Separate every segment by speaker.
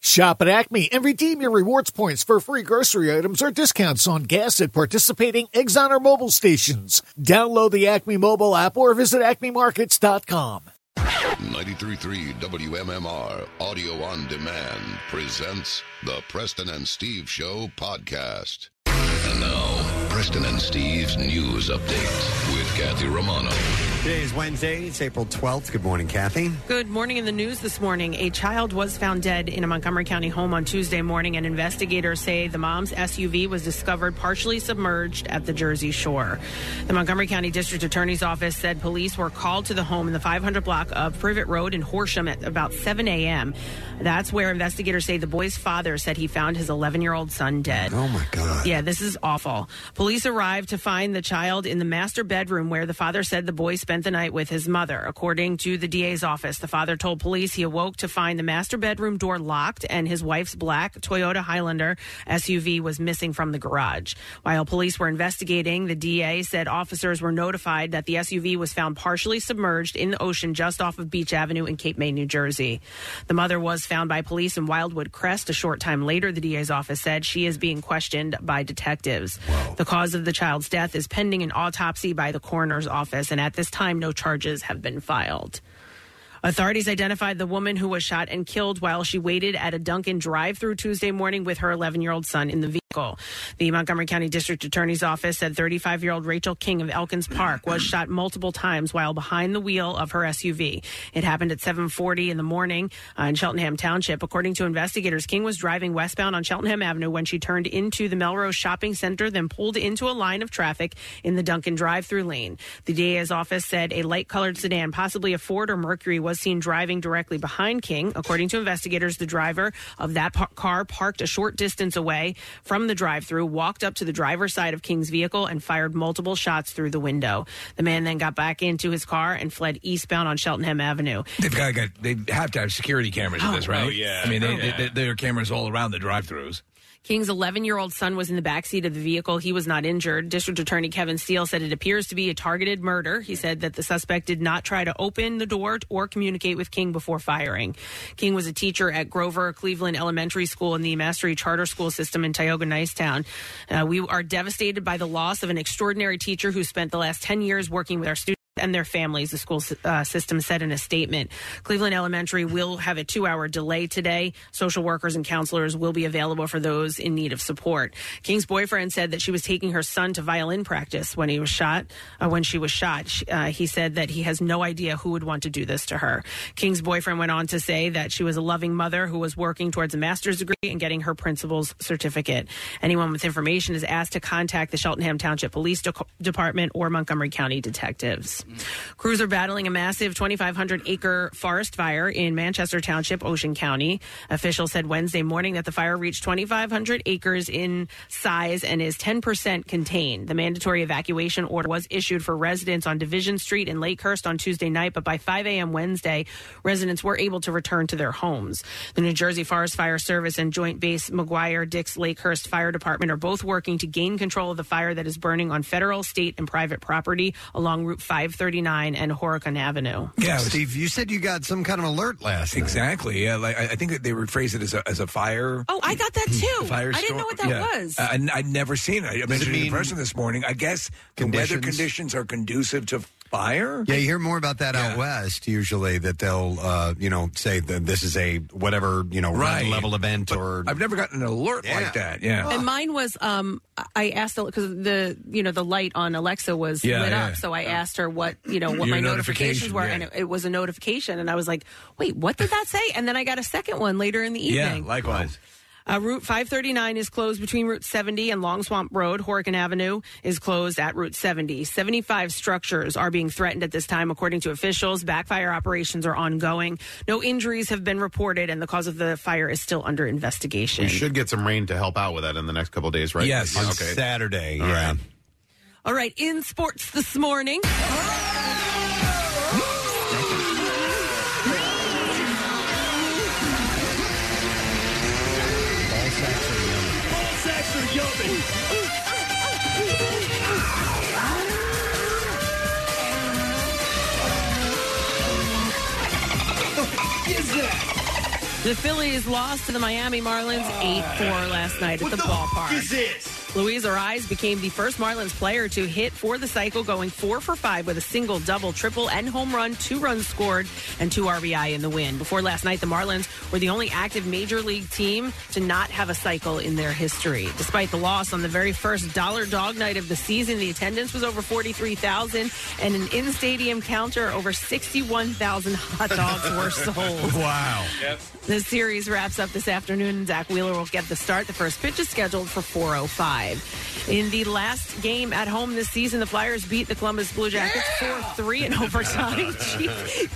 Speaker 1: Shop at Acme and redeem your rewards points for free grocery items or discounts on gas at participating Exxon or mobile stations. Download the Acme mobile app or visit acmemarkets.com.
Speaker 2: 933 WMMR Audio on Demand presents the Preston and Steve Show podcast. And now, Preston and Steve's news update with Kathy Romano.
Speaker 3: Today is Wednesday. It's April 12th. Good morning, Kathy.
Speaker 4: Good morning. In the news this morning, a child was found dead in a Montgomery County home on Tuesday morning, and investigators say the mom's SUV was discovered partially submerged at the Jersey Shore. The Montgomery County District Attorney's Office said police were called to the home in the 500 block of Privet Road in Horsham at about 7 a.m. That's where investigators say the boy's father said he found his 11 year old son dead.
Speaker 3: Oh, my God.
Speaker 4: Yeah, this is awful. Police arrived to find the child in the master bedroom where the father said the boy spent the night with his mother. According to the DA's office, the father told police he awoke to find the master bedroom door locked and his wife's black Toyota Highlander SUV was missing from the garage. While police were investigating, the DA said officers were notified that the SUV was found partially submerged in the ocean just off of Beach Avenue in Cape May, New Jersey. The mother was found by police in Wildwood Crest a short time later, the DA's office said she is being questioned by detectives. The cause of the child's death is pending an autopsy by the coroner's office, and at this time, no charges have been filed. Authorities identified the woman who was shot and killed while she waited at a Dunkin' drive through Tuesday morning with her 11 year old son in the vehicle. The Montgomery County District Attorney's Office said 35 year old Rachel King of Elkins Park was shot multiple times while behind the wheel of her SUV. It happened at 740 in the morning uh, in Cheltenham Township. According to investigators, King was driving westbound on Cheltenham Avenue when she turned into the Melrose Shopping Center, then pulled into a line of traffic in the Duncan drive through lane. The DA's office said a light colored sedan, possibly a Ford or Mercury, was seen driving directly behind King. According to investigators, the driver of that par- car parked a short distance away from the drive through, walked up to the driver's side of King's vehicle, and fired multiple shots through the window. The man then got back into his car and fled eastbound on Cheltenham Avenue.
Speaker 5: They've got, got they have to have security cameras in this, right?
Speaker 6: Oh, yeah.
Speaker 5: I mean, they,
Speaker 6: Oh,
Speaker 5: they-
Speaker 6: yeah.
Speaker 5: they- there are cameras all around the drive-throughs.
Speaker 4: King's 11 year old son was in the backseat of the vehicle. He was not injured. District Attorney Kevin Steele said it appears to be a targeted murder. He said that the suspect did not try to open the door or communicate with King before firing. King was a teacher at Grover Cleveland Elementary School in the Mastery Charter School System in Tioga Nicetown. Uh, we are devastated by the loss of an extraordinary teacher who spent the last 10 years working with our students and their families, the school uh, system said in a statement. Cleveland Elementary will have a two hour delay today. Social workers and counselors will be available for those in need of support. King's boyfriend said that she was taking her son to violin practice when he was shot. Uh, when she was shot, She- uh, he said that he has no idea who would want to do this to her. King's boyfriend went on to say that she was a loving mother who was working towards a master's degree and getting her principal's certificate. Anyone with information is asked to contact the Cheltenham Township Police De- Department or Montgomery County detectives. Crews are battling a massive 2,500 acre forest fire in Manchester Township, Ocean County. Officials said Wednesday morning that the fire reached 2,500 acres in size and is 10% contained. The mandatory evacuation order was issued for residents on Division Street in Lakehurst on Tuesday night, but by 5 a.m. Wednesday, residents were able to return to their homes. The New Jersey Forest Fire Service and Joint Base McGuire Dix Lakehurst Fire Department are both working to gain control of the fire that is burning on federal, state, and private property along Route 539 and Horicon Avenue.
Speaker 5: Yeah,
Speaker 3: Steve, you said you got some kind of alert last night.
Speaker 5: Exactly. Yeah, like I, I think that they rephrase it as a as a fire. Hmm.
Speaker 4: Oh, I got
Speaker 7: Hmm.
Speaker 4: that
Speaker 5: a
Speaker 4: too.
Speaker 5: fire
Speaker 4: I didn't
Speaker 5: storm.
Speaker 4: know what that
Speaker 5: Yeah.
Speaker 4: was.
Speaker 5: I, I- I'd never seen it. I mentioned it in person this morning. I guess the weather
Speaker 3: Conditions?
Speaker 5: conditions are conducive to fire.
Speaker 3: Yeah, you hear more about that out west usually that they'll, uh, you know, say that this is a whatever, you know, red
Speaker 5: Right.
Speaker 3: level event or.
Speaker 5: I've never gotten an alert like that. Yeah.
Speaker 4: And mine was, um, I asked because the you know the light on Alexa was
Speaker 5: Yeah,
Speaker 4: lit
Speaker 5: yeah.
Speaker 4: up, so I asked her what you know what
Speaker 5: Your
Speaker 4: my notifications
Speaker 5: notification,
Speaker 4: were,
Speaker 5: yeah.
Speaker 4: and it, it was a notification, and I was like, wait, what did that say? And then I got a second one later in the evening.
Speaker 5: Yeah, likewise.
Speaker 4: Uh, Route 539 is closed between Route 70 and Long Swamp Road. Horicon Avenue is closed at Route 70. 75 structures are being threatened at this time, according to officials. Backfire operations are ongoing. No injuries have been reported, and the cause of the fire is still under investigation.
Speaker 6: We should get some rain to help out with that in the next couple of days, right?
Speaker 5: Yes.
Speaker 6: Okay.
Speaker 5: On
Speaker 3: Saturday.
Speaker 6: All right.
Speaker 4: All right, in sports this morning. The Phillies lost to the Miami Marlins 8 4 last night at the, ballpark. Luis Ariz became the first Marlins player to hit for the cycle, going four for five with a single, double, triple, and home run, two runs scored, and two RBI in the win. Before last night, the Marlins were the only active major league team to not have a cycle in their history. Despite the loss on the very first dollar dog night of the season, the attendance was over 43,000, and an in stadium counter, over 61,000 hot dogs were sold.
Speaker 3: Wow.
Speaker 4: The series wraps up this afternoon, and Zach Wheeler will get the start. The first pitch is scheduled for 4:05. In the last game at home this season, the Flyers beat the Columbus Blue Jackets 4-3 in overtime. Jeez.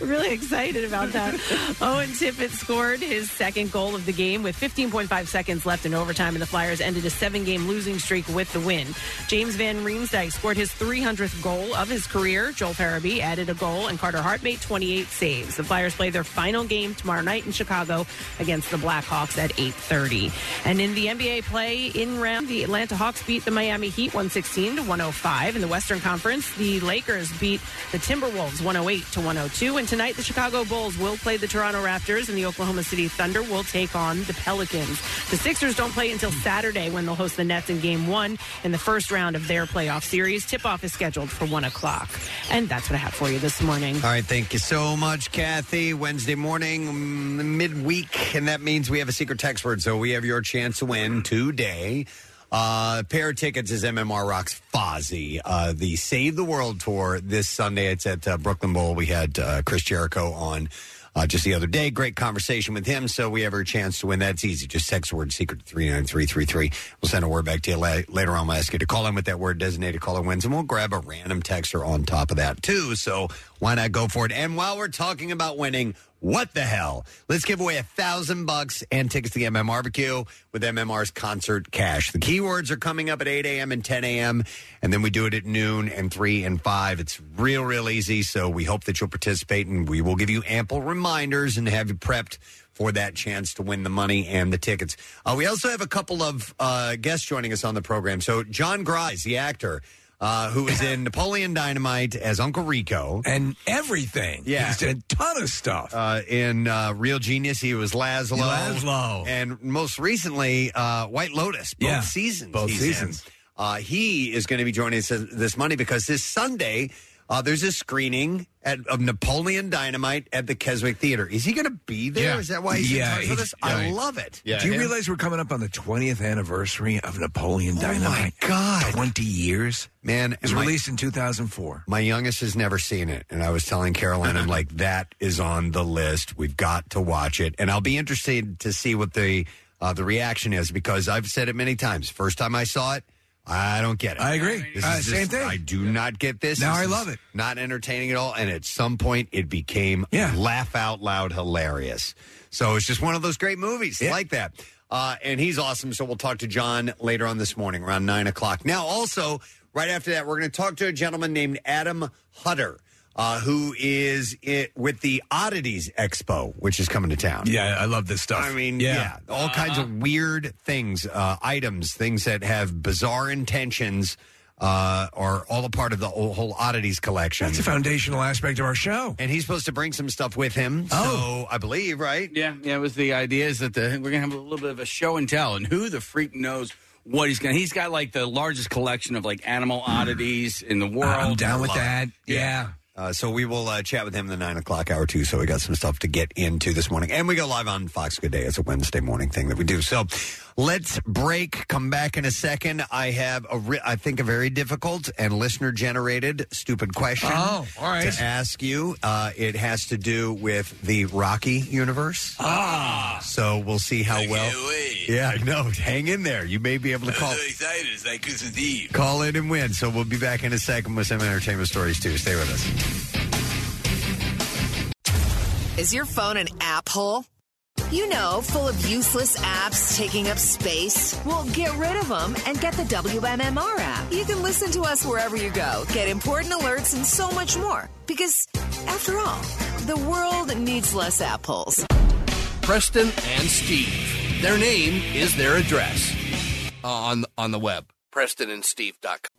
Speaker 4: Really excited about that. Owen Tippett scored his second goal of the game with 15.5 seconds left in overtime, and the Flyers ended a seven game losing streak with the win. James Van Riemsdyk scored his 300th goal of his career. Joel Farabee added a goal, and Carter Hart made 28 saves. The Flyers play their final game tomorrow night in Chicago against the Blackhawks at 8.30. And in the NBA play in round, the Atlanta Hawks beat the Miami Heat 116 to 105. In the Western Conference, the Lakers beat the Timberwolves 108 to 102. And tonight, the Chicago Bulls will play the Toronto Raptors, and the Oklahoma City Thunder will take on the Pelicans. The Sixers don't play until Saturday when they'll host the Nets in Game One in the first round of their playoff series. Tip off is scheduled for one o'clock, and that's what I have for you this morning.
Speaker 3: All right, thank you so much, Kathy. Wednesday morning, mm, midweek, and that means we have a secret text word. So we have your chance to win today. Uh, a pair of tickets is MMR Rocks Fozzy, uh, the Save the World tour this Sunday. It's at uh, Brooklyn Bowl. We had uh, Chris Jericho on uh, just the other day. Great conversation with him. So we have a chance to win. That's easy. Just text word secret to 39333. We'll send a word back to you la- later on. We'll ask you to call in with that word designated caller wins, and we'll grab a random texter on top of that, too. So why not go for it? And while we're talking about winning, what the hell? Let's give away a thousand bucks and tickets to the MM Barbecue with MMR's concert cash. The keywords are coming up at 8 a.m. and 10 a.m., and then we do it at noon and 3 and 5. It's real, real easy. So we hope that you'll participate, and we will give you ample reminders and have you prepped for that chance to win the money and the tickets. Uh, we also have a couple of uh, guests joining us on the program. So John Grise, the actor. Uh, who was in Napoleon Dynamite as Uncle Rico and everything? Yeah,
Speaker 5: He's done
Speaker 3: a ton of stuff. Uh, in uh, Real Genius, he was Laszlo.
Speaker 5: Laszlo.
Speaker 3: and most recently, uh, White Lotus. Both
Speaker 5: Yeah.
Speaker 3: seasons.
Speaker 5: Both
Speaker 3: he's in.
Speaker 5: seasons.
Speaker 3: Uh, he is going to be joining us this Monday because this Sunday. Uh, there's a screening at, of Napoleon Dynamite at the Keswick Theater. Is he going to be there? Is
Speaker 5: Yeah.
Speaker 3: that why he's
Speaker 5: Yeah,
Speaker 3: in touch with us?
Speaker 5: he's-
Speaker 3: I
Speaker 5: yeah.
Speaker 3: love it.
Speaker 5: Do you realize we're coming up on the 20th anniversary of Napoleon Dynamite?
Speaker 3: Oh my god,
Speaker 5: twenty years,
Speaker 3: man!
Speaker 5: It was
Speaker 3: my-
Speaker 5: released in 2004.
Speaker 3: My youngest has never seen it, and I was telling Caroline, I'm like, that is on the list. We've got to watch it, and I'll be interested to see what the uh, the reaction is because I've said it many times. First time I saw it, I don't get it.
Speaker 5: I agree.
Speaker 3: This
Speaker 5: Uh,
Speaker 3: is
Speaker 5: same
Speaker 3: just-
Speaker 5: thing.
Speaker 3: I do not get this.
Speaker 5: Now
Speaker 3: This
Speaker 5: I
Speaker 3: is
Speaker 5: love it.
Speaker 3: Not entertaining at all, and at some point it became laugh out loud hilarious. So it's just one of those great movies like that. Uh, and he's awesome. So we'll talk to John later on this morning around nine o'clock. Now, also right after that, we're going to talk to a gentleman named Adam Hutter. Uh, who is it with the Oddities Expo, which is coming to town?
Speaker 5: Yeah, I love this stuff.
Speaker 3: I mean,
Speaker 5: Yeah.
Speaker 3: yeah, all kinds of weird things, uh, items, things that have bizarre intentions uh, are all a part of the whole whole oddities collection.
Speaker 5: That's a foundational aspect of our show.
Speaker 3: And he's supposed to bring some stuff with him.
Speaker 5: Oh.
Speaker 3: So I believe, right?
Speaker 7: Yeah, yeah. It was the idea is that the we're gonna have a little bit of a show and tell, and who the freak knows what he's gonna. He's got like the largest collection of like animal oddities in the world.
Speaker 5: I'm down with
Speaker 7: Love it.
Speaker 5: that. Yeah.
Speaker 3: Uh, so we will uh, chat with him in the nine o'clock hour too. So we got some stuff to get into this morning, and we go live on Fox Good Day. It's a Wednesday morning thing that we do. So let's break. Come back in a second. I have a, re- I think a very difficult and listener generated stupid question.
Speaker 5: Oh, all right.
Speaker 3: To ask you, uh, it has to do with the Rocky universe.
Speaker 8: Ah.
Speaker 3: So we'll see how well. Yeah, I know. Hang in there. You may be able to call.
Speaker 8: excited. It's like Christmas Eve.
Speaker 3: Call in and win. So we'll be back in a second with some entertainment stories too. Stay with us.
Speaker 9: Is your phone an app hole? You know, full of useless apps taking up space? Well, get rid of them and get the WMMR app. You can listen to us wherever you go, get important alerts, and so much more. Because, after all, the world needs less app holes.
Speaker 8: Preston and Uh, Steve. Their name is their address on on the web. PrestonandSteve.com.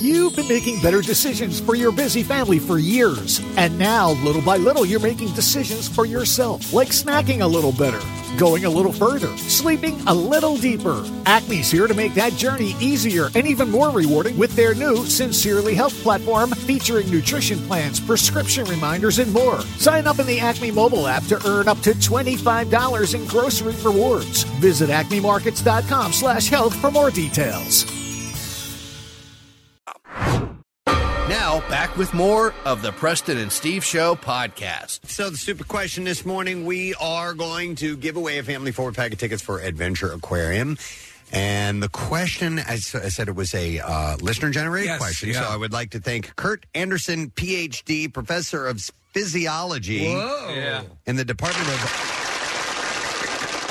Speaker 1: You've been making better decisions for your busy family for years, and now, little by little, you're making decisions for yourself, like snacking a little better, going a little further, sleeping a little deeper. Acme's here to make that journey easier and even more rewarding with their new Sincerely Health platform featuring nutrition plans, prescription reminders, and more. Sign up in the Acme mobile app to earn up to $25 in grocery rewards. Visit acmemarkets.com slash health for more details.
Speaker 8: Now, back with more of the Preston and Steve Show podcast.
Speaker 3: So, the stupid question this morning we are going to give away a family forward pack of tickets for Adventure Aquarium. And the question, as I said, it was a uh, listener generated
Speaker 5: Yes,
Speaker 3: question.
Speaker 5: yeah.
Speaker 3: So, I would like to thank Kurt Anderson, PhD, professor of physiology
Speaker 5: Whoa. Yeah.
Speaker 3: in the Department of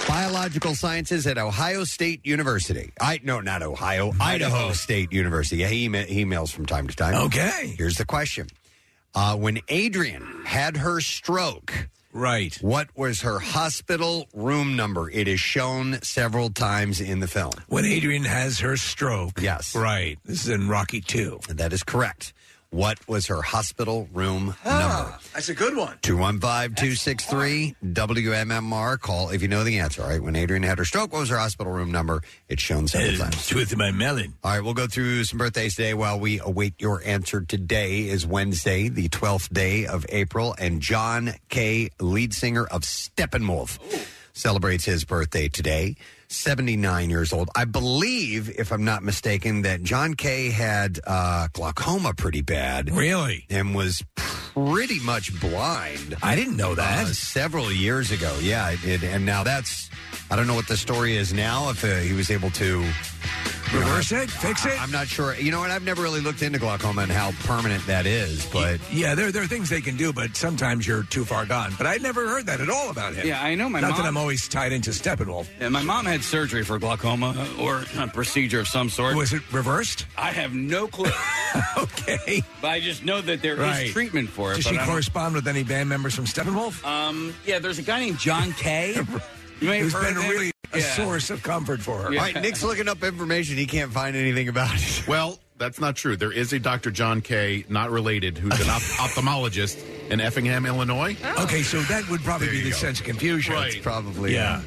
Speaker 3: Biological Sciences at Ohio State University. I no, not Ohio, Idaho, State University. Yeah, he ema- emails from time to time.
Speaker 5: Okay.
Speaker 3: here's the question: uh, When Adrian had her stroke,
Speaker 5: right?
Speaker 3: What was her hospital room number? It is shown several times in the film.
Speaker 5: When Adrian has her stroke.
Speaker 3: Yes.
Speaker 5: Right. This is in Rocky 2.
Speaker 3: That is correct. What was her hospital room number?
Speaker 5: Oh, That's a good one.
Speaker 3: 215 263 WMMR. Call if you know the answer. All right. When Adrian had her stroke, what was her hospital room number? It's shown several times.
Speaker 5: Tooth in Uh, my melon.
Speaker 3: All right, we'll go through some birthdays today while we await your answer. Today is Wednesday, the 12th day of April, and John Kay, lead singer of Steppenwolf, celebrates his birthday today. 79 years old. I believe, if I'm not mistaken, that John Kay had uh, glaucoma pretty bad.
Speaker 5: Really?
Speaker 3: And was pretty much blind. uh,
Speaker 5: I didn't know that.
Speaker 3: several years ago. Yeah, it, it, and now that's, I don't know what the story is now, if uh, he was able to
Speaker 5: Reverse it? Fix it?
Speaker 3: I'm not sure. You know what? I've never really looked into glaucoma and how permanent that is, but
Speaker 5: Yeah, there, there are things they can do, but sometimes you're too far gone. But I'd never heard that at all about him.
Speaker 7: Yeah, I know. My
Speaker 5: Not that
Speaker 7: mom-
Speaker 5: I'm always tied into Steppenwolf.
Speaker 7: Yeah, my mom had surgery for glaucoma uh, or a procedure of some sort.
Speaker 5: Was it reversed?
Speaker 7: I have no clue.
Speaker 5: okay.
Speaker 7: But I just know that there is
Speaker 5: Right.
Speaker 7: treatment for it.
Speaker 5: Does
Speaker 7: but
Speaker 5: she
Speaker 7: I don't-
Speaker 5: correspond with any band members from Steppenwolf?
Speaker 7: Um, yeah, there's a guy named John Kay. You may have
Speaker 5: Who's
Speaker 7: heard
Speaker 5: been
Speaker 7: of him.
Speaker 5: really a
Speaker 7: Yeah.
Speaker 5: source of comfort for her.
Speaker 6: Yeah.
Speaker 3: all right. Nick's looking up information. He can't find anything about it.
Speaker 6: Well, that's not true. There is a Dr. John Kay, not related, who's an op- ophthalmologist in Effingham, Illinois.
Speaker 5: Okay, so that would probably be the sense of confusion.
Speaker 6: Right.
Speaker 3: Probably.
Speaker 5: Yeah.
Speaker 6: uh,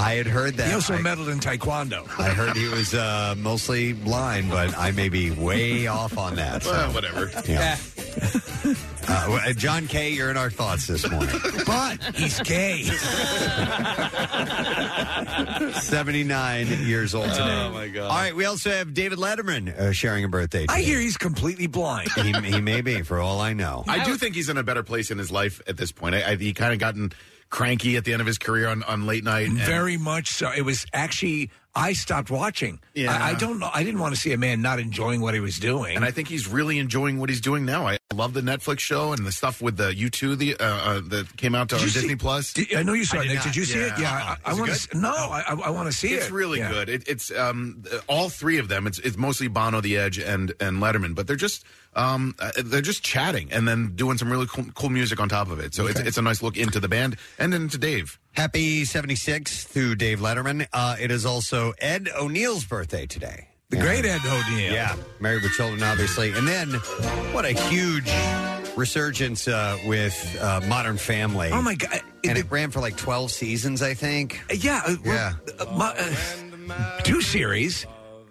Speaker 3: I had heard that.
Speaker 5: He also
Speaker 3: I,
Speaker 5: meddled in taekwondo.
Speaker 3: I heard he was uh, mostly blind, but I may be way off on that. so,
Speaker 6: Well, whatever.
Speaker 3: yeah. Uh, well, John Kay, you're in our thoughts this morning. But
Speaker 5: He's gay.
Speaker 3: 79 years old today. Oh my god! All right, we also have David Letterman uh, sharing a birthday.
Speaker 5: I
Speaker 3: today.
Speaker 5: hear he's completely blind.
Speaker 3: he, he may be, for all I
Speaker 5: Oh.
Speaker 3: know.
Speaker 6: I do think he's in a better place in his life at this point. I, I, he kind of gotten cranky at the end of his career on, on late night. and-
Speaker 5: Very much so. It was actually I stopped watching.
Speaker 6: Yeah.
Speaker 5: I, I don't know. I didn't want to see a man not enjoying what he was doing.
Speaker 6: and I think he's really enjoying what he's doing now. I love the Netflix show and the stuff with the U two the uh, uh, that came out on
Speaker 5: Did you see-
Speaker 6: Disney Plus.
Speaker 5: Did- I know you saw
Speaker 6: I
Speaker 5: it.
Speaker 6: did
Speaker 5: Nick.
Speaker 6: not.
Speaker 5: Did you see
Speaker 6: Yeah.
Speaker 5: it? Yeah, I- I,
Speaker 6: Uh-uh. Is it
Speaker 5: want
Speaker 6: good?
Speaker 5: to. No, I, I want to see it.
Speaker 6: It's really
Speaker 5: Yeah.
Speaker 6: good. It, it's um, all three of them. It's it's mostly Bono, The Edge, and and Letterman, but they're just um, uh, they're just chatting and then doing some really cool, cool music on top of it. So it's it's a nice look into the band and into Dave.
Speaker 3: Happy 76 to Dave Letterman. Uh, it is also Ed O'Neill's birthday today.
Speaker 5: The great Ed O'Neill.
Speaker 3: Yeah, married with children, obviously. And then what a huge resurgence uh, with uh, Modern Family.
Speaker 5: Oh my god.
Speaker 3: And it ran for like 12 seasons, I think.
Speaker 5: Yeah. uh, well, uh, my- uh, two series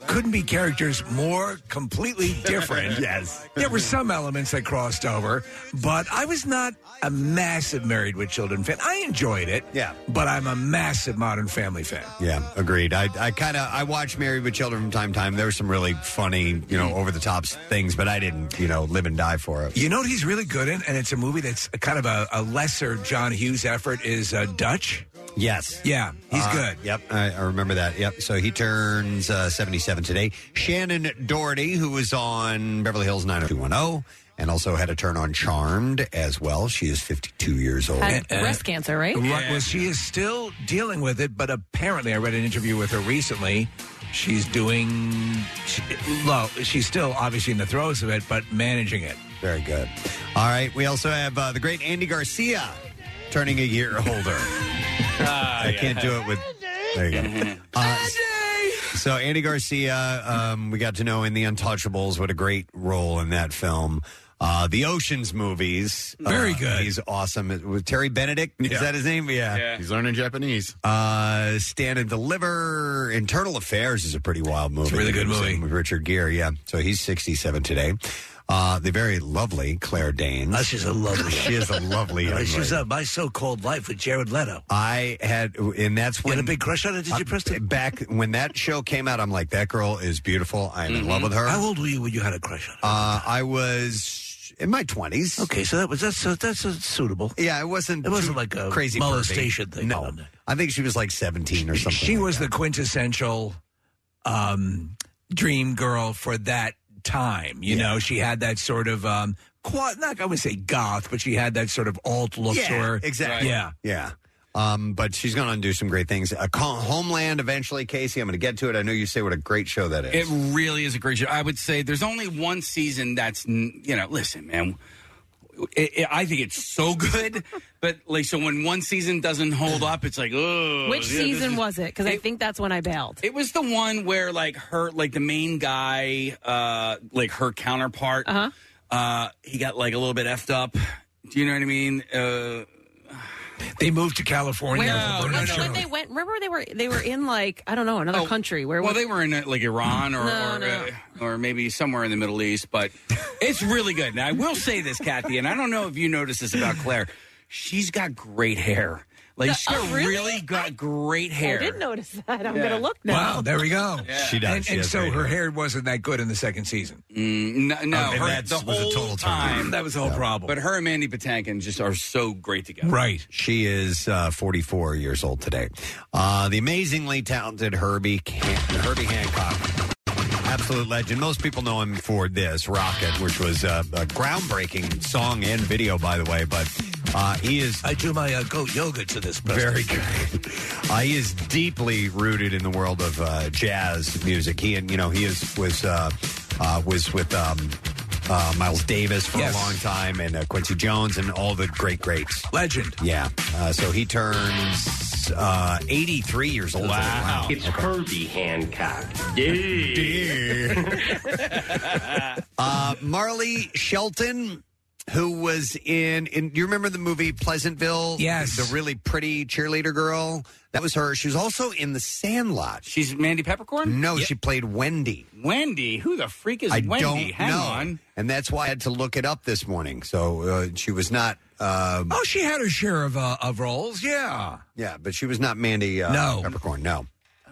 Speaker 5: couldn't be characters more completely different. yes. There were some elements that crossed over, but I was not a massive Married with Children fan. I enjoyed it.
Speaker 3: Yeah.
Speaker 5: But I'm a massive Modern Family fan.
Speaker 3: Yeah, agreed. I, I kind of I watch Married with Children from time to time. There were some really funny, you know, over the top things, but I didn't, you know, live and die for it.
Speaker 5: You know what he's really good in, and it's a movie that's kind of a, a lesser John Hughes effort, is uh, Dutch.
Speaker 3: Yes.
Speaker 5: Yeah, he's
Speaker 3: Uh,
Speaker 5: good.
Speaker 3: Yep, I, I remember that. Yep. So he turns uh, 77 today. Shannon Doherty, who was on Beverly Hills 90210 and also had a turn on Charmed as well. She is 52 years old.
Speaker 5: Had Uh, breast
Speaker 10: cancer, right?
Speaker 5: Right, Well, she is still dealing with it, but apparently, I read an interview with her recently. She's doing she, low. She's still obviously in the throes of it, but managing it.
Speaker 3: Very good. All right. We also have uh, the great Andy Garcia turning a year older.
Speaker 5: Ah,
Speaker 3: I can't do it with. There you go. Uh, so Andy Garcia, um, we got to know in The Untouchables. What a great role in that film. Uh, the Ocean's movies. Very good. He's awesome. With Terry Benedict. Is that his name? Yeah.
Speaker 6: He's learning Japanese.
Speaker 3: Uh, Stand and Deliver. Internal Affairs is a pretty wild movie.
Speaker 5: really good
Speaker 3: It was,
Speaker 5: movie.
Speaker 3: um, With Richard Gere, yeah. So he's 67 today. Uh, the very lovely Claire Danes.
Speaker 5: Oh, she's a lovely.
Speaker 3: she is a lovely young
Speaker 5: she was
Speaker 3: lady.
Speaker 5: uh, my so-called life with Jared Leto.
Speaker 3: I had, and that's when
Speaker 5: had a big crush on her. Did you, Preston?
Speaker 3: Back when that show came out, I'm like, that girl is beautiful. I'm in love with her.
Speaker 5: Mm-hmm. How old were you when you had a crush on her?
Speaker 3: Uh, I was in my twenties.
Speaker 5: Okay, so that was that's uh, that's uh, suitable.
Speaker 3: Yeah, it wasn't.
Speaker 5: It wasn't
Speaker 3: too
Speaker 5: like a
Speaker 3: crazy
Speaker 5: molestation
Speaker 3: pervy.
Speaker 5: thing.
Speaker 3: No, I think she was like 17 or something.
Speaker 5: she was the quintessential um, dream girl for that time. You know, she had that sort of um, quite not I would say goth, but she had that sort of alt look to
Speaker 3: Yeah,
Speaker 5: her.
Speaker 3: exactly.
Speaker 5: Yeah.
Speaker 3: yeah. Um, but she's going to do some great things. Uh, Co- Homeland eventually, Casey. I'm going to get to it. I know you say what a great show that is.
Speaker 7: It really is a great show. I would say there's only one season that's n- you know. Listen, man, it, it, I think it's so good, but like so when one season doesn't hold up, it's like oh.
Speaker 4: Which season was it? Because I think that's when I bailed.
Speaker 7: It was the one where like her, like the main guy, uh, like her counterpart, uh-huh. he got like a little bit effed up. Do you know what I mean? Uh,
Speaker 5: They moved to California.
Speaker 7: Where-
Speaker 5: They're
Speaker 7: no,
Speaker 5: not
Speaker 7: no,
Speaker 5: sure.
Speaker 4: When they went, remember they were they were in like I don't know another Oh, country where
Speaker 7: well,
Speaker 4: was
Speaker 7: they were in uh, like Iran or
Speaker 4: No,
Speaker 7: or,
Speaker 4: no.
Speaker 7: Uh, or maybe somewhere in the Middle East, but it's really good. Now I will say this, Kathy, and I don't know if you noticed this about Claire. She's got great hair. Like
Speaker 4: No,
Speaker 7: she's got
Speaker 4: oh,
Speaker 7: really?
Speaker 4: really?
Speaker 7: got great
Speaker 4: I
Speaker 7: hair.
Speaker 4: did notice that. I'm
Speaker 7: Yeah.
Speaker 4: gonna look now.
Speaker 5: Wow, there we go.
Speaker 3: She does.
Speaker 5: And,
Speaker 3: She
Speaker 5: and
Speaker 3: has
Speaker 5: so
Speaker 3: great
Speaker 5: her hair wasn't that good in the second season.
Speaker 7: Mm, no, no
Speaker 3: Okay,
Speaker 7: her,
Speaker 3: that
Speaker 7: the
Speaker 3: Oh, was a
Speaker 7: whole
Speaker 3: total turn.
Speaker 7: time.
Speaker 5: That was the whole problem.
Speaker 7: But her and Mandy Patinkin just are so great together.
Speaker 5: right.
Speaker 3: She is uh, 44 years old today. Uh, the amazingly talented Herbie Han- Herbie Hancock, absolute legend. Most people know him for this "Rocket," which was uh, a groundbreaking song and video, by the way. But uh, he is
Speaker 5: I do my uh, goat yoga to this. Preston.
Speaker 3: very good. Uh, he is deeply rooted in the world of uh, jazz music. He and you know he is was uh, uh, was with um, uh, Miles Davis for
Speaker 5: Yes.
Speaker 3: a long time and uh, Quincy Jones and all the great greats.
Speaker 5: legend.
Speaker 3: Yeah. Uh, so he turns uh, 83 years old. Wow.
Speaker 11: It's Herbie Hancock. Yeah.
Speaker 3: Uh, Marley Shelton, who was in, in, you remember the movie Pleasantville?
Speaker 5: Yes.
Speaker 3: The really pretty cheerleader girl? That was her. She was also in The Sandlot.
Speaker 7: She's Mandy Peppercorn?
Speaker 3: No, she played Wendy.
Speaker 7: Wendy? Who the freak is
Speaker 3: I
Speaker 7: Wendy?
Speaker 3: don't
Speaker 7: Hang
Speaker 3: know.
Speaker 7: on.
Speaker 3: And that's why I had to look it up this morning. So uh, she was not, uh,
Speaker 5: Oh, she had her share of uh, of roles. Yeah.
Speaker 3: yeah, but she was not Mandy uh,
Speaker 5: No.
Speaker 3: Peppercorn. No.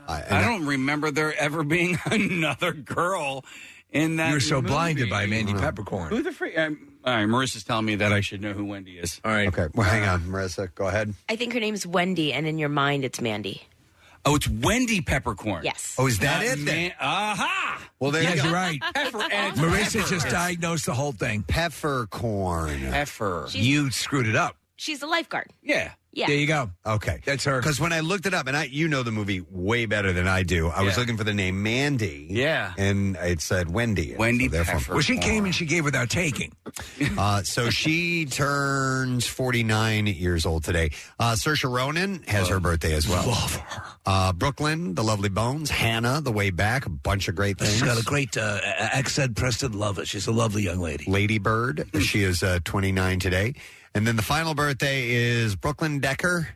Speaker 3: Uh, and
Speaker 7: I don't remember there ever being another girl in that.
Speaker 5: You were so
Speaker 7: movie.
Speaker 5: blinded by Mandy Peppercorn.
Speaker 7: Who the um, freak? I'm, all right, Marissa's telling me that I should know who Wendy is.
Speaker 5: All right.
Speaker 3: Okay. Well, hang on, Marissa. Go ahead.
Speaker 10: I think her name's Wendy, and in your mind, it's Mandy.
Speaker 7: Oh, it's Wendy Peppercorn.
Speaker 10: Yes.
Speaker 3: Oh, is that
Speaker 7: Not
Speaker 3: it then?
Speaker 7: Man- Aha!
Speaker 3: Well, there
Speaker 5: Yes,
Speaker 3: you go.
Speaker 5: you're right.
Speaker 7: Pepper and
Speaker 5: Marissa just diagnosed the whole thing.
Speaker 3: Peppercorn.
Speaker 7: Pepper.
Speaker 5: You screwed it up.
Speaker 10: She's a lifeguard.
Speaker 7: Yeah.
Speaker 10: Yeah.
Speaker 5: There you go.
Speaker 3: Okay.
Speaker 5: That's her.
Speaker 3: Because when I looked it up, and I, you know the movie way better than I do, I was
Speaker 7: Yeah.
Speaker 3: looking for the name Mandy.
Speaker 7: Yeah.
Speaker 3: And it said Wendy.
Speaker 7: Wendy
Speaker 3: So therefore-
Speaker 7: Pepper.
Speaker 5: Well, she came and she gave without taking.
Speaker 3: Uh, so she turns 49 years old today. Uh, Saoirse Ronan has her birthday as well. Love her. Uh, Brooklyn, The Lovely Bones, Hannah, The Way Back, a bunch of great things.
Speaker 5: She's got a great uh, accent, Preston. Love it. She's a lovely young lady.
Speaker 3: Lady Bird. She is uh, 29 today. And then the final birthday is Brooklyn Decker,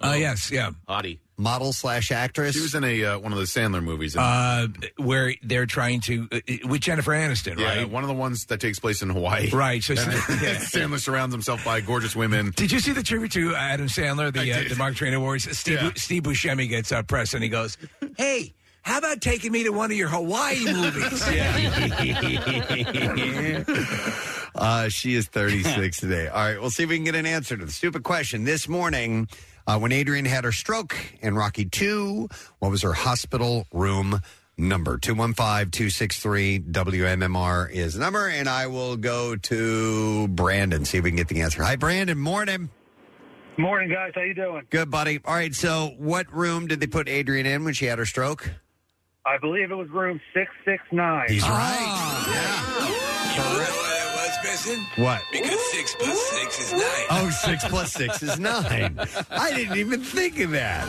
Speaker 5: Oh, yes, yeah.
Speaker 11: Hottie.
Speaker 3: model slash actress.
Speaker 6: She was in a uh, one of the Sandler movies.
Speaker 5: Uh, where they're trying to uh, with Jennifer Aniston,
Speaker 6: yeah,
Speaker 5: right?
Speaker 6: one of the ones that takes place in Hawaii.
Speaker 5: Right. So, yeah.
Speaker 6: Sandler surrounds himself by gorgeous women.
Speaker 5: Did you see the tribute to Adam Sandler, the uh,
Speaker 6: did.
Speaker 5: the Mark Twain Awards? Steve,
Speaker 6: Yeah.
Speaker 5: Steve Buscemi gets up press and he goes, "Hey, how about taking me to one of your Hawaii movies?"
Speaker 3: Uh, she is 36 today. All right, we'll see if we can get an answer to the stupid question this morning. Uh, when Adrian had her stroke in Rocky 2, what was her hospital room number? 215 263 WMMR is the number, and I will go to Brandon, see if we can get the answer. Hi, Brandon. Morning.
Speaker 12: Morning, guys. How you doing?
Speaker 3: Good, buddy. All right, so what room did they put Adrian in when she had her stroke?
Speaker 12: I believe it was room 669.
Speaker 3: He's right.
Speaker 13: You know what I was missing?
Speaker 3: What?
Speaker 13: Because six plus six is nine.
Speaker 3: Oh, six plus six is nine. I didn't even think of that.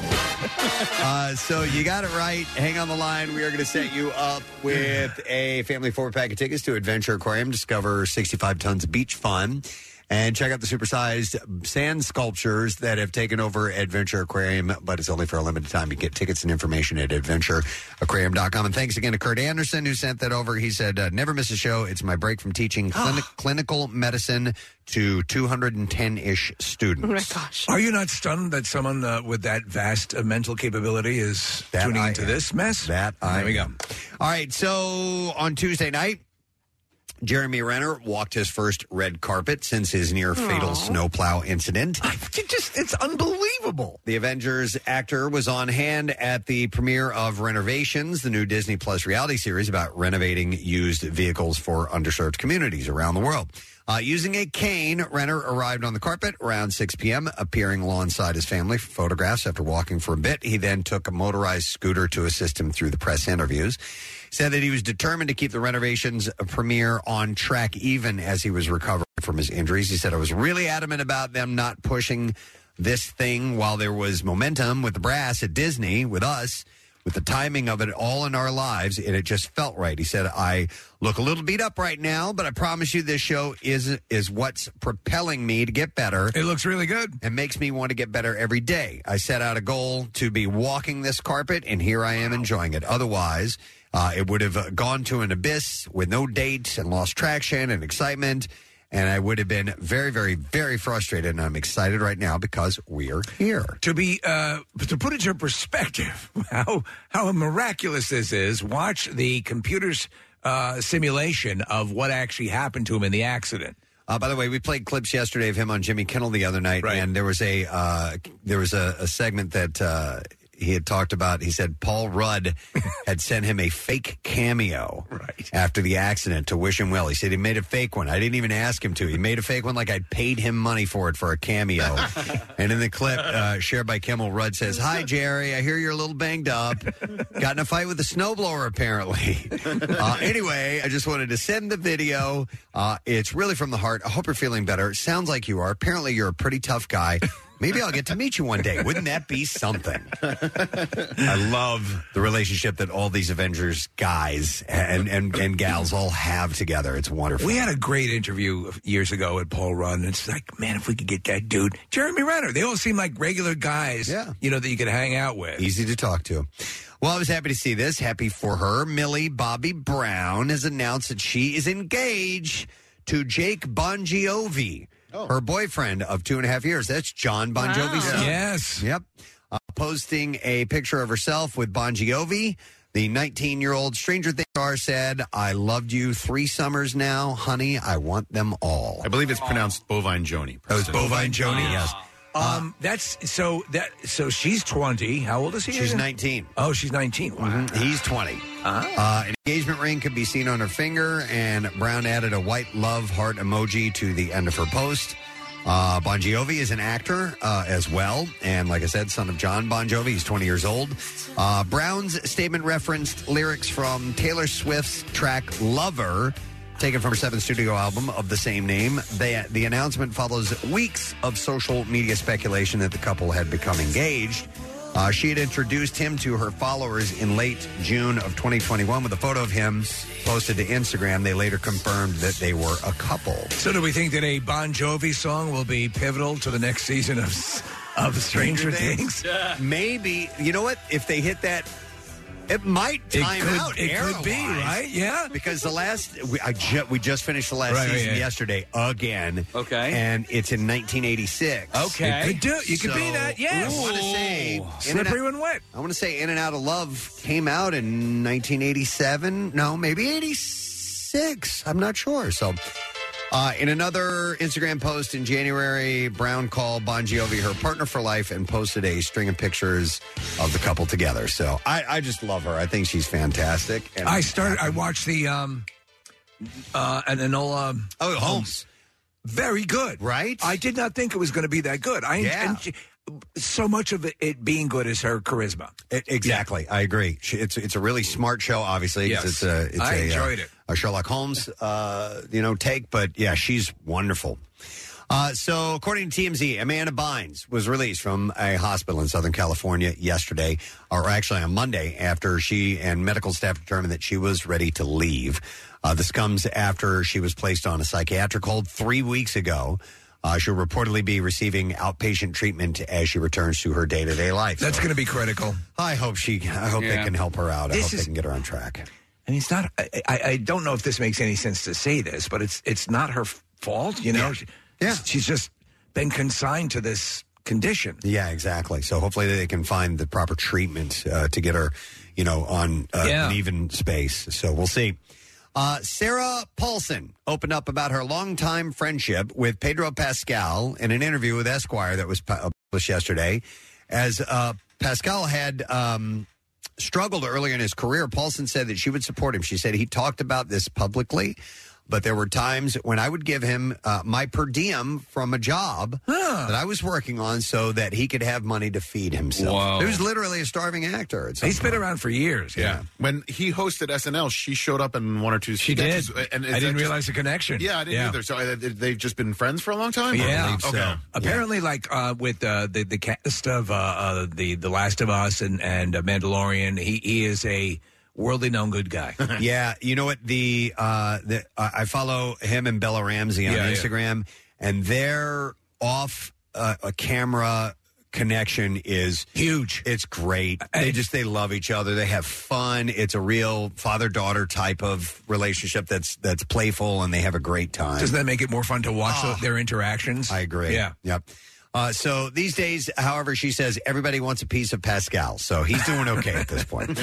Speaker 3: Uh, so you got it right. Hang on the line. We are going to set you up with a family four pack of tickets to Adventure Aquarium. Discover 65 tons of beach fun. And check out the supersized sand sculptures that have taken over Adventure Aquarium, but it's only for a limited time. You get tickets and information at adventureaquarium.com. And thanks again to Kurt Anderson, who sent that over. He said, uh, Never miss a show. It's my break from teaching clinic, clinical medicine to 210 ish students.
Speaker 5: Are you not stunned that someone uh, with that vast uh, mental capability is tuning into this mess?
Speaker 3: That I
Speaker 5: there we go.
Speaker 3: am. All right, so on Tuesday night, Jeremy Renner walked his first red carpet since his near fatal snowplow incident.
Speaker 5: It just it's unbelievable.
Speaker 3: The Avengers actor was on hand at the premiere of Renovations, the new Disney Plus reality series about renovating used vehicles for underserved communities around the world. Uh, using a cane, Renner arrived on the carpet around 6 p.m., appearing alongside his family for photographs after walking for a bit. He then took a motorized scooter to assist him through the press interviews. Said that he was determined to keep the renovations premiere on track even as he was recovering from his injuries. He said, I was really adamant about them not pushing this thing while there was momentum with the brass at Disney, with us, with the timing of it all in our lives, and it just felt right. He said, I look a little beat up right now, but I promise you this show is is what's propelling me to get better.
Speaker 5: It looks really good.
Speaker 3: And makes me want to get better every day. I set out a goal to be walking this carpet, and here I am enjoying it. Otherwise, uh, it would have uh, gone to an abyss with no date and lost traction and excitement. And I would have been very, very, very frustrated. And I'm excited right now because we're here.
Speaker 5: To be uh, to put into perspective how how miraculous this is, watch the computer's uh, simulation of what actually happened to him in the accident.
Speaker 3: Uh, by the way, we played clips yesterday of him on Jimmy Kimmel the other night, and there was a uh, there was a, a segment that uh, he had talked about. He said Paul Rudd had sent him a fake cameo after the accident to wish him well. He said he made a fake one. I didn't even ask him to. He made a fake one like I paid him money for it for a cameo. and in the clip uh, shared by Kimmel, Rudd says, "Hi Jerry, I hear you're a little banged up. Got in a fight with a snowblower apparently. Uh, anyway, I just wanted to send the video. Uh, it's really from the heart. I hope you're feeling better. It sounds like you are. Apparently, you're a pretty tough guy." Maybe I'll get to meet you one day. Wouldn't that be something? I love the relationship that all these Avengers guys and, and, and gals all have together. It's wonderful.
Speaker 5: We had a great interview years ago at Paul Rudd, and it's like, man, if we could get that dude, Jeremy Renner, they all seem like regular guys, yeah. you know, that you could hang out with.
Speaker 3: Easy to talk to. Well, I was happy to see this. Happy for her. Millie Bobby Brown has announced that she is engaged to Jake Bon Jovi, her boyfriend of two and a half years. That's John Bon Jovi's
Speaker 5: Oh. Wow.
Speaker 3: son.
Speaker 5: Yes.
Speaker 3: Yep. Uh, posting a picture of herself with Bon Jovi. The 19 year old Stranger Things star said, I loved you three summers now, honey. I want them all.
Speaker 6: I believe it's pronounced Bovine Joni.
Speaker 3: Oh, it's Bovine Joni, yes. Uh,
Speaker 5: Um, that's so that so she's twenty. How old is he?
Speaker 3: She's 19.
Speaker 5: Oh, she's nineteen. Wow.
Speaker 3: He's 20. Uh, an engagement ring could be seen on her finger, and Brown added a white love heart emoji to the end of her post. Uh, bon Jovi is an actor uh, as well, and like I said, son of John Bon Jovi. He's 20 years old. Uh, Brown's statement referenced lyrics from Taylor Swift's track Lover, taken from her seventh studio album of the same name. They, the announcement follows weeks of social media speculation that the couple had become engaged. Uh, she had introduced him to her followers in late June of 2021 with a photo of him posted to Instagram. They later confirmed that they were a couple.
Speaker 5: So, do we think that a Bon Jovi song will be pivotal to the next season of S- of Stranger Things?
Speaker 3: Maybe. You know what? If they hit that. It might
Speaker 5: It
Speaker 3: time
Speaker 5: could-
Speaker 3: out.
Speaker 5: it could be,
Speaker 3: era-wise.
Speaker 5: right? Yeah.
Speaker 3: because the last we, I ju- we just finished the last
Speaker 5: Right,
Speaker 3: season
Speaker 5: yeah.
Speaker 3: yesterday again. Okay, and it's in 1986.
Speaker 5: Okay. You could do it. You could be that, yes.
Speaker 3: I want to say
Speaker 5: Ooh.
Speaker 3: In and
Speaker 5: Slippery
Speaker 3: Out-
Speaker 5: when wet.
Speaker 3: I want to say In and Out of Love came out in 1987. No, maybe 86. I'm not sure. So. Uh, in another Instagram post in January, Brown called Bon Jovi her partner for life and posted a string of pictures of the couple together. So I, I just love her. I think she's fantastic. And
Speaker 5: I started. I watched the um, uh, an Enola.
Speaker 3: Oh, Holmes.
Speaker 5: Very good,
Speaker 3: right?
Speaker 5: I did not think it was going to be that good. I
Speaker 3: Yeah.
Speaker 5: and she- so much of it, it being good is her charisma.
Speaker 3: It- E, exactly, I agree. She- It's it's a really smart show, obviously. 'cause
Speaker 5: Yes.
Speaker 3: it's a, it's
Speaker 5: I
Speaker 3: a, uh,
Speaker 5: enjoyed it.
Speaker 3: A Sherlock Holmes, uh, you know, take. But yeah, she's wonderful. Uh, so, according to TMZ, Amanda Bynes was released from a hospital in Southern California yesterday, or actually on Monday, after she and medical staff determined that she was ready to leave. Uh, this comes after she was placed on a psychiatric hold three weeks ago. Uh, she'll reportedly be receiving outpatient treatment as she returns to her day to day life.
Speaker 5: That's
Speaker 3: So-
Speaker 5: going to be critical.
Speaker 3: I hope she. I hope they
Speaker 5: Yeah.
Speaker 3: can help her out. I
Speaker 5: This
Speaker 3: hope
Speaker 5: is-
Speaker 3: they can get her on track.
Speaker 5: I mean, it's not. I, I, I don't know if this makes any sense to say this, but it's it's not her fault. You know, She- she's just been consigned to this condition.
Speaker 3: Yeah, exactly. So hopefully they can find the proper treatment uh, to get her, you know, on uh,
Speaker 5: Yeah.
Speaker 3: an even space. So we'll see. Uh, Sarah Paulson opened up about her longtime friendship with Pedro Pascal in an interview with Esquire that was pu- uh, published yesterday. As uh, Pascal had um, struggled earlier in his career, Paulson said that she would support him. She said he talked about this publicly, but there were times when I would give him uh, my per diem from a job that I was working on so that he could have money to feed himself.
Speaker 6: Whoa.
Speaker 3: He was literally a starving actor. At some
Speaker 6: He's been
Speaker 3: point.
Speaker 5: around for years.
Speaker 6: Yeah. When he hosted SNL, she showed up in one or two.
Speaker 5: She
Speaker 6: sketches,
Speaker 5: did.
Speaker 6: And is
Speaker 5: I
Speaker 6: that
Speaker 5: didn't
Speaker 6: just-
Speaker 5: realize the connection.
Speaker 6: Yeah, I didn't
Speaker 5: Yeah.
Speaker 6: either. So I, they've just been friends for a long time. I
Speaker 5: Yeah.
Speaker 6: believe so.
Speaker 5: Okay. Apparently, like uh, with uh, the the cast of uh, uh, the the Last of Us and and uh, Mandalorian, he he is a worldly known good guy.
Speaker 3: yeah, you know what? The, uh, the I I follow him and Bella Ramsey on
Speaker 5: Yeah, yeah.
Speaker 3: Instagram, and their off uh, a camera connection is
Speaker 5: huge.
Speaker 3: It's great. They just they love each other. They have fun. It's a real father daughter type of relationship that's that's playful, and they have a great time.
Speaker 5: Doesn't that make it more fun to watch the- their interactions? I
Speaker 3: Ah. agree.
Speaker 5: Yeah.
Speaker 3: Yep. Uh, so these days, however, she says everybody wants a piece of Pascal, so he's doing okay at this point.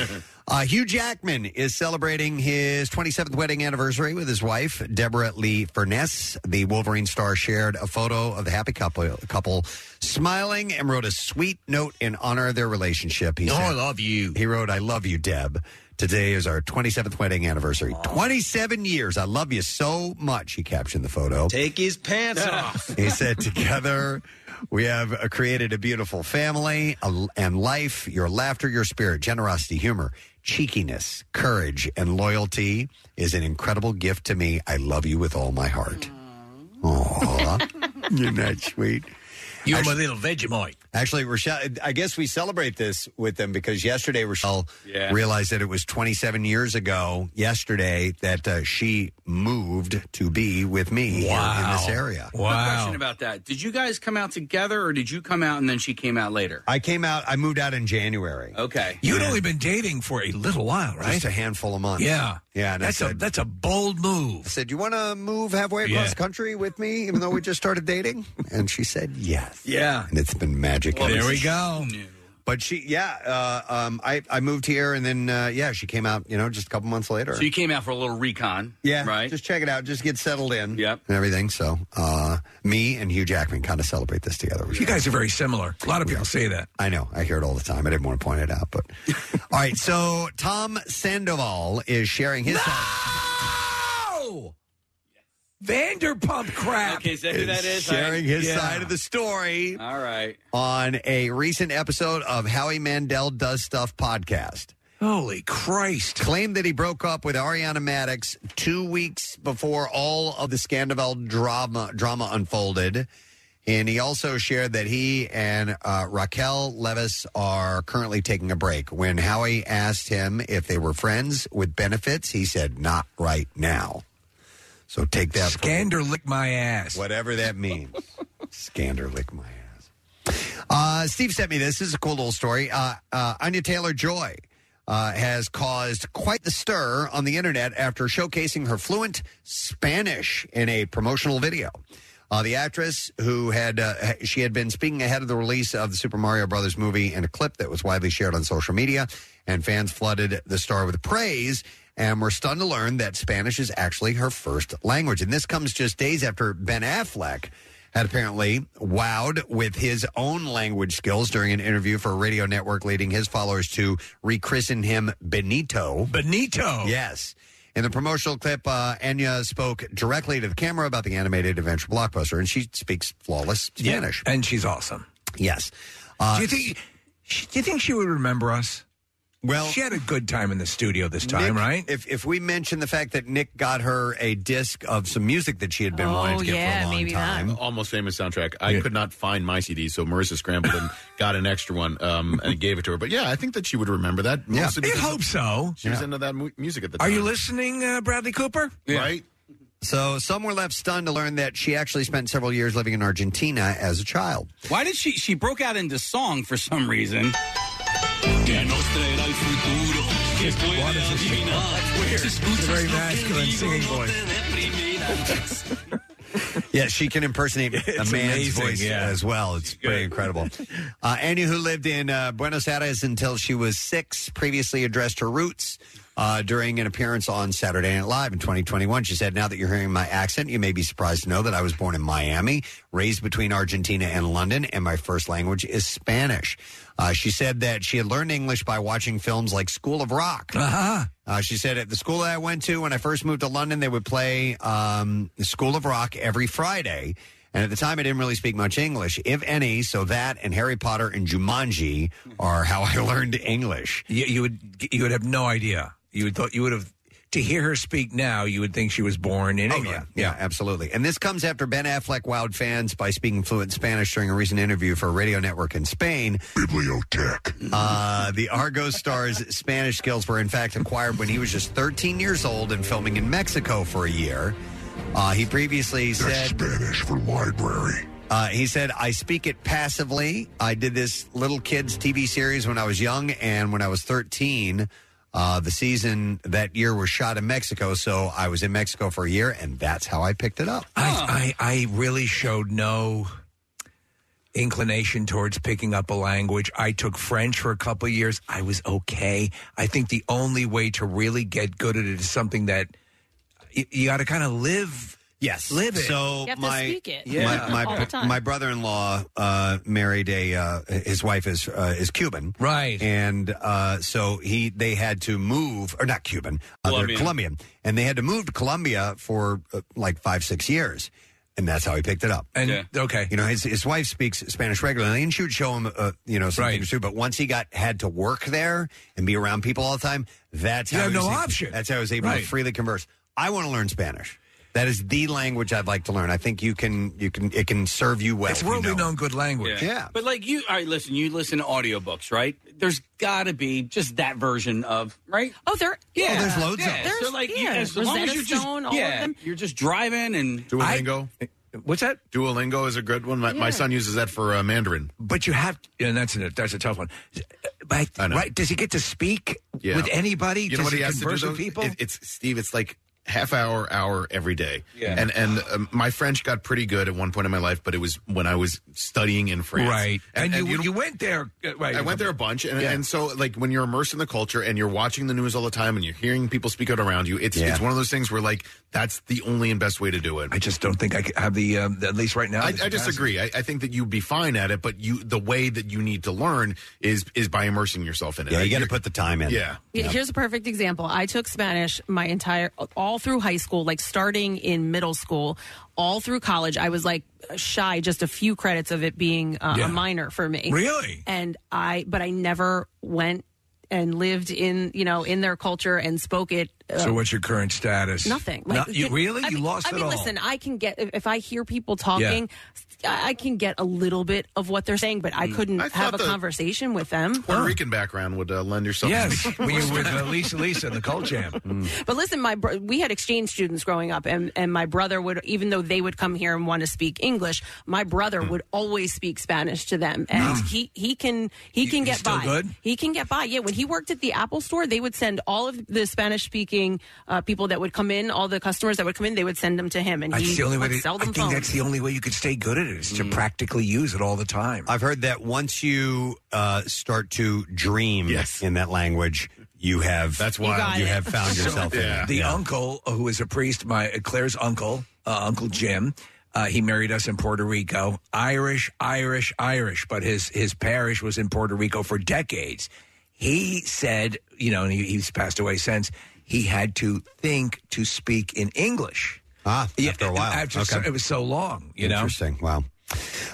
Speaker 3: Uh, Hugh Jackman is celebrating his 27th wedding anniversary with his wife, Deborah Lee Furness. The Wolverine star shared a photo of the happy couple, couple smiling and wrote a sweet note in honor of their relationship. He
Speaker 5: Oh, I
Speaker 3: love you. He wrote, I love you, Deb. Today is our 27th wedding anniversary. 27 years. I love you so much, he captioned the photo.
Speaker 14: Take his pants off.
Speaker 3: He said, Together we have uh, created a beautiful family a- and life. Your laughter, your spirit, generosity, humor, cheekiness, courage, and loyalty is an incredible gift to me. I love you with all my heart. Aw, you're not sweet.
Speaker 5: You're my little Vegemite.
Speaker 3: Actually, Rochelle, I guess we celebrate this with them because yesterday Rochelle
Speaker 5: Yeah.
Speaker 3: realized that it was 27 years ago yesterday that uh, she moved to be with me here in this area.
Speaker 7: Quick Question about that. Did you guys come out together or did you come out and then she came out later?
Speaker 3: I came out. I moved out in January.
Speaker 7: Okay.
Speaker 5: You'd only been dating for a little while, Oh, right?
Speaker 3: Just a handful of months.
Speaker 5: Yeah.
Speaker 3: Yeah. and I
Speaker 5: That's a
Speaker 3: said-
Speaker 5: that's a bold move. I
Speaker 3: said, "You want to move halfway across the country with me, even though we just started dating?" And she said, "Yes."
Speaker 5: Yeah.
Speaker 3: And it's been magic.
Speaker 5: Well,
Speaker 3: ever
Speaker 5: there we
Speaker 3: since.
Speaker 5: go.
Speaker 3: But she, yeah, uh, um, I I moved here, and then uh, yeah, she came out. You know, just a couple months later.
Speaker 7: So you came out for a little recon.
Speaker 3: yeah,
Speaker 7: Right?
Speaker 3: Just check it out. Just get settled in.
Speaker 7: Yep.
Speaker 3: and everything. So, uh, me and Hugh Jackman kind of celebrate this together.
Speaker 5: You guys are very similar. A lot of people say that.
Speaker 3: I know. I hear it all the time. I didn't want to point it out, but all right. So Tom Sandoval is sharing his.
Speaker 5: Oh, Vanderpump crap.
Speaker 7: Okay, is that
Speaker 3: who that is? sharing his side of the story.
Speaker 7: All right.
Speaker 3: on a recent episode of Howie Mandel Does Stuff podcast.
Speaker 5: Holy Christ.
Speaker 3: Claimed that he broke up with Ariana Maddox two weeks before all of the Scandival drama, drama unfolded. And he also shared that he and uh, Raquel Levis are currently taking a break. When Howie asked him if they were friends with benefits, he said, not right now. So take that. for-
Speaker 5: Gander lick my ass.
Speaker 3: Whatever that means. Scander lick my ass. Uh, Steve sent me this. This is a cool little story. Uh, uh, Anya Taylor Joy uh, has caused quite the stir on the internet after showcasing her fluent Spanish in a promotional video. Uh, the actress who had uh, ha- she had been speaking ahead of the release of the Super Mario Brothers movie in a clip that was widely shared on social media, and fans flooded the star with praise and we're stunned to learn that Spanish is actually her first language. And this comes just days after Ben Affleck had apparently wowed with his own language skills during an interview for a radio network, leading his followers to rechristen him Benito.
Speaker 5: Benito.
Speaker 3: Yes. In the promotional clip, uh, Enya spoke directly to the camera about the animated adventure blockbuster, and she speaks flawless Spanish.
Speaker 5: and she's awesome.
Speaker 3: Yes. Uh,
Speaker 5: do you think? sh- Do you think she would remember us?
Speaker 3: Well,
Speaker 5: she had a good time in the studio this
Speaker 3: Nick-
Speaker 5: time, right?
Speaker 3: If if we mention the fact that Nick got her a disc of some music that she had
Speaker 6: Oh,
Speaker 3: been wanting to get for a long time,
Speaker 6: Almost famous soundtrack. I could not find my CD, so Marissa scrambled and got an extra one um, and gave it to her. But yeah, I think that she would remember that.
Speaker 5: Yeah.
Speaker 6: mostly
Speaker 5: You'd
Speaker 6: because
Speaker 5: hope so.
Speaker 6: She was
Speaker 3: Yeah.
Speaker 6: into that mu- music at the time.
Speaker 5: Are you listening, uh, Bradley Cooper?
Speaker 6: Right?
Speaker 3: So some were left stunned to learn that she actually spent several years living in Argentina as a child.
Speaker 7: Why did she? She broke out into song for some reason.
Speaker 5: It's a very masculine singing voice.
Speaker 3: Yeah, she can impersonate a man's
Speaker 5: It's amazing,
Speaker 3: voice
Speaker 5: yeah.
Speaker 3: as well. It's pretty incredible. Uh, Annie, who lived in uh, Buenos Aires until she was six, previously addressed her roots uh, during an appearance on Saturday Night Live in 2021. She said, Now that you're hearing my accent, you may be surprised to know that I was born in Miami, raised between Argentina and London, and my first language is Spanish. Uh, she said that she had learned English by watching films like School of Rock.
Speaker 5: Uh-huh.
Speaker 3: Uh, she said at the school that I went to when I first moved to London, they would play um, the School of Rock every Friday. And at the time, I didn't really speak much English, if any. So that and Harry Potter and Jumanji are how I learned English.
Speaker 5: You, you would you would have no idea. You would thought you would have to hear her speak now. You would think she was born in
Speaker 3: Oh,
Speaker 5: England.
Speaker 3: Yeah, absolutely. And this comes after Ben Affleck wowed fans by speaking fluent Spanish during a recent interview for a radio network in Spain. Bibliotech. Uh, the Argo star's Spanish skills were, in fact, acquired when he was just 13 years old and filming in Mexico for a year. Uh, he previously said Spanish for library. Uh, he said, I speak it passively. I did this little kids TV series when I was young, and when I was 13, uh, the season that year was shot in Mexico. So I was in Mexico for a year, and that's how I picked it up.
Speaker 5: I, I I really showed no inclination towards picking up a language. I took French for a couple of years. I was okay. I think the only way to really get good at it is something that you, you got to kind of live.
Speaker 3: Yes,
Speaker 5: live it.
Speaker 3: So my
Speaker 5: Yeah,
Speaker 3: my my, my brother-in-law uh, married a uh, his wife is uh, is Cuban,
Speaker 5: right?
Speaker 3: And uh, so he they had to move or not Cuban, uh, they're
Speaker 14: Colombian.
Speaker 3: Colombian, and they had to move to Colombia for uh, like five six years. And that's how he picked it up.
Speaker 5: And okay,
Speaker 3: you know his his wife speaks Spanish regularly, and she would show him, uh, you know, some things too. But once he got had to work there and be around people all the time, that's
Speaker 5: You
Speaker 3: how
Speaker 5: have
Speaker 3: he was
Speaker 5: no
Speaker 3: able-
Speaker 5: option.
Speaker 3: That's how I was able
Speaker 5: Right.
Speaker 3: to freely converse. I want to learn Spanish. That is the language I'd like to learn. I think you can you can it can serve you well.
Speaker 5: it's
Speaker 3: if you
Speaker 5: worldly
Speaker 3: know it.
Speaker 5: known good language.
Speaker 7: But like you, all right, listen, you listen to audiobooks, right? There's got to be just that version of, right?
Speaker 4: Oh, there.
Speaker 7: Yeah.
Speaker 4: Yeah,
Speaker 7: there's loads of them.
Speaker 4: There's
Speaker 7: So, like, you-
Speaker 4: yeah,
Speaker 7: as long as
Speaker 4: Rosetta
Speaker 7: you're just-
Speaker 4: Stone, all
Speaker 7: yeah.
Speaker 4: of them.
Speaker 7: You're just driving and
Speaker 6: Duolingo.
Speaker 5: what's that?
Speaker 6: Duolingo is a good one. My,
Speaker 7: Yeah.
Speaker 6: my son uses that for uh, Mandarin.
Speaker 5: But you have, and that's a, that's a tough one. But right, does he get to speak
Speaker 6: Yeah.
Speaker 5: with anybody?
Speaker 6: You
Speaker 5: does
Speaker 6: know what
Speaker 5: he,
Speaker 6: he has to do,
Speaker 5: converse
Speaker 6: though?
Speaker 5: with people?
Speaker 6: It- it's Steve. It's like half hour, hour every day.
Speaker 5: Yeah.
Speaker 6: And and um, my French got pretty good at one point in my life, but it was when I was studying in France.
Speaker 5: Right, and, you, you went there. uh, Right,
Speaker 6: I went there a bunch, and,
Speaker 5: Yeah.
Speaker 6: and so like when you're immersed in the culture and you're watching the news all the time and you're hearing people speak out around you, it's
Speaker 5: Yeah.
Speaker 6: it's one of those things where like that's the only and best way to do it.
Speaker 5: I just don't think I could have the um, at least right now.
Speaker 6: I,
Speaker 5: the
Speaker 6: I
Speaker 5: capacity.
Speaker 6: disagree. I, I think that you'd be fine at it, but you the way that you need to learn is is by immersing yourself in it.
Speaker 3: Yeah, you
Speaker 6: Like,
Speaker 3: got to
Speaker 6: you're-
Speaker 3: put the time in.
Speaker 6: Yeah.
Speaker 4: Yeah, Here's a perfect example. I took Spanish my entire, all through high school, like starting in middle school, all through college. I was like shy, just a few credits of it being uh,
Speaker 15: Yeah.
Speaker 4: a minor for me.
Speaker 15: Really?
Speaker 4: And I, but I never went and lived in, you know, in their culture and spoke it. uh,
Speaker 5: So, what's your current status?
Speaker 4: Nothing.
Speaker 5: No,
Speaker 4: Like,
Speaker 5: you, really?
Speaker 4: I
Speaker 5: you
Speaker 4: mean-
Speaker 5: lost
Speaker 4: I
Speaker 5: it
Speaker 4: mean,
Speaker 5: all.
Speaker 4: listen. I can get if- if I hear people talking, I I can get a little bit of what they're saying, but I
Speaker 6: Mm.
Speaker 4: couldn't
Speaker 6: I
Speaker 4: have
Speaker 6: thought
Speaker 4: a
Speaker 6: the-
Speaker 4: conversation with them.
Speaker 6: Puerto Rican background would uh, lend yourself.
Speaker 5: Yes, when you were with uh, Lisa Lisa in the cult jam.
Speaker 4: But listen, my bro- we had exchange students growing up, and, and my brother would, even though they would come here and want to speak English, my brother
Speaker 5: Mm.
Speaker 4: would always speak Spanish to them, and he he can he can get
Speaker 5: still
Speaker 4: by.
Speaker 5: good?
Speaker 4: He can get by. Yeah, when he worked at the Apple store, they would send all of the Spanish speaking uh, people that would come in, all the customers that would come in, they would send them to him, and
Speaker 5: That's
Speaker 4: he
Speaker 5: the only way.
Speaker 4: would
Speaker 5: To, I
Speaker 4: sell them
Speaker 5: think
Speaker 4: phones. Mm.
Speaker 5: that's the only way you could stay good at it is to practically use it all the time.
Speaker 3: I've heard that once you uh, start to dream in that language, you have that's
Speaker 5: why
Speaker 3: you have found yourself. in it.
Speaker 5: The
Speaker 3: Yeah.
Speaker 5: uncle uh, who is a priest, my Claire's uncle, uh, Uncle Jim. Uh, he married us in Puerto Rico, Irish, Irish, Irish. But his his parish was in Puerto Rico for decades. He said, you know, and he, he's passed away since. He had to think to speak in English.
Speaker 3: Ah,
Speaker 5: after a while, after so-
Speaker 3: Okay.
Speaker 5: it was so long. You know,
Speaker 3: Interesting. Wow.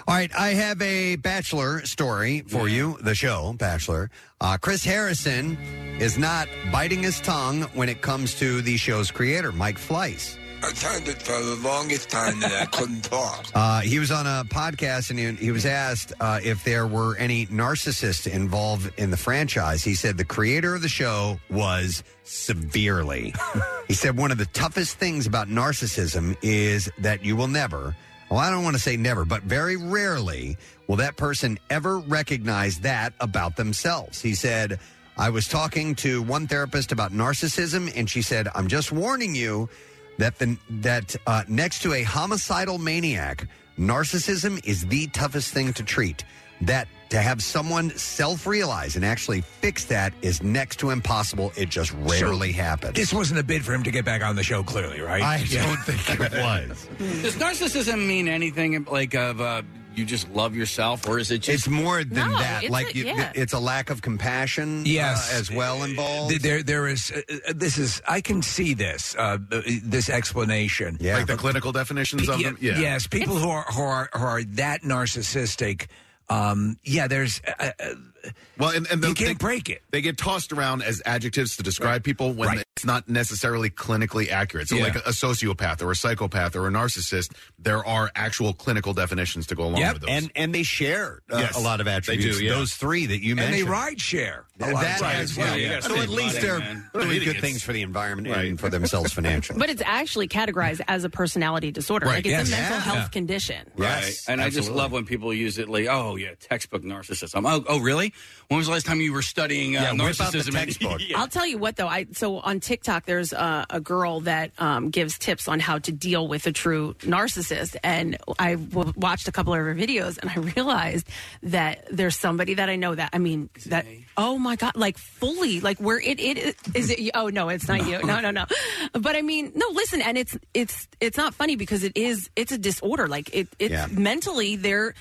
Speaker 3: All right, I have a Bachelor story for you, the show Bachelor. Uh, Chris Harrison is not biting his tongue when it comes to the show's creator, Mike Fleiss.
Speaker 13: I found it for the longest time that I couldn't talk.
Speaker 3: Uh, he was on a podcast and he, he was asked uh, if there were any narcissists involved in the franchise. He said the creator of the show was severely. he said one of the toughest things about narcissism is that you will never, well, I don't want to say never, but very rarely will that person ever recognize that about themselves. He said, I was talking to one therapist about narcissism, and she said, I'm just warning you that the that uh, next to a homicidal maniac, narcissism is the toughest thing to treat. That to have someone self-realize and actually fix that is next to impossible. It just rarely
Speaker 5: So,
Speaker 3: happens.
Speaker 5: This wasn't a bid for him to get back on the show, clearly, right?
Speaker 3: I
Speaker 5: Yeah.
Speaker 3: don't think it was.
Speaker 7: Does narcissism mean anything like of uh, you just love yourself, or is it just
Speaker 3: It's more than that. like you, it's a lack of compassion. uh,
Speaker 5: Yes.
Speaker 3: as well involved.
Speaker 5: Th- There, there is. uh, uh, This is. I can see this. Uh, uh, this explanation.
Speaker 6: Like the clinical definitions of
Speaker 5: Ye-
Speaker 6: them? Yeah.
Speaker 5: Yes, people who are who are who are that narcissistic. Um, yeah, there's. Uh, uh,
Speaker 6: well, and, and
Speaker 5: you can't break it.
Speaker 6: They get tossed around as adjectives to describe people when it's not necessarily clinically accurate. So,
Speaker 5: Yeah.
Speaker 6: like a sociopath or a psychopath or a narcissist, there are actual clinical definitions to go along with those.
Speaker 3: and and they share uh,
Speaker 6: Yes,
Speaker 3: a lot of
Speaker 6: they
Speaker 3: attributes.
Speaker 6: do, yeah.
Speaker 3: Those three that you
Speaker 6: And
Speaker 3: mentioned,
Speaker 6: they
Speaker 5: ride share.
Speaker 3: That as well. So at least they're doing good
Speaker 6: Idiots.
Speaker 3: things for the environment and for themselves financially.
Speaker 4: But it's actually categorized as a personality disorder.
Speaker 3: Right,
Speaker 4: Like it's
Speaker 3: yes.
Speaker 4: a mental
Speaker 3: Yeah.
Speaker 4: health condition.
Speaker 7: Right. and I just
Speaker 3: absolutely.
Speaker 7: love when people use it like, oh, yeah, textbook narcissism. Oh, oh really? When was the last time you were studying uh,
Speaker 3: Yeah, whip out the
Speaker 7: narcissism? in-
Speaker 3: textbook.
Speaker 7: Yeah.
Speaker 4: I'll tell you what, though. I so on TikTok, there's uh, a girl that um, gives tips on how to deal with a true narcissist, and I w- watched a couple of her videos, and I realized that there's somebody that I know that I mean that oh my god, like fully, like where it it is it? you? Oh no, it's not you. No, no, no. But I mean, no. Listen, and it's it's it's not funny because it is it's a disorder. Like it it's
Speaker 14: Yeah.
Speaker 4: mentally they're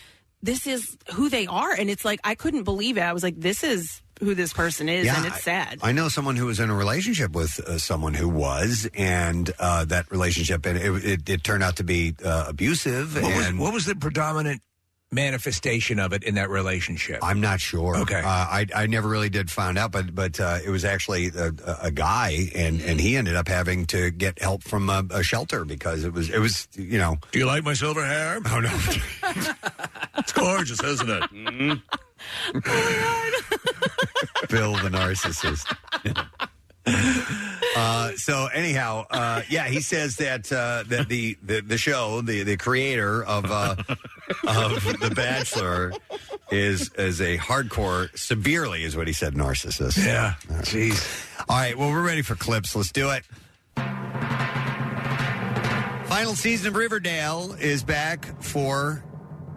Speaker 4: this is who they are, and it's like I couldn't believe it. I was like, this is. Who this person is, and
Speaker 3: Yeah,
Speaker 4: it's sad.
Speaker 3: I know someone who was in a relationship with uh, someone who was, and uh, that relationship and it, it, it turned out to be uh, abusive.
Speaker 5: What was,
Speaker 3: and
Speaker 5: what was the predominant manifestation of it in that relationship?
Speaker 3: I'm not sure.
Speaker 5: Okay.
Speaker 3: uh, I I never really did find out, but but uh, it was actually a, a- a guy, and and he ended up having to get help from a, a shelter because it was it was you know.
Speaker 5: Do you like my silver hair?
Speaker 3: Oh no,
Speaker 5: it's gorgeous, isn't it? Oh,
Speaker 3: Bill the narcissist. Uh, so anyhow, uh, yeah, he says that uh, that the, the the show, the the creator of uh, of The Bachelor, is is a hardcore, severely is what he said, narcissist.
Speaker 5: Yeah,
Speaker 3: jeez. All right, well, we're ready for clips. Let's do it. Final season of Riverdale is back for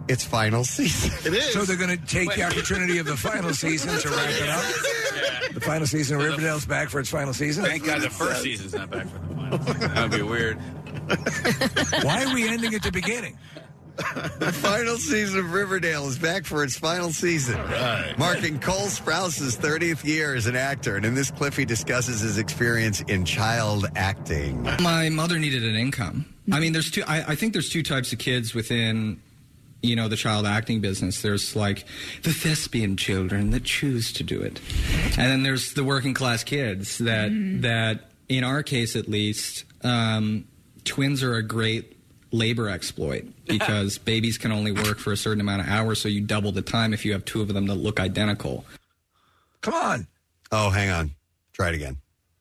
Speaker 3: its final season.
Speaker 5: It is. So they're going to take the opportunity of the final season to wrap it up. The final season of Riverdale's back for its final season.
Speaker 7: Thank God the first season's not back for the final season. That would be weird.
Speaker 5: Why are we ending at the beginning?
Speaker 3: The final season of Riverdale is back for its final season, marking Cole Sprouse's 30th year as an actor. And in this clip, he discusses his experience in child acting.
Speaker 15: My mother needed an income. I mean, there's two. I, I think there's two types of kids within, you know, the child acting business. There's like the thespian children that choose to do it, and then there's the working class kids that
Speaker 16: Mm-hmm.
Speaker 15: that, in our case at least, um, twins are a great labor exploit because babies can only work for a certain amount of hours, so you double the time if you have two of them that look identical.
Speaker 5: Come on.
Speaker 3: Oh, hang on. Try it again.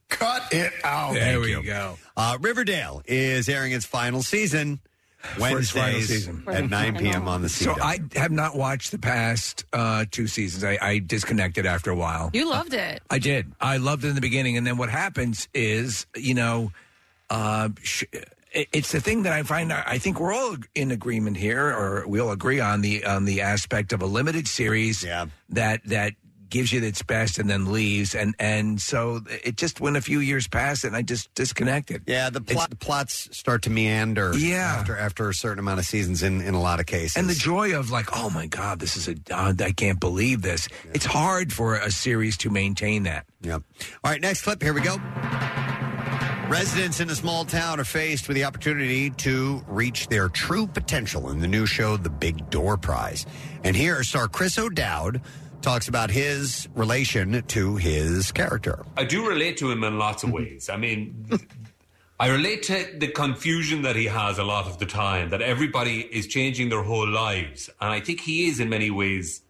Speaker 5: Cut it out. There
Speaker 3: Thank
Speaker 5: we
Speaker 3: you.
Speaker 5: go.
Speaker 3: Uh, Riverdale is airing its final season
Speaker 5: For its
Speaker 3: Wednesdays
Speaker 5: final season.
Speaker 3: at 9 p.m. on the
Speaker 5: So
Speaker 3: CW.
Speaker 5: I have not watched the past uh, two seasons. I, I disconnected after a while.
Speaker 4: You loved it.
Speaker 5: I did. I loved it in the beginning, and then what happens is, you know, uh, sh- it- it's the thing that I find. I think we're all in agreement here, or we all agree on the on the aspect of a limited series that that gives you its best and then leaves. And and so it just when a few years passed and I just disconnected.
Speaker 3: Yeah, the, plot, the plots start to meander.
Speaker 5: Yeah.
Speaker 3: after after a certain amount of seasons, in in a lot of cases,
Speaker 5: And the joy of like, oh my God, this is a uh, I can't believe this. It's hard for a series to maintain that.
Speaker 3: Yep. All right, next clip. Here we go. Residents in a small town are faced with the opportunity to reach their true potential in the new show, The Big Door Prize. And here, star Chris O'Dowd talks about his relation to his character.
Speaker 14: I do relate to him in lots
Speaker 11: Mm-hmm.
Speaker 14: of ways. I mean, th- I relate to the confusion that he has a lot of the time, that everybody is changing their whole lives. And I think he is, in many ways,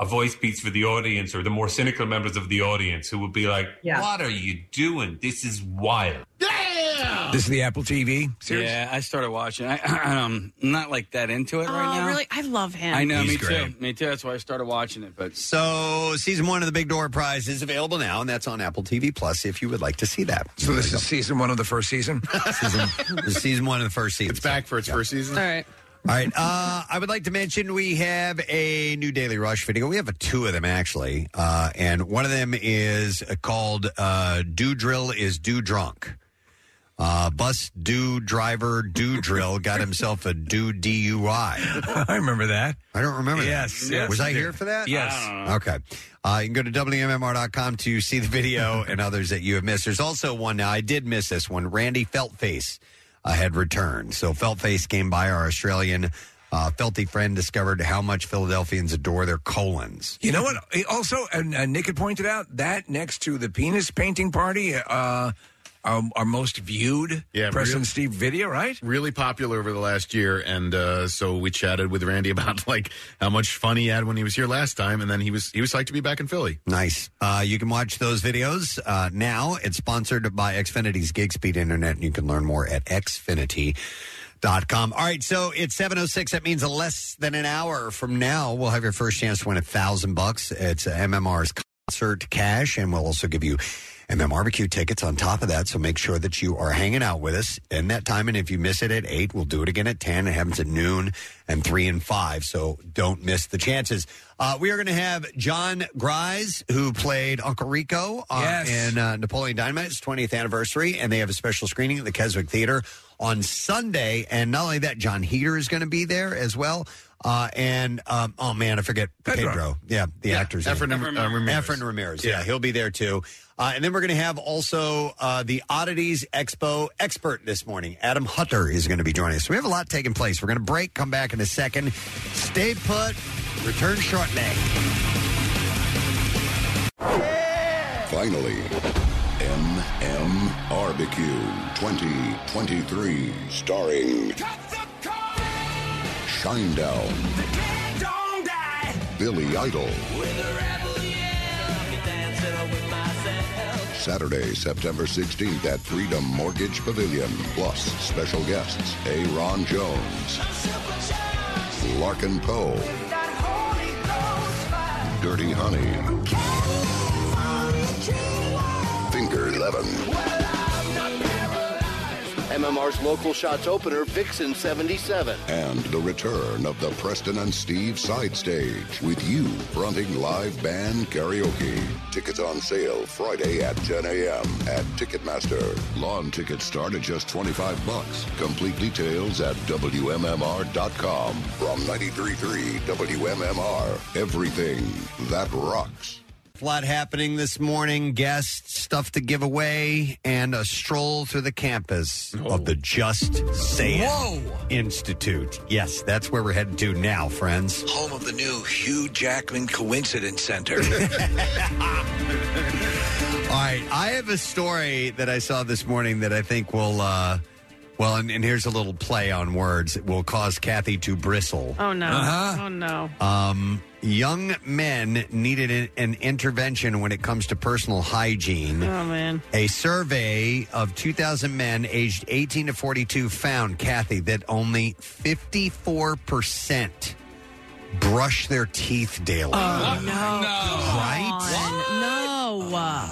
Speaker 14: a voice piece for the audience or the more cynical members of the audience who would be like,
Speaker 7: Yeah.
Speaker 14: What are you doing? This is wild.
Speaker 7: Yeah.
Speaker 5: This is the Apple TV. series?
Speaker 7: Yeah, I started watching. I, I'm not like that into it right
Speaker 4: oh,
Speaker 7: now.
Speaker 4: really? I love him.
Speaker 7: I know, me
Speaker 3: great.
Speaker 7: too. Me too. That's why I started watching it. But
Speaker 3: So, season one of The Big Door Prize is available now, and that's on Apple TV Plus if you would like to see that.
Speaker 5: So this is season one of the first season.
Speaker 3: season, season one of the first season. It's back for its first season.
Speaker 4: All right.
Speaker 3: All right. Uh, I would like to mention we have a new Daily Rush video. We have a, two of them actually, uh, and one of them is called uh, "Do Drill is Do Drunk." Uh, bus do driver do drill got himself a do DUI.
Speaker 5: I remember that.
Speaker 3: I don't remember.
Speaker 5: Yes,
Speaker 3: that.
Speaker 5: yes,
Speaker 3: was I
Speaker 5: you
Speaker 3: here
Speaker 5: did.
Speaker 3: for that?
Speaker 5: Yes.
Speaker 3: Okay. Uh, you can go to WMMR.com to see the video and others that you have missed. There's also one now. I did miss this one. Randy Feltface uh, had returned. So Feltface came by, our Australian uh, Felty friend discovered how much Philadelphians adore their colons.
Speaker 5: You know what? It Also, and, uh, Nick had pointed out that next to the penis painting party, uh, our, our most viewed
Speaker 6: Yeah,
Speaker 5: Preston
Speaker 6: real-
Speaker 5: Steve video, right?
Speaker 6: Really popular over the last year, and uh, so we chatted with Randy about like how much fun he had when he was here last time, and then he was he was psyched to be back in Philly.
Speaker 3: Nice. Uh, you can watch those videos uh, now. It's sponsored by Xfinity's Gig Speed Internet, and you can learn more at xfinity.com. All right, so it's 7.06. That means less than an hour from now, we'll have your first chance to win a 1000 bucks. It's uh, MMR's concert cash, and we'll also give you MMRBQ tickets on top of that. So make sure that you are hanging out with us in that time. And if you miss it at 8, we'll do it again at 10. It happens at noon and 3 and 5. So don't miss the chances. Uh, we are going to have John Grise, who played Uncle Rico uh, in uh, Napoleon Dynamite's 20th anniversary. And they have a special screening at the Keswick Theater on Sunday. And not only that, John Heater is going to be there as well. Uh, and um, oh man, I forget Pedro.
Speaker 6: Pedro.
Speaker 3: Yeah, the
Speaker 6: Yeah,
Speaker 3: actor's
Speaker 6: Efren,
Speaker 3: name.
Speaker 6: uh, Ramirez.
Speaker 3: Efren Ramirez. Yeah,
Speaker 6: Yeah.
Speaker 3: he'll be there too. Uh, and then we're going to have also uh, the Oddities Expo expert this morning. Adam Hutter is going to be joining us. So we have a lot taking place. We're going to break, come back in a second. Stay put. Return shortly.
Speaker 2: Finally, MM Barbecue 2023, starring Shinedown, Billy Idol. Saturday, September 16th at Freedom Mortgage Pavilion. Plus, special guests A. Ron Jones, Larkin Poe, Dirty Honey, Finger Eleven.
Speaker 8: MMR's local shots opener, Vixen 77.
Speaker 2: And the return of the Preston and Steve side stage with you fronting live band karaoke. Tickets on sale Friday at 10 a.m. at Ticketmaster. Lawn tickets start at just 25 bucks. Complete details at WMMR.com. From 93.3 WMMR, everything that rocks.
Speaker 3: A lot happening this morning. Guests, stuff to give away, and a stroll through the campus of the Just Say It
Speaker 5: Whoa.
Speaker 3: Institute. Yes, that's where we're heading to now, friends.
Speaker 5: Home of the new Hugh Jackman Coincidence Center.
Speaker 3: All right, I have a story that I saw this morning that I think will, uh, well, and, and here's a little play on words. It will cause Kathy to bristle.
Speaker 4: Oh, no.
Speaker 3: Uh-huh.
Speaker 4: Oh, no.
Speaker 3: Um, young men needed an, an intervention when it comes to personal hygiene.
Speaker 4: Oh, man.
Speaker 3: A survey of 2,000 men aged 18 to 42 found, Kathy, that only 54% brush their teeth daily.
Speaker 4: Uh-huh. Oh, no. Right?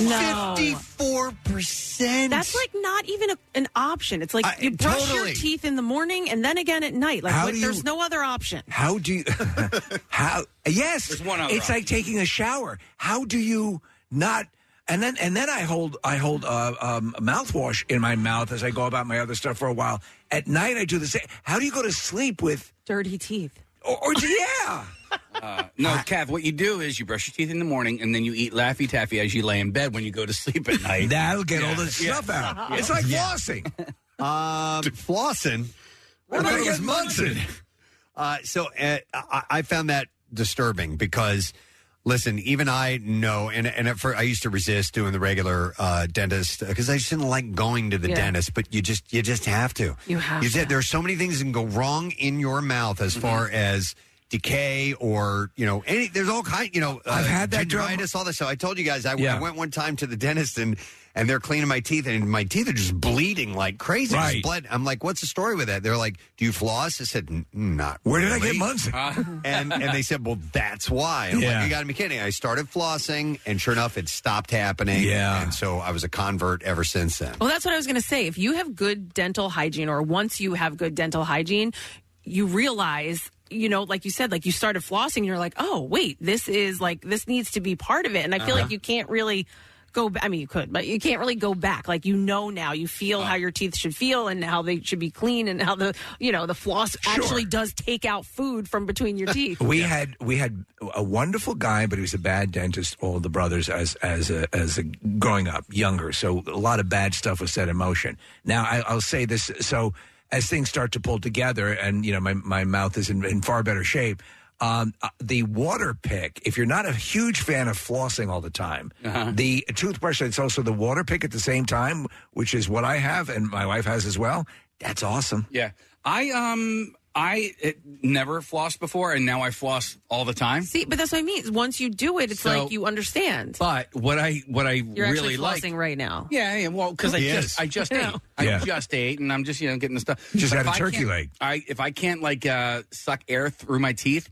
Speaker 4: No. No.
Speaker 16: four percent.
Speaker 4: That's like not even a, an option. It's like
Speaker 16: I-
Speaker 4: you brush
Speaker 16: totally.
Speaker 4: your teeth in the morning and then again at night. Like
Speaker 5: How
Speaker 4: what-
Speaker 5: do you-
Speaker 4: there's no other option.
Speaker 5: How do you? how? Yes,
Speaker 7: There's one other
Speaker 5: it's like taking a shower. How do you not? And then and then I hold I hold uh, um, mouthwash in my mouth as I go about my other stuff for a while. At night I do the same. How do you go to sleep with
Speaker 4: dirty teeth?
Speaker 5: Or, or yeah.
Speaker 7: Uh, no, Kath, what you do is you brush your teeth in the morning and then you eat Laffy Taffy as you lay in bed when you go to sleep at night.
Speaker 5: That'll get all the stuff out. It's like flossing.
Speaker 3: Um, flossing.
Speaker 5: What
Speaker 3: I thought it
Speaker 5: was Munson.
Speaker 3: Uh, so uh, I, I found that disturbing because, listen, even I know, and and at first I used to resist doing the regular uh, dentist because I just didn't like going to the
Speaker 16: Yeah.
Speaker 3: dentist. But you just you just have to.
Speaker 16: You have
Speaker 3: You said there are so many things that can go wrong in your mouth
Speaker 5: Mm-hmm.
Speaker 3: as far as decay or you know any. There's all kind. You know, I've had that gingivitis, all this stuff. I told you guys I, I went one time to the dentist and. And they're cleaning my teeth, and my teeth are just bleeding like crazy. Just
Speaker 5: Right.
Speaker 3: blood. I'm like, "What's the story with that?" They're like, "Do you floss?" I said, "N- "Not."
Speaker 5: Where did I
Speaker 3: really."
Speaker 5: get Munson?
Speaker 3: and and they said, "Well, that's why." And I'm
Speaker 5: Yeah.
Speaker 3: like, "You got to be kidding!" I started flossing, and sure enough, it stopped happening.
Speaker 5: Yeah.
Speaker 3: and so I was a convert ever since then.
Speaker 4: Well, that's what I was going to say. If you have good dental hygiene, or once you have good dental hygiene, you realize, you know, like you said, like you started flossing, and you're like, oh, wait, this is like, this needs to be part of it. And I feel
Speaker 17: Uh-huh.
Speaker 4: like you can't really go back. I mean, you could, but you can't really go back. Like, you know now, you
Speaker 7: Oh.
Speaker 4: feel how your teeth should feel and how they should be clean and how the, you know, the floss actually does take out food from between your teeth.
Speaker 5: We had we had a wonderful guy, but he was a bad dentist. All the brothers, as as a, as a growing up younger, so a lot of bad stuff was set in motion. Now I, I'll say this: so as things start to pull together, and you know my my mouth is in, in far better shape. Um, uh, the water pick, if you're not a huge fan of flossing all the time, the toothbrush that's also the water pick at the same time, which is what I have and my wife has as well. That's awesome.
Speaker 7: Yeah. I um I it, never flossed before and now I floss all the time.
Speaker 4: See, but that's what I mean. Once you do it, it's
Speaker 7: So-
Speaker 4: like you understand.
Speaker 7: But what I what I
Speaker 4: You're
Speaker 7: really
Speaker 4: actually
Speaker 7: like
Speaker 4: flossing right now.
Speaker 7: Yeah, yeah. Well, because I
Speaker 4: He
Speaker 7: just
Speaker 4: is.
Speaker 7: I just
Speaker 4: Yeah.
Speaker 7: ate. I
Speaker 5: Yeah.
Speaker 7: just ate, and I'm just you know getting the stuff.
Speaker 5: Just
Speaker 7: But
Speaker 5: had
Speaker 7: if
Speaker 5: a
Speaker 7: I
Speaker 5: turkey
Speaker 7: can't-
Speaker 5: leg.
Speaker 7: I if I can't like uh suck air through my teeth,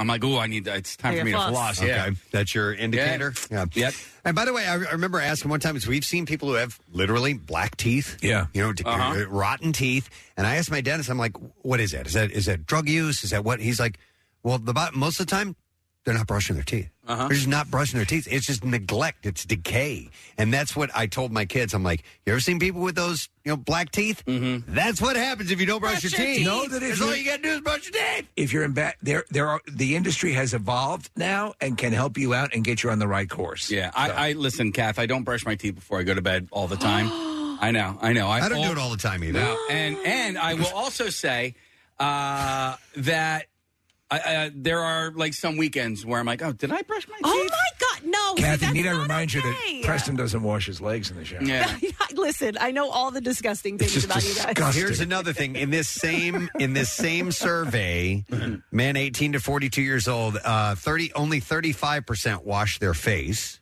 Speaker 7: I'm like, oh, I need. To, it's time for me to floss. Yeah.
Speaker 3: Okay. that's your indicator. Yeah.
Speaker 7: Yep.
Speaker 3: And by the way, I, I remember asking one time is we've seen people who have literally black teeth.
Speaker 5: Yeah.
Speaker 3: You know, d- uh,
Speaker 5: Uh-huh.
Speaker 3: rotten teeth. And I asked my dentist, I'm like, what is that? Is that is that drug use? Is that what? He's like, well, the bo- most of the time, they're not brushing their teeth.
Speaker 7: Uh-huh.
Speaker 3: They're just not brushing their teeth. It's just neglect. It's decay. And that's what I told my kids. I'm like, you ever seen people with those, you know, black teeth? Mm-hmm. That's what happens if you don't brush, your, teeth.
Speaker 5: Know that if
Speaker 3: That's all you got to do is brush your teeth.
Speaker 5: if you're in bad, there, there are the industry has evolved now and can help you out and get you on the right course.
Speaker 7: Yeah, I, I listen, Kath. I don't brush my teeth before I go to bed all the time. I know, I know.
Speaker 3: I don't do it all the time either.
Speaker 7: No, and and I will also say uh, that I, uh, there are like some weekends where I'm like, oh, did I brush my teeth?
Speaker 4: Oh my God, no! See,
Speaker 5: Kathy,
Speaker 4: that's
Speaker 5: need I
Speaker 4: not
Speaker 5: remind you
Speaker 4: okay. Mm.
Speaker 5: that Preston doesn't wash his legs in the shower?
Speaker 4: Listen, I know all the disgusting things about you guys.
Speaker 3: Here's another thing. In this same in this same survey, men 18 to 42 years old, uh, 30 only 35 percent wash their face.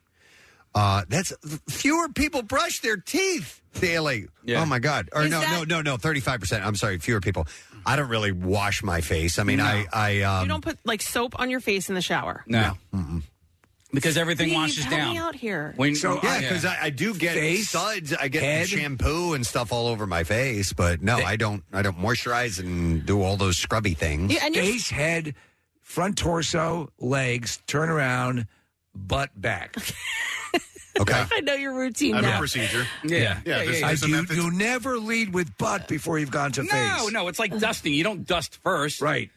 Speaker 3: Uh, that's fewer people brush their teeth daily.
Speaker 18: Yeah.
Speaker 3: Oh my God! Or
Speaker 18: Is
Speaker 3: no, no,
Speaker 18: that-
Speaker 3: no, no, 35 percent. I'm sorry, fewer people. I don't really wash my face. I mean, I, I um,
Speaker 4: you don't put like soap on your face in the shower.
Speaker 7: No. Because everything
Speaker 4: Please,
Speaker 7: washes
Speaker 4: help
Speaker 7: down.
Speaker 4: me out here.
Speaker 3: so yeah, because I, I do get
Speaker 7: Face,
Speaker 3: suds. I get
Speaker 7: head.
Speaker 3: shampoo and stuff all over my face, but no, I don't. I don't moisturize and do all those scrubby things.
Speaker 5: face, head, front torso, legs, turn around, butt back.
Speaker 3: Okay.
Speaker 4: I know your routine.
Speaker 5: I have a
Speaker 4: now.
Speaker 5: procedure.
Speaker 7: Yeah. Yeah, there's-
Speaker 5: I
Speaker 7: there's a
Speaker 5: do,
Speaker 7: method.
Speaker 5: you never lead with butt before you've gone to face.
Speaker 7: No, no, it's like dusting. You don't dust first, right?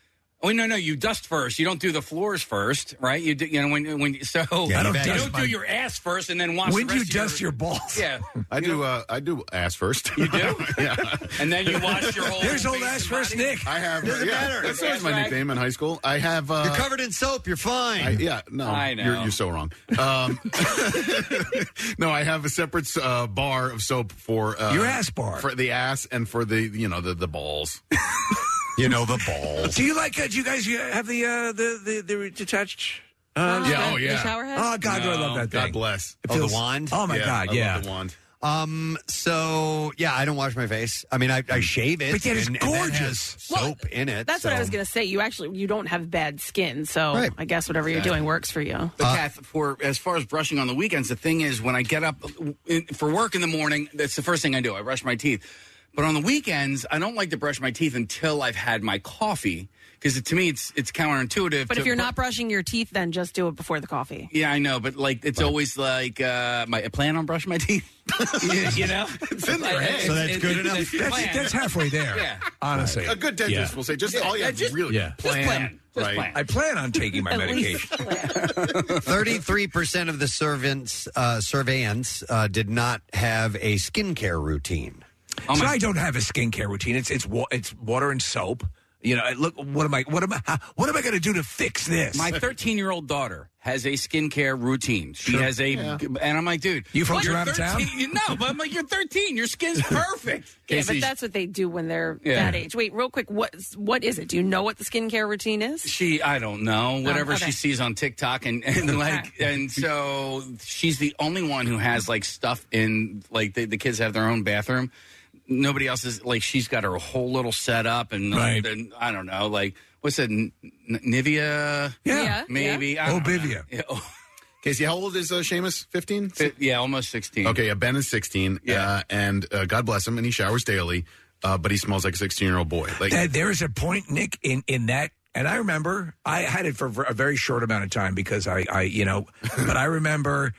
Speaker 7: Oh no, no, you dust first. You don't do the floors first, right? You do, you know when when so
Speaker 6: Yeah, I don't
Speaker 7: you
Speaker 6: dust
Speaker 7: don't
Speaker 6: my-
Speaker 7: do your ass first and then wash.
Speaker 6: When
Speaker 7: the
Speaker 6: do you
Speaker 7: rest
Speaker 6: dust
Speaker 7: of your,
Speaker 6: your balls?
Speaker 7: Yeah,
Speaker 6: I do. Uh, I do ass first.
Speaker 7: You do?
Speaker 6: yeah.
Speaker 7: and then you wash your whole.
Speaker 6: There's
Speaker 7: old ass first, Nick.
Speaker 6: I have.
Speaker 7: Doesn't
Speaker 6: yeah,
Speaker 7: matter.
Speaker 6: That's always my
Speaker 7: That's right.
Speaker 6: nickname in high school. I have. Uh,
Speaker 3: You're covered in soap. You're fine.
Speaker 6: I- yeah, no,
Speaker 3: I know.
Speaker 6: You're, you're so wrong. Um, no, I have a separate uh, bar of soap for uh,
Speaker 5: Your ass bar.
Speaker 6: for the ass and for the you know the the balls.
Speaker 3: you know the balls.
Speaker 5: Do you like? Uh, do you guys have the uh, the, the the detached?
Speaker 6: Uh, yeah, oh yeah.
Speaker 5: Oh God, do I love that thing.
Speaker 6: God bless.
Speaker 5: It feels- Oh, my God, yeah.
Speaker 6: the wand.
Speaker 3: Um. So yeah, I don't wash my face. I mean, I, I shave it,
Speaker 4: But yet it's
Speaker 3: and- and that has
Speaker 4: gorgeous.
Speaker 3: soap in it.
Speaker 4: That's what I
Speaker 3: so-
Speaker 4: was going to say. You actually you don't have bad skin, so I guess whatever you're doing works for you.
Speaker 6: Uh,
Speaker 7: But Kath, for as far as brushing on the weekends, the thing is, when I get up uh, in, for work in the morning, that's the first thing I do. I brush my teeth. But on the weekends, I don't like to brush my teeth until I've had my coffee because to me, it's it's counterintuitive.
Speaker 4: But
Speaker 7: to
Speaker 4: if you're
Speaker 7: br-
Speaker 4: not brushing your teeth, then just do it before the coffee.
Speaker 7: yeah, I know, but like it's always like uh, my I plan on brushing my teeth. you, you know, it's in
Speaker 6: their head. So that's good enough. That's- that's halfway there,
Speaker 7: Yeah.
Speaker 5: Honestly,
Speaker 6: A good dentist will say, just all you have to really plan. right.
Speaker 5: I plan on taking my
Speaker 6: At least
Speaker 5: medication.
Speaker 3: Thirty-three percent of the servants uh, surveillance uh, did not have a skincare routine.
Speaker 5: so I don't have a skincare routine. It's it's wa- it's water and soap. You know, I look. What am I? What am I? how- What am I going to do to fix this?
Speaker 7: My 13 year old daughter has a skincare routine. She
Speaker 5: Sure.
Speaker 7: has a,
Speaker 5: Yeah.
Speaker 7: and I'm like, dude,
Speaker 5: You from-
Speaker 7: what,
Speaker 5: you're out of town?
Speaker 7: 13? No, but I'm like, you're 13. Your skin's perfect.
Speaker 4: Yeah,
Speaker 7: Casey,
Speaker 4: but that's what they do when they're
Speaker 7: Yeah.
Speaker 4: that age. Wait, real quick, what what is it? Do you know what the skincare routine is?
Speaker 7: she, I don't know, whatever
Speaker 4: okay.
Speaker 7: she sees on TikTok, and, and like, and so she's the only one who has like stuff in like the, the kids have their own bathroom. Nobody else is like she's got her whole little setup, and like,
Speaker 5: Right.
Speaker 7: then, I don't know, like what's it, N- N- Nivea? maybe. I
Speaker 5: Oh,
Speaker 7: don't know.
Speaker 6: Obivia. Casey, how old is uh, Seamus? 15?
Speaker 7: yeah, almost 16.
Speaker 6: Okay, yeah, Ben is 16. Yeah. Uh, and uh, God bless him, and he showers daily, uh, but he smells like a 16 year old boy. Like,
Speaker 5: That- there is a point, Nick, in in that. And I remember I had it for a very short amount of time because I, I you know, but I remember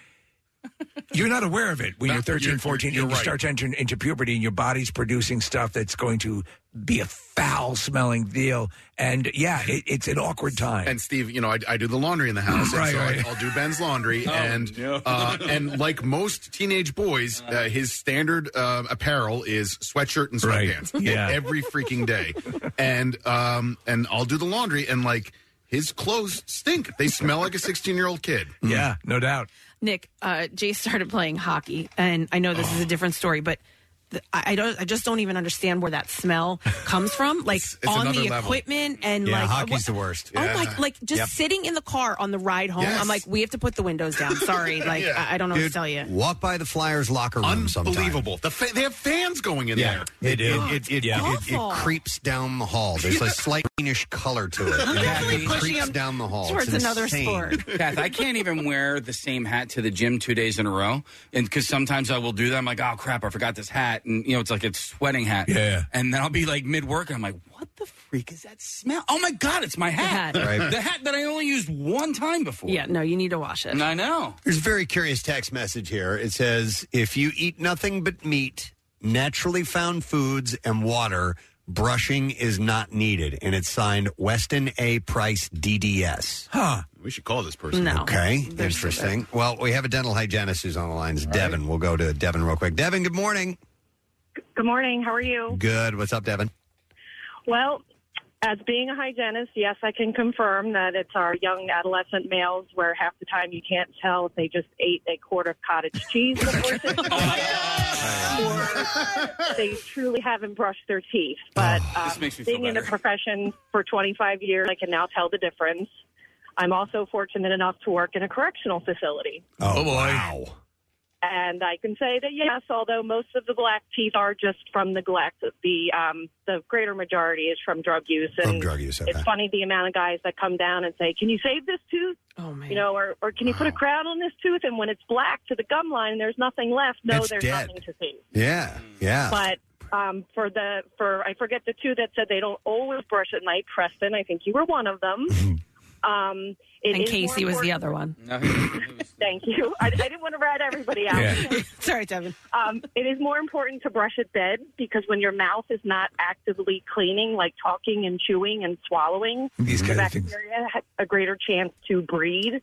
Speaker 5: you're not aware of it when you're 13, 14,
Speaker 6: you're
Speaker 5: and you
Speaker 6: right.
Speaker 5: start to enter into puberty and your body's producing stuff that's going to be a foul smelling deal. And yeah, it, it's an awkward time.
Speaker 6: And Steve, you know, I, I do the laundry in the house, and
Speaker 5: Right,
Speaker 6: so
Speaker 5: right.
Speaker 6: I, I'll do Ben's laundry,
Speaker 5: Oh,
Speaker 6: and
Speaker 5: no.
Speaker 6: uh, and like most teenage boys, uh, his standard uh, apparel is sweatshirt and
Speaker 5: Right.
Speaker 6: sweatpants,
Speaker 5: Yeah.
Speaker 6: every freaking day, and um and I'll do the laundry, and like his clothes stink; they smell like a sixteen year old kid.
Speaker 5: Yeah, no doubt.
Speaker 4: Nick, uh, Jay started playing hockey, and I know this is a different story, but th- I I don't. I just don't even understand where that smell comes from. Like
Speaker 3: it's
Speaker 4: on
Speaker 3: another
Speaker 4: the
Speaker 3: level.
Speaker 4: equipment and
Speaker 3: yeah,
Speaker 4: like
Speaker 3: hockey's
Speaker 4: what-
Speaker 3: the worst.
Speaker 4: Oh my! Like just
Speaker 3: Yep.
Speaker 4: sitting in the car on the ride home,
Speaker 3: Yes.
Speaker 4: I'm like, we have to put the windows down. Sorry, like
Speaker 3: Yeah.
Speaker 4: I, I don't know what
Speaker 3: Dude,
Speaker 4: to tell you.
Speaker 3: Walk by the Flyers locker room.
Speaker 6: Unbelievable. The fa- they have fans going in
Speaker 3: yeah,
Speaker 6: there.
Speaker 3: It,
Speaker 6: They do.
Speaker 3: it, it, it,
Speaker 6: Yeah.
Speaker 3: it, it
Speaker 6: Awful.
Speaker 3: creeps down the hall. There's a slight greenish color to it.
Speaker 7: We're
Speaker 3: Yeah,
Speaker 7: definitely
Speaker 3: it
Speaker 7: pushing
Speaker 3: creeps
Speaker 7: him
Speaker 3: down the hall. It's insane.
Speaker 7: Kath, I can't even wear the same hat to the gym two days in a row, and because sometimes I will do that. I'm like, oh crap, I forgot this hat, and you know, it's like it's sweating hat.
Speaker 5: Yeah.
Speaker 7: and then I'll be like mid work, and I'm like, what the freak is that smell? Oh my god, it's my hat.
Speaker 3: hat. Right.
Speaker 7: The hat that I only used one time before.
Speaker 4: Yeah, no, you need to wash it.
Speaker 7: I know.
Speaker 3: There's a very curious text message here. It says, if you eat nothing but meat, naturally found foods, and water, brushing is not needed. And it's signed Weston A. Price DDS.
Speaker 5: Huh.
Speaker 6: We should call this person.
Speaker 3: Okay. Interesting. Well, we have a dental hygienist who's on the lines. Devin. We'll go to Devin real quick. Devin, good morning.
Speaker 19: Good morning. How are you?
Speaker 3: Good. What's up, Devin?
Speaker 19: Well, as being a hygienist, yes, I can confirm that it's our young adolescent males where half the time you can't tell if they just ate a quart of cottage cheese before sitting down, or they truly haven't brushed their teeth. But
Speaker 12: Oh.
Speaker 19: um,
Speaker 7: makes me feel
Speaker 19: being in the
Speaker 7: better.
Speaker 19: profession for 25 years, I can now tell the difference. I'm also fortunate enough to work in a correctional facility.
Speaker 3: Oh, boy. Wow.
Speaker 19: And I can say that yes, although most of the black teeth are just from neglect, the um, the greater majority is from drug use. And
Speaker 3: From drug use, okay.
Speaker 19: It's funny the amount of guys that come down and say, "Can you save this tooth?" Oh man. You know, or or can you put a crown on this tooth? And when it's black to the gum line, there's nothing left. No,
Speaker 3: It's
Speaker 19: there's
Speaker 3: dead.
Speaker 19: nothing to save.
Speaker 3: Yeah. Yeah.
Speaker 19: But um, for the for I forget the two that said they don't always brush at night. Preston, I think you were one of them.
Speaker 3: Mm-hmm.
Speaker 19: um, it
Speaker 4: and
Speaker 19: is more
Speaker 4: Casey was the
Speaker 19: important-
Speaker 4: other one.
Speaker 19: Thank you. I, I didn't want to rat everybody out.
Speaker 4: Sorry, Devin.
Speaker 19: Um, it is more important to brush at bed because when your mouth is not actively cleaning, like talking and chewing and swallowing,
Speaker 5: These
Speaker 19: the
Speaker 5: kind of things.
Speaker 19: bacteria have a greater chance to breed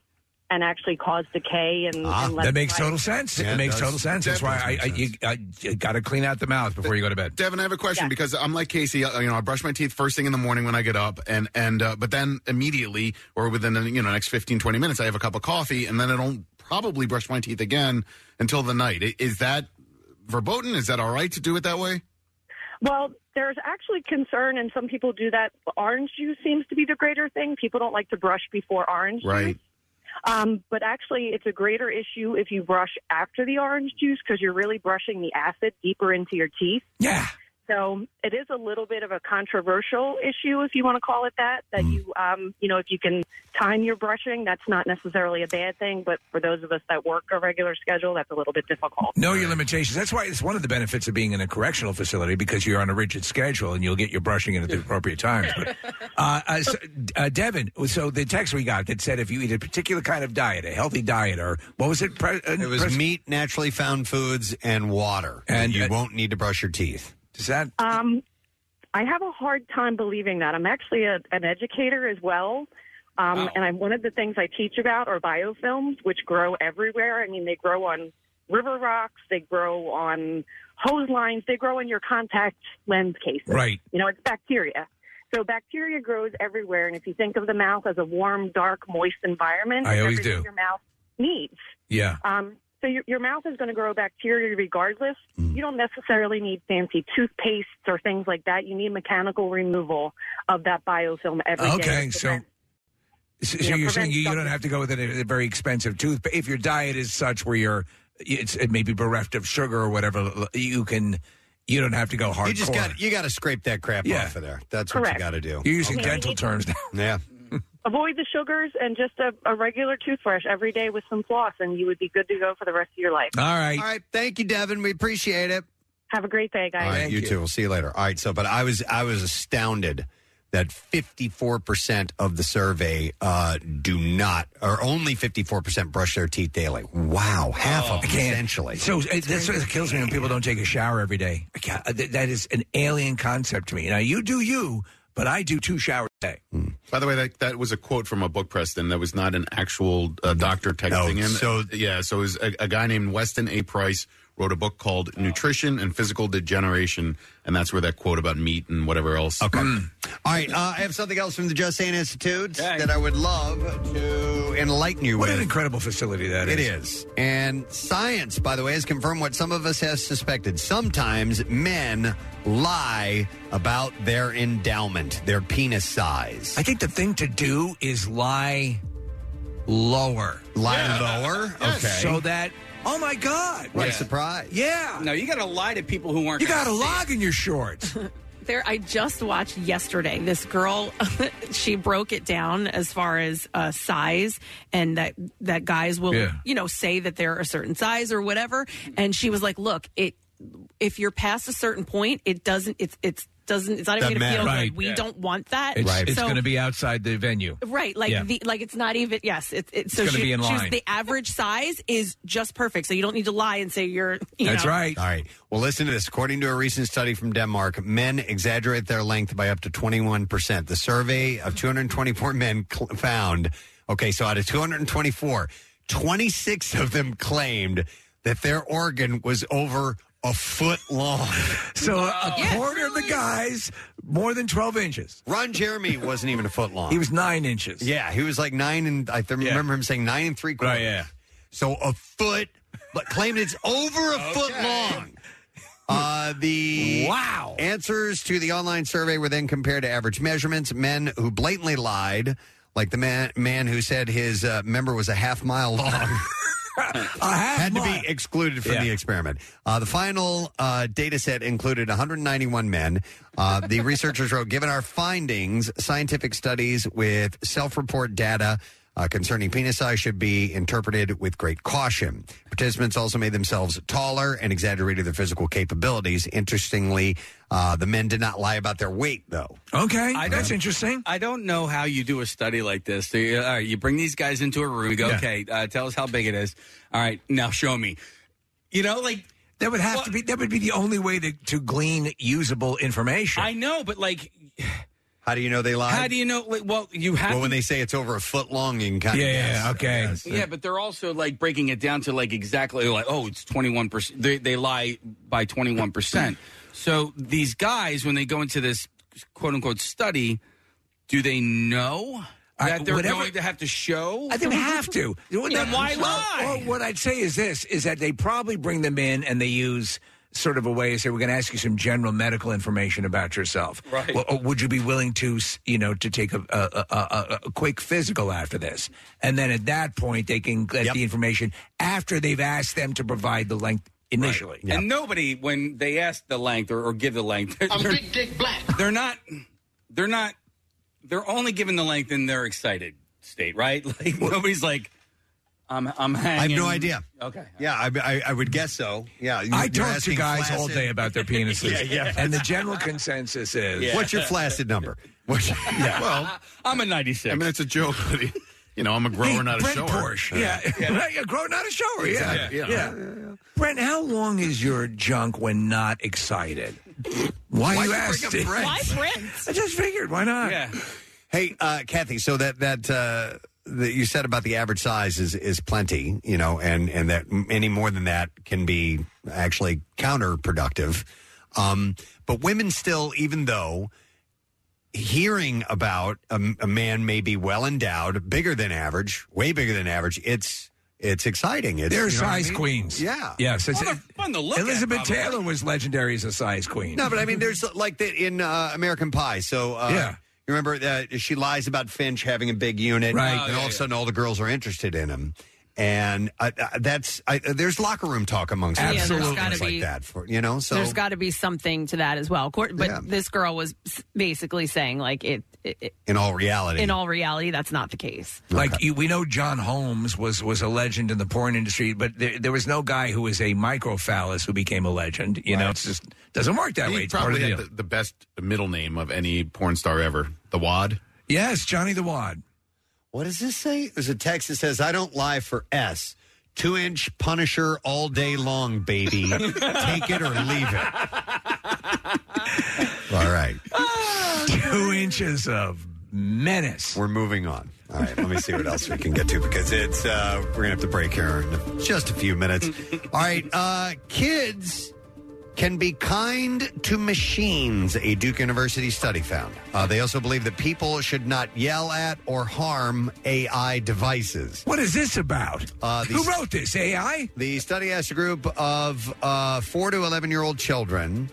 Speaker 19: and actually cause decay and, and less
Speaker 5: Ah, that makes
Speaker 19: life.
Speaker 5: total sense.
Speaker 6: Yeah,
Speaker 5: it
Speaker 6: it
Speaker 5: makes
Speaker 6: does.
Speaker 5: total sense. That's why I, I, you, I you gotta clean out the mouth before you go to bed.
Speaker 6: Devin, I have a question because I'm like Casey. uh, You know, I brush my teeth first thing in the morning when I get up, and and uh, but then immediately or within the, you know next 15, 20 minutes, I have a cup of coffee, and then I don't probably brush my teeth again until the night. I- Is that verboten? Is that all right to do it that way?
Speaker 19: Well, there's actually concern, and some people do that. Orange juice seems to be the greater thing. People don't like to brush before orange juice.
Speaker 6: Right.
Speaker 19: Um, but actually, it's a greater issue if you brush after the orange juice because you're really brushing the acid deeper into your teeth.
Speaker 5: Yeah.
Speaker 19: So it is a little bit of a controversial issue, if you want to call it that. That you, um, you know, if you can time your brushing, that's not necessarily a bad thing. But for those of us that work a regular schedule, that's a little bit difficult.
Speaker 5: Know your limitations. That's why it's one of the benefits of being in a correctional facility because you're on a rigid schedule and you'll get your brushing in at the appropriate times. But, uh, uh, so, uh, Devin, so the text we got that said if you eat a particular kind of diet, a healthy diet, or what was it? Pre- uh,
Speaker 3: It was meat, naturally found foods, and water. And you won't need to brush your teeth.
Speaker 5: Does that?
Speaker 19: Um, I have a hard time believing that. I'm actually a, an educator as well. Um, And I'm, one of the things I teach about are biofilms, which grow everywhere. I mean, they grow on river rocks, they grow on hose lines, they grow in your contact lens cases.
Speaker 5: Right.
Speaker 19: You know, it's bacteria. So bacteria grows everywhere. And if you think of the mouth as a warm, dark, moist environment,
Speaker 5: I
Speaker 19: it's
Speaker 5: always
Speaker 19: everything
Speaker 5: do.
Speaker 19: your mouth needs.
Speaker 5: Yeah.
Speaker 19: Um, so your, your mouth is going to grow bacteria regardless.
Speaker 3: Mm.
Speaker 19: You don't necessarily need fancy toothpastes or things like that. You need mechanical removal of that biofilm every day.
Speaker 5: Okay, so. So, so you're saying you, you don't have to go with a, a very expensive tooth, but if your diet is such where you're, it's it may be bereft of sugar or whatever, you can, you don't have to go hardcore.
Speaker 3: You just got you got to scrape that crap
Speaker 5: Yeah.
Speaker 3: off of there. That's what
Speaker 19: Correct.
Speaker 3: you got to do.
Speaker 5: You're using
Speaker 19: Okay.
Speaker 5: dental terms now.
Speaker 3: Yeah.
Speaker 19: Avoid the sugars and just a, a regular toothbrush every day with some floss, and you would be good to go for the rest of your life.
Speaker 3: All right. Thank you, Devin. We appreciate it.
Speaker 19: Have a great day, guys.
Speaker 3: All right, you, too. We'll see you later. All right. So, but I was I was astounded that 54% of the survey uh, do not, or only 54% brush their teeth daily. Wow, half of them,
Speaker 5: I Oh, can't.
Speaker 3: essentially.
Speaker 5: So it, that's what kills me when people don't take a shower every day. I can't- uh, th- that is an alien concept to me. Now you do you, but I do two showers a day.
Speaker 6: By the way, that, that was a quote from a book, Preston. That was not an actual uh, doctor type
Speaker 3: No,
Speaker 6: thing. In.
Speaker 3: so-
Speaker 6: yeah, so it was a, a guy named Weston A. Price wrote a book called Nutrition and Physical Degeneration, and that's where that quote about meat and whatever else. Mm.
Speaker 3: Okay. All right, uh, I have something else from the Just Saying Institute that I would love to enlighten you
Speaker 5: What
Speaker 3: with.
Speaker 5: an incredible facility that is!
Speaker 3: It is. And science, by the way, has confirmed what some of us have suspected. Sometimes men lie about their endowment, their penis size.
Speaker 5: I think the thing to do is lie lower.
Speaker 3: Lie lower? Okay.
Speaker 5: So that, oh my God.
Speaker 3: What a surprise.
Speaker 5: Yeah.
Speaker 7: No, you got to lie to people who aren't.
Speaker 5: You
Speaker 7: gonna
Speaker 5: got a
Speaker 7: see
Speaker 5: log in your shorts.
Speaker 4: There, I just watched yesterday. This girl, she broke it down as far as uh, size, and that that guys will,
Speaker 8: Yeah.
Speaker 4: you know, say that they're a certain size or whatever. And she was like, "Look, it if you're past a certain point, it doesn't. It's it's doesn't. It's not even
Speaker 5: Doesn't
Speaker 4: going to
Speaker 5: matter.
Speaker 4: feel
Speaker 5: Right.
Speaker 4: good. We
Speaker 5: Yeah.
Speaker 4: don't want that.
Speaker 5: It's, it's
Speaker 4: So-
Speaker 5: going to be outside the venue.
Speaker 4: Right, like
Speaker 5: Yeah.
Speaker 4: the like it's not even yes. It's it's so
Speaker 5: It's gonna
Speaker 4: she,
Speaker 5: be in
Speaker 4: she was-
Speaker 5: line.
Speaker 4: the average size is just perfect, so you don't need to lie and say you're. You know.
Speaker 3: All right. Well, listen to this. According to a recent study from Denmark, men exaggerate their length by up to 21%. The survey of 224 men cl- found, okay, so out of 224, 26 of them claimed that their organ was over a foot long.
Speaker 5: So a quarter of the guys, more than 12 inches.
Speaker 3: Ron Jeremy wasn't even a foot long.
Speaker 5: He was nine inches.
Speaker 3: Yeah, he was like nine and I th- remember him saying nine and three quarters. Oh, yeah. So a foot, but claimed it's over a foot long. Uh, the wow answers to the online survey were then compared to average measurements. Men who blatantly lied, like the man man who said his uh, member was a half mile long, had to be excluded from
Speaker 5: Yeah.
Speaker 3: the experiment. Uh, the final uh, data set included 191 men. Uh, the researchers wrote, given our findings, scientific studies with self-report data uh, concerning penis size should be interpreted with great caution. Participants also made themselves taller and exaggerated their physical capabilities. Interestingly, uh, the men did not lie about their weight, though.
Speaker 5: Okay,
Speaker 3: that's
Speaker 5: interesting.
Speaker 7: I don't know how you do a study like this. So you, all right, you bring these guys into a room. You go,
Speaker 5: Yeah.
Speaker 7: okay, uh, tell us how big it is. All right, now show me. You know, like
Speaker 5: that would have to be that would be the only way to, to glean usable information.
Speaker 7: I know, but like,
Speaker 3: How do you know they lied?
Speaker 7: how do you know? Like, well, you have.
Speaker 3: well,
Speaker 7: to-
Speaker 3: when they say it's over a foot long, you can kind of guess.
Speaker 7: Yeah, but they're also like breaking it down to like exactly like oh, it's twenty one percent. They they lie by twenty one percent. So these guys, when they go into this quote unquote study, do they know that they're
Speaker 5: whatever-
Speaker 7: going to have to show?
Speaker 5: I think we have to.
Speaker 7: Then why lie?
Speaker 5: Well, what I'd say is this: is that they probably bring them in and they use sort of a way to say we're going to ask you some general medical information about yourself.
Speaker 12: Right.
Speaker 5: Well, uh, would you be willing to, s- you know, to take a a, a, a a quick physical after this? And then at that point, they can get the information after they've asked them to provide the length initially.
Speaker 7: And nobody, when they ask the length or, or give the length, they're, they're-
Speaker 12: Dick Black.
Speaker 7: they're not, they're not, they're only given the length in their excited state, right? Like nobody's like, I'm, I'm
Speaker 3: I have
Speaker 7: hanging.
Speaker 3: no idea.
Speaker 7: Okay.
Speaker 3: Yeah, I, I, I would guess so. Yeah, you-
Speaker 5: I
Speaker 3: you're
Speaker 5: talk to
Speaker 3: asking
Speaker 5: guys all
Speaker 3: flaccid-
Speaker 5: day about their penises,
Speaker 3: yeah, yeah.
Speaker 5: and the general consensus is,
Speaker 3: Yeah. What's your flaccid number? What's your,
Speaker 6: Well,
Speaker 7: I'm a 96.
Speaker 6: I mean, it's a joke, but you know, I'm a grower,
Speaker 5: Hey,
Speaker 6: not a
Speaker 5: Brent
Speaker 6: shower.
Speaker 5: Porsche. Yeah. yeah, grown out of shower. Oh, Yeah.
Speaker 6: Exactly.
Speaker 5: Yeah. Brent, how long is your junk when not excited? Why,
Speaker 3: Why'd
Speaker 5: you
Speaker 3: you
Speaker 5: asked
Speaker 3: bring
Speaker 5: it?
Speaker 3: up Brent? Why
Speaker 5: I just figured, why not?
Speaker 3: Yeah. Hey, uh, Kathy. So that that uh, that you said about the average size is is plenty, you know, and and that m- any more than that can be actually counterproductive. Um, but women still, even though hearing about a, m- a man may be well endowed, bigger than average, way bigger than average, it's it's exciting. It's,
Speaker 5: They're
Speaker 3: you know what I
Speaker 5: size
Speaker 3: mean?
Speaker 5: queens.
Speaker 3: Yeah.
Speaker 5: Yes.
Speaker 3: Well, they're fun to look at,
Speaker 5: Elizabeth
Speaker 3: probably.
Speaker 5: Taylor was legendary as a size queen.
Speaker 3: No, but I mean, there's like that in uh, American Pie. So uh,
Speaker 5: Yeah.
Speaker 3: you remember that she lies about Finch having a big unit,
Speaker 5: Right.
Speaker 3: And
Speaker 5: Oh,
Speaker 3: all
Speaker 5: yeah,
Speaker 3: of a sudden, all the girls are interested in him. And uh, uh, that's I, uh, there's locker room talk amongst
Speaker 4: Yeah, there's
Speaker 3: absolutely
Speaker 4: gotta be-
Speaker 3: like that for you know. So
Speaker 4: There's got to be something to that as well. Court- But
Speaker 3: Yeah.
Speaker 4: this girl was s- basically saying, like, it, it, it-
Speaker 3: in all reality,
Speaker 4: in all reality, that's not the case.
Speaker 5: Like you, we know, John Holmes was was a legend in the porn industry, but there, there was no guy who was a microphallus who became a legend. You know, it's just doesn't work that
Speaker 6: he
Speaker 5: way. It's part
Speaker 6: probably had
Speaker 5: of the deal.
Speaker 6: the, the best middle name of any porn star ever. The Wad.
Speaker 5: Yes, Johnny the Wad.
Speaker 3: What does this say? There's a text that says, I don't lie for S. Two inch punisher all day long, baby. Take it or leave it. all right.
Speaker 5: Two inches of menace.
Speaker 3: We're moving on. All right, let me see what else we can get to because it's uh, we're gonna have to break here in just a few minutes. All right, uh, kids can be kind to machines. A Duke University study found. Uh, they also believe that people should not yell at or harm AI devices.
Speaker 5: What is this about?
Speaker 3: Uh, the-
Speaker 5: Who wrote this? AI?
Speaker 3: The study asked a group of uh, four to eleven year old children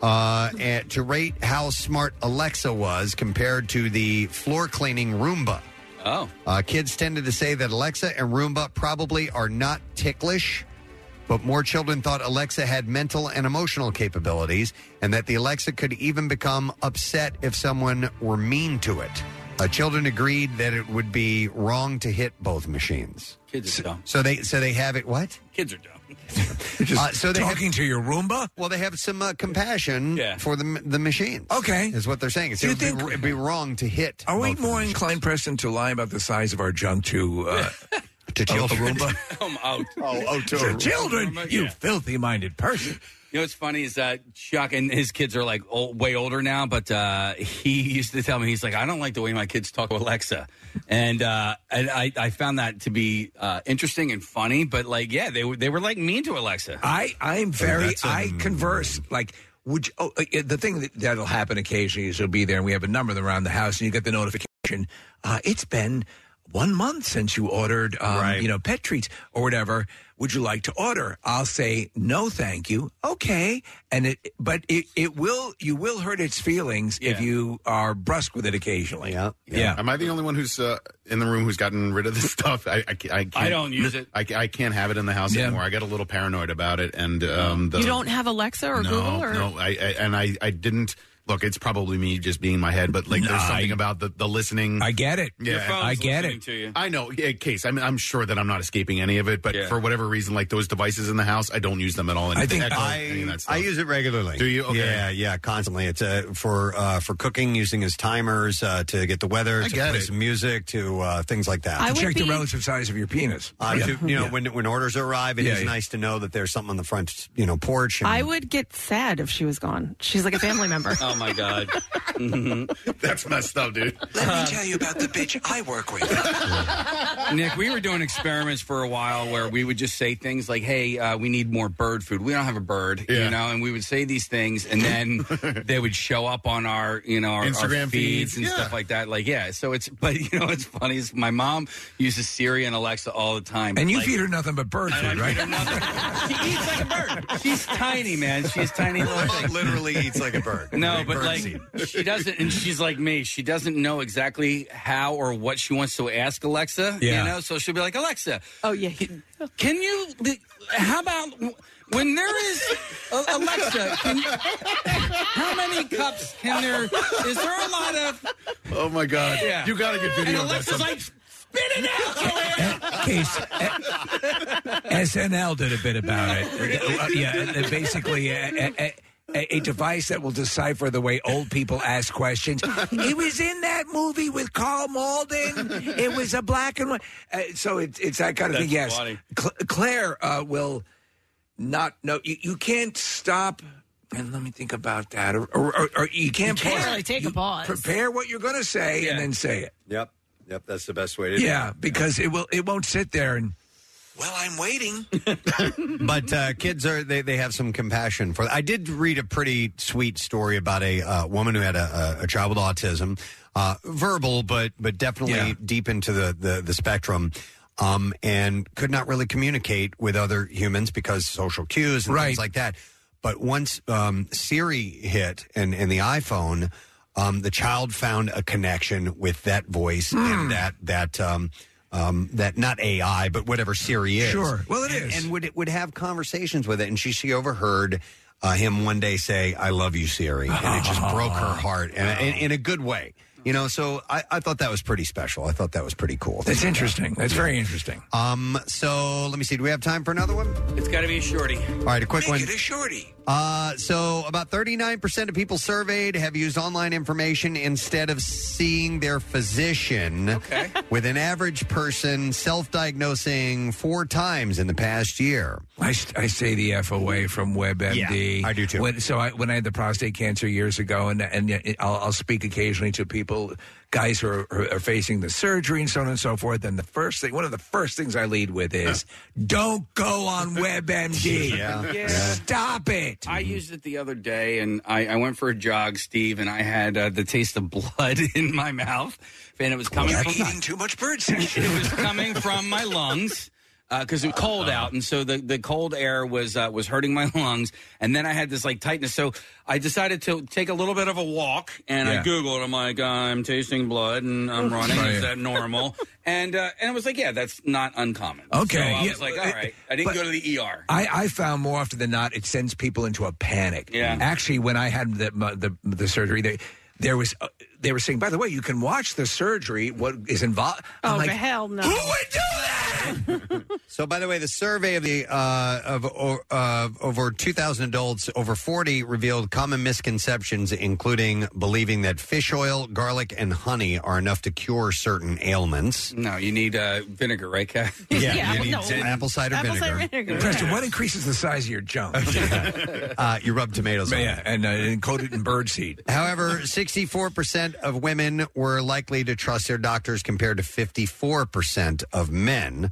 Speaker 3: uh, and to rate how smart Alexa was compared to the floor cleaning Roomba.
Speaker 7: Oh.
Speaker 3: Uh, kids tended to say that Alexa and Roomba probably are not ticklish, but more children thought Alexa had mental and emotional capabilities, and that the Alexa could even become upset if someone were mean to it. Uh, children agreed that it would be wrong to hit both machines.
Speaker 7: Kids are dumb.
Speaker 3: So they so they have it. What?
Speaker 7: Kids are dumb.
Speaker 3: Uh, so they
Speaker 5: talking to your Roomba?
Speaker 3: Well, they have some uh, compassion for the the machines.
Speaker 5: Okay.
Speaker 3: is what they're saying. It's,
Speaker 5: Do you
Speaker 3: it'd,
Speaker 5: think-
Speaker 3: be, it'd be wrong to hit.
Speaker 5: Are we
Speaker 3: both
Speaker 5: more inclined, Preston, to lie about the size of our junk to uh,
Speaker 3: to
Speaker 5: A
Speaker 3: children?
Speaker 5: Roomba?
Speaker 7: I'm out.
Speaker 3: Oh, oh, to
Speaker 5: to children, you
Speaker 7: Yeah.
Speaker 5: filthy-minded person.
Speaker 7: You know what's funny is that Chuck and his kids are like old, way older now, but uh, he used to tell me he's like, I don't like the way my kids talk to Alexa, and uh, and I, I found that to be uh, interesting and funny, but like yeah, they were they were like mean to Alexa.
Speaker 5: I
Speaker 3: Oh,
Speaker 5: I'm very I converse like would you, oh, uh, the thing that, that'll happen occasionally is you'll be there and we have a number around the house and you get the notification uh, it's been one month since you ordered um, you know pet treats or whatever would you like to order I'll say no thank you okay and it but it, it will you will hurt its feelings if you are brusque with it occasionally yeah yeah,
Speaker 6: Am I the only one who's uh, in the room who's gotten rid of this stuff? I, I, ca- I, can't,
Speaker 7: I don't use it.
Speaker 6: I, ca- I can't have it in the house anymore. I got a little paranoid about it, and um, the,
Speaker 4: you don't have Alexa or
Speaker 6: no,
Speaker 4: Google or
Speaker 6: no. I, I and I, I didn't look. It's probably me just being in my head, but like there's
Speaker 5: Nah,
Speaker 6: something about the, the listening.
Speaker 5: I get it.
Speaker 6: Yeah,
Speaker 5: Your phone's I get listening it.
Speaker 7: to you.
Speaker 6: I know. Yeah, case. I'm, I'm sure that I'm not escaping any of it, but for whatever reason, like those devices in the house, I don't use them at all.
Speaker 3: I think
Speaker 6: Echo, any of
Speaker 3: I,
Speaker 6: that stuff.
Speaker 3: I use it regularly.
Speaker 6: Do you? Okay.
Speaker 3: Yeah, yeah, constantly. It's uh, for uh, for cooking, using as timers uh, to get the weather,
Speaker 5: I
Speaker 3: to
Speaker 5: get
Speaker 3: play
Speaker 5: it.
Speaker 3: some music, to uh, things like that.
Speaker 5: to check the relative size of your penis
Speaker 3: Uh,
Speaker 5: Yeah.
Speaker 3: to- you know,
Speaker 5: Yeah.
Speaker 3: when when orders arrive, it is
Speaker 5: Yeah, yeah.
Speaker 3: nice to know that there's something on the front, you know, porch. and-
Speaker 4: I would get sad if she was gone. She's like a family member.
Speaker 7: Oh my god, Mm-hmm. that's messed up, dude.
Speaker 12: Let me tell you about the bitch I work with.
Speaker 7: Nick, we were doing experiments for a while where we would just say things like, "Hey, uh, we need more bird food. We don't have a bird,
Speaker 6: Yeah.
Speaker 7: you know." And we would say these things, and then they would show up on our, you know, our our
Speaker 6: Instagram
Speaker 7: feeds
Speaker 6: feeds.
Speaker 7: and
Speaker 6: Yeah.
Speaker 7: stuff like that. Like, yeah. So it's, but you know, it's funny. Is my mom uses Siri and Alexa all the time,
Speaker 5: And you
Speaker 7: Like,
Speaker 5: feed her nothing but bird food, right?
Speaker 7: She eats like a bird. She's tiny, man. She's tiny little thing.
Speaker 3: Literally eats like a bird.
Speaker 7: No,
Speaker 3: Like
Speaker 7: but
Speaker 3: bird
Speaker 7: like
Speaker 3: seed.
Speaker 7: she doesn't, and she's like me. She doesn't know exactly how or what she wants to ask Alexa.
Speaker 12: Yeah.
Speaker 7: You know, so she'll be like, Alexa. Oh yeah. Can, can you? How about when there is uh, Alexa? Can, how many cups can there? Is there a lot of?
Speaker 6: Oh my god,
Speaker 7: Yeah.
Speaker 6: you got to get
Speaker 7: And
Speaker 6: video. of that
Speaker 7: Alexa's
Speaker 6: sometime.
Speaker 7: like, spit it out.
Speaker 5: Case, SNL did a bit about it. Uh, yeah, uh, basically a, a, a, a device that will decipher the way old people ask questions. It was in that movie with Carl Malden. It was a black and white. Uh, so it's it's that kind of thing.
Speaker 12: That's
Speaker 5: Yes,
Speaker 12: funny.
Speaker 5: Cl- Claire uh, will not know. You, you can't stop. And let me think about that. Or, or, or, or you can't,
Speaker 4: can't
Speaker 5: pause.
Speaker 4: really take
Speaker 5: You
Speaker 4: a pause.
Speaker 5: Prepare what you're going to say and then say it.
Speaker 3: Yep. Yep. That's the best way to do it.
Speaker 5: Yeah, because it will. It won't sit there and. Well, I'm waiting.
Speaker 3: but uh, kids are they, they have some compassion for i did read a pretty sweet story about a uh, woman who had a, a, a child with autism uh, verbal but but definitely deep into the the, the spectrum um, and could not really communicate with other humans because social cues and
Speaker 5: Right.
Speaker 3: things like that but once um, siri hit and, and the iphone um, the child found a connection with that voice
Speaker 5: Hmm.
Speaker 3: and that that um, um, that not AI, but whatever Siri is.
Speaker 5: Sure. Well, it
Speaker 3: it is,
Speaker 5: is.
Speaker 3: and, and would it would have conversations with it, and she she overheard. Uh, him one day say, "I love you, Siri," and it just broke her heart, and, and in a good way, you know. So I, I thought that was pretty special. I thought that was pretty cool.
Speaker 5: That's interesting. That's very interesting.
Speaker 3: Um, so let me see. Do we have time for another one?
Speaker 7: It's got to be a shorty.
Speaker 3: All right, a quick
Speaker 7: Make
Speaker 3: one.
Speaker 7: it a
Speaker 3: shorty. Uh, so about 39% of people surveyed have used online information instead of seeing their physician. Okay. With an average person self-diagnosing four times in the past year.
Speaker 5: I, st- I stay the F away from WebMD. I do too. When, so I, when I had the prostate cancer years ago, and and uh, I'll, I'll speak occasionally to people, guys who are, who are facing the surgery and so on and so forth. And the first thing, one of the first things I lead with is, don't go on WebMD.
Speaker 7: Yeah. Yeah.
Speaker 5: Stop it.
Speaker 7: I used it the other day, and I, I went for a jog, Steve, and I had uh, the taste of blood in my mouth, and it was coming
Speaker 12: You're
Speaker 7: from
Speaker 12: eating too much bird
Speaker 7: it was coming from my lungs because it was cold out, and so the, the cold air was uh, was hurting my lungs. And then I had this like tightness, so I decided to take a little bit of a walk, and
Speaker 12: Yeah.
Speaker 7: I googled. I'm like, I'm tasting blood, and I'm running.
Speaker 12: Right.
Speaker 7: Is that normal? and uh, and it was like, yeah, that's not uncommon.
Speaker 5: Okay,
Speaker 7: so I
Speaker 5: yeah,
Speaker 7: was like,
Speaker 5: but-
Speaker 7: all right, I didn't
Speaker 5: but-
Speaker 7: go to the ER.
Speaker 5: I, I found more often than not it sends people into a panic.
Speaker 7: Yeah.
Speaker 5: Actually, when I had the my- the, the surgery, they there was uh, they were saying, by the way, you can watch the surgery. What is involved?
Speaker 4: Oh,
Speaker 5: I'm like,
Speaker 4: the hell no.
Speaker 5: Who would do that?
Speaker 3: So, by the way, the survey of the uh, of or, uh, over 2,000 adults over 40 revealed common misconceptions, including believing that fish oil, garlic, and honey are enough to cure certain ailments.
Speaker 7: No, you need uh, vinegar, right, Kath?
Speaker 3: Yeah, Yeah, you need no. gin- apple cider Apple cider vinegar. vinegar,
Speaker 5: Preston,
Speaker 3: yeah.
Speaker 5: what increases the size of your junk?
Speaker 3: uh, you rub tomatoes on
Speaker 5: yeah, and, uh, and coat it in birdseed.
Speaker 3: However, 64% of women were likely to trust their doctors compared to 54% of men.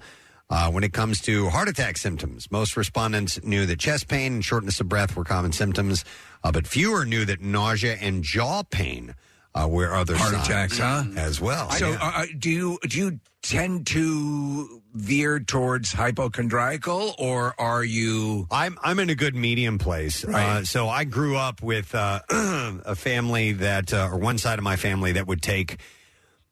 Speaker 3: Uh, when it comes to heart attack symptoms, most respondents knew that chest pain and shortness of breath were common symptoms, uh, but fewer knew that nausea and jaw pain uh, were other
Speaker 5: Heart
Speaker 3: signs
Speaker 5: attacks, huh?
Speaker 3: As well.
Speaker 5: So,
Speaker 3: Yeah.
Speaker 5: uh, uh, do you do you tend to veer towards hypochondriacal, or are you?
Speaker 3: I'm I'm in a good medium place. Uh, so I grew up with uh, a family that, uh, or one side of my family that would take.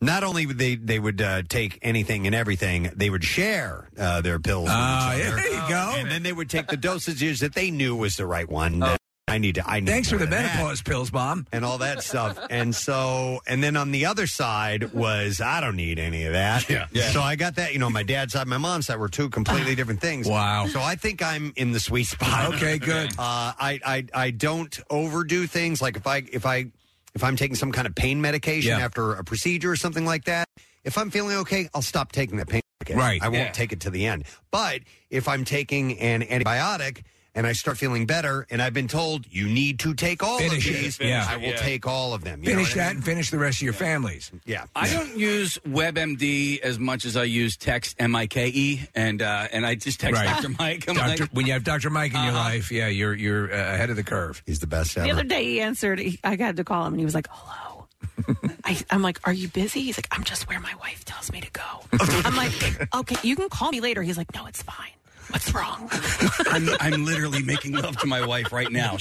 Speaker 3: Not only would they they would uh, take anything and everything, they would share uh, their pills. with each
Speaker 5: Ah, yeah,
Speaker 3: other.
Speaker 5: there you go. Oh.
Speaker 3: And then they would take the dosages that they knew was the right one. I need to. I need
Speaker 5: Thanks for
Speaker 3: more
Speaker 5: the
Speaker 3: than that
Speaker 5: menopause pills, mom,
Speaker 3: and all that stuff. And so, and then on the other side was I don't need any of that.
Speaker 12: Yeah. Yeah.
Speaker 3: So I got that. You know, my dad's side, my mom's side were two completely different things.
Speaker 5: Wow.
Speaker 3: So I think I'm in the sweet spot.
Speaker 5: Okay, good.
Speaker 3: Uh, I, I I don't overdo things. Like if I if I if I'm taking some kind of pain medication
Speaker 5: Yeah.
Speaker 3: after a procedure or something like that, if I'm feeling okay, I'll stop taking that pain. medication.
Speaker 5: Right.
Speaker 3: I won't
Speaker 5: Yeah.
Speaker 3: take it to the end. But if I'm taking an antibiotic and I start feeling better, and I've been told you need to take all
Speaker 5: Finish
Speaker 3: of
Speaker 5: it,
Speaker 3: these.
Speaker 5: yeah.
Speaker 3: I will
Speaker 5: Yeah.
Speaker 3: take all of them. You know
Speaker 5: Finish
Speaker 3: what I
Speaker 5: that and finish the rest of your families.
Speaker 3: Yeah.
Speaker 7: I don't use WebMD as much as I use text M I K E, and uh, and I just text Dr. Mike. I'm
Speaker 5: Dr.
Speaker 7: like,
Speaker 5: when you have Dr. Mike in your life, yeah, you're you're uh, ahead of the curve.
Speaker 3: He's the best
Speaker 4: Uh-huh. The other day he answered. He, I had to call him, and he was like, "Hello." I, I'm like, "Are you busy?" He's like, "I'm just where my wife tells me to go." I'm like, "Okay, you can call me later." He's like, "No, it's fine. What's wrong?"
Speaker 7: I'm, I'm literally making love to my wife right now.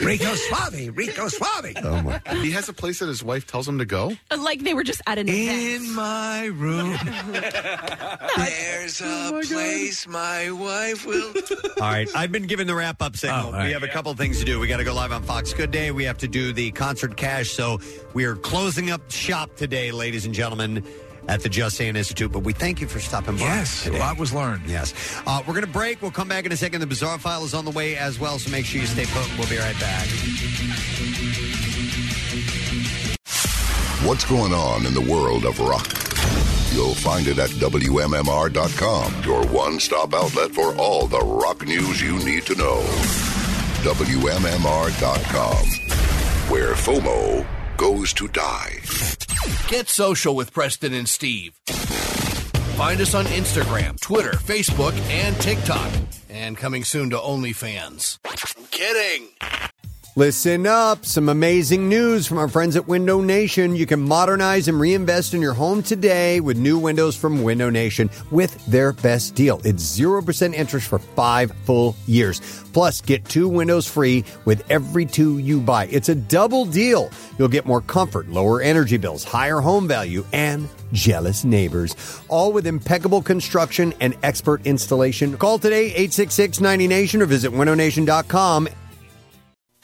Speaker 5: Rico Suave, Rico Suave.
Speaker 6: Oh my! He has a place that his wife tells him to go.
Speaker 4: Like they were just at an event.
Speaker 5: In my room.
Speaker 20: There's
Speaker 4: Oh
Speaker 20: a place my wife will.
Speaker 3: All right, I've been given the wrap up
Speaker 5: Oh,
Speaker 3: signal. We have a couple things to do. We got to go live on Fox Good Day. We have to do the concert cash. So we are closing up shop today, ladies and gentlemen, at the Just Saying Institute. But we thank you for stopping by.
Speaker 5: Yes, a
Speaker 3: today.
Speaker 5: lot was learned.
Speaker 3: Yes. Uh, we're going to break. We'll come back in a second. The Bizarre File is on the way as well, so make sure you stay put. We'll be right back.
Speaker 2: What's going on in the world of rock? You'll find it at WMMR.com, your one stop outlet for all the rock news you need to know. WMMR.com, where FOMO goes to die.
Speaker 8: Get social with Preston and Steve. Find us on Instagram, Twitter, Facebook, and TikTok. And coming soon to OnlyFans. I'm kidding.
Speaker 21: Listen up. Some amazing news from our friends at Window Nation. You can modernize and reinvest in your home today with new windows from Window Nation with their best deal. It's 0% interest for five full years. Plus, get two windows free with every two you buy. It's a double deal. You'll get more comfort, lower energy bills, higher home value, and jealous neighbors. All with impeccable construction and expert installation. Call today 866 90 Nation or visit windownation.com.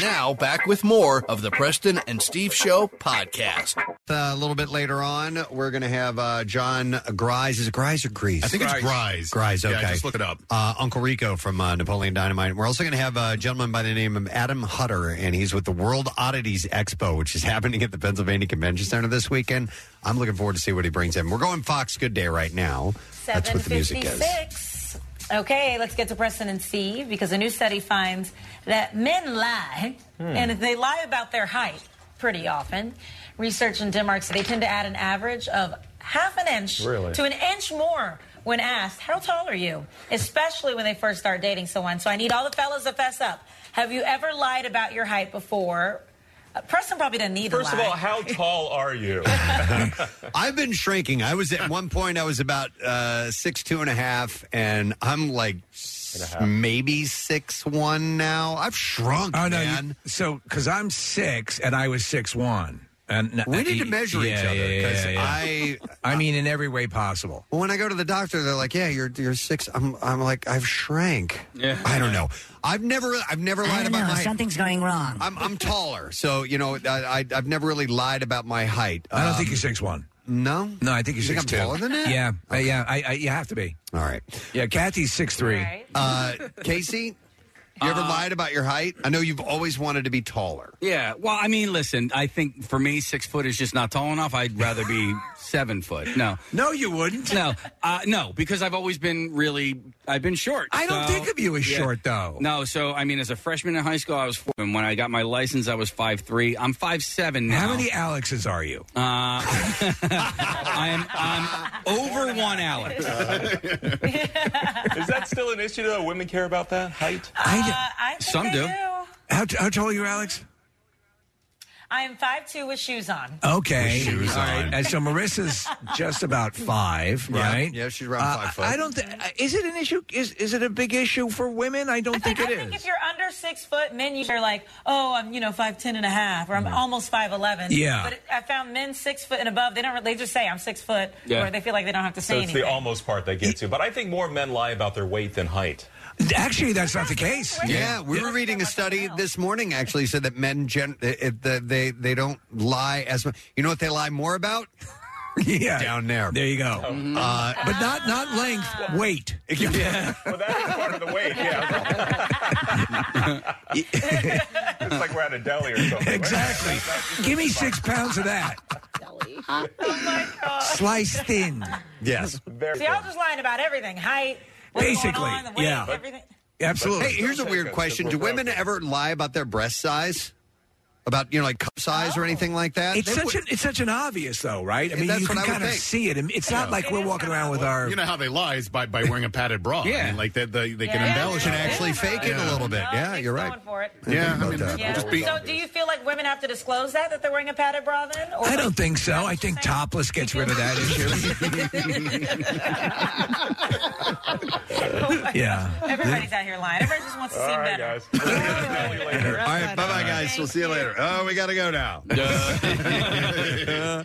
Speaker 8: Now, back with more of the Preston and Steve Show podcast.
Speaker 3: Uh, a little bit later on, we're going to have uh, John Grise. Is it Grise or Grease?
Speaker 8: I think it's Grise.
Speaker 3: Grise, okay.
Speaker 8: Yeah, just look
Speaker 6: it up.
Speaker 3: Uh, Uncle Rico from uh, Napoleon Dynamite. We're also going to have a gentleman by the name of Adam Hutter, and he's with the World Oddities Expo, which is happening at the Pennsylvania Convention Center this weekend. I'm looking forward to see what he brings in. We're going Fox Good Day right now. That's what the music is.
Speaker 22: 756. Okay, let's get to Preston and Steve because a new study finds that men lie,
Speaker 23: Hmm.
Speaker 22: and they lie about their height pretty often. Research in Denmark said they tend to add an average of half an inch
Speaker 23: Really?
Speaker 22: to an inch more when asked, How tall are you? Especially when they first start dating someone. So I need all the fellas to fess up. Have you ever lied about your height before? Uh, Preston probably doesn't need
Speaker 12: First
Speaker 22: to
Speaker 12: of
Speaker 22: lie.
Speaker 12: all, how tall are you?
Speaker 3: I've been shrinking. I was at one point I was about uh, six two and a half, and I'm like s- maybe six one now. I've shrunk,
Speaker 5: Oh no! you-
Speaker 3: man.
Speaker 5: so because I'm six and I was six one, and e,
Speaker 3: We need to measure each other, 'cause
Speaker 5: I, I mean, in every way possible.
Speaker 3: Well, when I go to the doctor, they're like, "Yeah, you're you're six. I'm I'm like I've shrank.
Speaker 5: Yeah.
Speaker 3: I don't know. I've never I've never lied about my height.
Speaker 24: Something's going wrong.
Speaker 3: I'm I'm taller, so you know I, I I've never really lied about my height.
Speaker 5: I don't think
Speaker 3: you're
Speaker 5: six one.
Speaker 3: No,
Speaker 5: No, I think you're
Speaker 3: You think
Speaker 5: six
Speaker 3: I'm
Speaker 5: two.
Speaker 3: taller than that?
Speaker 5: Yeah, Uh, yeah. I, I, you have to be.
Speaker 3: All right.
Speaker 5: Yeah, Kathy's six three.
Speaker 3: Uh, Casey, you ever
Speaker 7: Uh,
Speaker 3: lied about your height? I know you've always wanted to be taller.
Speaker 7: Yeah. Well, I mean, listen. I think for me, six foot is just not tall enough. I'd rather be seven foot. No.
Speaker 5: No, you wouldn't.
Speaker 7: No. Uh, no, because I've always been really. I've been short.
Speaker 5: I don't think of you as short, though.
Speaker 7: No. So I mean, as a freshman in high school, I was four. And when I got my license, I was five three. I'm five seven now.
Speaker 5: How many Alexes are you?
Speaker 7: Uh, I'm I'm over one Alex.
Speaker 12: Is that still an issue though? Women care about that height?
Speaker 5: I,
Speaker 22: Uh, I think
Speaker 12: Some
Speaker 22: they
Speaker 12: do.
Speaker 22: do.
Speaker 5: How, t- how tall are you, Alex?
Speaker 22: I am 5'2 with shoes on.
Speaker 5: Okay.
Speaker 3: With shoes
Speaker 5: All right.
Speaker 3: on.
Speaker 5: And so Marissa's just about five,
Speaker 3: Yeah.
Speaker 5: right?
Speaker 3: Yeah, she's around
Speaker 5: Uh,
Speaker 3: five foot.
Speaker 5: I don't. Th-
Speaker 22: Mm-hmm.
Speaker 5: is it an issue? Is is it a big issue for women? I don't think it is.
Speaker 22: I think if you're under six foot, men usually are like, oh, I'm, you know, 5'10 and a half, or I'm almost 5'11.
Speaker 5: Yeah.
Speaker 22: But I found men six foot and above, they don't, re- they just say, I'm six foot,
Speaker 11: Yeah.
Speaker 22: or they feel like they don't have to say
Speaker 11: so it's
Speaker 22: anything.
Speaker 11: the almost part that gets you. But I think more men lie about their weight than height.
Speaker 5: Actually, that's not the case.
Speaker 3: Yeah, we were reading a study this morning actually said that men gen- it, the, they they don't lie as much. You know what they lie more about?
Speaker 5: yeah,
Speaker 3: down there. There
Speaker 5: you go. Mm-hmm.
Speaker 3: Uh,
Speaker 5: but not not length, weight.
Speaker 3: Yeah.
Speaker 11: Well, that is part of the weight, yeah. it's like we're at a deli or something.
Speaker 5: Exactly. Give me six pounds of that.
Speaker 22: oh my God.
Speaker 5: Sliced thin. Yes.
Speaker 22: See, I was just lying about everything height, what's going
Speaker 5: Basically,
Speaker 22: on, the weight,
Speaker 5: yeah.
Speaker 22: everything.
Speaker 5: Absolutely.
Speaker 3: Hey, here's a weird question: Do women ever lie about their breast size? About you know, like cup size or anything like that?
Speaker 5: It's such an it's such an obvious though, right? I mean,
Speaker 3: That's
Speaker 5: you
Speaker 3: what I
Speaker 5: can
Speaker 3: would
Speaker 5: kind of
Speaker 3: think.
Speaker 5: see it. It's not
Speaker 3: Yeah.
Speaker 5: like we're walking around with our.
Speaker 6: You know how they lie is by, by wearing a padded bra. I
Speaker 5: Yeah.
Speaker 6: mean, like they, they, they can
Speaker 22: Yeah.
Speaker 6: embellish
Speaker 3: Can actually fake it a little bit. Yeah, you're right.
Speaker 22: Going for it.
Speaker 6: Yeah, I mean,
Speaker 22: Yeah.
Speaker 6: just be.
Speaker 22: so, do you feel like women have to disclose that that they're wearing a padded bra then? Or
Speaker 5: I don't think so. I think topless gets rid of that
Speaker 22: Oh
Speaker 5: issue. yeah.
Speaker 22: everybody's out here lying. Everybody just wants to seem better.
Speaker 3: All right, bye bye, guys. We'll see you later. Oh, we got to go now.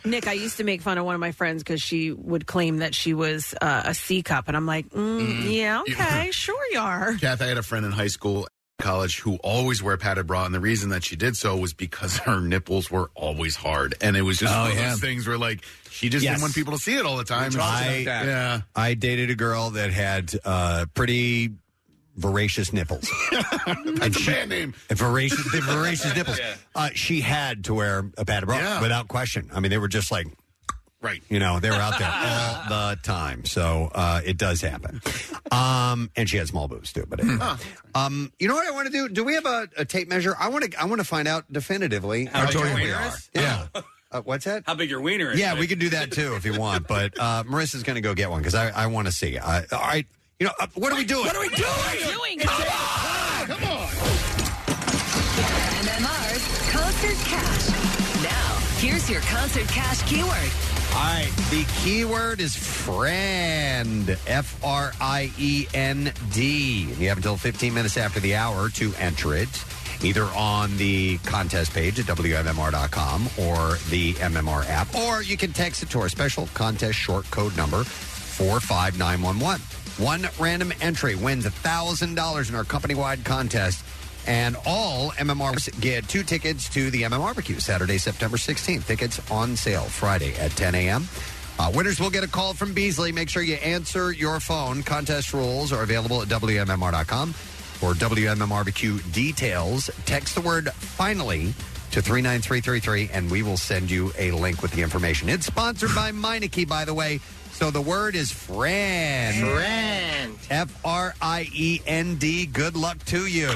Speaker 4: Nick, I used to make fun of one of my friends because she would claim that she was uh, a C cup, and I'm like, mm,
Speaker 6: Mm-hmm.
Speaker 4: yeah, okay, sure you are.
Speaker 6: Kath, I had a friend in high school, college, who always wore a padded bra, and the reason that she did so was because her nipples were always hard, and it was just
Speaker 3: Oh,
Speaker 6: one of
Speaker 3: yeah.
Speaker 6: those things where like she just
Speaker 3: Yes.
Speaker 6: didn't want people to see it all the time.
Speaker 3: I,
Speaker 6: yeah.
Speaker 3: I dated a girl that had uh, pretty voracious nipples. and she,
Speaker 6: band name.
Speaker 3: Voracious, the voracious nipples.
Speaker 6: Yeah.
Speaker 3: Uh, she had to wear a padded bra
Speaker 6: Yeah.
Speaker 3: without question. I mean, they were just like,
Speaker 6: right.
Speaker 3: You know, they were out there all the time. So uh, it does happen. Um, and she had small boobs too. But anyway. um, you know what I want to do? Do we have a, a tape measure? I want to. I want to find out definitively
Speaker 15: How big your
Speaker 3: we
Speaker 15: wiener
Speaker 3: are.
Speaker 15: is?
Speaker 3: Yeah. Uh, what's that?
Speaker 15: How big your wiener is?
Speaker 3: Yeah, we could do that too if you want. But uh, Marissa's going to go get one because I, I want to see. I, all right. You know, uh, what are we doing?
Speaker 25: What are we doing? Come on!
Speaker 9: MMR's Concert Cash. Now, here's your Concert Cash keyword.
Speaker 3: All right. The keyword is friend. F R I E N D. You have until 15 minutes after the hour to enter it, either on the contest page at WMMR.com or the MMR app, or you can text it to our special contest short code number 45911. One random entry wins $1,000 in our company wide contest. And all MMRs get two tickets to the MMR barbecue Saturday, September 16th. Tickets on sale Friday at 10 a.m. Uh, winners will get a call from Beasley. Make sure you answer your phone. Contest rules are available at WMMR.com or WMMRBQ details. Text the word finally to 39333 and we will send you a link with the information. It's sponsored by Meineke, by the way. So the word is friend. Friend. F R I E N D. Good luck to you.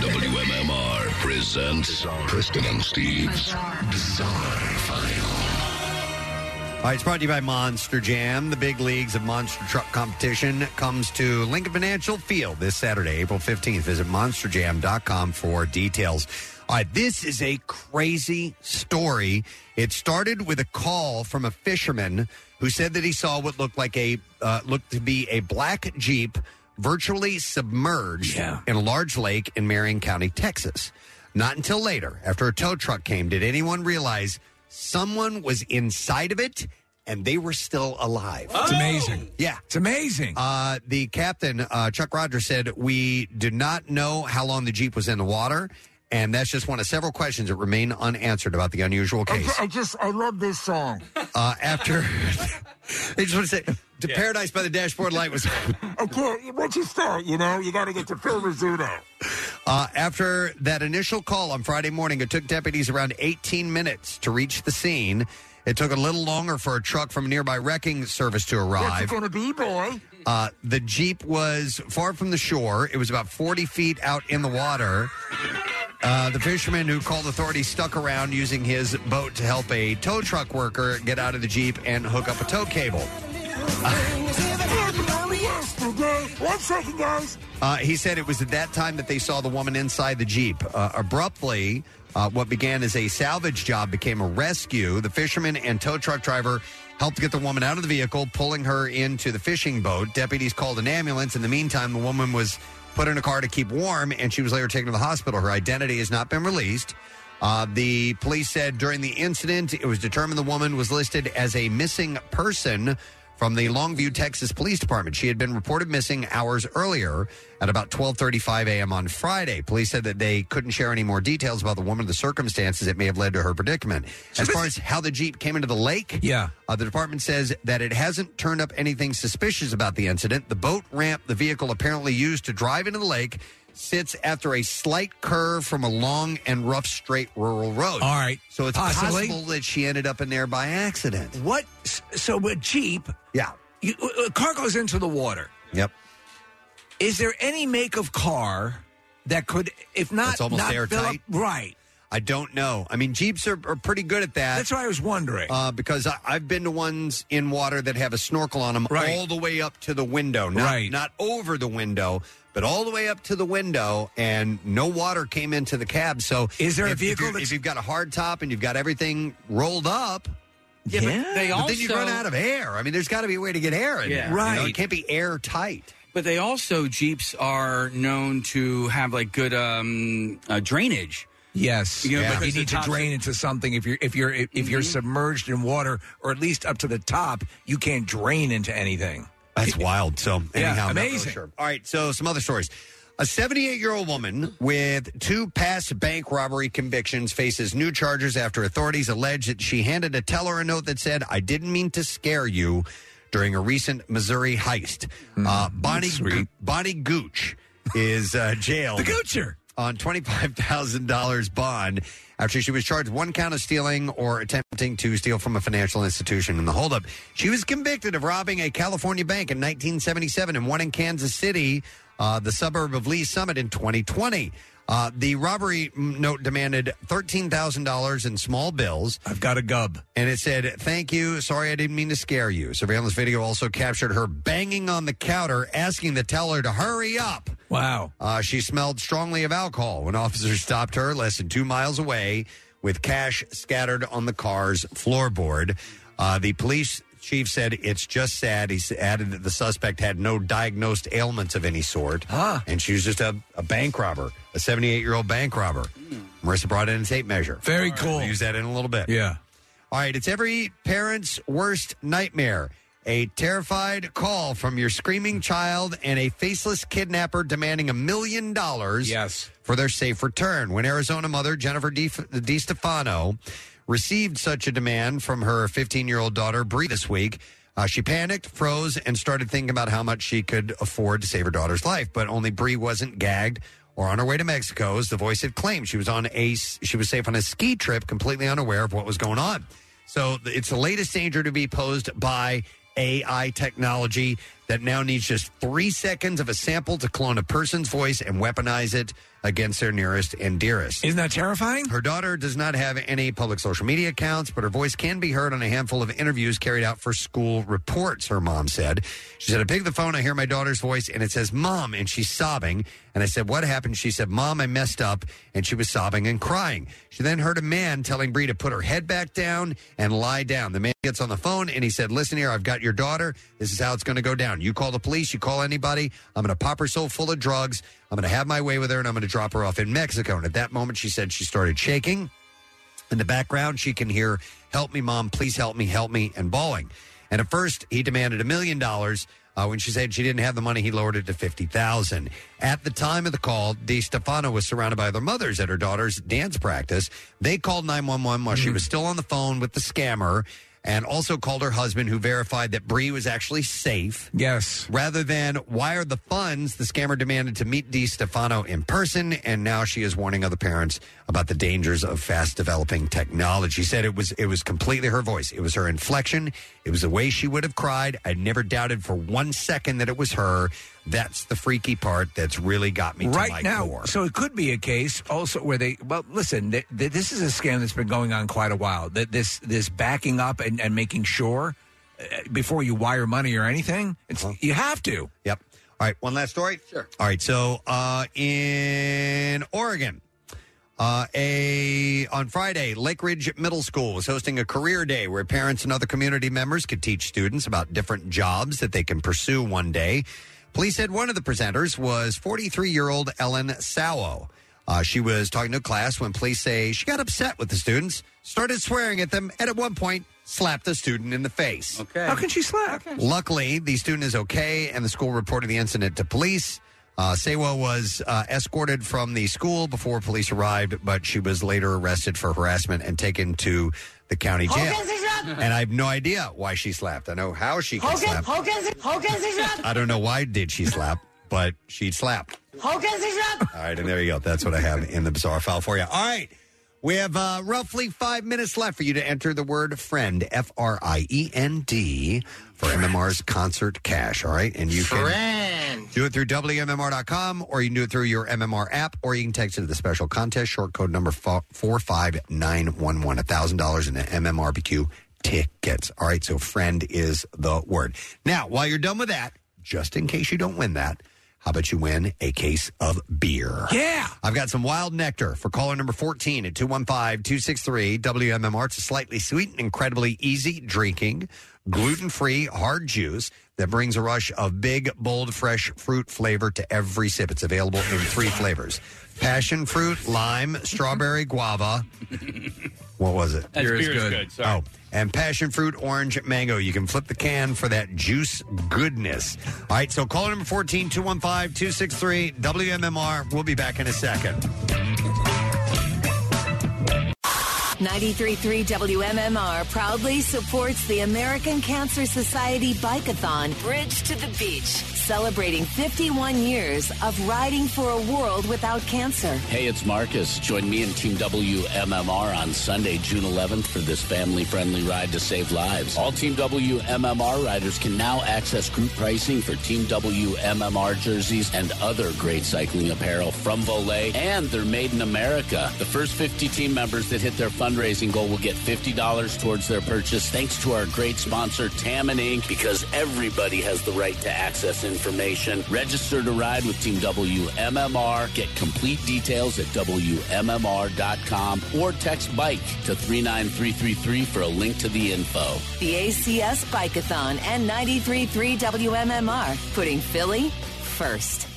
Speaker 2: WMMR presents Kristen and Steve's Bizarre File.
Speaker 3: All right, it's brought to you by Monster Jam. The big leagues of monster truck competition comes to Lincoln Financial Field this Saturday, April 15th. Visit monsterjam.com for details. All right, this is a crazy story. It started with a call from a fisherman who said that he saw what looked like a uh, looked to be a black jeep virtually submerged in a large lake in Marion County, Texas. Not until later, after a tow truck came, did anyone realize someone was inside of it and they were still alive. Oh.
Speaker 5: It's amazing.
Speaker 3: Yeah.
Speaker 5: It's amazing.
Speaker 3: Uh, the captain, uh, Chuck Rogers, said, We do not know how long the Jeep was in the water. And that's just one of several questions that remain unanswered about the unusual case.
Speaker 25: I just, I love this song.
Speaker 3: Uh, after, I just want to say, to
Speaker 25: Yeah.
Speaker 3: Paradise by the Dashboard Light was.
Speaker 25: I can't, once you start, you know, you got to get to Phil Rizzuto.
Speaker 3: Uh, after that initial call on Friday morning, it took deputies around 18 minutes to reach the scene. It took a little longer for a truck from a nearby wrecking service to
Speaker 25: What's it
Speaker 3: arrive.
Speaker 25: going to be, boy?
Speaker 3: Uh, the Jeep was far from the shore. It was about 40 feet out in the water. Uh, the fisherman who called authorities stuck around using his boat to help a tow truck worker get out of the Jeep and hook up a tow cable.
Speaker 12: One second, guys.
Speaker 3: Uh, he said it was at that time that they saw the woman inside the Jeep. Uh, abruptly, uh, what began as a salvage job became a rescue. The fisherman and tow truck driver helped get the woman out of the vehicle, pulling her into the fishing boat. Deputies called an ambulance. In the meantime, the woman was put in a car to keep warm, and she was later taken to the hospital. Her identity has not been released. Uh, the police said during the incident, it was determined the woman was listed as a missing person from the Longview, Texas Police Department. She had been reported missing hours earlier at about 12:35 a.m. on Friday. Police said that they couldn't share any more details about the woman, the circumstances that may have led to her predicament. As far as how the Jeep came into the lake,
Speaker 5: Yeah.
Speaker 3: uh, the department says that it hasn't turned up anything suspicious about the incident. The boat ramp the vehicle apparently used to drive into the lake sits after a slight curve from a long and rough, straight rural road.
Speaker 5: All right.
Speaker 3: So it's
Speaker 5: Possibly.
Speaker 3: possible that she ended up in there by accident.
Speaker 5: What? So a Jeep.
Speaker 3: Yeah.
Speaker 5: You, a car goes into the water.
Speaker 3: Yep.
Speaker 5: Is there any make of car that could, if not,
Speaker 3: That's almost
Speaker 5: not fill up-
Speaker 3: airtight.
Speaker 5: right.
Speaker 3: I don't know. I mean, Jeeps are, are pretty good at that. That's
Speaker 5: what I was wondering.
Speaker 3: Uh, because I, I've been to ones in water that have a snorkel on them
Speaker 5: Right.
Speaker 3: all the way up to the window. Not,
Speaker 5: Right.
Speaker 3: Not over the window, but all the way up to the window, and no water came into the cab. So
Speaker 5: Is there a
Speaker 3: if- if
Speaker 5: vehicle
Speaker 3: you're- If,
Speaker 5: that's-
Speaker 3: you've got a hard top and you've got everything rolled up.
Speaker 5: Yeah, but Yeah. they
Speaker 3: then you
Speaker 7: also-
Speaker 3: run out of air. I mean, there's got to be a way to get air in there. you know? It can't be airtight.
Speaker 7: But they also Jeeps are known to have like good um, uh, drainage.
Speaker 5: Yes,
Speaker 7: You know,
Speaker 5: yeah.
Speaker 7: because
Speaker 5: you
Speaker 7: the
Speaker 5: need to
Speaker 7: tops-
Speaker 5: drain into something. If you're if you're if
Speaker 25: Mm-hmm.
Speaker 5: you're submerged in water, or at least up to the top, you can't drain into anything.
Speaker 3: That's wild. So
Speaker 5: Yeah,
Speaker 3: anyhow, I'm not
Speaker 5: amazing.
Speaker 3: really sure. All right, so some other stories. A 78 year old woman with two past bank robbery convictions faces new charges after authorities allege that she handed a teller a note that said, I didn't mean to scare you during a recent Missouri heist. uh, Bonnie, Bonnie Gooch is uh, jailed. the
Speaker 5: Goocher!
Speaker 3: On $25,000 bond after she was charged one count of stealing or attempting to steal from a financial institution in the holdup. She was convicted of robbing a California bank in 1977 and one in Kansas City, uh, the suburb of Lee Summit, in 2020. Uh, the robbery m- note demanded $13,000 in small bills.
Speaker 5: I've got a gub.
Speaker 3: And it said, Thank you. Sorry, I didn't mean to scare you. Surveillance video also captured her banging on the counter, asking the teller to hurry up.
Speaker 5: Wow.
Speaker 3: Uh, she smelled strongly of alcohol when officers stopped her less than two miles away with cash scattered on the car's floorboard. Uh, the police chief said, It's just sad. He s- added that the suspect had no diagnosed ailments of any sort.
Speaker 5: Ah.
Speaker 3: And she was just a, a bank robber, a 78 year old bank robber. Marissa brought in a tape measure.
Speaker 5: Hmm. Very cool.
Speaker 3: We'll use that in a little bit.
Speaker 5: Yeah.
Speaker 3: All right, it's every parent's worst nightmare. A terrified call from your screaming child and a faceless kidnapper demanding a million dollars
Speaker 5: yes.
Speaker 3: for their safe return. When Arizona mother Jennifer D. Di Stefano received such a demand from her 15 year old daughter, Bree, this week, uh, she panicked, froze, and started thinking about how much she could afford to save her daughter's life. But only Bree wasn't gagged or on her way to Mexico, as the voice had claimed. She was on a she was safe on a ski trip, completely unaware of what was going on. So th- it's the latest danger to be posed by AI technology that now needs just three seconds of a sample to clone a person's voice and weaponize it against their nearest and dearest.
Speaker 5: Isn't that terrifying?
Speaker 3: Her daughter does not have any public social media accounts, but her voice can be heard on a handful of interviews carried out for school reports, her mom said. She said, I pick the phone, I hear my daughter's voice, and it says, Mom, and she's sobbing. And I said, What happened? She said, Mom, I messed up. And she was sobbing and crying. She then heard a man telling Bree to put her head back down and lie down. The man gets on the phone and he said, Listen here, I've got your daughter. This is how it's going to go down. You call the police, you call anybody. I'm going to pop her so full of drugs. I'm going to have my way with her and I'm going to drop her off in Mexico. And at that moment, she said she started shaking. In the background, she can hear, Help me, mom, please help me, help me, and bawling. And at first, he demanded a million dollars. Uh, when she said she didn't have the money, he lowered it to 50000 At the time of the call, Di Stefano was surrounded by other mothers at her daughter's dance practice. They called 911 while she was still on the phone with the scammer and also called her husband, who verified that Bree was actually safe.
Speaker 5: Yes.
Speaker 3: Rather than wire the funds, the scammer demanded to meet Di Stefano in person, and now she is warning other parents about the dangers of fast developing technology. She said it was it was completely her voice. It was her inflection. It was the way she would have cried. I never doubted for one second that it was her. That's the freaky part that's really got me to my
Speaker 5: right now.
Speaker 3: core.
Speaker 5: So it could be a case also where they. Well, listen, th- th- this is a scam that's been going on quite a while. That this this backing up and, and making sure uh, before you wire money or anything. It's you have to.
Speaker 3: Uh-huh. Yep. All right, one last story. Sure. All right, so uh, in Oregon, uh, a on Friday, Lake Ridge Middle School was hosting a career day where parents and other community members could teach students about different jobs that they can pursue one day. Police said one of the presenters was 43 year old Ellen Sawo. Uh, she was talking to a class when police say she got upset with the students, started swearing at them, and at one point slapped the student in the face. Okay.
Speaker 5: How can she slap?
Speaker 3: Luckily, the student is okay, and the school reported the incident to police. Uh, Sewa was uh, escorted from the school before police arrived, but she was later arrested for harassment and taken to the county jail.
Speaker 22: Hocus is up.
Speaker 3: And I have no idea why she slapped. I know how she got
Speaker 22: Hocus,
Speaker 3: slapped.
Speaker 22: Hocus, Hocus is up.
Speaker 3: I don't know why did she slap, but she slapped.
Speaker 22: Hocus is up.
Speaker 3: All right, and there you go. That's what I have in the bizarre file for you. All right. We have uh, roughly five minutes left for you to enter the word friend, F R I E N D, for MMR's concert cash. All right. And you can do it through WMMR.com or you can do it through your MMR app or you can text it to the special contest, short code number fo- 45911, $1,000 in the MMRBQ tickets. All right. So friend is the word. Now, while you're done with that, just in case you don't win that, how about you win a case of beer?
Speaker 5: Yeah.
Speaker 3: I've got some wild nectar for caller number 14 at 215 263 WMMR. It's a slightly sweet and incredibly easy drinking, gluten free, hard juice that brings a rush of big, bold, fresh fruit flavor to every sip. It's available in three flavors passion fruit, lime, strawberry, guava. What was it?
Speaker 22: That's Beer is beer is good. good, sorry.
Speaker 3: Oh, and passion fruit, orange, mango. You can flip the can for that juice goodness. All right, so call number 14 215 263 WMMR. We'll be back in a second.
Speaker 9: 933 WMMR proudly supports the American Cancer Society Bikeathon Bridge to the Beach, celebrating 51 years of riding for a world without cancer.
Speaker 26: Hey, it's Marcus. Join me and Team WMMR on Sunday, June 11th for this family friendly ride to save lives. All Team WMMR riders can now access group pricing for Team WMMR jerseys and other great cycling apparel from Volet, and they're made in America. The first 50 team members that hit their fundraising goal will get $50 towards their purchase thanks to our great sponsor, Tammin Inc., because everybody has the right to access information. Register to ride with Team WMMR. Get complete details at WMMR.com or text BIKE to 39333 for a link to the info.
Speaker 9: The ACS Bikeathon and 933 WMMR, putting Philly first.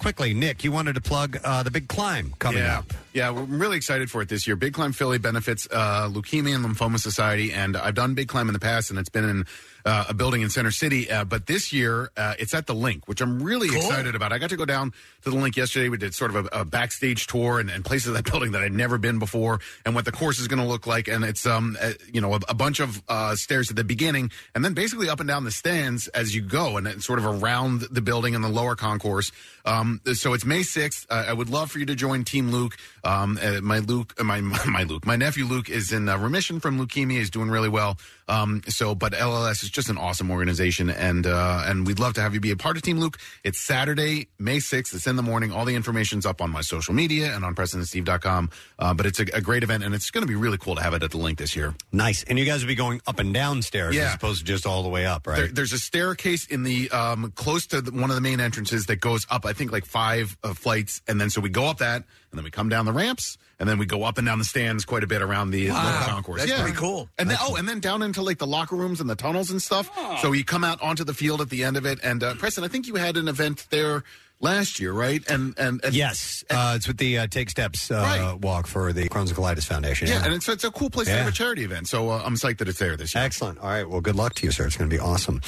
Speaker 3: Quickly, Nick, you wanted to plug uh, the big climb coming
Speaker 6: yeah.
Speaker 3: up.
Speaker 6: Yeah, we're really excited for it this year. Big Climb Philly benefits uh, Leukemia and Lymphoma Society, and I've done Big Climb in the past, and it's been in uh, a building in Center City. Uh, but this year, uh, it's at the Link, which I'm really excited about. I got to go down to the Link yesterday. We did sort of a, a backstage tour and, and places of that building that I'd never been before, and what the course is going to look like. And it's um, uh, you know a, a bunch of uh, stairs at the beginning, and then basically up and down the stands as you go, and it's sort of around the building and the lower concourse. Um, so it's May 6th. Uh, I would love for you to join Team Luke. Um, uh, my Luke, uh, my my Luke, my nephew Luke is in uh, remission from leukemia. He's doing really well. Um, so, but LLS is just an awesome organization, and uh, and we'd love to have you be a part of Team Luke. It's Saturday, May 6th. It's in the morning. All the information's up on my social media and on PresidentSteve.com. Uh, but it's a, a great event, and it's going to be really cool to have it at the link this year.
Speaker 3: Nice. And you guys will be going up and down stairs
Speaker 6: Yeah.
Speaker 3: as opposed to just all the way up, right?
Speaker 6: There, there's a staircase in the um, close to the, one of the main entrances that goes up. I think like five uh, flights, and then so we go up that, and then we come down the ramps, and then we go up and down the stands quite a bit around the
Speaker 5: Wow.
Speaker 6: little concourse.
Speaker 5: That's pretty cool.
Speaker 6: And then, oh, and then down into like the locker rooms and the tunnels and stuff.
Speaker 5: Oh.
Speaker 6: So you come out onto the field at the end of it. And uh, Preston, I think you had an event there last year, right? And and, and
Speaker 3: yes, uh, it's with the uh, Take Steps uh,
Speaker 6: Right.
Speaker 3: walk for the Crohn's and Colitis Foundation.
Speaker 6: yeah, and it's it's a cool place to
Speaker 3: Yeah.
Speaker 6: have a charity event. So uh, I'm psyched that it's there this year.
Speaker 3: Excellent. All right. Well, good luck to you, sir. It's going to be awesome.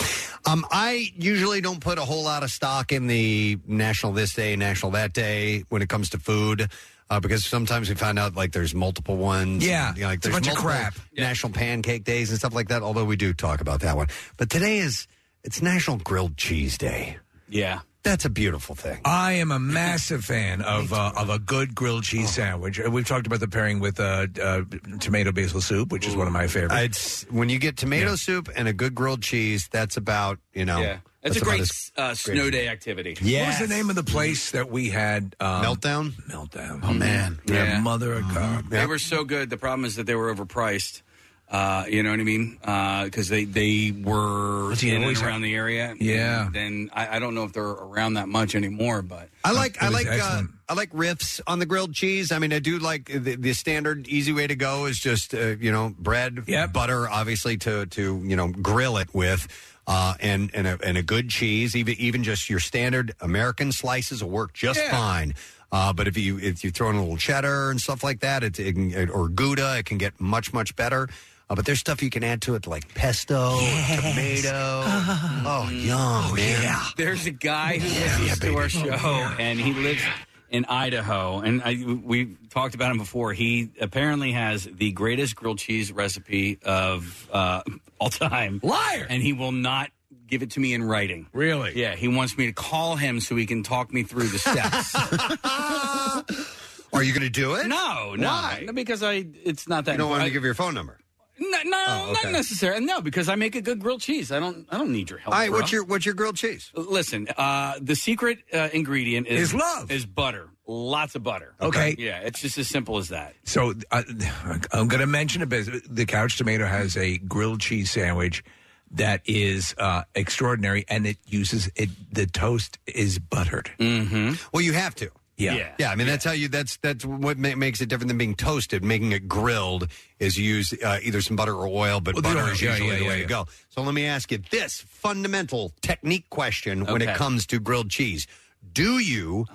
Speaker 3: Um, I usually don't put a whole lot of stock in the national this day, national that day when it comes to food. Uh, because sometimes we find out like there's multiple ones.
Speaker 5: Yeah.
Speaker 3: and, you know, like
Speaker 5: It's a
Speaker 3: there's
Speaker 5: bunch of
Speaker 3: multiple
Speaker 5: crap.
Speaker 3: National Pancake Days and stuff like that. Although we do talk about that one, but today is it's National Grilled Cheese Day.
Speaker 7: Yeah,
Speaker 3: that's a beautiful thing.
Speaker 5: I am a massive fan of uh, of a good grilled
Speaker 3: Oh.
Speaker 5: cheese sandwich. Uh, We've talked about the pairing with uh, uh, tomato basil soup, which is one of my favorites.
Speaker 3: It's when you get tomato soup and a good grilled cheese. That's about you know.
Speaker 5: Yeah.
Speaker 7: that's, a
Speaker 3: about
Speaker 7: great
Speaker 3: as-
Speaker 7: uh, snow
Speaker 3: great-
Speaker 7: day activity.
Speaker 5: What was the name of the place that we had um,
Speaker 3: meltdown?
Speaker 5: Meltdown. Oh man, yeah, mother of God.
Speaker 3: Mm-hmm.
Speaker 7: They were so good. The problem is that they were overpriced. Uh, you know what I mean? Because they they were
Speaker 5: Does he
Speaker 7: in
Speaker 5: always
Speaker 7: and
Speaker 5: have-
Speaker 7: around the area.
Speaker 5: Yeah.
Speaker 7: And then I, I don't know if they're around that much anymore, but
Speaker 3: I like I like uh, I like riffs on the grilled cheese. I mean, I do like the, the standard easy way to go is just uh, you know bread, butter, obviously to to you know grill it with, uh, and and a, and a good cheese. Even even just your standard American slices will work just fine. Uh, but if you if you throw in a little cheddar and stuff like that, it, it can, or Gouda, it can get much much better. Uh, but there's stuff you can add to it like pesto, tomato. Oh, yum! man.
Speaker 7: There's a guy who listens to our show,
Speaker 3: Oh,
Speaker 7: and he lives in Idaho. And I, we talked about him before. He apparently has the greatest grilled cheese recipe of uh, all time. Liar! And he will not give it to me in writing. Really? Yeah. He wants me to call him so he can talk me through the steps.
Speaker 3: Are you going to do it?
Speaker 7: No, no.
Speaker 3: Why?
Speaker 7: Because I, it's not that.
Speaker 3: You don't want
Speaker 7: I-
Speaker 3: to give your phone number.
Speaker 7: No, no,
Speaker 3: Oh, okay.
Speaker 7: not necessarily. No, because I make a good grilled cheese. I don't. I don't need your help.
Speaker 3: All right,
Speaker 7: bro.
Speaker 3: what's your what's your grilled cheese?
Speaker 7: Listen, uh, the secret uh, ingredient is,
Speaker 5: Is love.
Speaker 7: Is butter. Lots of butter.
Speaker 5: Okay.
Speaker 7: Yeah, it's just as simple as that.
Speaker 5: So uh, I'm going to mention a bit. The Couch Tomato has a grilled cheese sandwich that is uh, extraordinary, and it uses it. The toast is buttered.
Speaker 3: Mm-hmm. Well, you have to.
Speaker 5: Yeah.
Speaker 3: yeah. I mean, that's how you. That's that's what ma- makes it different than being toasted. Making it grilled is you use uh, either some butter or oil, but
Speaker 5: Well, the
Speaker 3: butter
Speaker 5: oil,
Speaker 3: is
Speaker 5: yeah,
Speaker 3: usually
Speaker 5: yeah,
Speaker 3: the
Speaker 5: yeah,
Speaker 3: way
Speaker 5: yeah.
Speaker 3: to go. So let me ask you this fundamental technique question when it
Speaker 5: Okay. Uh-huh.
Speaker 3: comes to grilled cheese: Do you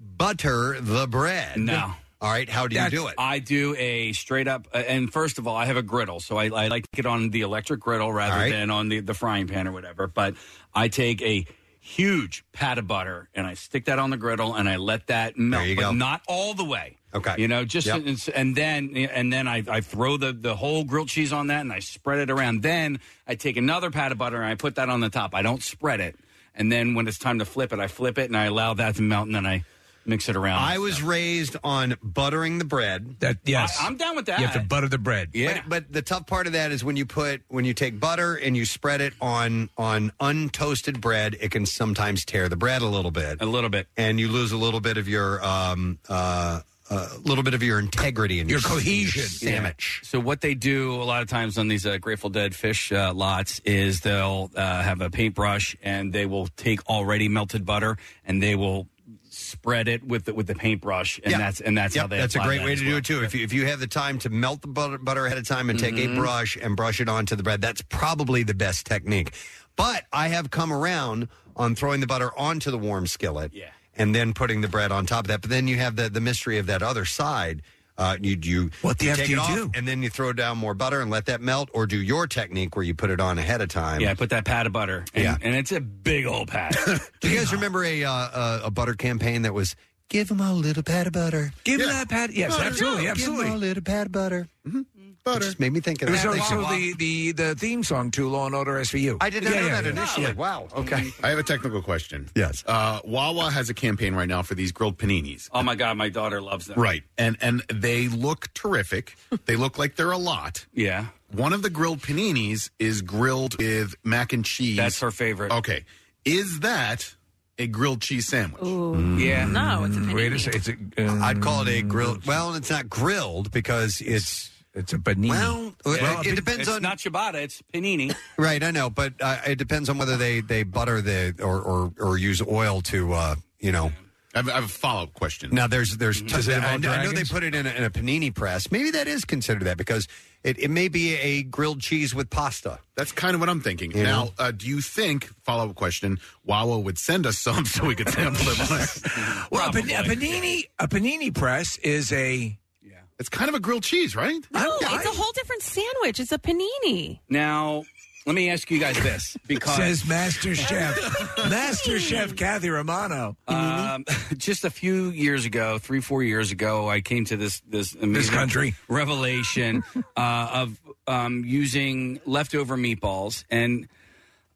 Speaker 3: butter the bread?
Speaker 7: No.
Speaker 3: All right. How do you do it?
Speaker 7: I do a straight up. Uh, and first of all, I have a griddle, so I, I like to get on the electric griddle rather
Speaker 3: All right.
Speaker 7: than on the, the frying pan or whatever. But I take a huge pat of butter and I stick that on the griddle and I let that melt,
Speaker 3: you
Speaker 7: but
Speaker 3: go.
Speaker 7: not all the way.
Speaker 3: Okay.
Speaker 7: You know, just
Speaker 3: Yep.
Speaker 7: and, and then and then I, I throw the, the whole grilled cheese on that and I spread it around. Then I take another pat of butter and I put that on the top. I don't spread it. And then when it's time to flip it, I flip it and I allow that to melt and then I mix it around.
Speaker 3: I was raised on buttering the bread.
Speaker 5: That
Speaker 7: yes. I- I'm down with that. You have to
Speaker 5: butter the bread.
Speaker 3: Yeah. But, but the tough part of that is when you put when you take butter and you spread it on on untoasted bread, it can sometimes tear the bread a little bit.
Speaker 7: A little bit.
Speaker 3: And you lose a little bit of your um uh a little bit of your integrity and your,
Speaker 7: Yeah.
Speaker 3: sandwich.
Speaker 7: So what they do a lot of times on these uh, Grateful Dead fish uh, lots is they'll uh, have a paintbrush and they will take already melted butter and they will spread it with the, with the paintbrush and
Speaker 3: Yeah.
Speaker 7: that's and that's how they
Speaker 3: That's a
Speaker 7: apply
Speaker 3: great
Speaker 7: that
Speaker 3: way
Speaker 7: as
Speaker 3: to do it too. If you, if you have the time to melt the butter, butter ahead of time and take
Speaker 7: Mhm.
Speaker 3: a brush and brush it onto the bread, that's probably the best technique. But I have come around on throwing the butter onto the warm skillet and then putting the bread on top of that. But then you have the, the mystery of that other side. Uh, you you
Speaker 5: What the
Speaker 3: you
Speaker 5: F
Speaker 3: take
Speaker 5: do
Speaker 3: it
Speaker 5: you
Speaker 3: off
Speaker 5: do?
Speaker 3: and then you throw down more butter and let that melt, or do your technique where you put it on ahead of time.
Speaker 7: Yeah, I put that pat of butter. And, yeah, and it's a big old pat.
Speaker 3: Do you guys remember a uh, a, a butter campaign that was give them a little pat of butter,
Speaker 5: Give him that pat. Yes, absolutely, absolutely.
Speaker 3: give them a little pat of butter, mm-hmm. butter. just made me think of
Speaker 5: It was
Speaker 3: that.
Speaker 5: also the, the, the theme song to Law and Order SVU.
Speaker 3: I did not
Speaker 5: Yeah,
Speaker 3: know
Speaker 5: yeah,
Speaker 3: that
Speaker 5: yeah.
Speaker 3: initially. Wow. Okay.
Speaker 5: Mm-hmm.
Speaker 6: I have a technical question.
Speaker 3: Yes.
Speaker 6: Uh, Wawa has a campaign right now for these grilled paninis.
Speaker 7: oh my god, my daughter loves them.
Speaker 6: Right. And and they look terrific. they look like they're a lot.
Speaker 7: Yeah.
Speaker 6: One of the grilled paninis is grilled with mac and cheese. That's
Speaker 7: her favorite.
Speaker 6: Okay. Is that a grilled cheese sandwich? Mm.
Speaker 7: Yeah.
Speaker 4: No, it's a
Speaker 5: Wait a second. It's a,
Speaker 6: uh,
Speaker 3: I'd call it a grilled.
Speaker 6: Mm.
Speaker 3: Well, it's not grilled because it's
Speaker 5: it's a panini.
Speaker 3: Well, it-
Speaker 7: Yeah.
Speaker 3: it, depends
Speaker 7: it's
Speaker 3: on
Speaker 7: not ciabatta, it's panini.
Speaker 3: right. I know, but uh, it depends on whether they they butter the or or, or use oil to uh, you know.
Speaker 6: I have, I have a follow up question.
Speaker 3: Now there's there's
Speaker 6: Does it
Speaker 3: I,
Speaker 6: involve
Speaker 3: know- I know they
Speaker 6: dragons?
Speaker 3: put it in a, in a panini press. Maybe that is considered that because it, it may be a grilled cheese with pasta.
Speaker 6: That's kind of what I'm thinking.
Speaker 3: You
Speaker 6: now,
Speaker 3: know?
Speaker 6: uh, do you think, follow up question, Wawa would send us some so we could sample it? on our-
Speaker 5: Well, a, pan- a panini a panini press is a yeah.
Speaker 6: It's kind of a grilled cheese, right?
Speaker 4: No, it's a whole different sandwich. It's a panini.
Speaker 7: Now, let me ask you guys this because
Speaker 5: Says Master Chef, Master Chef Kathy Romano.
Speaker 7: Um, just a few years ago, three four years ago, I came to this this amazing
Speaker 5: country.
Speaker 7: revelation uh, of um, using leftover meatballs, and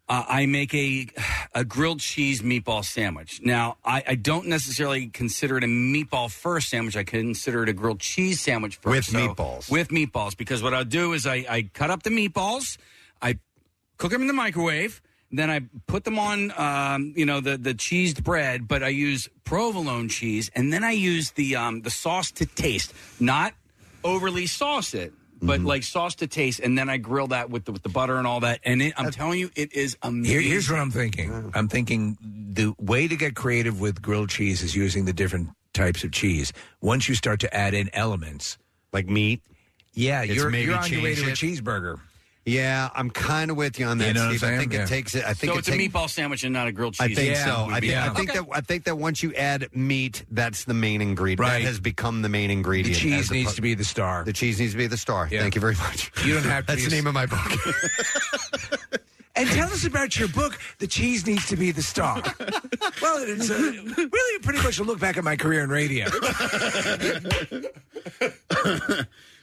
Speaker 7: uh, I make a a grilled cheese meatball sandwich. Now, I, I don't necessarily consider it a meatball first sandwich. I consider it a grilled cheese sandwich first
Speaker 3: With meatballs.
Speaker 7: With meatballs, because what I'll do is I, I cut up the meatballs, I cook them in the microwave. Then I put them on, um, you know, the the cheesed bread, but I use provolone cheese, and then I use the um, the sauce to taste, not overly sauce it, but
Speaker 3: Mm-hmm.
Speaker 7: like sauce to taste, and then I grill that with the, with the butter and all that. And it, I'm telling you, it is amazing.
Speaker 5: Here- here's what I'm thinking. I'm thinking the way to get creative with grilled cheese is using the different types of cheese. Once you start to add in elements
Speaker 3: like meat,
Speaker 5: yeah,
Speaker 3: It's
Speaker 5: you're,
Speaker 3: maybe
Speaker 5: you're on your way to a
Speaker 3: change
Speaker 5: cheeseburger.
Speaker 3: Yeah, I'm kind of with you on that,
Speaker 5: You know what I'm
Speaker 3: Steve. I
Speaker 5: saying?
Speaker 3: think
Speaker 5: Yeah.
Speaker 3: it takes it. I think
Speaker 7: so
Speaker 3: it
Speaker 7: it's
Speaker 3: takes,
Speaker 7: a meatball sandwich and not a grilled
Speaker 3: I
Speaker 7: cheese.
Speaker 3: think
Speaker 7: sandwich
Speaker 3: so.
Speaker 7: would
Speaker 3: I
Speaker 7: be
Speaker 3: think, I
Speaker 7: that.
Speaker 3: think that I think that once you add meat, that's the main ingredient.
Speaker 5: Right.
Speaker 3: That has become the main ingredient.
Speaker 5: cheese
Speaker 3: as
Speaker 5: needs
Speaker 3: oppo-
Speaker 5: to be the star.
Speaker 3: The cheese needs to be the star. Thank you very much.
Speaker 5: You don't have to
Speaker 3: That's
Speaker 5: be
Speaker 3: the
Speaker 5: a-
Speaker 3: name of my book.
Speaker 5: And tell us about your book. The cheese needs to be the star. well, it's a, really pretty much a look back at my career in radio.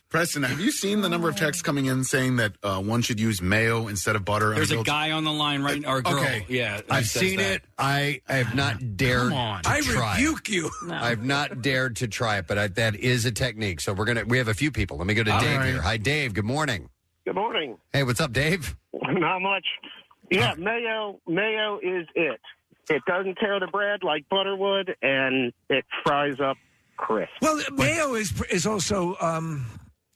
Speaker 6: Preston, have you seen the number of texts coming in saying that uh, one should use mayo instead of butter? on
Speaker 7: There's a
Speaker 6: grilled-
Speaker 7: guy on the line right or a girl.
Speaker 6: Okay.
Speaker 7: Yeah,
Speaker 6: I've
Speaker 7: who says
Speaker 6: seen
Speaker 7: that.
Speaker 6: it.
Speaker 3: I I have not dared.
Speaker 7: on.
Speaker 3: To
Speaker 7: I
Speaker 3: try it.
Speaker 7: rebuke you. No.
Speaker 3: I've not dared to try it, but I, that is a technique. So we're gonna. We have a few people. Let me go to
Speaker 15: All
Speaker 3: Dave
Speaker 15: right.
Speaker 3: here. Hi, Dave. Good morning.
Speaker 15: Good morning.
Speaker 3: Hey, what's up, Dave?
Speaker 15: Not much. Yeah, mayo. Mayo is it. It doesn't tear the bread like butter would, and it fries up crisp.
Speaker 5: Well, mayo is is also. Um,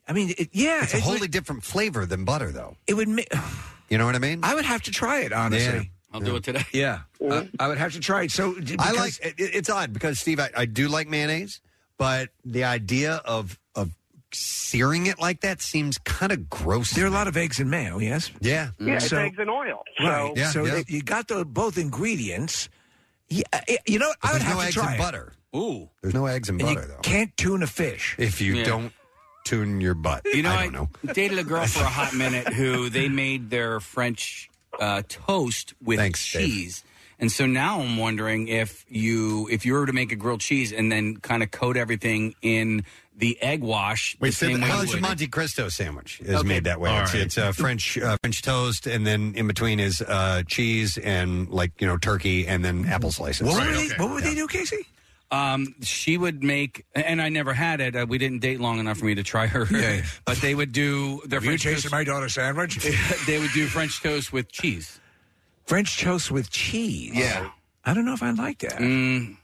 Speaker 5: I mean, it, yeah,
Speaker 3: It's a wholly different flavor than butter, though.
Speaker 5: It would. ma-
Speaker 3: You know what I mean?
Speaker 5: I would have to try it honestly.
Speaker 3: Yeah.
Speaker 7: I'll do it today.
Speaker 5: Yeah, Uh, I would have to try it. So d-
Speaker 3: I
Speaker 5: because-
Speaker 3: like it, it's odd because Steve, I, I do like mayonnaise, but the idea of of searing it like that seems kind of gross. There
Speaker 5: are a lot of eggs in mayo. Yes.
Speaker 3: Yeah.
Speaker 15: Yeah,
Speaker 5: So-
Speaker 15: it's eggs and oil. So
Speaker 5: Right.
Speaker 3: Yeah,
Speaker 5: so
Speaker 3: yeah.
Speaker 5: if you got the both ingredients. Yeah, I- you know, what? I would
Speaker 3: there's
Speaker 5: have
Speaker 3: no
Speaker 5: to
Speaker 3: eggs
Speaker 5: try
Speaker 3: and
Speaker 5: it.
Speaker 3: butter.
Speaker 7: Ooh,
Speaker 3: There's no eggs and
Speaker 5: And you
Speaker 3: butter though.
Speaker 5: Can't tune a fish.
Speaker 3: If you
Speaker 7: Yeah.
Speaker 3: don't tune your butt,
Speaker 7: You know,
Speaker 3: I
Speaker 7: I,
Speaker 3: don't know.
Speaker 7: dated a girl for a hot minute who they made their French uh, toast with cheese. And so now I'm wondering if you if you were to make a grilled cheese and then kind of coat everything in the egg wash the same way
Speaker 3: well,
Speaker 7: you
Speaker 3: it's a
Speaker 7: would.
Speaker 3: Monte Cristo sandwich is
Speaker 7: Okay.
Speaker 3: made that way.
Speaker 7: All
Speaker 3: It's,
Speaker 7: right.
Speaker 3: it's uh, French uh, French toast, and then in between is uh, cheese and like you know turkey, and then apple slices.
Speaker 5: What would, they, what would they do, Casey?
Speaker 7: Um, she would make, and I never had it. Uh, we didn't date long enough for me to try her. But they would do their
Speaker 5: Have you
Speaker 7: French
Speaker 5: tasted
Speaker 7: toast.
Speaker 5: my daughter's sandwich?
Speaker 7: they would do French toast with cheese.
Speaker 5: French toast with cheese.
Speaker 7: Yeah.
Speaker 5: I don't know if I like that.
Speaker 7: Mm.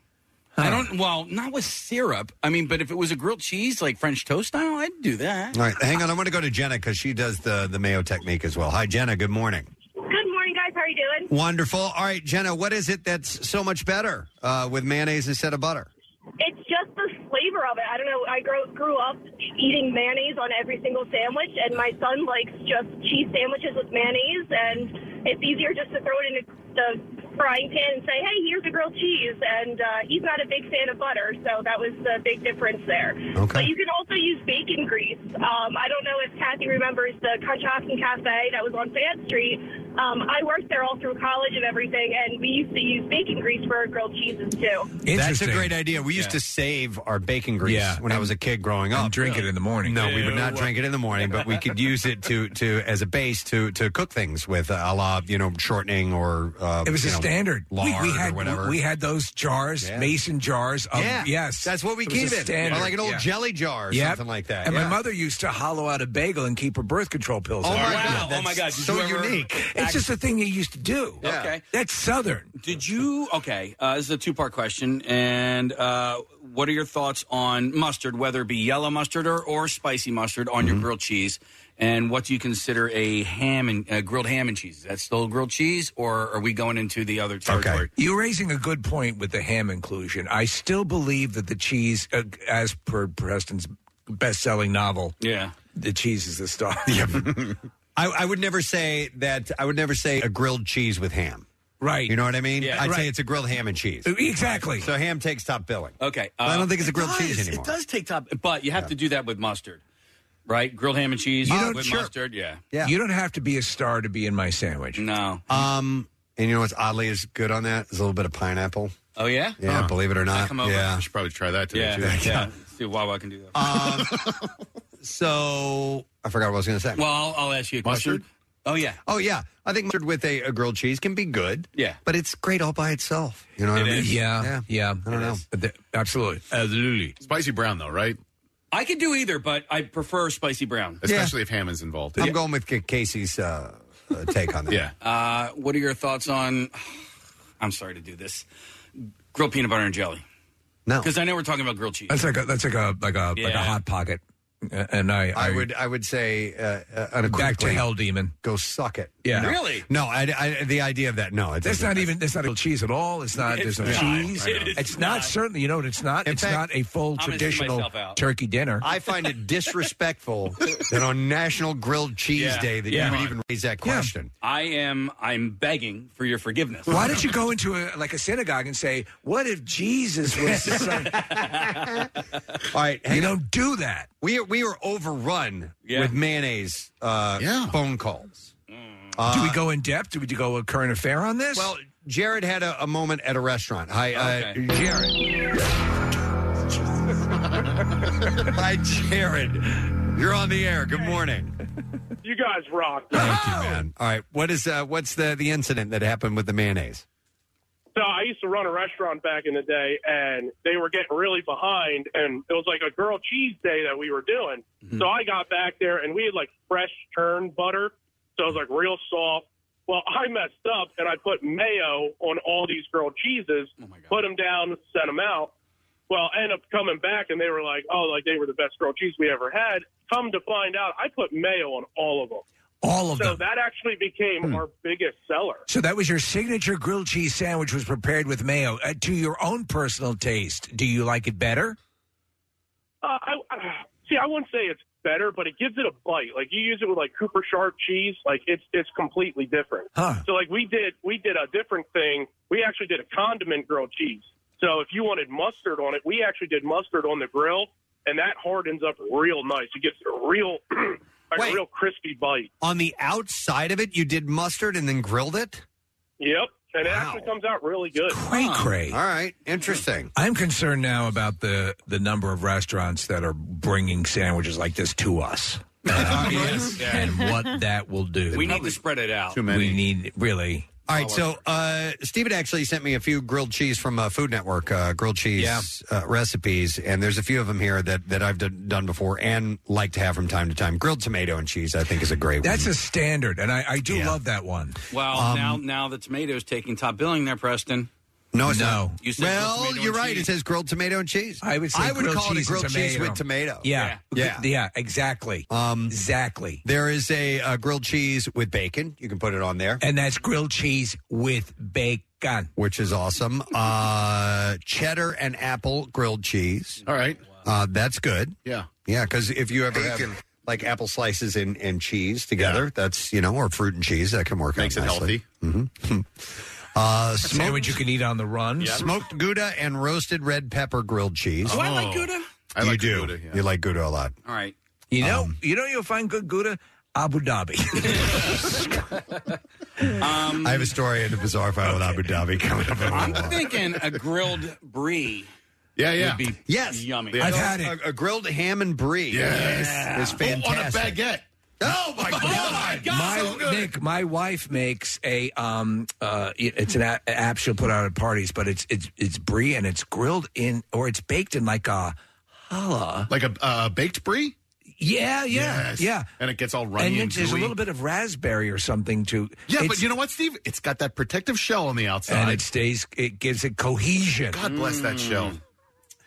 Speaker 7: I don't. Well, not with syrup. I mean, but if it was a grilled cheese like French toast style, I'd do that.
Speaker 3: All right, hang on. I want to go to Jenna because she does the the mayo technique as well. Hi, Jenna. Good morning.
Speaker 27: Good morning, guys. How are you doing?
Speaker 3: Wonderful. All right, Jenna, what is it that's so much better uh, with mayonnaise instead of butter?
Speaker 27: It's just the flavor of it. I don't know. I grow, grew up eating mayonnaise on every single sandwich, and my son likes just cheese sandwiches with mayonnaise, and it's easier just to throw it in the frying pan and say, hey, here's a grilled cheese. And uh, he's not a big fan of butter, so that was the big difference there. But you can also use bacon grease. Um, I don't know if Kathy remembers the Conshohocken Cafe that was on Fan Street. Um, I worked there all through college and everything, and we used to use bacon grease for our grilled cheeses, too.
Speaker 3: That's a great idea. We used to save our bacon grease
Speaker 5: Yeah,
Speaker 3: when I was a kid growing up.
Speaker 5: And drink it in the morning.
Speaker 3: No, we would not drink it in the morning, but we could use it to, to as a base to to cook things with, uh, a la you know shortening or uh,
Speaker 5: It was a
Speaker 3: you know,
Speaker 5: standard. We-
Speaker 3: lard
Speaker 5: we, had
Speaker 3: or whatever.
Speaker 5: we had those jars,
Speaker 3: Yeah.
Speaker 5: mason jars. Of,
Speaker 3: Yeah.
Speaker 5: yes,
Speaker 3: That's what we
Speaker 5: It was
Speaker 3: keep
Speaker 5: a
Speaker 3: it. Or
Speaker 5: standard.
Speaker 3: like an old jelly jar or
Speaker 5: Yep.
Speaker 3: something like that.
Speaker 5: And
Speaker 3: Yeah.
Speaker 5: my mother used to hollow out a bagel and keep her birth control pills.
Speaker 3: Oh
Speaker 5: in
Speaker 3: my
Speaker 5: it.
Speaker 3: God, Wow, oh my that's God, did so you ever- unique.
Speaker 5: It's just a thing you used to do.
Speaker 7: Okay.
Speaker 5: that's southern.
Speaker 7: Did you? Okay, uh, this is a two-part question. And uh, what are your thoughts on mustard, whether it be yellow mustard or, or spicy mustard, on
Speaker 3: Mm-hmm.
Speaker 7: your grilled cheese? And what do you consider a ham and uh, grilled ham and cheese? Is that still grilled cheese, or are we going into the other territory?
Speaker 5: You're raising a good point with the ham inclusion. I still believe that the cheese, uh, as per Preston's best-selling novel,
Speaker 7: yeah,
Speaker 5: the cheese is the star.
Speaker 3: I, I would never say that. I would never say a grilled cheese with ham.
Speaker 5: Right.
Speaker 3: You know what I mean?
Speaker 5: Yeah.
Speaker 3: I'd
Speaker 5: Right.
Speaker 3: say it's a grilled ham and cheese.
Speaker 5: Exactly.
Speaker 3: So ham takes top billing.
Speaker 7: E, Okay,
Speaker 3: But I don't think it's a
Speaker 7: Uh, it
Speaker 3: grilled cheese
Speaker 7: does-
Speaker 3: anymore.
Speaker 7: It does take top, but you have to do that with mustard, right? Grilled ham and cheese Ah,
Speaker 5: You don't-
Speaker 7: with
Speaker 5: sure.
Speaker 7: mustard. Yeah,
Speaker 5: You don't have to be a star to be in my sandwich.
Speaker 7: No.
Speaker 3: Um, and you know what's oddly is good on that is a little bit of pineapple.
Speaker 7: Oh yeah,
Speaker 3: Yeah,
Speaker 7: Huh.
Speaker 3: believe it or
Speaker 7: Does that
Speaker 3: not.
Speaker 7: come over?
Speaker 3: Yeah,
Speaker 7: We
Speaker 6: should probably try that
Speaker 7: Yeah, yeah. yeah. See, Wawa can do that.
Speaker 3: So I forgot what I was going to say.
Speaker 7: well, I'll, I'll ask you a
Speaker 3: Mustard?
Speaker 7: question. Oh yeah,
Speaker 3: oh yeah, I think mustard with a, a grilled cheese can be good.
Speaker 7: Yeah.
Speaker 3: but it's great all by itself. You know what I mean?
Speaker 5: Yeah, yeah.
Speaker 3: I don't know.
Speaker 5: absolutely, absolutely.
Speaker 6: Spicy brown though, right?
Speaker 7: I could do either, but I prefer spicy brown.
Speaker 6: Especially if ham is involved.
Speaker 3: I'm going with Ca- Casey's uh, uh, take on that.
Speaker 6: Yeah.
Speaker 7: Uh, what are your thoughts on? I'm sorry to do this. Grilled peanut butter and jelly.
Speaker 3: No,
Speaker 7: because I know we're talking about grilled cheese.
Speaker 5: That's like a that's like a like a like
Speaker 7: Yeah.
Speaker 5: a hot pocket. and I,
Speaker 3: I would I would say uh, uh, unequivocally
Speaker 5: Back to hell, demon.
Speaker 3: Go suck it.
Speaker 5: Yeah.
Speaker 3: No.
Speaker 5: Really?
Speaker 3: No, I, I- the idea of that. No, it
Speaker 5: That's
Speaker 3: doesn't-
Speaker 5: not even. That's not a cheese at all. It's not.
Speaker 3: It's
Speaker 5: there's no
Speaker 3: not.
Speaker 5: cheese.
Speaker 3: I know.
Speaker 5: It's, not, certainly. You know what? It's not.
Speaker 3: In
Speaker 5: it's
Speaker 3: fact,
Speaker 5: not a full
Speaker 3: I'm gonna see
Speaker 5: traditional
Speaker 3: myself out.
Speaker 5: turkey dinner.
Speaker 3: I find it disrespectful that on National Grilled Cheese
Speaker 7: Yeah.
Speaker 3: Day that
Speaker 7: Yeah.
Speaker 3: you would even raise that question.
Speaker 7: I am. I'm begging for your forgiveness.
Speaker 5: Why don't you go into a, like a synagogue and say, "What if Jesus was the son?"
Speaker 3: All right,
Speaker 5: you don't do that.
Speaker 3: We are, we are overrun with mayonnaise uh, phone calls. Uh,
Speaker 5: do we go in depth? Do we go a current affair on this? Well,
Speaker 3: Jared had a, a moment at a restaurant. Hi, uh, Jared. Hi, Jared. You're on the air. Good morning.
Speaker 1: You guys rock.
Speaker 3: Thank you,
Speaker 5: Oh.
Speaker 3: man. All right, what is uh, what's the the incident that happened with the mayonnaise?
Speaker 1: So I used to run a restaurant back in the day, and they were getting really behind, and it was like a grilled cheese day that we were doing.
Speaker 5: Mm-hmm.
Speaker 1: So I got back there, and we had like fresh churned butter, so it was like real soft. Well, I messed up, and I put mayo on all these grilled cheeses,
Speaker 5: Oh,
Speaker 1: put them down, sent them out. Well, I ended up coming back, and they were like, "Oh, like they were the best grilled cheese we ever had." Come to find out, I put mayo on all of them.
Speaker 5: All of
Speaker 1: so
Speaker 5: them.
Speaker 1: So that actually became
Speaker 5: Hmm.
Speaker 1: our biggest seller.
Speaker 5: So that was your signature grilled cheese sandwich was prepared with mayo. Uh, to your own personal taste, do you like it better?
Speaker 1: Uh, I, I see. I wouldn't say it's better, but it gives it a bite. Like you use it with like Cooper Sharp cheese, like it's it's completely different.
Speaker 5: Huh.
Speaker 1: So like we did we did a different thing. We actually did a condiment grilled cheese. So if you wanted mustard on it, we actually did mustard on the grill, and that hardens up real nice. It gets a real like a real crispy bite.
Speaker 3: On the outside of it, you did mustard and then grilled it.
Speaker 1: Yep, and it actually comes out really good.
Speaker 5: Cray cray. All
Speaker 3: right, interesting.
Speaker 5: I'm concerned now about the the number of restaurants that are bringing sandwiches like this to us. Uh, yes. And what that will do.
Speaker 7: We need to spread it out.
Speaker 5: We need really.
Speaker 3: All right, so uh, Steven actually sent me a few grilled cheese from uh, Food Network uh, grilled cheese uh, recipes, and there's a few of them here that, that I've d- done before and like to have from time to time. Grilled tomato and cheese, I think, is a great
Speaker 5: That's
Speaker 3: one.
Speaker 5: a standard, and I, I do love that one.
Speaker 7: Well,
Speaker 3: Um,
Speaker 7: now now the tomato's taking top billing there, Preston.
Speaker 3: No,
Speaker 5: it's No.
Speaker 7: You said
Speaker 3: well,
Speaker 7: tomato
Speaker 3: you're
Speaker 7: and
Speaker 3: right.
Speaker 7: cheese.
Speaker 3: It says grilled tomato and cheese.
Speaker 5: I would say
Speaker 3: I would
Speaker 5: grilled
Speaker 3: call it a
Speaker 5: cheese and
Speaker 3: grilled cheese with tomato.
Speaker 5: Yeah.
Speaker 3: yeah,
Speaker 5: yeah, exactly,
Speaker 3: um,
Speaker 5: exactly.
Speaker 3: There is a uh, grilled cheese with bacon. You can put it on there,
Speaker 5: and that's grilled cheese with bacon,
Speaker 3: which is awesome. Uh, cheddar and apple grilled cheese.
Speaker 6: All right,
Speaker 3: uh, that's good.
Speaker 6: Yeah.
Speaker 3: Yeah, because if you ever have like apple slices and, and cheese together, that's you know, or fruit and cheese that can work
Speaker 6: Makes
Speaker 3: out
Speaker 6: it
Speaker 3: nicely. hmm uh, smoked,
Speaker 5: sandwich you can eat on the run.
Speaker 3: smoked Gouda and Oh. roasted red pepper grilled cheese.
Speaker 5: Do Oh, I like Gouda? I
Speaker 3: you
Speaker 5: like
Speaker 3: do.
Speaker 5: Gouda, yeah.
Speaker 3: You like Gouda a lot.
Speaker 7: All right.
Speaker 5: You know,
Speaker 3: Um,
Speaker 5: you know, you'll find good Gouda, Abu Dhabi.
Speaker 3: I have a story in the bizarre file with Abu Dhabi coming up.
Speaker 7: I'm thinking a grilled brie.
Speaker 3: Yeah, yeah.
Speaker 7: Would be
Speaker 3: yes.
Speaker 7: Yummy.
Speaker 3: I've had it. A, a grilled ham and brie.
Speaker 7: Yes.
Speaker 3: It's fantastic.
Speaker 6: on a baguette.
Speaker 3: Oh my god!
Speaker 5: my Nick, my wife makes a um uh it- it's an app, app she'll put out at parties, but it's it's it's brie and it's grilled in or it's baked in like a challah,
Speaker 6: like a uh, baked brie.
Speaker 5: Yeah, yeah,
Speaker 6: Yes.
Speaker 5: yeah.
Speaker 6: And it gets all runny
Speaker 5: And
Speaker 6: and,
Speaker 5: then there's a
Speaker 6: gooey.
Speaker 5: little bit of raspberry or something too.
Speaker 6: Yeah, but
Speaker 5: It's-
Speaker 6: you know what, Steve? It's got that protective shell on the outside.
Speaker 5: and it stays. It gives it cohesion.
Speaker 6: God bless that shell.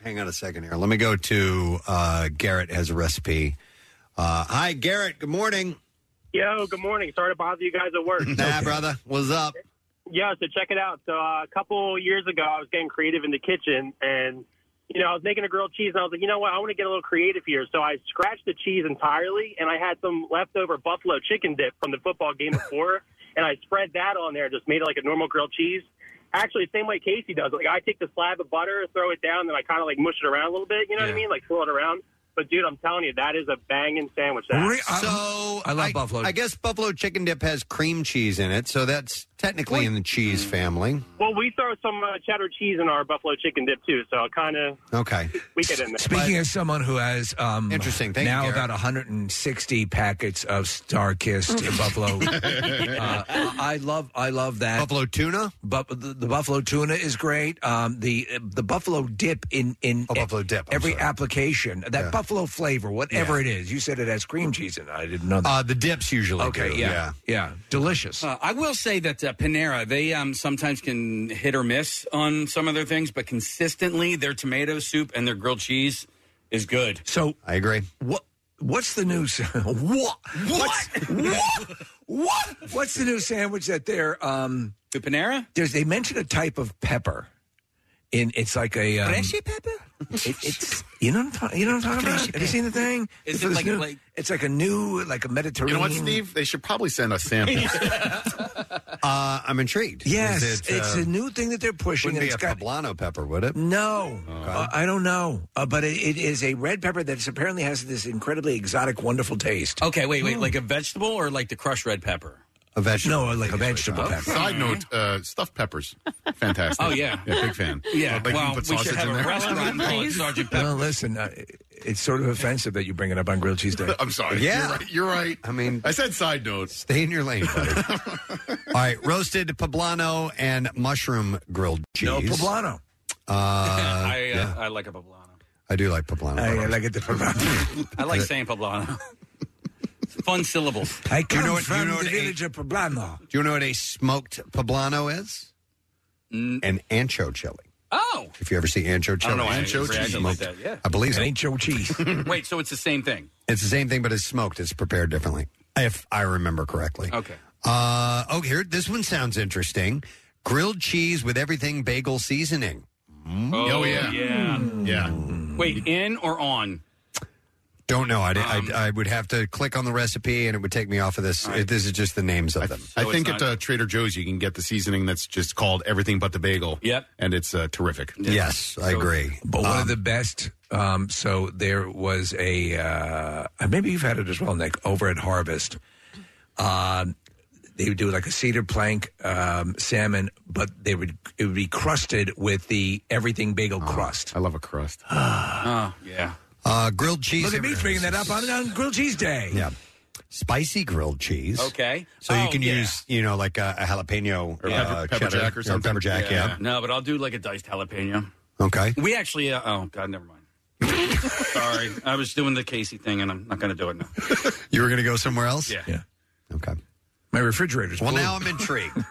Speaker 3: Hang on a second here. Let me go to uh, Garrett has a recipe. Uh, hi, Garrett. Good morning.
Speaker 1: Yo, good morning. Sorry to bother you guys at work.
Speaker 3: Nah, brother. What's up?
Speaker 1: Yeah, so check it out. So uh, a couple years ago, I was getting creative in the kitchen, and you know, I was making a grilled cheese, and I was like, you know what, I want to get a little creative here. So I scratched the cheese entirely, and I had some leftover buffalo chicken dip from the football game before, and I spread that on there, just made it like a normal grilled cheese. Actually, same way Casey does. Like I take the slab of butter, throw it down, then I kind of like mush it around a little bit. You know what I mean? Like swirl it around. But dude, I'm telling you, that is a banging sandwich. That.
Speaker 5: uh,
Speaker 3: so I love buffalo. I guess buffalo chicken dip has cream cheese in it, so that's technically in the cheese family.
Speaker 1: Well, we throw some uh, cheddar cheese in our buffalo chicken dip too, so kind of
Speaker 3: Okay.
Speaker 1: we get in there.
Speaker 5: Speaking as someone who has um,
Speaker 3: Interesting. Thank you,
Speaker 5: now
Speaker 3: Garrett.
Speaker 5: about 160 packets of Star Kissed Buffalo. Uh, I love I love that
Speaker 3: Buffalo tuna.
Speaker 5: But the, the Buffalo tuna is great. Um, the the Buffalo dip in in Buffalo
Speaker 3: Oh, dip.
Speaker 5: every application that Buffalo flavor, whatever
Speaker 3: Yeah.
Speaker 5: it is. You said it has cream cheese in it. I didn't know that.
Speaker 3: Uh, the dips usually.
Speaker 5: okay,
Speaker 3: do,
Speaker 5: yeah, yeah, delicious.
Speaker 7: Uh, I will say that uh, Panera, they um, sometimes can hit or miss on some of their things, but consistently their tomato soup and their grilled cheese is good.
Speaker 5: So
Speaker 3: I agree.
Speaker 5: What What's the new sa- what? What? what? What? What's the new sandwich that they're um
Speaker 7: the Panera?
Speaker 5: There's they mention a type of pepper. In it's like a um,
Speaker 7: Freshy pepper?
Speaker 5: It, it's you know what I'm talking, you know what I'm talking about. Have you seen the thing?
Speaker 7: Is
Speaker 5: It's
Speaker 7: it
Speaker 5: this
Speaker 7: like-
Speaker 5: new-
Speaker 7: like-
Speaker 5: it's like a new like a Mediterranean.
Speaker 6: You know what, Steve? They should probably send us samples.
Speaker 3: Uh, I'm intrigued.
Speaker 5: Yes,
Speaker 3: Is it,
Speaker 5: it's
Speaker 3: uh,
Speaker 5: a new thing that they're pushing.
Speaker 3: Wouldn't
Speaker 5: and
Speaker 3: be
Speaker 5: it's
Speaker 3: a
Speaker 5: got-
Speaker 3: poblano pepper, would it?
Speaker 5: No, Uh, I don't know, uh, but it, it is a red pepper that apparently has this incredibly exotic, wonderful taste.
Speaker 7: Okay, wait, wait. Like a vegetable or like the crushed red pepper?
Speaker 3: A vegetable.
Speaker 5: No, like a vegetable pepper.
Speaker 6: Side note: uh, stuffed peppers, fantastic.
Speaker 7: Oh, yeah.
Speaker 6: big fan.
Speaker 7: Yeah,
Speaker 6: Like, you
Speaker 7: well,
Speaker 6: put
Speaker 7: we should
Speaker 6: sausage
Speaker 7: have
Speaker 6: in
Speaker 7: a
Speaker 6: there.
Speaker 7: restaurant called Sergeant Pepper.
Speaker 5: Well, listen, uh, it's sort of offensive that you bring it up on grilled cheese day.
Speaker 6: I'm sorry. you're
Speaker 5: Yeah.
Speaker 6: right. You're right.
Speaker 3: I mean,
Speaker 6: I said side note.
Speaker 3: Stay in your lane, buddy. All right, roasted poblano and mushroom grilled cheese.
Speaker 5: No poblano.
Speaker 3: Uh, I,
Speaker 7: I, uh,
Speaker 3: yeah,
Speaker 7: I like a poblano.
Speaker 3: I do like poblano.
Speaker 5: I like it.
Speaker 7: I like saying poblano. Fun syllables.
Speaker 5: I
Speaker 3: Do you
Speaker 5: come
Speaker 3: know what- do
Speaker 5: from
Speaker 3: you know what
Speaker 5: the
Speaker 3: a-
Speaker 5: village of Poblano.
Speaker 3: Do you know what a smoked poblano is? An ancho chili.
Speaker 7: Oh,
Speaker 3: If you ever see ancho chili,
Speaker 7: Mm. I don't know why I reacted like that. Yeah.
Speaker 3: I believe so.
Speaker 5: ancho cheese.
Speaker 7: Wait, so it's the same thing?
Speaker 3: It's the same thing, but it's smoked. It's prepared differently, if I remember correctly.
Speaker 7: Okay.
Speaker 3: Uh, oh, here, this one sounds interesting. Grilled cheese with everything bagel seasoning.
Speaker 7: Oh,
Speaker 6: yeah.
Speaker 7: yeah.
Speaker 5: Hmm.
Speaker 7: Wait, in or on? Um,
Speaker 3: Don't know. I'd, I'd, I would have to click on the recipe, and it would take me off of this. This is just the names of them.
Speaker 6: I think at uh, Trader Joe's you can get the seasoning that's just called everything but the bagel. Yep, and it's uh, terrific.
Speaker 3: Yes, I agree.
Speaker 5: But one of the best. Um, so there was a uh, maybe you've had it as well, Nick, over at Harvest. Um, they would do like a cedar plank um, salmon, but they would it would be crusted with the everything bagel
Speaker 3: Oh,
Speaker 5: crust.
Speaker 6: I love a crust.
Speaker 7: Oh, yeah.
Speaker 3: Uh, grilled cheese.
Speaker 5: Look at me bringing that up on, on grilled cheese day.
Speaker 3: Yeah. Spicy grilled cheese.
Speaker 7: Okay.
Speaker 3: So you
Speaker 7: Oh,
Speaker 3: can
Speaker 7: yeah.
Speaker 3: use, you know, like a, a jalapeno
Speaker 7: Or
Speaker 3: uh,
Speaker 7: pepper-
Speaker 6: pepper
Speaker 3: cheddar,
Speaker 6: jack or something.
Speaker 3: pepper jack, yeah.
Speaker 7: No, but I'll do like a diced jalapeno.
Speaker 3: Okay.
Speaker 7: We actually, uh, oh, God, never mind. Sorry. I was doing the Casey thing and I'm not going to do it now.
Speaker 3: You were going to go somewhere else?
Speaker 7: Yeah.
Speaker 5: My refrigerator's
Speaker 3: Well,
Speaker 5: blue.
Speaker 3: now I'm intrigued.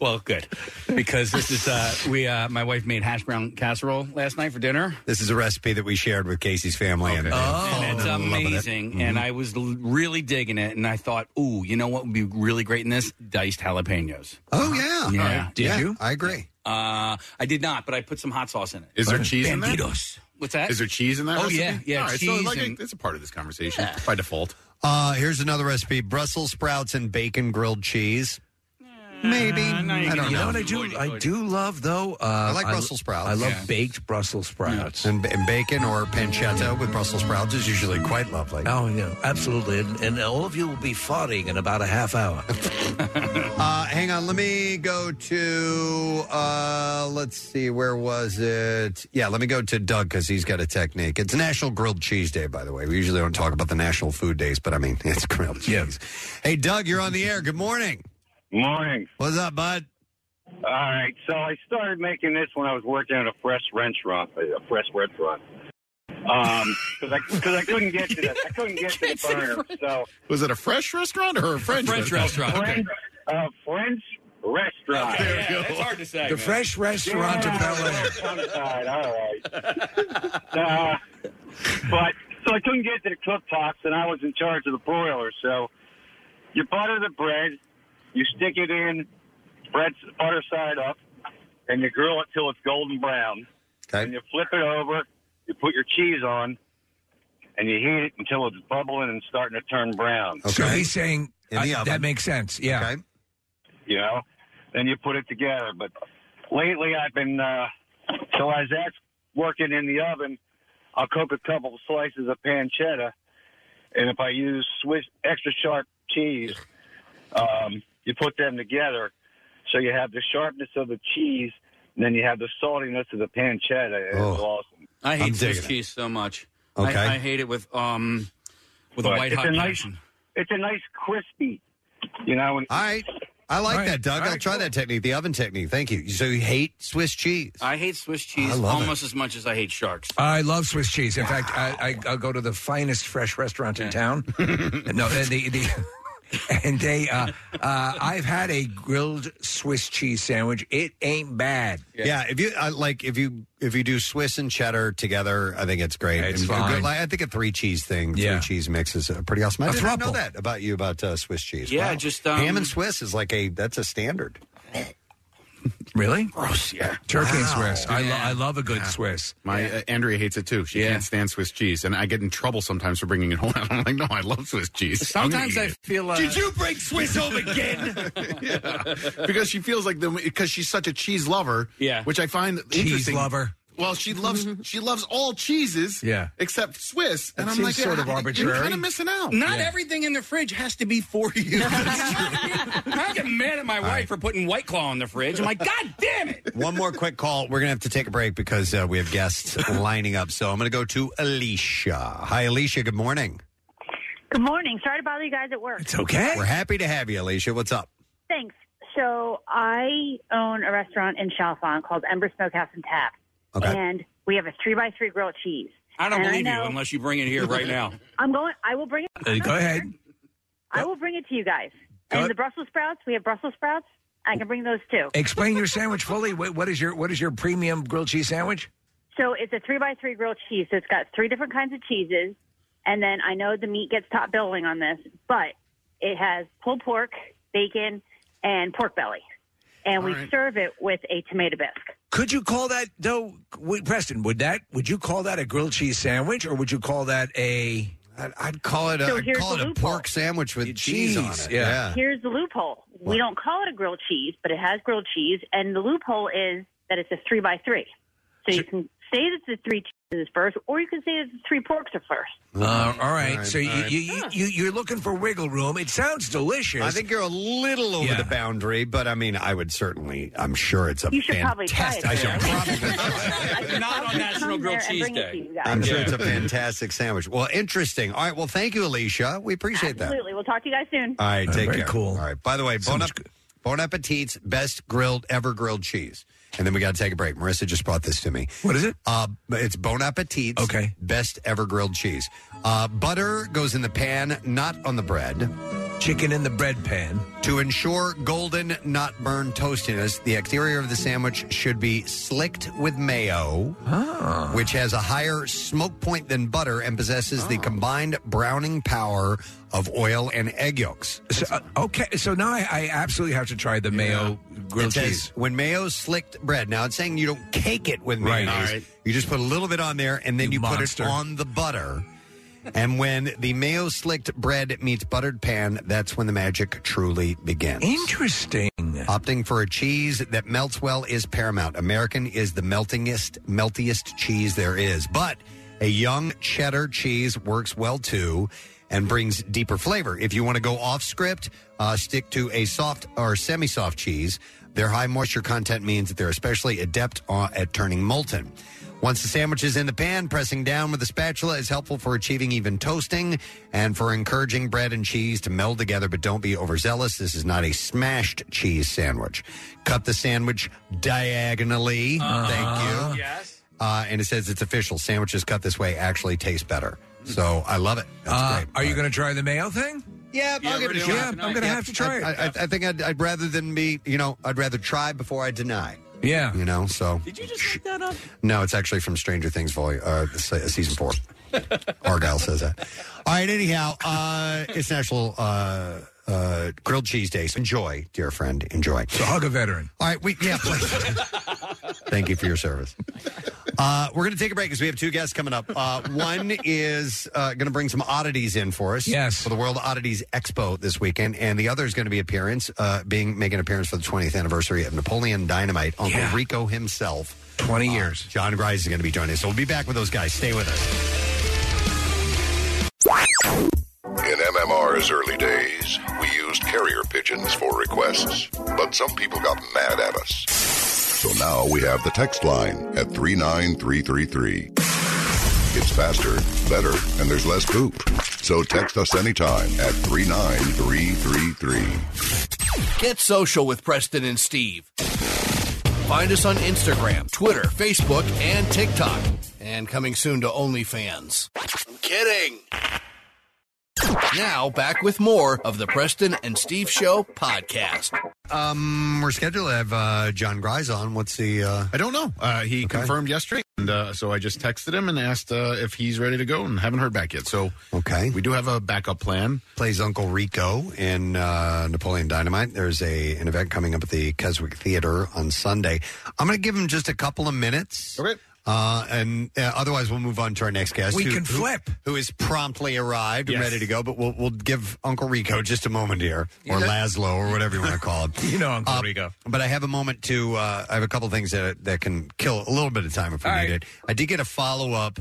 Speaker 7: Well, good. Because this is, uh, we, uh, my wife made hash brown casserole last night for dinner.
Speaker 3: This is a recipe that we shared with Casey's family. And,
Speaker 7: and it's amazing.
Speaker 3: Mm-hmm.
Speaker 7: And I was l- really digging it. And I thought, ooh, you know what would be really great in this? Diced jalapenos.
Speaker 3: Oh, yeah.
Speaker 7: Yeah.
Speaker 3: All right.
Speaker 7: Did
Speaker 3: Yeah,
Speaker 7: you?
Speaker 3: I agree.
Speaker 7: Uh, I did not, but I put some hot sauce in it.
Speaker 6: Is there cheese in that?
Speaker 7: Bandidos. What's that?
Speaker 6: Is there cheese in that?
Speaker 7: Oh,
Speaker 6: recipe?
Speaker 7: yeah, yeah,
Speaker 6: All right, so
Speaker 7: cheese
Speaker 6: like,
Speaker 7: and-
Speaker 6: it's a part of this conversation by default.
Speaker 3: Uh, here's another recipe Brussels sprouts and bacon grilled cheese. Maybe. I don't
Speaker 5: you know
Speaker 3: know.
Speaker 5: what I do? I do love though. Uh,
Speaker 3: I like Brussels sprouts.
Speaker 5: I love
Speaker 3: Yeah.
Speaker 5: baked Brussels sprouts.
Speaker 3: And, and bacon or pancetta with Brussels sprouts is usually quite lovely.
Speaker 5: Oh yeah, absolutely. And, and all of you will be farting in about a half hour.
Speaker 3: Uh, hang on, let me go to. Uh, let's see, where was it? Yeah, let me go to Doug because he's got a technique. It's National Grilled Cheese Day, by the way. We usually don't talk about the National Food Days, but I mean, it's grilled cheese. Hey, Doug, you're on the air. Good morning.
Speaker 15: Morning.
Speaker 3: What's up, bud?
Speaker 15: All right. So I started making this when I was working at a fresh restaurant, a fresh restaurant. Um, because I, cause I couldn't get to the, I couldn't get to the burner. So
Speaker 6: Was it a fresh restaurant or a French?
Speaker 7: French restaurant.
Speaker 6: Okay.
Speaker 15: French, uh, French restaurant.
Speaker 7: Yeah, it's hard to say.
Speaker 5: The fresh restaurant of Bel
Speaker 15: All right. Uh, but so I couldn't get to the cook tops, and I was in charge of the broiler. So you butter the bread, you stick it in, bread butter side up, and you grill it till it's golden brown.
Speaker 3: Okay.
Speaker 15: And you flip it over, you put your cheese on, and you heat it until it's bubbling and starting to turn brown.
Speaker 5: Air. So he's saying
Speaker 15: In the
Speaker 5: I-
Speaker 15: oven.
Speaker 5: that makes sense. Yeah.
Speaker 15: you know, then you put it together. But lately, I've been uh, so as that's working in the oven, I'll cook a couple of slices of pancetta, and if I use Swiss extra sharp cheese, um, you put them together, so you have the sharpness of the cheese, and then you have the saltiness of the pancetta. It's
Speaker 3: Oh.
Speaker 15: awesome.
Speaker 7: I hate
Speaker 15: I'm
Speaker 7: Swiss
Speaker 15: digging it.
Speaker 7: cheese so much.
Speaker 15: Okay.
Speaker 7: I, I hate it with um with a
Speaker 15: But
Speaker 7: white
Speaker 15: it's
Speaker 7: hot
Speaker 15: a nice-
Speaker 7: passion.
Speaker 15: It's a nice crispy, you know. And
Speaker 3: All right. I like that, Doug. I'll try that technique, the oven technique. Thank you. So you hate Swiss cheese?
Speaker 7: I hate Swiss cheese
Speaker 3: love it.
Speaker 7: almost as much as I hate sharks.
Speaker 5: I love Swiss cheese. In fact, I, I I'll go to the finest fresh restaurant in town. no, and the, the and they uh, uh, I've had a grilled Swiss cheese sandwich. It ain't bad.
Speaker 3: Yeah. if you I like, if you if you do Swiss and cheddar together, I think it's great.
Speaker 5: It's
Speaker 3: And a good-
Speaker 5: fine.
Speaker 3: like, I think a three cheese thing,
Speaker 5: Yeah.
Speaker 3: three cheese mix is uh, pretty awesome. I
Speaker 5: A
Speaker 3: did not know
Speaker 5: thruple.
Speaker 3: that about you about uh, Swiss cheese.
Speaker 5: Yeah,
Speaker 3: Wow.
Speaker 5: just, um,
Speaker 3: ham and Swiss is like a that's a standard.
Speaker 5: Really?
Speaker 7: Gross. Yeah.
Speaker 5: Turkey and
Speaker 6: Wow.
Speaker 5: Swiss. I, lo-
Speaker 6: Yeah.
Speaker 5: I love a good Swiss.
Speaker 6: My uh, Andrea hates it too. She can't stand Swiss cheese, and I get in trouble sometimes for bringing it home. I'm like, no, I love Swiss cheese. I'm gonna
Speaker 7: Sometimes
Speaker 6: eat
Speaker 7: I
Speaker 6: it.
Speaker 7: feel. Uh,
Speaker 6: Did you bring
Speaker 13: Swiss home again?
Speaker 6: yeah, because she feels like the because she's such a cheese lover.
Speaker 13: Yeah.
Speaker 6: which I find
Speaker 13: Cheese
Speaker 6: interesting.
Speaker 13: lover.
Speaker 6: Well, she loves she loves all cheeses.
Speaker 13: Yeah.
Speaker 6: except Swiss,
Speaker 13: That
Speaker 6: and I'm
Speaker 13: seems
Speaker 6: like
Speaker 13: sort
Speaker 6: yeah,
Speaker 13: of
Speaker 6: You're
Speaker 13: arbitrary.
Speaker 6: kind of missing out.
Speaker 7: Not everything in the fridge has to be for you. I get mad at my wife for putting White Claw in the fridge. I'm like, God damn it!
Speaker 3: One more quick call. We're gonna have to take a break because uh, we have guests lining up. So I'm gonna go to Alicia. Hi, Alicia. Good morning.
Speaker 14: Good morning. Sorry to bother you guys at work. It's
Speaker 3: We're happy to have you, Alicia. What's up?
Speaker 14: Thanks. So I own a restaurant in Chalfont called Ember Smokehouse and Tap, and we have a three by three grilled cheese.
Speaker 7: I don't
Speaker 14: And
Speaker 7: believe
Speaker 14: know-
Speaker 7: you unless you bring it here right now.
Speaker 14: I'm going. I will bring it.
Speaker 7: go ahead.
Speaker 14: I will bring it to you guys.
Speaker 5: Go-
Speaker 14: And the Brussels sprouts. We have Brussels sprouts. I can bring those too.
Speaker 5: Explain your sandwich fully. What, what is your what is your premium grilled cheese sandwich?
Speaker 14: So it's a three by three grilled cheese. So it's got three different kinds of cheeses. And then I know the meat gets top billing on this, but it has pulled pork, bacon, and pork belly. And we serve it with a tomato bisque.
Speaker 5: Could you call that though, w- Preston? Would that would you call that a grilled cheese sandwich, or would you call that a?
Speaker 3: I'd, I'd call it
Speaker 14: a- So I'd here's call the it a loophole.
Speaker 3: pork sandwich with cheese on it. Yeah.
Speaker 14: Here's the loophole. We don't call it a grilled cheese, but it has grilled cheese, and the loophole is that it's a three by three. So you can say that the three cheeses first, or you can say that the three porks are first.
Speaker 5: Uh, all right. So
Speaker 3: all
Speaker 5: you,
Speaker 3: right.
Speaker 5: You, you, you you're looking for wiggle room. It sounds delicious.
Speaker 3: I think you're a little over the boundary, but I mean, I would certainly. I'm sure it's a
Speaker 14: You should probably try
Speaker 3: fantastic.
Speaker 14: it.
Speaker 3: I should probably.
Speaker 7: Not on National Grilled
Speaker 14: there and
Speaker 7: Cheese
Speaker 14: bring it to
Speaker 7: Day.
Speaker 14: you guys.
Speaker 3: I'm sure it's a fantastic sandwich. Well, interesting. All right. Well, thank you, Alicia. We appreciate that.
Speaker 14: Absolutely. We'll talk to you guys soon.
Speaker 3: All right, take
Speaker 5: very
Speaker 3: care. Cool. All right. By the way, bon, app- bon appetit's best grilled ever grilled cheese. And then we got to take a break. Marissa just brought this to me.
Speaker 5: What is it?
Speaker 3: Uh, it's Bon Appetit's okay. best ever grilled cheese. Uh, butter goes in the pan, not on the bread.
Speaker 5: Chicken in the bread pan.
Speaker 3: To ensure golden, not burned toastiness, the exterior of the sandwich should be slicked with mayo,
Speaker 5: Ah.
Speaker 3: which has a higher smoke point than butter and possesses
Speaker 5: Oh.
Speaker 3: the combined browning power of oil and egg yolks.
Speaker 5: So, uh, okay, so now I, I absolutely have to try the mayo grilled
Speaker 3: it says,
Speaker 5: cheese.
Speaker 3: When mayo slicked bread, now it's saying you don't cake it with
Speaker 5: Right.
Speaker 3: mayonnaise.
Speaker 5: All right.
Speaker 3: You just put a little bit on there, and then you,
Speaker 5: You
Speaker 3: put it
Speaker 5: monster.
Speaker 3: on the butter. and when the mayo slicked bread meets buttered pan, that's when the magic truly begins.
Speaker 5: Interesting.
Speaker 3: Opting for a cheese that melts well is paramount. American is the meltingest, meltiest cheese there is, but a young cheddar cheese works well too. And brings deeper flavor. If you want to go off script, uh, stick to a soft or semi-soft cheese. Their high moisture content means that they're especially adept uh, at turning molten. Once the sandwich is in the pan, pressing down with a spatula is helpful for achieving even toasting and for encouraging bread and cheese to meld together, but don't be overzealous. This is not a smashed cheese sandwich. Cut the sandwich diagonally.
Speaker 5: Uh-huh.
Speaker 3: Thank you. Yes. Uh, and it says it's official. Sandwiches cut this way actually taste better. So I love it. That's
Speaker 5: Uh,
Speaker 3: great.
Speaker 5: are you going to try the mayo thing?
Speaker 3: Yeah,
Speaker 5: I'll give it a shot. Yeah, I'm going to have to try it.
Speaker 3: I, I, I think I'd, I'd rather than be, you know, I'd rather try before I deny.
Speaker 5: Yeah.
Speaker 3: You know, so. Did you just make that up? No, it's actually from Stranger Things, vol- uh, se- season four. Argyle says that. All right, anyhow, uh, it's National uh, uh, Grilled Cheese Day. So enjoy, dear friend. Enjoy.
Speaker 5: So hug a veteran.
Speaker 3: All right, we yeah, please. Thank you for your service. Uh, we're going to take a break because we have two guests coming up. Uh, one is uh, going to bring some oddities in for us, yes, for the World Oddities Expo this weekend, and the other is going to be appearance, uh, being making an appearance for the 20th anniversary of Napoleon Dynamite, Uncle Rico himself. Uh,
Speaker 5: 20 years.
Speaker 3: John Grice is going to be joining us, so we'll be back with those guys. Stay with us.
Speaker 2: In MMR's early days, we used carrier pigeons for requests, but some people got mad at us. So now we have the text line at 39333. It's faster, better, and there's less poop. So text us anytime at 39333.
Speaker 8: Get social with Preston and Steve. Find us on Instagram, Twitter, Facebook, and TikTok. And coming soon to OnlyFans.
Speaker 26: Kidding.
Speaker 8: Now, back with more of the Preston and Steve Show podcast.
Speaker 3: Um, we're scheduled to have uh, John Grise on. What's the? Uh...
Speaker 6: I don't know. Uh, he confirmed yesterday, and uh, so I just texted him and asked uh, if he's ready to go, and haven't heard back yet. So
Speaker 3: okay,
Speaker 6: we do have a backup plan.
Speaker 3: Plays Uncle Rico in uh, Napoleon Dynamite. There's a an event coming up at the Keswick Theater on Sunday. I'm going to give him just a couple of minutes.
Speaker 6: Okay.
Speaker 3: Uh, and uh, otherwise, we'll move on to our next guest.
Speaker 5: We can flip.
Speaker 3: Who is promptly arrived
Speaker 5: Yes.
Speaker 3: and ready to go, but we'll, we'll give Uncle Rico just a moment here, or
Speaker 5: Yeah.
Speaker 3: Laszlo, or whatever you want to call him.
Speaker 5: You know Uncle
Speaker 3: Uh,
Speaker 5: Rico.
Speaker 3: But I have a moment to, uh, I have a couple things that, that can kill a little bit of time if we need it. I did get a follow up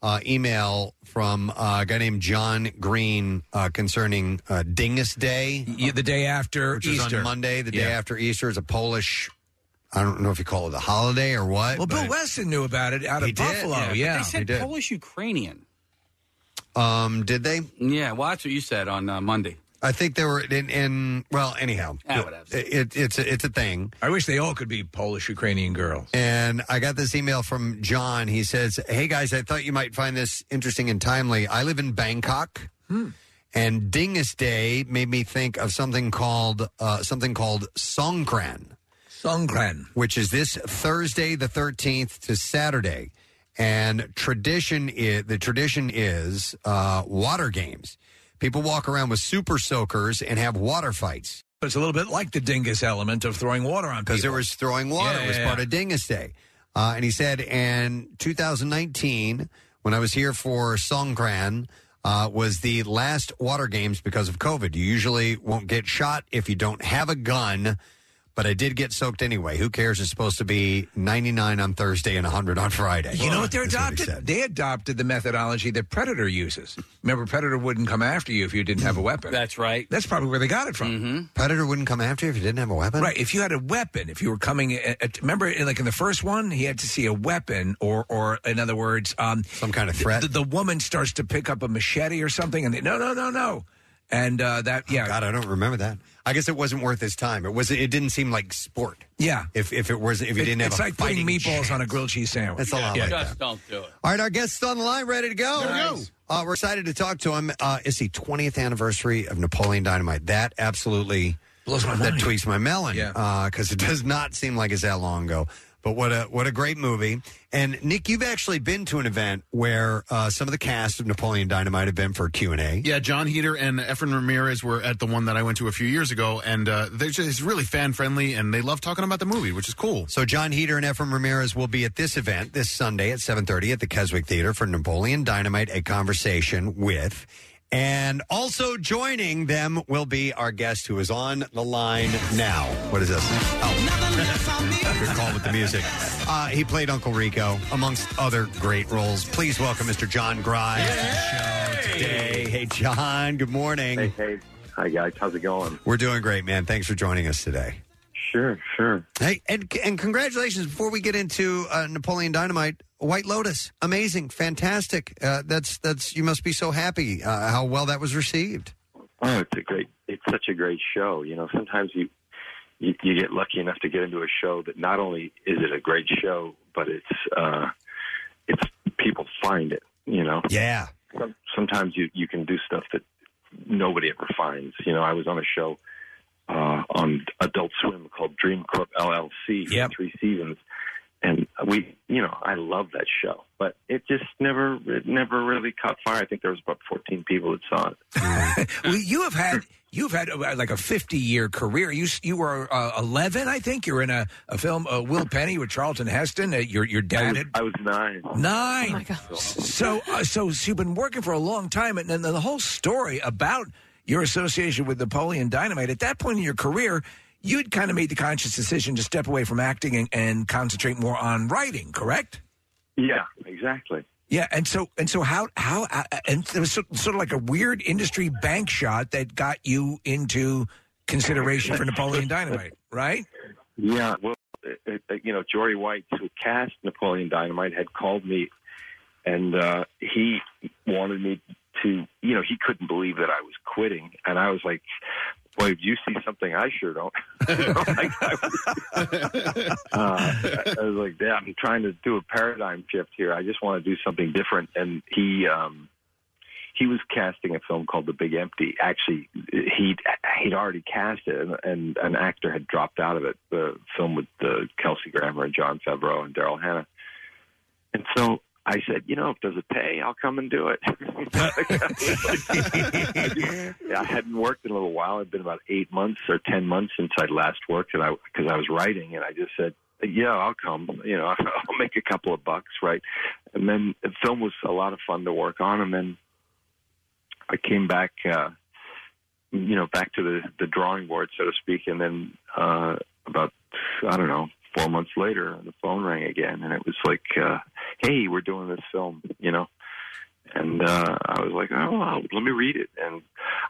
Speaker 3: uh, email from uh, a guy named John Green uh, concerning uh, Dingus Day.
Speaker 5: Yeah, the day after
Speaker 3: Which is
Speaker 5: Easter.
Speaker 3: on Monday, the day
Speaker 5: Yeah.
Speaker 3: after Easter. is a Polish, I don't know if you call it a holiday or what.
Speaker 5: Well,
Speaker 3: but-
Speaker 5: Bill Weston knew about it out
Speaker 3: He
Speaker 5: of
Speaker 3: did,
Speaker 5: Buffalo.
Speaker 3: yeah. But
Speaker 5: Yeah,
Speaker 3: they said He did.
Speaker 7: Polish Ukrainian.
Speaker 3: Um, did they?
Speaker 7: Yeah, well, that's what you said on uh, Monday.
Speaker 3: I think there were in, in well, anyhow,
Speaker 7: Ah,
Speaker 5: Oh,
Speaker 7: whatever.
Speaker 3: it, it's a, it's a thing.
Speaker 5: I wish they all could be Polish Ukrainian girls.
Speaker 3: And I got this email from John. He says, "Hey guys, I thought you might find this interesting and timely. I live in Bangkok,
Speaker 5: Hmm.
Speaker 3: and Dingus Day made me think of something called uh, something called Songkran,
Speaker 5: Songkran,
Speaker 3: which is this Thursday the thirteenth to Saturday. And tradition is the tradition is uh, water games. People walk around with super soakers and have water fights."
Speaker 5: But it's a little bit like the dingus element of throwing water on people.
Speaker 3: because there was throwing water
Speaker 5: Yeah,
Speaker 3: was
Speaker 5: yeah,
Speaker 3: part
Speaker 5: yeah.
Speaker 3: of Dingus Day, uh, and he said, "And 2019, when I was here for Songkran, uh, was the last water games because of COVID. You usually won't get shot if you don't have a gun." But I did get soaked anyway. Who cares? It's supposed to be 99 on Thursday and 100 on Friday.
Speaker 5: You know what they're
Speaker 3: That's he
Speaker 5: adopted?
Speaker 3: said.
Speaker 5: they adopted the methodology that Predator uses. Remember, Predator wouldn't come after you if you didn't have a weapon.
Speaker 7: That's right.
Speaker 5: That's probably where they got it from. Mm-hmm.
Speaker 3: Predator wouldn't come after you if you didn't have a weapon?
Speaker 5: Right. If you had a weapon, if you were coming, at, at- remember, like in the first one, he had to see a weapon, or, or in other words, um,
Speaker 3: some kind of threat.
Speaker 5: The, the woman starts to pick up a machete or something, and they, no, no, no, no. And uh, that, yeah.
Speaker 3: Oh, God, I don't remember that. I guess it wasn't worth his time. It was. It didn't seem like sport.
Speaker 5: Yeah.
Speaker 3: If if it was if you
Speaker 5: It-
Speaker 3: didn't have
Speaker 5: it's
Speaker 3: a
Speaker 5: like putting
Speaker 3: fighting
Speaker 5: meatballs on a grilled cheese sandwich.
Speaker 3: That's a lot like that.
Speaker 7: Just don't do it.
Speaker 3: All right, our guest is on the line, ready to go.
Speaker 7: There we go.
Speaker 3: Uh, we're excited to talk to him. Uh, it's the 20th anniversary of Napoleon Dynamite. That absolutely
Speaker 5: blows my
Speaker 3: that tweaks my melon. because it does not seem like it's that long ago. But what a what a great movie! And Nick, you've actually been to an event where uh, some of the cast of Napoleon Dynamite have been for Q and A.
Speaker 6: Yeah, John Heater and Efren Ramirez were at the one that I went to a few years ago, and uh, they're just it's really fan friendly, and they love talking about the movie, which is cool.
Speaker 3: So John Heater and Ephraim Ramirez will be at this event this Sunday at 7:30 at the Keswick Theater for Napoleon Dynamite: A Conversation with. And also joining them will be our guest who is on the line now. What is this? Oh, good call with the music. Uh, he played Uncle Rico, amongst other great roles. Please welcome Mr. John Grimes to the show today. Hey, John, good morning.
Speaker 10: Hey, hey. Hi, guys. How's it going?
Speaker 3: We're doing great, man. Thanks for joining us today.
Speaker 10: Sure, sure.
Speaker 3: Hey, and and congratulations! Before we get into uh, Napoleon Dynamite, White Lotus, amazing, fantastic. Uh, that's that's you must be so happy uh, how well that was received.
Speaker 10: Oh, it's a great, it's such a great show. You know, sometimes you, you, you get lucky enough to get into a show that not only is it a great show, but it's, uh, it's people find it, you know?
Speaker 3: Yeah.
Speaker 10: Some- Sometimes you, you can do stuff that nobody ever finds. You know, I was on a show, uh, on Adult Swim called Dream Corp LLC for three seasons. And we, you know, I love that show, but it just never, it never really caught fire. I think there was about 14 people that saw it.
Speaker 5: well, you have had you've had uh, like a fifty year career. You s- you were uh, eleven, I think. You're in a, a film, uh, Will Penny with Charlton Heston. Uh, your your
Speaker 10: I
Speaker 5: dad
Speaker 10: was,
Speaker 5: had
Speaker 10: I was nine. Oh,
Speaker 5: nine. So uh, so so you've been working for a long time, and then the whole story about your association with Napoleon Dynamite. At that point in your career, you'd kind of made the conscious decision to step away from acting and, and concentrate more on writing. Correct?
Speaker 10: Yeah, exactly.
Speaker 5: Yeah, and so and so how how uh, and there was so, sort of like a weird industry bank shot that got you into consideration for Napoleon Dynamite, right?
Speaker 10: Yeah, well, it, it, you know, Jory White, who cast Napoleon Dynamite, had called me, and uh, he wanted me to, you know, he couldn't believe that I was quitting, and I was like, "Boy, if you see something I sure don't." You know, like, I, was, uh, I was like, "Yeah, I'm trying to do a paradigm shift here. I just want to do something different." And he um, he was casting a film called The Big Empty. Actually, he'd he'd already cast it, and, and an actor had dropped out of it. The film with the Kelsey Grammer and John Favreau and Daryl Hannah. And so I said, you know, does it pay? I'll come and do it. I hadn't worked in a little while. It'd been about eight months or ten months since I'd last worked, and I because I was writing, and I just said, yeah, I'll come. You know, I'll make a couple of bucks, right? And then the film was a lot of fun to work on, and then I came back, uh, you know, back to the the drawing board, so to speak, and then uh, about I don't know four months later, the phone rang again, and it was like, uh, "Hey, we're doing this film," you know. And uh, I was like, "Oh, well, let me read it." And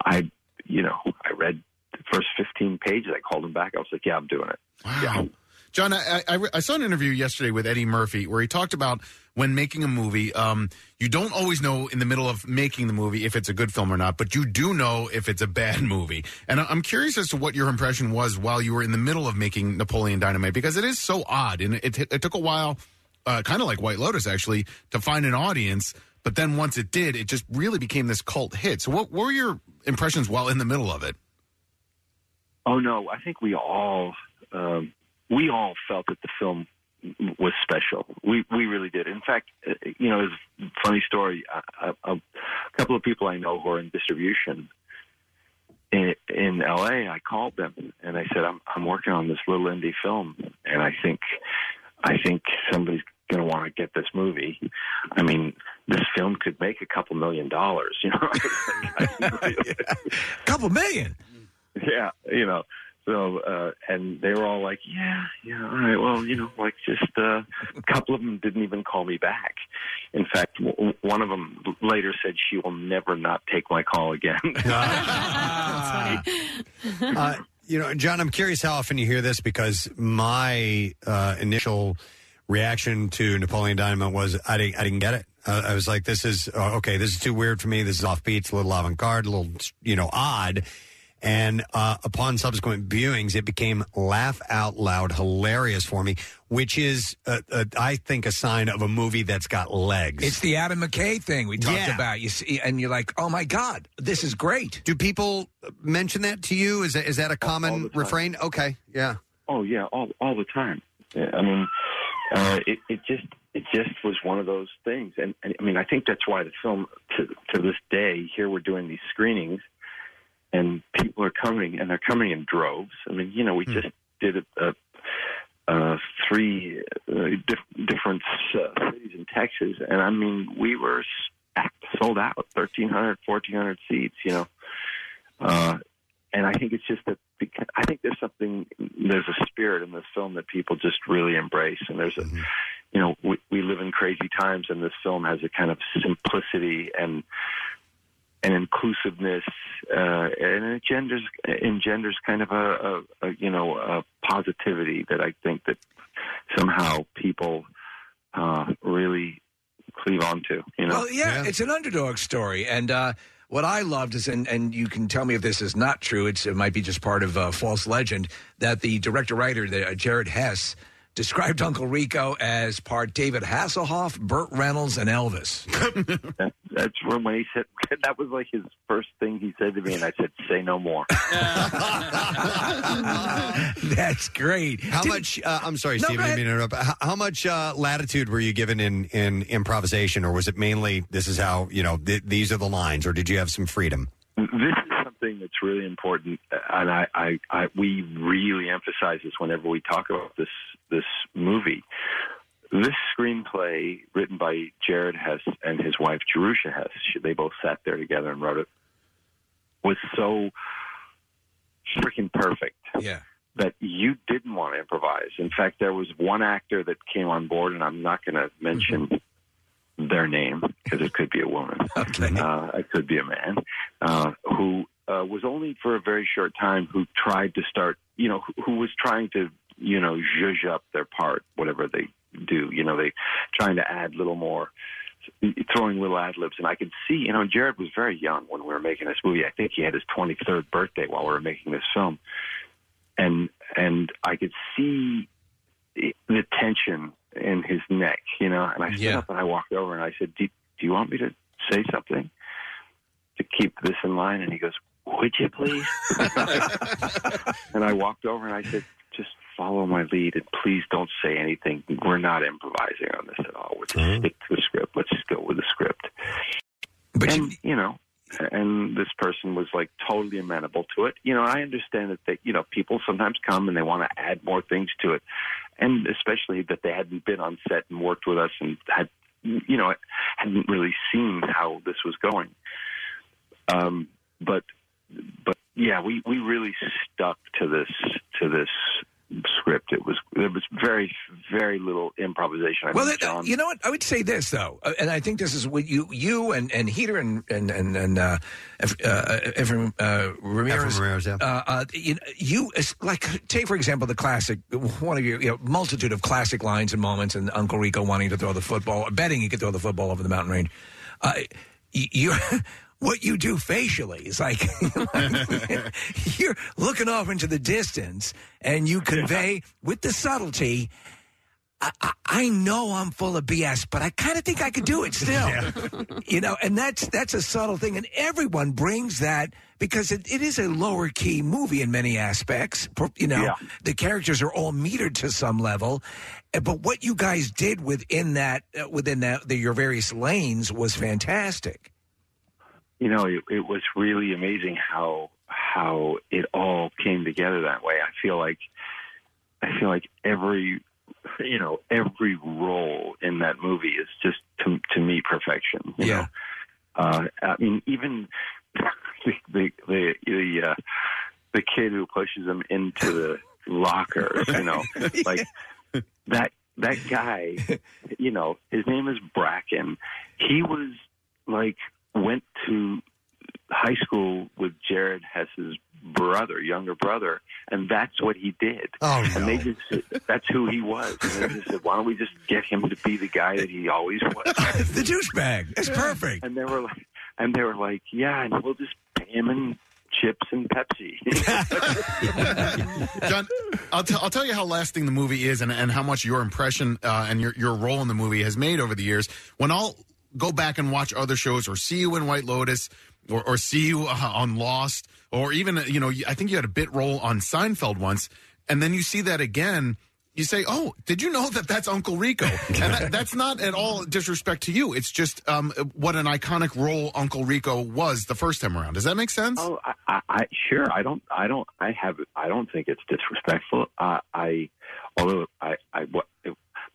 Speaker 10: I, you know, I read the first fifteen pages. I called him back. I was like, "Yeah, I'm doing it."
Speaker 6: Wow. John, I, I, I saw an interview yesterday with Eddie Murphy where he talked about when making a movie, um, you don't always know in the middle of making the movie if it's a good film or not, but you do know if it's a bad movie. And I- I'm curious as to what your impression was while you were in the middle of making Napoleon Dynamite because it is so odd. And it, it, took a while, uh, kind of like White Lotus actually, to find an audience. But then once it did, it just really became this cult hit. So, what, what were your impressions while in the middle of it?
Speaker 10: Oh no, I think we all um, we all felt that the film was special. We we really did. In fact, uh, you know, there's a funny story. A, a, a couple of people I know who are in distribution in, in L.A. I called them and I said, "I'm I'm working on this little indie film, and I think I think somebody's going to want to get this movie. I mean, this film could make a couple million dollars. You know,
Speaker 5: couple million.
Speaker 10: yeah, you know." So, uh, and they were all like, yeah, yeah, all right, well, you know, like just uh, a couple of them didn't even call me back. In fact, w- w- one of them later said she will never not take my call again.
Speaker 3: uh, you know, John, I'm curious how often you hear this because my uh, initial reaction to Napoleon Dynamite was I didn't, I didn't get it. Uh, I was like, this is uh, okay. This is too weird for me. This is offbeat. It's a little avant garde, a little you know odd. And uh, upon subsequent viewings, it became laugh out loud hilarious for me, which is, uh, uh, I think, a sign of a movie that's got legs.
Speaker 5: It's the Adam McKay thing we talked
Speaker 3: Yeah.
Speaker 5: about. Uh, You see, and you're like, oh my god, this is great.
Speaker 3: Do people mention that to you? Is that, is that a common refrain? Okay, yeah.
Speaker 10: Oh yeah, all all the time. Yeah, I mean, uh, it it just it just was one of those things, and, and I mean, I think that's why the film to to this day here we're doing these screenings, and people are coming and they're coming in droves. I mean, you know, we just did a, a, a three uh, diff- different uh, cities in Texas, and I mean, we were stacked, sold out, 1,300, 1,400 seats. You know. Uh, and I think it's just that because, I think there's something there's a spirit in this film that people just really embrace, and there's a you know we, we live in crazy times, and this film has a kind of simplicity and and inclusiveness, uh, and it engenders engenders kind of a, a, a you know a positivity that I think that somehow people uh, really cleave onto. You know,
Speaker 5: Well, yeah, it's an underdog story, and uh, what I loved is, and and you can tell me if this is not true. It's it might be just part of uh, false legend that the director writer, the, uh, Jared Hess, described Uncle Rico as part David Hasselhoff, Burt Reynolds, and Elvis.
Speaker 10: that, that's when he said that was like his first thing he said to me, and I said, "Say no more."
Speaker 5: That's great.
Speaker 3: How much? Uh, I'm sorry, Steve. I didn't mean to interrupt. How, how much uh, latitude were you given in in improvisation, or was it mainly this is how you know th- these are the lines, or did you have some freedom?
Speaker 10: this is something that's really important, and I, I, I we really emphasize this whenever we talk about this this movie. This screenplay, written by Jared Hess and his wife Jerusha Hess, she- they both sat there together and wrote it, was so freaking perfect
Speaker 5: Yeah.
Speaker 10: that you didn't want to improvise. In fact, there was one actor that came on board, and I'm not going to mention their name because it could be a woman, uh, it could be a man, uh, who uh, was only for a very short time, who tried to start, you know, who, who was trying to, you know, zhuzh up their part, whatever they do, you know, they trying to add little more throwing little ad libs, and I could see, you know, Jared was very young when we were making this movie. I think he had his 23rd birthday while we were making this film, and and I could see the tension in his neck, you know. And I stood up and I walked over and I said, "Do, do you want me to say something?" keep this in line? And he goes, Would you please? and I walked over and I said, Just follow my lead and please don't say anything. We're not improvising on this at all. We're just stick to the script. Let's just go with the script. and, you, know, and this person was like totally amenable to it. You know, I understand that they, you know, people sometimes come and they want to add more things to it. And especially that they hadn't been on set and worked with us and had, you know, hadn't really seen how this was going. Um, but, but yeah, we, we really stuck to this, to this script. It was, there was very, very little improvisation. I
Speaker 5: Well,
Speaker 10: mean,
Speaker 5: it-
Speaker 10: John-
Speaker 5: you know what? I would say this though, uh, and I think this is what you, you and and Heater and and and and uh, Eph- uh, Ephraim uh, Ramirez.
Speaker 28: Ephraim Ramirez, yeah.
Speaker 5: Uh, uh, you, you like take for example the classic one of your you know, multitude of classic lines and moments, and Uncle Rico wanting to throw the football, betting he could throw the football over the mountain range. Uh, y- you. What you do facially is like you're looking off into the distance, and you convey with the subtlety I, I know I'm full of BS, but I kind of think I could do it still. You know, and that's that's a subtle thing, and everyone brings that because it, it is a lower key movie in many aspects. Per- You know, the characters are all metered to some level, eh, but what you guys did within that uh, within that the, your various lanes was fantastic.
Speaker 10: you know, it, it was really amazing how how it all came together that way. I feel like I feel like every you know every role in that movie is just to to me perfection. You
Speaker 5: yeah.
Speaker 10: Know? Uh, I mean, even the the the the, uh, the kid who pushes him into the locker, you know, like that that guy, you know, his name is Bracken. He was like went to high school with Jared Hess's brother, younger brother, and that's what he did.
Speaker 28: Oh,
Speaker 10: And they just that's who he was. And they just said, Why don't we just get him to be the guy that he always was?
Speaker 5: the douchebag. It's perfect.
Speaker 10: And they were like and they were like, Yeah, and we'll just pay him in chips and Pepsi.
Speaker 6: John, I'll, t- I'll tell you how lasting the movie is and, and how much your impression uh, and your, your role in the movie has made over the years. When I'll go back and watch other shows or see you in White Lotus or, or see you uh, on Lost or even, you know, I think you had a bit role on Seinfeld once, and then you see that again. You say, "Oh, did you know that that's Uncle Rico?" And that, that's not at all disrespect to you. It's just um, what an iconic role Uncle Rico was the first time around. Does that make sense?
Speaker 10: Oh, I, I, I sure. I don't. I don't. I have. I don't think it's disrespectful. Uh, I, although I, I, what,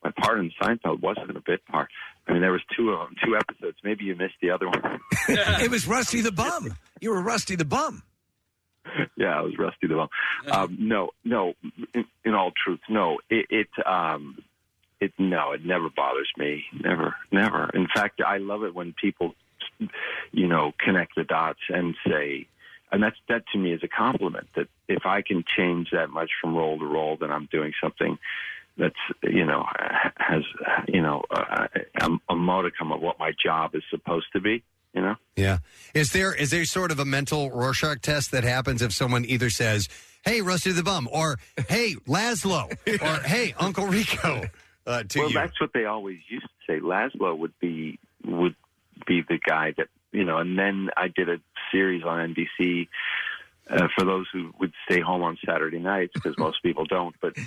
Speaker 10: my part in Seinfeld wasn't a bit part. I mean, there was two of them, two episodes. Maybe you missed the other one.
Speaker 5: it was Rusty the bum. You were Rusty the bum.
Speaker 10: yeah, I was rusty the bum. Um, no, no. In, in all truth, no. It, it, um, it, no. It never bothers me. Never, never. In fact, I love it when people, you know, connect the dots and say, and that's that to me is a compliment. That if I can change that much from role to role, then I'm doing something that's you know has you know a, a modicum of what my job is supposed to be. You know.
Speaker 28: Yeah. Is there is there sort of a mental Rorschach test that happens if someone either says, "Hey, Rusty the Bum," or "Hey, Laszlo," or "Hey, Uncle Rico"? Uh, to
Speaker 10: well,
Speaker 28: you.
Speaker 10: that's what they always used to say. Laszlo would be would be the guy that you know. And then I did a series on NBC uh, for those who would stay home on Saturday nights because most people don't. But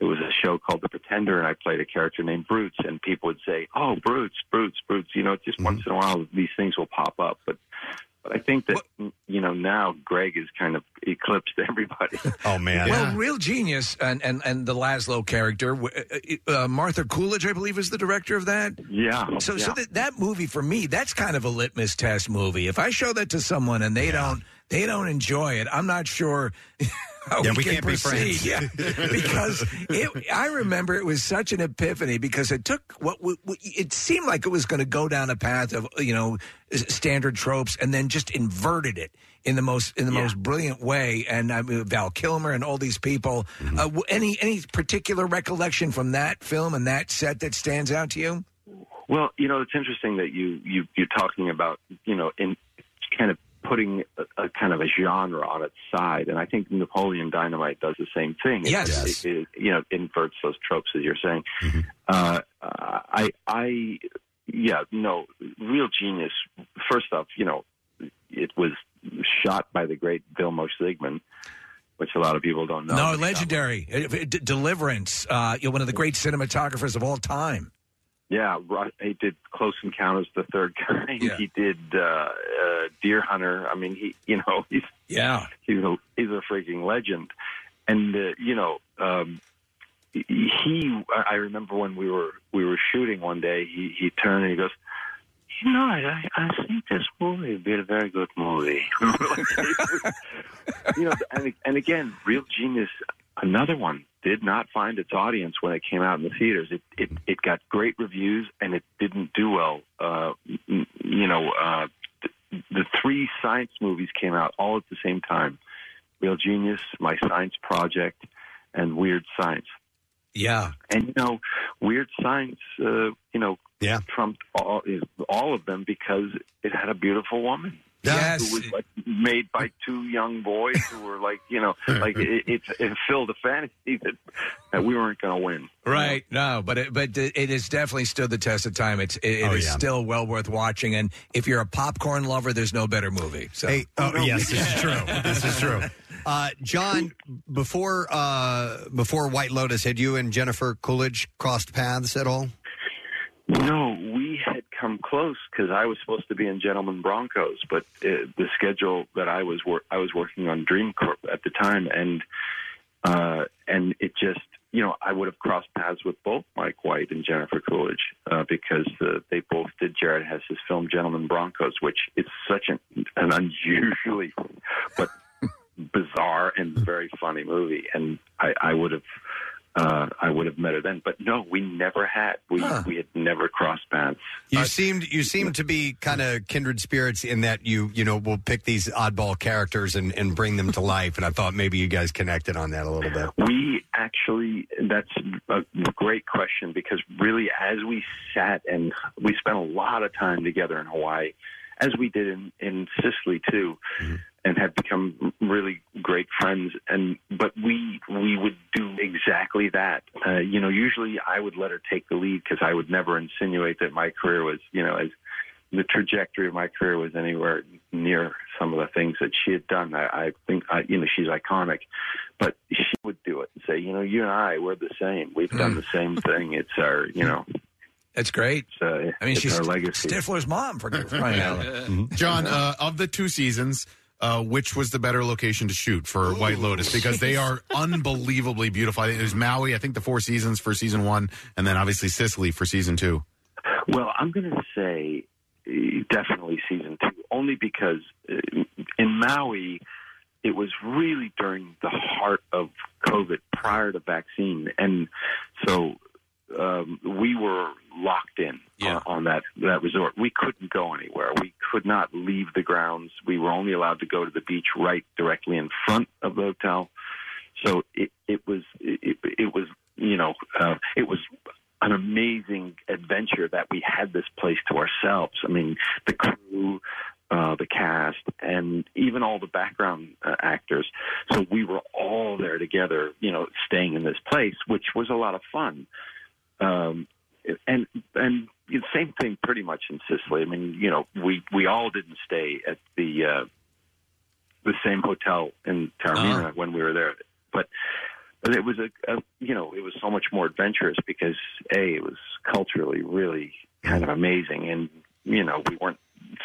Speaker 10: it was a show called The Pretender, and I played a character named Brutes, and people would say, "Oh, Brutes, Brutes, Brutes." You know, just
Speaker 28: Mm-hmm.
Speaker 10: once in a while these things will pop up, but. But I think that you know now Greg is kind of eclipsed everybody.
Speaker 28: Oh man!
Speaker 5: Well, real genius and and and the Laszlo character, w- uh, uh, Martha Coolidge, I believe, is the director of that.
Speaker 10: Yeah.
Speaker 5: So so
Speaker 10: yeah.
Speaker 5: that, that movie for me, that's kind of a litmus test movie. If I show that to someone and they don't they don't enjoy it, I'm not sure. how
Speaker 28: Yeah, we
Speaker 5: can
Speaker 28: can't be
Speaker 5: proceed.
Speaker 28: friends.
Speaker 5: Yeah. because it, I remember it was such an epiphany because it took what, w w- it seemed like it was going to go down a path of you know s- standard tropes and then just inverted it in the most in the most brilliant way. And I mean, Val Kilmer and all these people. Uh, w- any any particular recollection from that film and that set that stands out to you?
Speaker 10: Well, you know, it's interesting that you you you're talking about you know in kind of putting a, a kind of a genre on its side, and I think Napoleon Dynamite does the same thing. It-
Speaker 17: Yes.
Speaker 10: it, it, you know, inverts those tropes as you're saying. Uh, I I yeah no real genius. First off, you know, it was shot by the great Vilmos Zsigmond, which a lot of people don't know.
Speaker 5: No, legendary. Uh, D- Deliverance. Uh, you're one of the great cinematographers of all time.
Speaker 10: Yeah, Ro- he did Close Encounters of the Third Kind. He did uh, uh, Deer Hunter. I mean, he you know he's
Speaker 5: yeah
Speaker 10: he's a he's a freaking legend, and uh, you know um, he. I I remember when we were we were shooting one day. He he turned and he goes. You know, I, I I think this movie would be a very good movie. you know, and, and again, Real Genius, another one, did not find its audience when it came out in the theaters. It it, it got great reviews, and it didn't do well. Uh, m- you know, uh, th- the three science movies came out all at the same time: Real Genius, My Science Project, and Weird Science.
Speaker 5: Yeah.
Speaker 10: And you know, Weird Science, uh, you know,
Speaker 29: yeah.
Speaker 10: trumped all, all of them because it had a beautiful woman.
Speaker 5: Yes.
Speaker 10: Who was like made by two young boys who were like, you know, like it, it, it filled a fantasy that, that we weren't going to win.
Speaker 5: Right. No, but it, but it has definitely stood the test of time. It's it, it is
Speaker 3: Oh,
Speaker 10: yeah.
Speaker 5: still well worth watching. And if you're a popcorn lover, there's no better movie. So
Speaker 3: Hey, oh, yes, this is true. This is true. Uh, John, before uh, before White Lotus, had you and Jennifer Coolidge crossed paths at all?
Speaker 10: No, we had come close because I was supposed to be in Gentleman Broncos, but uh, the schedule that I was wor- I was working on Dream Corp at the time, and uh, and it just you know I would have crossed paths with both Mike White and Jennifer Coolidge uh, because uh, they both did Jared Hess's film Gentleman Broncos, which is such an an unusually but bizarre and very funny movie, and I, I would have uh, I would have met her then. But no, we never had. We we had never crossed paths.
Speaker 3: You seemed you seemed to be kind of kindred spirits in that you you know will pick these oddball characters and and bring them to life. And I thought maybe you guys connected on that a little bit.
Speaker 10: We actually, that's a great question because really, as we sat and we spent a lot of time together in Hawaii, as we did in, in Sicily too,
Speaker 3: Mm-hmm.
Speaker 10: and have become really great friends. And but we we would do exactly that. Uh, you know, usually I would let her take the lead because I would never insinuate that my career was, you know, as the trajectory of my career was anywhere near some of the things that she had done. I, I think, I, you know, she's iconic, but she would do it and say, you know, you and I, we're the same. We've done the same thing. It's our, you know,
Speaker 5: That's great.
Speaker 10: it's, uh,
Speaker 5: I mean,
Speaker 10: it's
Speaker 5: she's
Speaker 10: our legacy.
Speaker 5: Stifler's mom for crying out loud.
Speaker 6: John, uh, of the two seasons, uh, which was the better location to shoot for White Lotus? Because they are unbelievably beautiful. I think It was Maui, I think the four seasons for season one, and then obviously Sicily for season two.
Speaker 10: Well, I'm going to say eh, definitely season two, only because eh, in Maui, it was really during the heart of COVID, prior to vaccine, and so um, we were locked in on, on that that resort. We couldn't go anywhere. We could not leave the grounds. We were only allowed to go to the beach right directly in front of the hotel. So it, it was it, it was you know uh, it was an amazing adventure that we had this place to ourselves. I mean, the crew, uh, the cast, and even all the background uh, actors. So we were all there together, you know, staying in this place, which was a lot of fun. Um, and and the same thing pretty much in Sicily. I mean, you know, we we all didn't stay at the uh, the same hotel in Taormina when we were there, but but it was a, a you know it was so much more adventurous because a it was culturally really kind of amazing and you know we weren't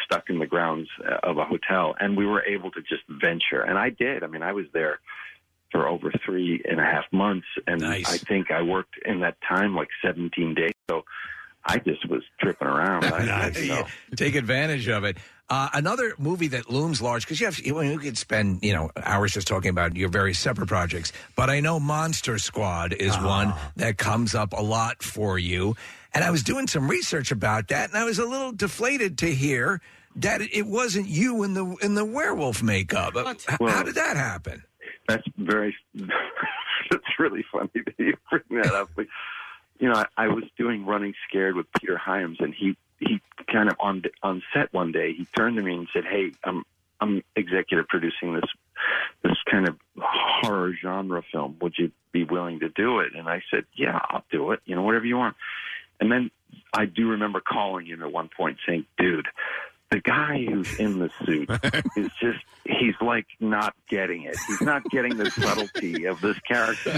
Speaker 10: stuck in the grounds uh, of a hotel and we were able to just venture and i did i mean i was there for over three and a half months and i think i worked in that time like 17 days so i just was tripping around I, you know.
Speaker 5: Take advantage of it. Uh, another movie that looms large because you have you, you could spend you know hours just talking about your various separate projects, but I know Monster Squad is one that comes up a lot for you. And I was doing some research about that, and I was a little deflated to hear that it wasn't you in the in the werewolf makeup. Uh, h- How
Speaker 10: Well-
Speaker 5: did that happen?
Speaker 10: That's very. that's really funny that you bring that up. But, you know, I, I was doing Running Scared with Peter Hyams, and he he kind of on on set one day. He turned to me and said, "Hey, I'm I'm executive producing this this kind of horror genre film. Would you be willing to do it?" And I said, "Yeah, I'll do it. You know, whatever you want." And then I do remember calling him at one point saying, "Dude, the guy who's in the suit is just he's like not getting it he's not getting the subtlety of this character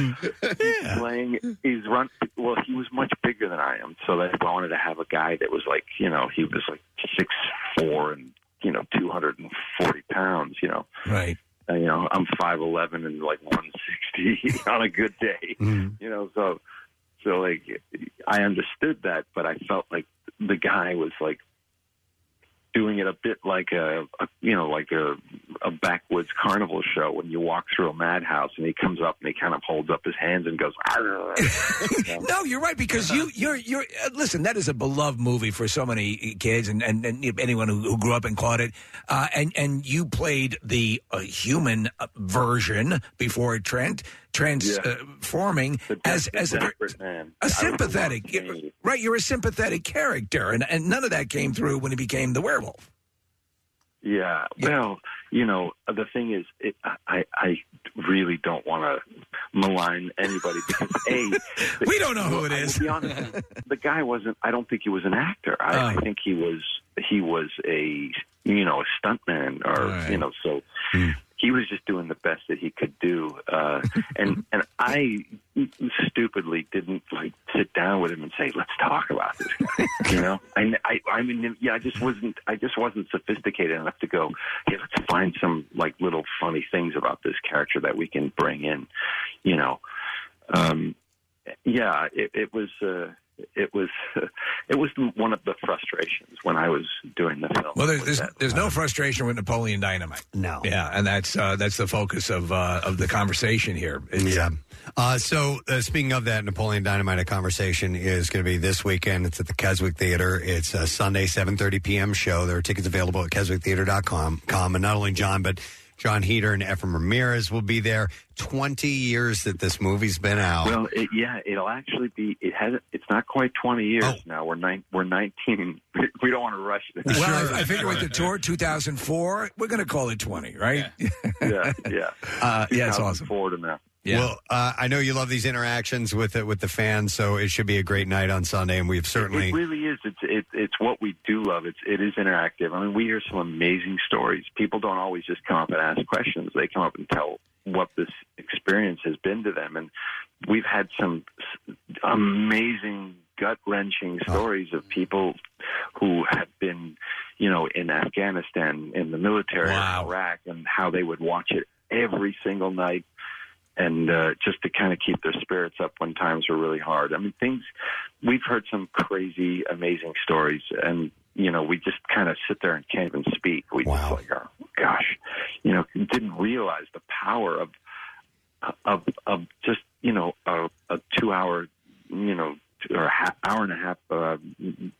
Speaker 10: he's playing he's run well he was much bigger than i am so that's why i wanted to have a guy that was like you know he was like six four and you know two hundred and forty pounds you know
Speaker 5: Right.
Speaker 10: uh, you know, I'm five eleven and like one sixty on a good day. You know, so so like I understood that, but I felt like the guy was like doing it a bit like a, a you know like a a backwoods carnival show when you walk through a madhouse and he comes up and he kind of holds up his hands and goes. "Arr."
Speaker 5: No, you're right because you you're you're uh, listen. That is a beloved movie for so many kids and and, and you know, anyone who, who grew up and caught it. Uh, and and you played the uh, human uh, version before it trend transforming as as a, a sympathetic right. You're a sympathetic character, and and none of that came through when he became the werewolf.
Speaker 10: Yeah. Well, you know, the thing is, it, I I really don't want to malign anybody because a
Speaker 5: we don't know who it is.
Speaker 10: the guy wasn't. I don't think he was an actor. I,
Speaker 5: Oh.
Speaker 10: I think he was he was a you know a stuntman or you know so he was just doing the best that he could do. Uh, and and I stupidly didn't like sit down with him and say let's talk about this guy. you know I I I mean yeah I just wasn't I just wasn't sophisticated enough to go hey let's find some like little funny things about this character that we can bring in. You know. Um, yeah, it, it was uh, it was it was one of the frustrations when I was doing the film.
Speaker 5: Well, there's there's, there's no frustration with Napoleon Dynamite.
Speaker 29: No.
Speaker 5: Yeah, and that's uh, that's the focus of uh, of the conversation here. It's-
Speaker 29: Yeah.
Speaker 3: Uh, so, uh, speaking of that, Napoleon Dynamite a conversation is going to be this weekend. It's at the Keswick Theater. It's a Sunday, 7.30 p.m. show. There are tickets available at keswicktheater.com. Com. And not only John, but John Heater and Ephraim Ramirez will be there. 20 years that this movie's been
Speaker 5: Oh.
Speaker 3: out.
Speaker 10: Well, it, yeah, it'll actually be. It has. It's not quite twenty years
Speaker 5: Oh.
Speaker 10: now. We're nine. We're nineteen. We, we don't want to rush this.
Speaker 5: Well, I, I figure with the tour 2004, we're going to call it 20, right?
Speaker 10: yeah, yeah,
Speaker 5: Uh, yeah, it's awesome.
Speaker 10: Forward enough.
Speaker 3: Well, uh, I know you love these interactions with it with the fans, so it should be a great night on Sunday, and we've certainly
Speaker 10: It really is. It's it, it's what we do love. It's it is interactive. I mean, we hear some amazing stories. People don't always just come up and ask questions. They come up and tell what this experience has been to them, and we've had some s- amazing, gut wrenching stories of people who have been, you know, in Afghanistan, in the military, in Iraq, and how they would watch it every single night. And uh, just to kind of keep their spirits up when times were really hard. I mean, things we've heard some crazy, amazing stories, and you know, we just kind of sit there and can't even speak. We just like, oh gosh, you know, didn't realize the power of of of just you know a, a two hour, you know, or a half, hour and a half uh,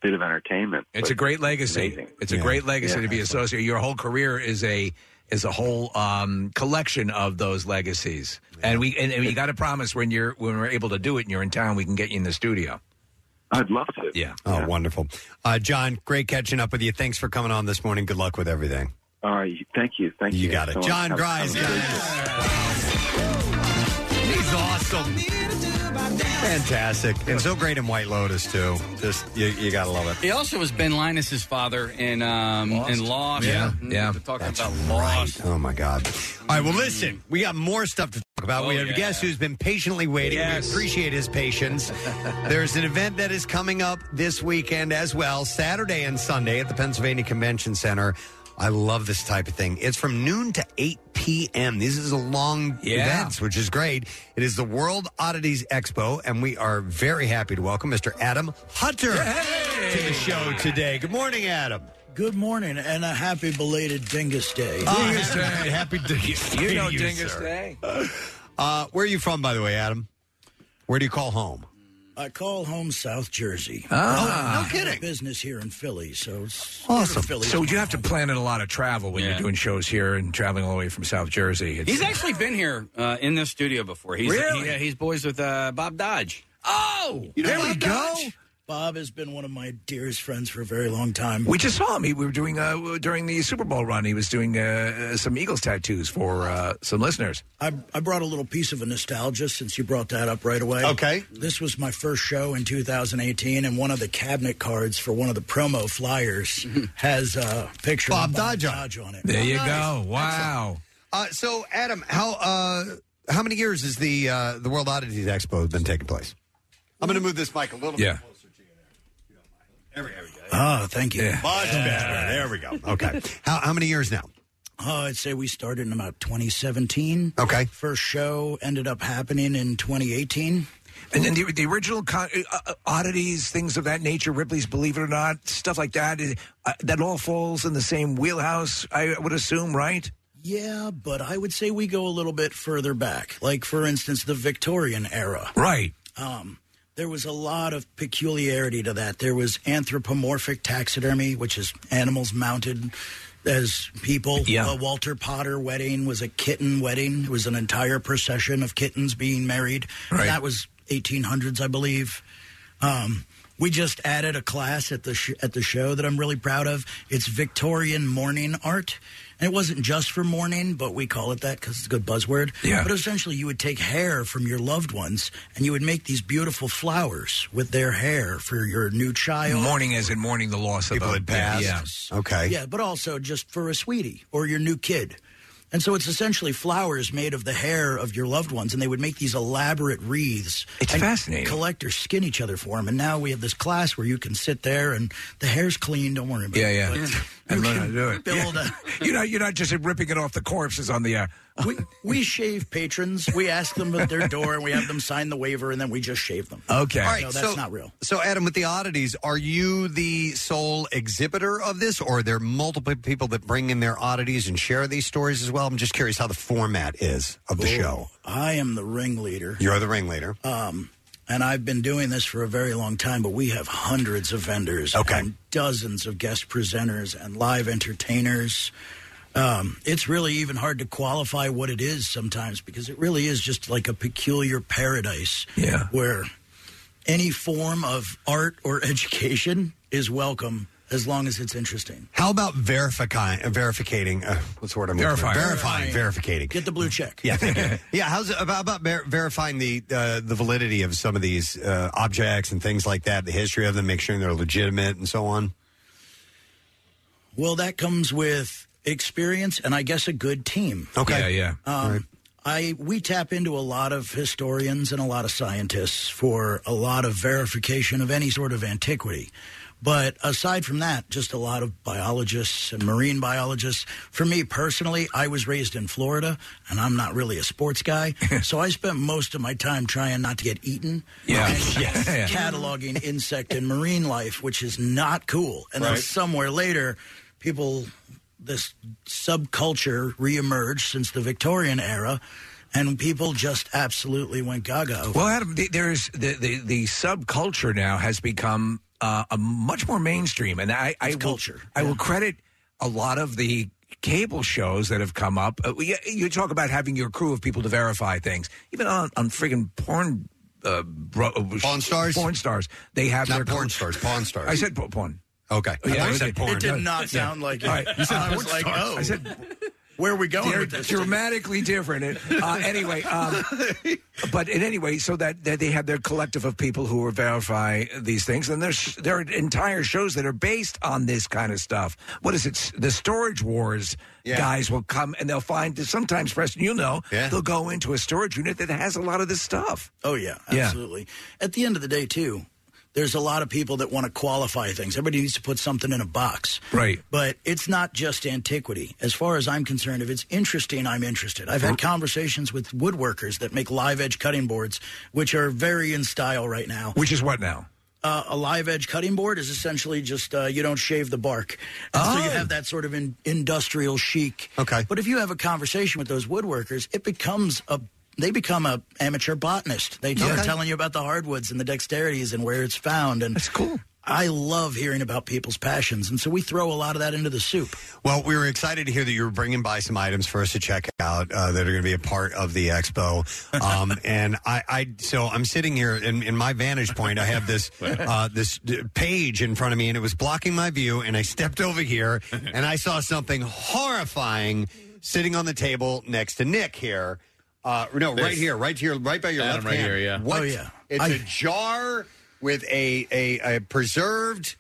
Speaker 10: bit of entertainment.
Speaker 5: It's a
Speaker 10: But
Speaker 5: great legacy.
Speaker 10: amazing.
Speaker 5: It's a great legacy to be associated. Your whole career is a is a whole um, collection of those legacies. And we and, and you got to promise when you're when we're able to do it and you're in town, we can get you in the studio.
Speaker 10: I'd love to.
Speaker 5: Yeah.
Speaker 3: Oh, wonderful. Uh, John, great catching up with you. Thanks for coming on this morning. Good luck with everything.
Speaker 10: All right, thank you, thank you.
Speaker 3: You got it.
Speaker 10: so much.
Speaker 3: John
Speaker 10: Have-
Speaker 3: Grise, He's awesome. Fantastic. And so great in White Lotus, too. Just, you, you got to love it.
Speaker 7: He also was Ben Linus's father in um in Lost.
Speaker 3: Yeah, Mm-hmm.
Speaker 7: Mm,
Speaker 3: yeah.
Speaker 7: They're Talking about Lost.
Speaker 3: Oh my God! All right, well, listen, we got more stuff to talk about. we have a guest who's been patiently waiting. We appreciate his patience. There's an event that is coming up this weekend as well, Saturday and Sunday at the Pennsylvania Convention Center. I love this type of thing. It's from noon to 8 p.m. This is a long
Speaker 28: Yeah.
Speaker 3: events, which is great. It is the World Oddities Expo, and we are very happy to welcome Mr. Adam Hunter to the show today. Good morning, Adam.
Speaker 17: Good morning, and a happy belated Dingus Day.
Speaker 3: Oh, Dingus happy- Day. happy Dingus You- you Day know to you, Dingus sir.
Speaker 5: Day.
Speaker 3: Uh, where are you from, by the way, Adam? Where do you call home?
Speaker 17: I call home South Jersey.
Speaker 5: Ah.
Speaker 17: no kidding. business here in Philly, so it's
Speaker 5: Awesome.
Speaker 17: Philly.
Speaker 5: So you have to plan in a lot of travel when you're doing shows here and traveling all the way from South Jersey. It's-
Speaker 7: He's actually been here uh, in this studio before. He's,
Speaker 5: Really?
Speaker 7: he- yeah, he's boys with uh, Bob Dodge.
Speaker 5: Oh,
Speaker 7: there we
Speaker 17: go. Bob has been one of my dearest friends for a very long time.
Speaker 5: We just saw him. He, we were doing uh, during the Super Bowl run. He was doing uh, some Eagles tattoos for uh, some listeners.
Speaker 17: I, I brought a little piece of a nostalgia since you brought that up right away.
Speaker 5: Okay.
Speaker 17: This was my first show in 2018, and one of the cabinet cards for one of the promo flyers has a picture
Speaker 3: Bob
Speaker 17: of
Speaker 3: Dodge on it.
Speaker 17: on it.
Speaker 5: There you
Speaker 3: Nice.
Speaker 5: go. Wow.
Speaker 3: Uh, so, Adam, how uh, how many years has the uh, the World Oddities Expo been taking place? I'm going to move this mic a little
Speaker 5: Yeah.
Speaker 17: Oh, thank you.
Speaker 3: Much better. There we go. Okay. How, how many years now?
Speaker 17: Oh, I'd say we started in about 2017.
Speaker 3: Okay.
Speaker 17: First show ended up happening in 2018.
Speaker 5: And then the, the original con- uh, uh, oddities, things of that nature, Ripley's Believe It or Not, stuff like that, is- uh, that all falls in the same wheelhouse, I would assume, right?
Speaker 17: Yeah, but I would say we go a little bit further back. Like, for instance, the Victorian era.
Speaker 5: Right.
Speaker 17: Um, there was a lot of peculiarity to that. There was anthropomorphic taxidermy, which is animals mounted as people.
Speaker 5: Yeah.
Speaker 17: A Walter Potter wedding was a kitten wedding. It was an entire procession of kittens being married.
Speaker 5: Right.
Speaker 17: That was 1800s, I believe. Um, we just added a class at the sh- at the show that I'm really proud of. It's Victorian mourning art, and it wasn't just for mourning, but we call it that because it's a good buzzword.
Speaker 5: Yeah.
Speaker 17: But essentially, you would take hair from your loved ones, and you would make these beautiful flowers with their hair for your new child.
Speaker 5: Mourning as in mourning the loss
Speaker 17: People
Speaker 5: of a
Speaker 17: had passed.
Speaker 5: Yeah.
Speaker 17: Yeah, but also just for a sweetie or your new kid. And so it's essentially flowers made of the hair of your loved ones, and they would make these elaborate wreaths.
Speaker 5: It's
Speaker 17: and
Speaker 5: fascinating.
Speaker 17: Collectors skin each other for them, and now we have this class where you can sit there and the hair's clean. Don't worry about
Speaker 5: Yeah,
Speaker 17: it.
Speaker 5: yeah.
Speaker 17: but
Speaker 5: And learn
Speaker 17: you can
Speaker 5: how to do it.
Speaker 17: Build
Speaker 5: Yeah. you're, not, you're not just ripping it off the corpses on the air.
Speaker 17: a, we, we shave patrons. We ask them at their door, and we have them sign the waiver, and then we just shave them.
Speaker 3: All right.
Speaker 17: no, that's
Speaker 3: so,
Speaker 17: not real.
Speaker 3: So, Adam, with the oddities, are you the sole exhibitor of this, or are there multiple people that bring in their oddities and share these stories as well? I'm just curious how the format is of the
Speaker 17: Ooh.
Speaker 3: show.
Speaker 17: I am the ringleader.
Speaker 3: You're the ringleader.
Speaker 17: Um, and I've been doing this for a very long time, but we have hundreds of vendors and dozens of guest presenters and live entertainers. Um, it's really even hard to qualify what it is sometimes because it really is just like a peculiar paradise
Speaker 5: yeah.
Speaker 17: where any form of art or education is welcome as long as it's interesting.
Speaker 3: How about verifying, uh, verificating, uh, what's the word I'm looking for?
Speaker 17: Verifying.
Speaker 3: Verifying, verificating.
Speaker 17: Get the blue check.
Speaker 3: Yeah, thank you. yeah. How's it about, about ver- verifying the uh, the validity of some of these uh, objects and things like that, the history of them, make sure they're legitimate and so on.
Speaker 17: Well, that comes with experience and I guess a good team.
Speaker 3: Okay.
Speaker 5: Yeah,
Speaker 17: Um, I we tap into a lot of historians and a lot of scientists for a lot of verification of any sort of antiquity. But aside from that, just a lot of biologists and marine biologists. For me personally, I was raised in Florida and I'm not really a sports guy. so I spent most of my time trying not to get eaten.
Speaker 5: Yeah.
Speaker 17: And
Speaker 5: Yeah.
Speaker 17: Cataloging insect and marine life, which is not cool. And
Speaker 5: Right.
Speaker 17: then somewhere later, people this subculture reemerged since the Victorian era, and people just absolutely went gaga.
Speaker 5: Well, Adam, the, there's the, the the subculture now has become uh, a much more mainstream, and I, I will, culture. I will credit a lot of the cable shows that have come up. Uh, you, you talk about having your crew of people to verify things, even on on friggin' porn. Uh, bro, porn stars, porn stars. They have
Speaker 3: Not
Speaker 5: their
Speaker 3: porn
Speaker 5: stars,
Speaker 3: porn stars.
Speaker 5: I said po- porn.
Speaker 3: Okay, I thought you said
Speaker 5: okay.
Speaker 3: porn. It did
Speaker 17: not sound like it. I was like, oh.
Speaker 5: I said
Speaker 17: Where are we going
Speaker 5: they're
Speaker 17: with this?
Speaker 5: dramatically different. Uh, anyway, um, but in any way, so that, that they have their collective of people who are verify these things, and there's there are entire shows that are based on this kind of stuff. What is it? S- The storage wars guys will come and they'll find. Sometimes, Preston, you know, they'll go into a storage unit that has a lot of this stuff.
Speaker 17: Oh yeah,
Speaker 5: Yeah.
Speaker 17: absolutely. At the end of the day, too, there's a lot of people that want to qualify things. Everybody needs to put something in a box.
Speaker 5: Right.
Speaker 17: But it's not just antiquity. As far as I'm concerned, if it's interesting, I'm interested. I've
Speaker 5: Mm-hmm.
Speaker 17: had conversations with woodworkers that make live edge cutting boards, which are very in style right now.
Speaker 5: Which is what now?
Speaker 17: Uh, a live edge cutting board is essentially just uh, you don't shave the bark. And
Speaker 5: Oh.
Speaker 17: So you have that sort of in, industrial chic. Okay. But if you have a conversation with those woodworkers, it becomes a they become a amateur botanist. They start
Speaker 5: Okay.
Speaker 17: telling you about the hardwoods and the dexterities and where it's found. And that's
Speaker 5: cool.
Speaker 17: I love hearing about people's passions, and so we throw a lot of that into the soup.
Speaker 3: Well, we were excited to hear that you were bringing by some items for us to check out uh, that are going to be a part of the expo. Um, and I, I, so I'm sitting here in, in my vantage point. I have this uh, this d- page in front of me, and it was blocking my view. And I stepped over here, and I saw something horrifying sitting on the table next to Nick here. Uh, no, right
Speaker 6: This.
Speaker 3: here, right here, right by your
Speaker 6: Adam,
Speaker 3: left
Speaker 6: right
Speaker 3: hand.
Speaker 6: here, yeah.
Speaker 3: What?
Speaker 6: Oh, yeah.
Speaker 3: It's
Speaker 6: I-
Speaker 3: a jar with a, a, a preserved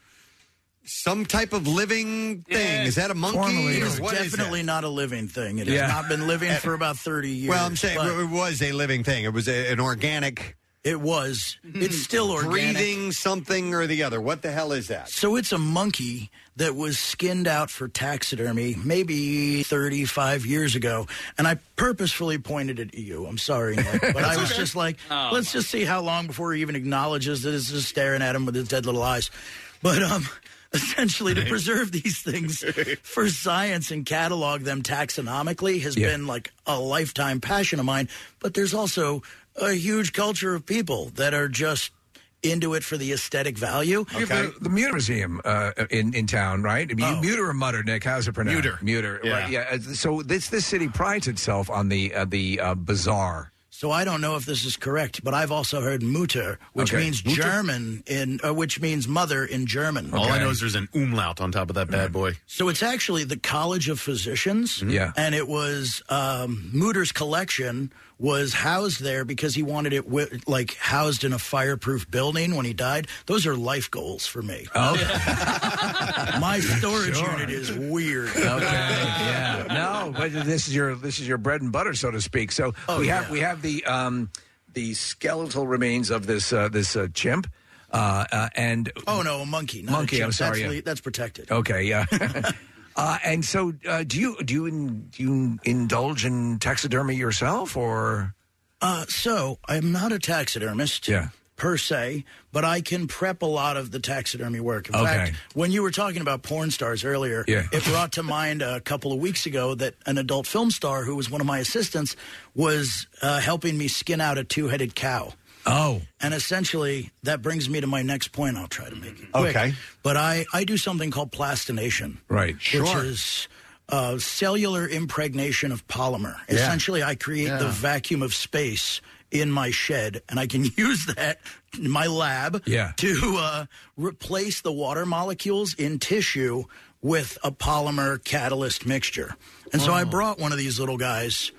Speaker 3: some type of living thing. Is that a monkey?
Speaker 17: Formerly, it
Speaker 3: or
Speaker 17: was
Speaker 3: what is
Speaker 17: definitely
Speaker 3: that?
Speaker 17: not a living thing. It
Speaker 3: Yeah.
Speaker 17: has not been living
Speaker 3: Uh,
Speaker 17: for about thirty years.
Speaker 3: Well, I'm saying
Speaker 17: but
Speaker 3: it was a living thing. It was a, an organic.
Speaker 17: It was. It's still organic.
Speaker 3: Breathing something or the other. What the hell is that?
Speaker 17: So it's a monkey that was skinned out for taxidermy maybe 35 years ago. And I purposefully pointed it at you. I'm sorry, Nick. But I
Speaker 13: That's
Speaker 17: was
Speaker 13: okay.
Speaker 17: just like,
Speaker 13: Oh,
Speaker 17: let's just see how long before he even acknowledges that it's just staring at him with his dead little eyes. But um, essentially, to preserve these things for science and catalog them taxonomically has
Speaker 5: Yeah.
Speaker 17: been like a lifetime passion of mine. But there's also a huge culture of people that are just into it for the aesthetic value.
Speaker 5: You have The, the Muter Museum uh, in in town, right? Mu- Muter or Mutter, Nick? How's it pronounced?
Speaker 17: Muter.
Speaker 5: Muter.
Speaker 17: Yeah.
Speaker 5: Right, yeah. uh, So this this city prides itself on the uh, the uh, bizarre.
Speaker 17: So I don't know if this is correct, but I've also heard Mutter, which
Speaker 5: Okay.
Speaker 17: means
Speaker 5: Mutter?
Speaker 17: German in, uh, which means mother in German.
Speaker 6: All I know is there's an umlaut on top of that bad boy.
Speaker 17: so it's actually the College of Physicians.
Speaker 5: Mm-hmm.
Speaker 6: Yeah.
Speaker 17: and it was um, Mutter's collection was housed there because he wanted it wi- like housed in a fireproof building when he died. Those are life goals for me. my storage unit is weird.
Speaker 5: yeah. No, but this is your this is your bread and butter, so to speak. So
Speaker 17: Oh,
Speaker 5: we have
Speaker 17: yeah.
Speaker 5: we have the um, the skeletal remains of this uh, this uh, chimp, uh, uh, and
Speaker 17: Oh no, a monkey. Not a
Speaker 5: Monkey,
Speaker 17: chimp.
Speaker 5: I'm sorry,
Speaker 17: That's,
Speaker 5: yeah.
Speaker 17: le- that's protected.
Speaker 5: okay, yeah. Uh, and so, uh, do you do you in, do you indulge in taxidermy yourself, or
Speaker 17: Uh, so I'm not a taxidermist.
Speaker 5: Yeah.
Speaker 17: Per se, but I can prep a lot of the taxidermy work. In
Speaker 5: Okay.
Speaker 17: fact, when you were talking about porn stars earlier,
Speaker 5: Yeah.
Speaker 17: it brought to mind a couple of weeks ago that an adult film star who was one of my assistants was uh, helping me skin out a two headed cow.
Speaker 5: Oh.
Speaker 17: And essentially, that brings me to my next point. I'll try to make it quick.
Speaker 5: Okay.
Speaker 17: But I, I do something called plastination.
Speaker 5: Right. Sure.
Speaker 17: Which is uh, cellular impregnation of polymer.
Speaker 5: Yeah.
Speaker 17: Essentially, I create the
Speaker 5: Yeah.
Speaker 17: vacuum of space in my shed, and I can use that in my lab
Speaker 5: Yeah.
Speaker 17: to uh, replace the water molecules in tissue with a polymer catalyst mixture. And
Speaker 5: Oh.
Speaker 17: so I brought one of these little guys,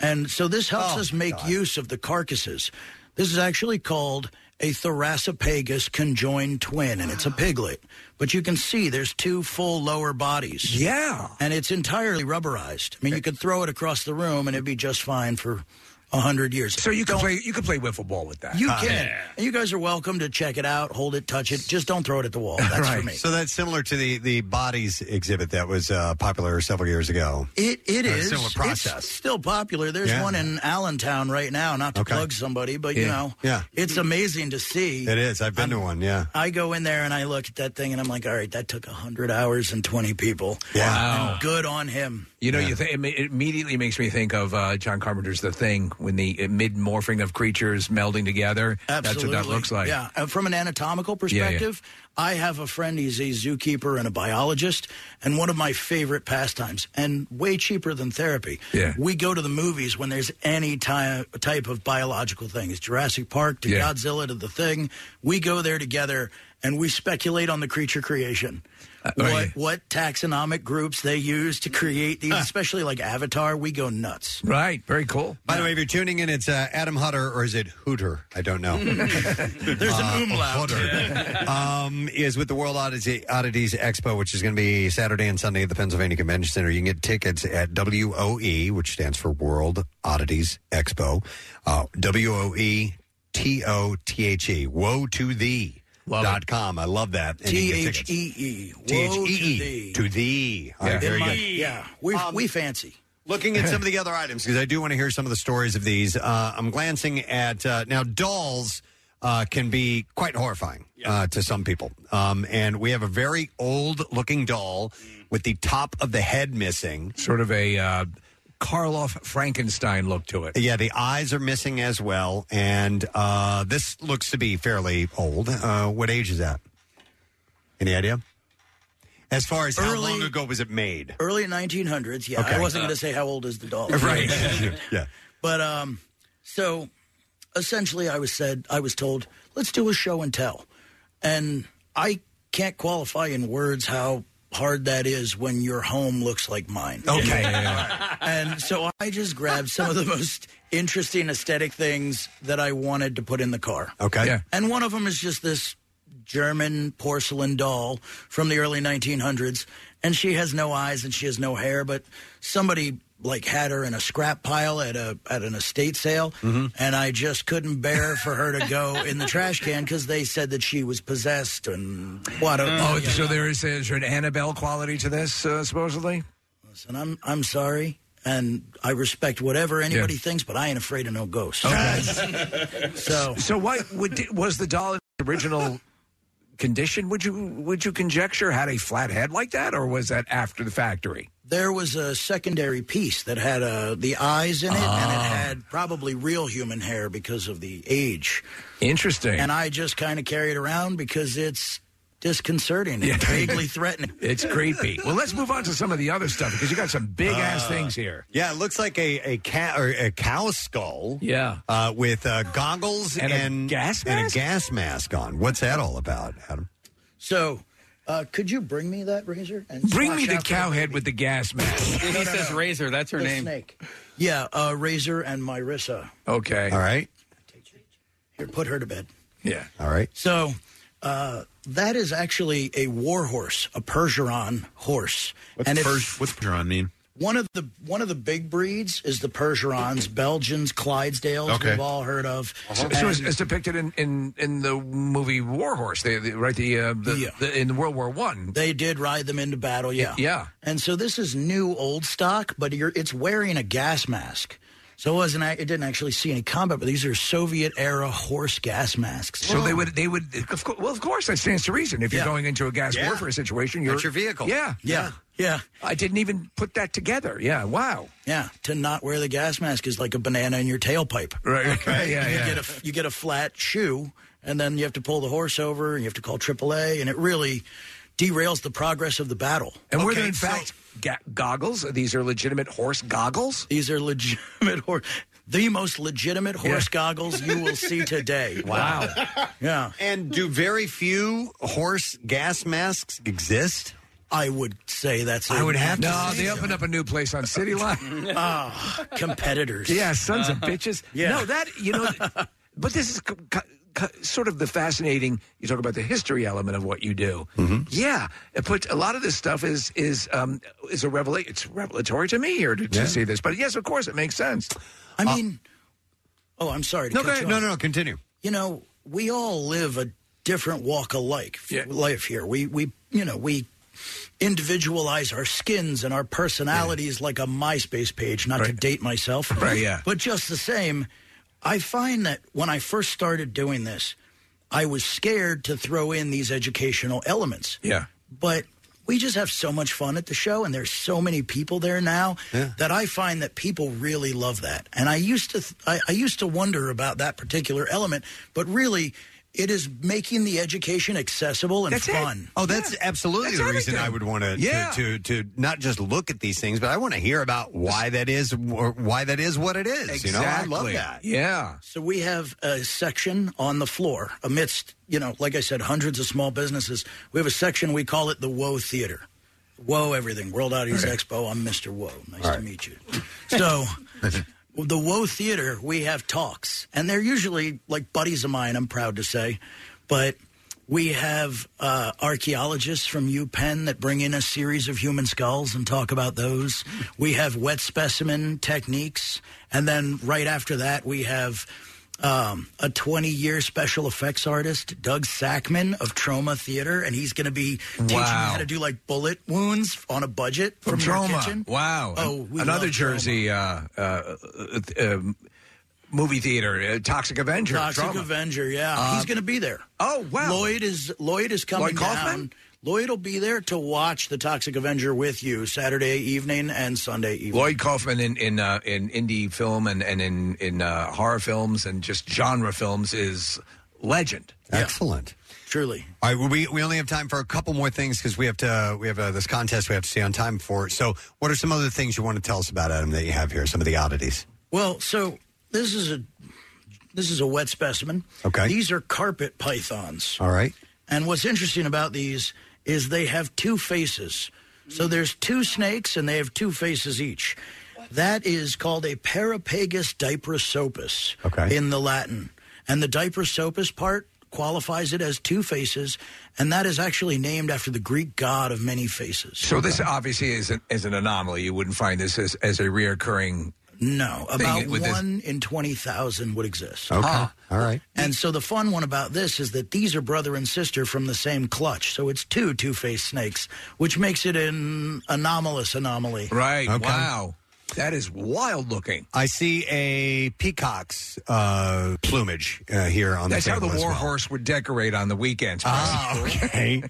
Speaker 17: and so this helps
Speaker 5: Oh
Speaker 17: us make use of the carcasses. This is actually called a thoracopagus conjoined twin, and it's a piglet. But you can see there's two full lower bodies.
Speaker 5: Yeah.
Speaker 17: And it's entirely rubberized. I mean, you could throw it across the room and it'd be just fine for a hundred years.
Speaker 5: so you can
Speaker 17: Don't-
Speaker 5: play Ah, you can play wiffle ball with that? Uh,
Speaker 17: You can. And you guys are welcome to check it out, hold it, touch it. Just don't throw it at the wall. That's for me.
Speaker 3: So that's similar to the, the bodies exhibit that was uh, popular several years ago.
Speaker 17: It it
Speaker 3: Uh,
Speaker 17: is
Speaker 3: similar process.
Speaker 17: It's still popular. There's
Speaker 3: Yeah.
Speaker 17: one in Allentown right now. Not to
Speaker 3: Okay.
Speaker 17: plug somebody, but you
Speaker 3: Yeah.
Speaker 17: know,
Speaker 3: Yeah.
Speaker 17: it's amazing to see.
Speaker 3: It is. I've been to one. Yeah.
Speaker 17: I go in there and I look at that thing and I'm like, all right, that took hundred hours and twenty people.
Speaker 5: Yeah. Wow.
Speaker 17: And good on him.
Speaker 5: You know, you th- it ma- it immediately makes me think of uh, John Carpenter's The Thing when the uh, mid morphing of creatures melding together.
Speaker 17: Absolutely.
Speaker 5: That's what that looks like.
Speaker 17: Yeah. Uh, From an anatomical
Speaker 5: Yeah, yeah.
Speaker 17: perspective, I have a friend, he's a zookeeper and a biologist, and one of my favorite pastimes, and way cheaper than therapy.
Speaker 5: Yeah.
Speaker 17: We go to the movies when there's any ty- type of biological thing. It's Jurassic Park to
Speaker 5: Yeah.
Speaker 17: Godzilla to the thing. We go there together and we speculate on the creature creation.
Speaker 3: Uh, oh,
Speaker 17: what
Speaker 5: right.
Speaker 17: what taxonomic groups they use to create
Speaker 3: Ah.
Speaker 17: these, especially like Avatar, we go nuts.
Speaker 5: Right. Very cool.
Speaker 3: By the way, if you're tuning in, it's uh, Adam Hutter or is it Hooter? I don't know. Uh,
Speaker 17: There's an umlaut.
Speaker 3: um, is with the World Oddity, Oddities Expo, which is going to be Saturday and Sunday at the Pennsylvania Convention Center. You can get tickets at WOE, which stands for World Oddities Expo. Uh, E W-O-E T-O-T-H-E. E, Woe to thee. dot com. I love that. And you can get tickets. E
Speaker 17: T-H-E-E. E Woe to
Speaker 3: T-H-E-E.
Speaker 17: thee.
Speaker 3: To thee. All right,
Speaker 17: Yeah,
Speaker 3: very
Speaker 17: In my-
Speaker 3: good.
Speaker 17: yeah. We, we fancy.
Speaker 3: Um, Looking at some of the other items because I do want to hear some of the stories of these. Uh, I'm glancing at uh, now dolls uh, can be quite horrifying uh, to some people, um, and we have a very old looking doll with the top of the head missing,
Speaker 5: sort of a uh, Karloff Frankenstein look to it.
Speaker 3: Yeah, the eyes are missing as well, and uh, this looks to be fairly old. Uh, what age is that? Any idea? As far as how long ago was it made?
Speaker 17: Early 1900s. Yeah,
Speaker 3: Okay.
Speaker 17: I wasn't going to say how old is the dog.
Speaker 3: Right. yeah.
Speaker 17: But um, so essentially, I was said I was told let's do a show and tell, and I can't qualify in words how hard that is when your home looks like mine.
Speaker 5: Okay.
Speaker 17: and so I just grabbed some of the most interesting aesthetic things that I wanted to put in the car.
Speaker 3: Okay.
Speaker 17: And one of them is just this German porcelain doll from the early 1900s. And she has no eyes and she has no hair, but somebody like had her in a scrap pile at a at an estate sale
Speaker 12: Mm-hmm.
Speaker 5: Mm-hmm.
Speaker 17: and I just couldn't bear for her to go in the trash can cuz they said that she was possessed and what a,
Speaker 5: oh, so there is, is there an Annabelle quality to this, uh, supposedly?
Speaker 17: Listen, I'm I'm sorry and I respect whatever anybody thinks but I ain't afraid of no ghosts. so,
Speaker 5: so why would, was the doll in its original condition? Would you would you conjecture had a flat head like that, or was that after the factory?
Speaker 17: There was a secondary piece that had uh, the eyes in it, and it
Speaker 5: Ah.
Speaker 17: had probably real human hair because of the age.
Speaker 5: Interesting.
Speaker 17: And I just kind of carry it around because it's disconcerting, and vaguely threatening.
Speaker 5: It's creepy. Well, let's move on to some of the other stuff because you got some big ass
Speaker 3: Uh,
Speaker 5: things here.
Speaker 3: Yeah, it looks like a a cat or a cow skull.
Speaker 5: Yeah.
Speaker 3: uh, with uh, goggles and,
Speaker 5: And a gas
Speaker 3: and a
Speaker 17: mask?
Speaker 3: gas mask on. What's that all about, Adam?
Speaker 17: So, uh, could you bring me that razor? And
Speaker 5: Bring me
Speaker 17: swatch
Speaker 5: the
Speaker 17: out
Speaker 5: cow head with the gas mask.
Speaker 17: He says
Speaker 7: razor. That's
Speaker 17: the Snake. Yeah, uh, razor and Myrissa.
Speaker 5: Okay.
Speaker 3: All right.
Speaker 17: Here, put her to bed.
Speaker 5: Yeah.
Speaker 3: All right.
Speaker 17: So uh, that is actually a war horse, a Percheron horse.
Speaker 6: What's
Speaker 17: if-
Speaker 6: Perch- what's Percheron mean?
Speaker 17: One of the one of the big breeds is the Percherons, Belgians, Clydesdales.
Speaker 5: Okay.
Speaker 17: We've all heard of.
Speaker 5: So, so it's, it's Uh-huh. depicted in, in, in the movie War Horse, they, they- right? The, uh, the, the in World War One.
Speaker 17: They did ride them into battle. Yeah,
Speaker 5: Yeah.
Speaker 17: And so this is new old stock, but you're, it's wearing a gas mask. So it wasn't. ac- It didn't actually see any combat, but these are Soviet era horse gas masks.
Speaker 5: So they would, they would. Of course, well, of course, that stands to reason. If you're
Speaker 17: Yeah.
Speaker 5: going into a gas
Speaker 17: Yeah.
Speaker 5: warfare situation, you're
Speaker 17: That's your vehicle.
Speaker 5: Yeah,
Speaker 17: Yeah. yeah.
Speaker 5: I didn't even put that together. Yeah, wow.
Speaker 17: Yeah, to not wear the gas mask is like a banana in your tailpipe.
Speaker 5: Right. Okay. Yeah,
Speaker 17: you
Speaker 5: yeah.
Speaker 17: Get a, you get a flat shoe, and then you have to pull the horse over, and you have to call AAA, and it really derails the progress of the battle.
Speaker 5: And were there in fact ga- goggles? These are legitimate horse goggles.
Speaker 17: These are legitimate horse. The most legitimate horse goggles you will see today.
Speaker 3: Wow.
Speaker 17: yeah.
Speaker 3: And do very few horse gas masks exist?
Speaker 17: I would say that's.
Speaker 5: I would have to. No,
Speaker 17: say
Speaker 5: they
Speaker 17: so.
Speaker 5: opened up a new place on City Line.
Speaker 17: Ah, competitors.
Speaker 5: Yeah, sons of
Speaker 17: Uh,
Speaker 5: bitches.
Speaker 17: yeah.
Speaker 5: No, that you know. but this is co- co- co- sort of the fascinating. You talk about the history element of what you do.
Speaker 17: Mm-hmm.
Speaker 5: Yeah, it puts a lot of this stuff is is um is a revelation. It's revelatory to me here to, to
Speaker 3: Yeah.
Speaker 5: see this. But yes, of course, it makes sense. Uh,
Speaker 17: I mean, oh, I'm sorry. To
Speaker 5: No,
Speaker 17: cut
Speaker 5: go ahead.
Speaker 17: you
Speaker 5: No,
Speaker 17: off.
Speaker 5: no, no, continue.
Speaker 17: You know, we all live a different walk of life. Life here, we we you know we individualize our skins and our personalities like a MySpace page. Not to date myself,
Speaker 5: Right, yeah.
Speaker 17: But just the same, I find that when I first started doing this, I was scared to throw in these educational elements.
Speaker 5: Yeah.
Speaker 17: but we just have so much fun at the show and there's so many people there now that i find that people really love that and i used to th- I, I used to wonder about that particular element but really it is making the education accessible and fun
Speaker 3: Oh, that's absolutely
Speaker 17: That's
Speaker 3: the reason
Speaker 17: everything.
Speaker 3: I would want to,
Speaker 17: Yeah.
Speaker 3: to to to not just look at these things, but I want to hear about why that is or why that is what it is. You know, I love that.
Speaker 5: Yeah.
Speaker 17: So we have a section on the floor amidst, you know, like I said, hundreds of small businesses. We have a section, we call it the Woe Theater. Woe everything. World Audience Expo. I'm Mr. Woe. Nice to meet you. So the Woe Theater, we have talks, and they're usually like buddies of mine, I'm proud to say. But we have uh, archaeologists from UPenn that bring in a series of human skulls and talk about those. We have wet specimen techniques. And then right after that, we have um, a 20 year special effects artist, Doug Sackman of Trauma Theater. And he's going to be teaching you
Speaker 5: Wow.
Speaker 17: how to do like bullet wounds on a budget from, your kitchen.
Speaker 5: Wow.
Speaker 17: Oh, we
Speaker 5: Another
Speaker 17: love
Speaker 5: Jersey uh, uh, uh, uh, movie theater, uh, Toxic Avenger.
Speaker 17: Toxic
Speaker 5: drama.
Speaker 17: Avenger, yeah,
Speaker 5: Uh,
Speaker 17: he's going to be there.
Speaker 5: Oh wow,
Speaker 17: Lloyd is Lloyd is coming
Speaker 5: Lloyd Kaufman?
Speaker 17: down. Lloyd will be there to watch the Toxic Avenger with you Saturday evening and Sunday evening.
Speaker 5: Lloyd Kaufman in in, uh, in indie film and and in in uh, horror films and just genre films is legend.
Speaker 3: Excellent.
Speaker 17: Truly.
Speaker 3: All right, well, we we only have time for a couple more things because we have to we have uh, this contest we have to stay on time for. So, what are some other things you want to tell us about Adam that you have here? Some of the oddities.
Speaker 17: Well, so this is a this is a wet specimen.
Speaker 3: Okay.
Speaker 17: These are carpet pythons.
Speaker 3: All right.
Speaker 17: And what's interesting about these is they have two faces. So there's two snakes and they have two faces each. That is called a Parapagus diprosopus
Speaker 3: Okay.
Speaker 17: in the Latin. And the diprosopus part qualifies it as two faces, and that is actually named after the Greek god of many faces.
Speaker 5: So this obviously is an, is an anomaly. You wouldn't find this as, as a reoccurring.
Speaker 17: No,
Speaker 5: thing
Speaker 17: about
Speaker 5: with this-
Speaker 17: one in 20,000 would exist.
Speaker 3: All right.
Speaker 17: And so the fun one about this is that these are brother and sister from the same clutch. So it's two two faced snakes, which makes it an anomalous anomaly.
Speaker 5: Right. Wow. That is wild looking.
Speaker 3: I see a peacock's uh, plumage uh, here on
Speaker 5: That's
Speaker 3: the
Speaker 5: how
Speaker 3: table
Speaker 5: the
Speaker 3: as
Speaker 5: war
Speaker 3: well.
Speaker 5: horse would decorate on the weekends.
Speaker 3: Ah, okay.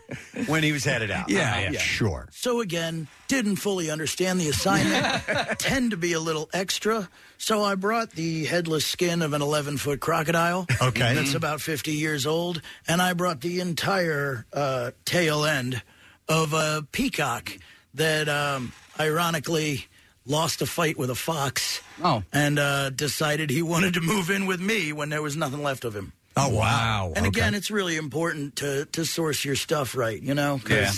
Speaker 3: when he was headed out.
Speaker 5: Yeah,
Speaker 3: Uh-huh.
Speaker 5: yeah.
Speaker 3: sure.
Speaker 17: So again, didn't fully understand the assignment, tend to be a little extra. So I brought the headless skin of an 11 foot crocodile.
Speaker 3: Okay.
Speaker 17: That's about 50 years old. And I brought the entire uh, tail end of a peacock that um, ironically lost a fight with a fox.
Speaker 7: Oh.
Speaker 17: And uh, decided he wanted to move in with me when there was nothing left of him.
Speaker 5: Oh wow!
Speaker 17: And again, it's really important to, to source your stuff right, you know? 'Cause
Speaker 7: Yeah.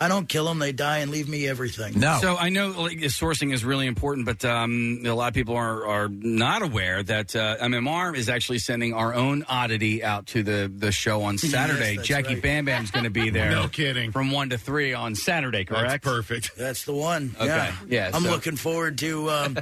Speaker 17: I don't kill them, they die and leave me everything.
Speaker 7: So I know like, the sourcing is really important, but um, a lot of people are, are not aware that uh, MMR is actually sending our own oddity out to the, the show on
Speaker 6: Yes,
Speaker 7: Saturday.
Speaker 6: that's
Speaker 7: Jackie
Speaker 6: right.
Speaker 7: Bam Bam's going to be there.
Speaker 6: No
Speaker 7: kidding. From 1 to 3 on Saturday, correct?
Speaker 6: perfect.
Speaker 17: That's the one.
Speaker 7: Okay.
Speaker 17: Yeah.
Speaker 7: Yeah,
Speaker 17: I'm
Speaker 7: so-
Speaker 17: looking forward to um,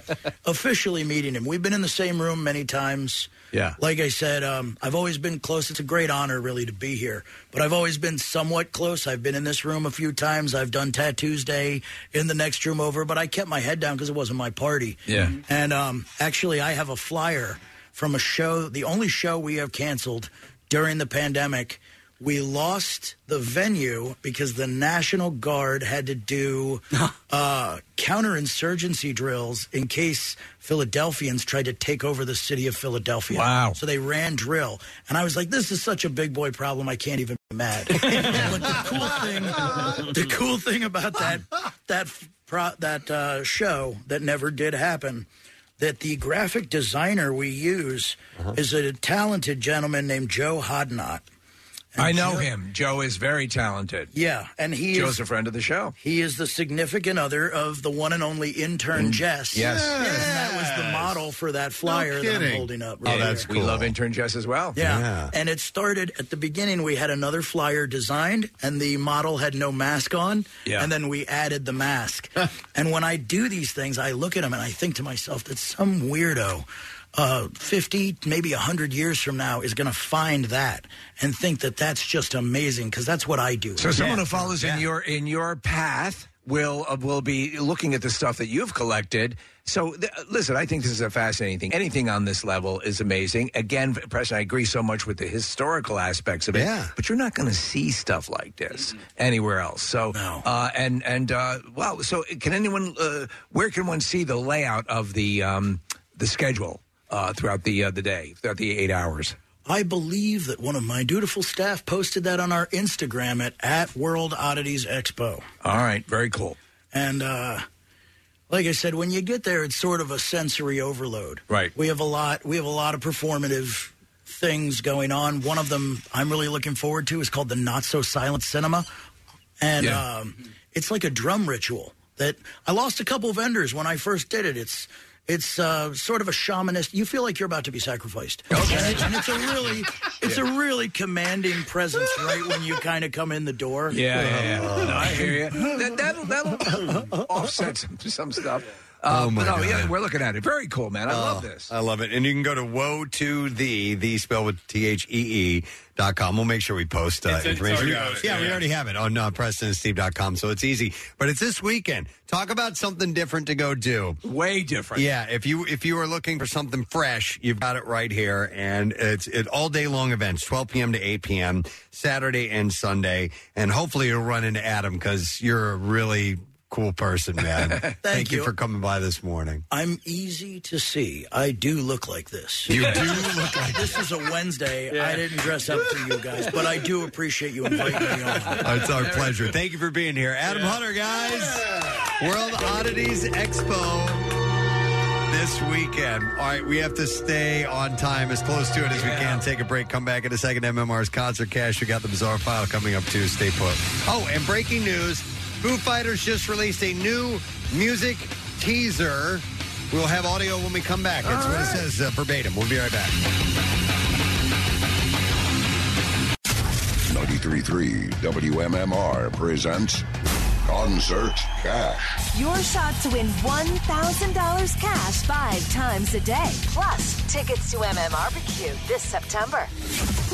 Speaker 17: officially meeting him. We've been in the same room many times.
Speaker 5: Yeah.
Speaker 17: Like I said, um, I've always been close. It's a great honor, really, to be here. But I've always been somewhat close. I've been in this room a few times. I've done Tattoos Day in the next room over, but I kept my head down because it wasn't my party.
Speaker 13: Yeah.
Speaker 17: And um, actually, I have a flyer from a show, the only show we have canceled during the pandemic. We lost the venue because the National Guard had to do uh, counterinsurgency drills in case Philadelphians tried to take over the city of Philadelphia.
Speaker 5: Wow.
Speaker 17: So they ran drill. And I was like, this is such a big boy problem, I can't even be mad. the cool thing about that that pro, that uh, show that never did happen that the graphic designer we use
Speaker 5: Uh-huh.
Speaker 17: is a talented gentleman named Joe Hodnott.
Speaker 5: I know him. Joe is very talented.
Speaker 17: Yeah, and he
Speaker 5: Joe's
Speaker 17: is,
Speaker 5: a friend of the show.
Speaker 17: He is the significant other of the one and only intern Jess.
Speaker 5: Yes.
Speaker 17: And that was the model for that flyer that I'm
Speaker 5: kidding.
Speaker 17: holding up.
Speaker 5: Oh, that's
Speaker 17: here.
Speaker 5: We love intern Jess as well.
Speaker 17: Yeah. And it started at the beginning. We had another flyer designed, and the model had no mask on.
Speaker 5: Yeah.
Speaker 17: And then we added the mask. and when I do these things, I look at them and I think to myself that some weirdo. Uh, 50, maybe 100 years from now, is going to find that and think that that's just amazing because that's what I do.
Speaker 5: So someone who follows in your in your path will uh, will be looking at the stuff that you've collected. So th- listen, I think this is a fascinating thing. Anything on this level is amazing. Again, Preston, I agree so much with the historical aspects of it.
Speaker 11: Yeah.
Speaker 5: But you're not going to see stuff like this anywhere else. So uh, and and uh, well, so can anyone? Uh, where can one see the layout of the um, the schedule uh, throughout the uh, the day, throughout the eight hours?
Speaker 17: I believe that one of my dutiful staff posted that on our Instagram at, at World Oddities Expo.
Speaker 5: All right, very cool.
Speaker 17: And uh, like I said, when you get there, it's sort of a sensory overload.
Speaker 5: Right.
Speaker 17: We have a lot. We have a lot of performative things going on. One of them I'm really looking forward to is called the Not So Silent Cinema, and
Speaker 13: Yeah.
Speaker 17: um, it's like a drum ritual that I lost a couple vendors when I first did it. It's it's uh, sort of a shamanist. You feel like you're about to be sacrificed,
Speaker 5: Oh.
Speaker 17: and, it- and it's a really it's a really commanding presence right when you kind of come in the door. Uh,
Speaker 5: Yeah, yeah, yeah. No, I hear you. That, that'll that'll offset some, some stuff. Uh,
Speaker 3: Oh, my
Speaker 5: but no,
Speaker 3: God.
Speaker 5: yeah, we're looking at it. Very cool, man. I love
Speaker 3: Oh,
Speaker 5: this.
Speaker 3: I love it. And you can go to woe to the the spell with T H E E dot com. We'll make sure we post uh,
Speaker 28: It's- it's
Speaker 3: information.
Speaker 5: oh,
Speaker 28: already
Speaker 3: We-
Speaker 28: out.
Speaker 3: yeah, we
Speaker 28: Yeah.
Speaker 3: already have it on uh, PrestonandSteve.com, so it's easy. But it's this weekend. Talk about something different to go do.
Speaker 5: Way different.
Speaker 3: Yeah, if you if you are looking for something fresh, you've got it right here, and it's it all day long events, 12 p.m. to 8 p.m. Saturday and Sunday, and hopefully you'll run into Adam because you're a really Cool person, man. Thank, you. for coming by this morning.
Speaker 17: I'm easy to see. I do look like this.
Speaker 3: You do look
Speaker 17: like this. is a Wednesday.
Speaker 3: Yeah.
Speaker 17: I didn't dress up for you guys, but I do appreciate you inviting me on.
Speaker 3: it's our pleasure. Thank you for being here. Adam Hunter, guys. World Oddities Expo this weekend. All right, we have to stay on time as close to it as we can. Take a break, come back in a second. MMR's concert cash. We got the bizarre file coming up too. Stay put. Oh, and breaking news Foo Fighters just released a new music teaser. We'll have audio when we come back. That's what it says uh, verbatim. We'll be right back.
Speaker 2: 93.3 WMMR presents Concert Cash.
Speaker 9: Your shot to win $1,000 cash five times a day. Plus, tickets to MMRBQ this September.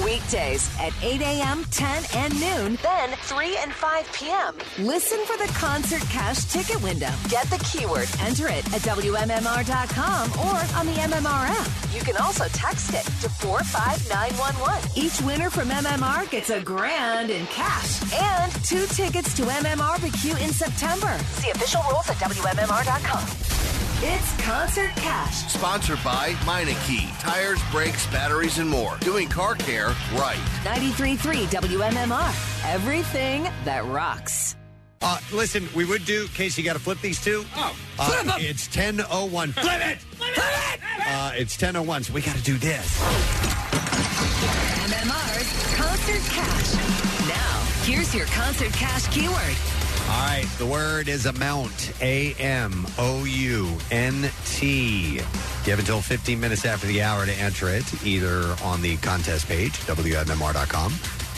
Speaker 9: Weekdays at 8 a.m., 10, and noon, then 3 and 5 p.m. Listen for the Concert Cash ticket window. Get the keyword, enter it at WMMR.com or on the MMR app. You can also text it to 45911. Each winner from MMR gets a grand in cash and two tickets to MMRBQ in September. See official rules at WMMR.com. It's Concert Cash.
Speaker 8: Sponsored by Meineke. Tires, brakes, batteries, and more. Doing car care right.
Speaker 9: 93.3 WMMR. Everything that rocks.
Speaker 3: Uh, listen, we would do. Casey, you got to flip these two. Oh,
Speaker 9: flip 'em.
Speaker 3: It's ten oh one. Flip it. Flip it. Uh, it's ten oh one. So we got to do this.
Speaker 9: MMR's Concert Cash. Now, here's your Concert Cash keyword.
Speaker 3: All right. The word is amount. A M O U N T. You have until 15 minutes after the hour to enter it, either on the contest page, WMMR.com,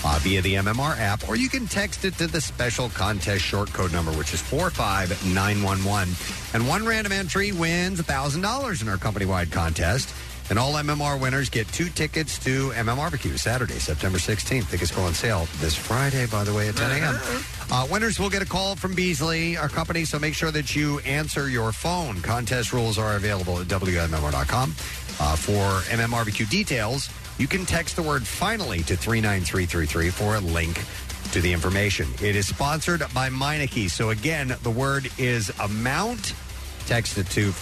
Speaker 3: uh, via the MMR app, or you can text it to the special contest short code number, which is 45911. And one random entry wins $1,000 in our company wide contest. And all MMR winners get two tickets to MMRBQ Saturday, September 16th. Tickets go on sale this Friday, by the way, at 10 a.m. Uh, winners will get a call from Beasley, our company, so make sure that you answer your phone. Contest rules are available at WMMR.com. Uh, for MMRBQ details, you can text the word finally to 39333 for a link to the information. It is sponsored by Meineke. So again, the word is amount. Text it to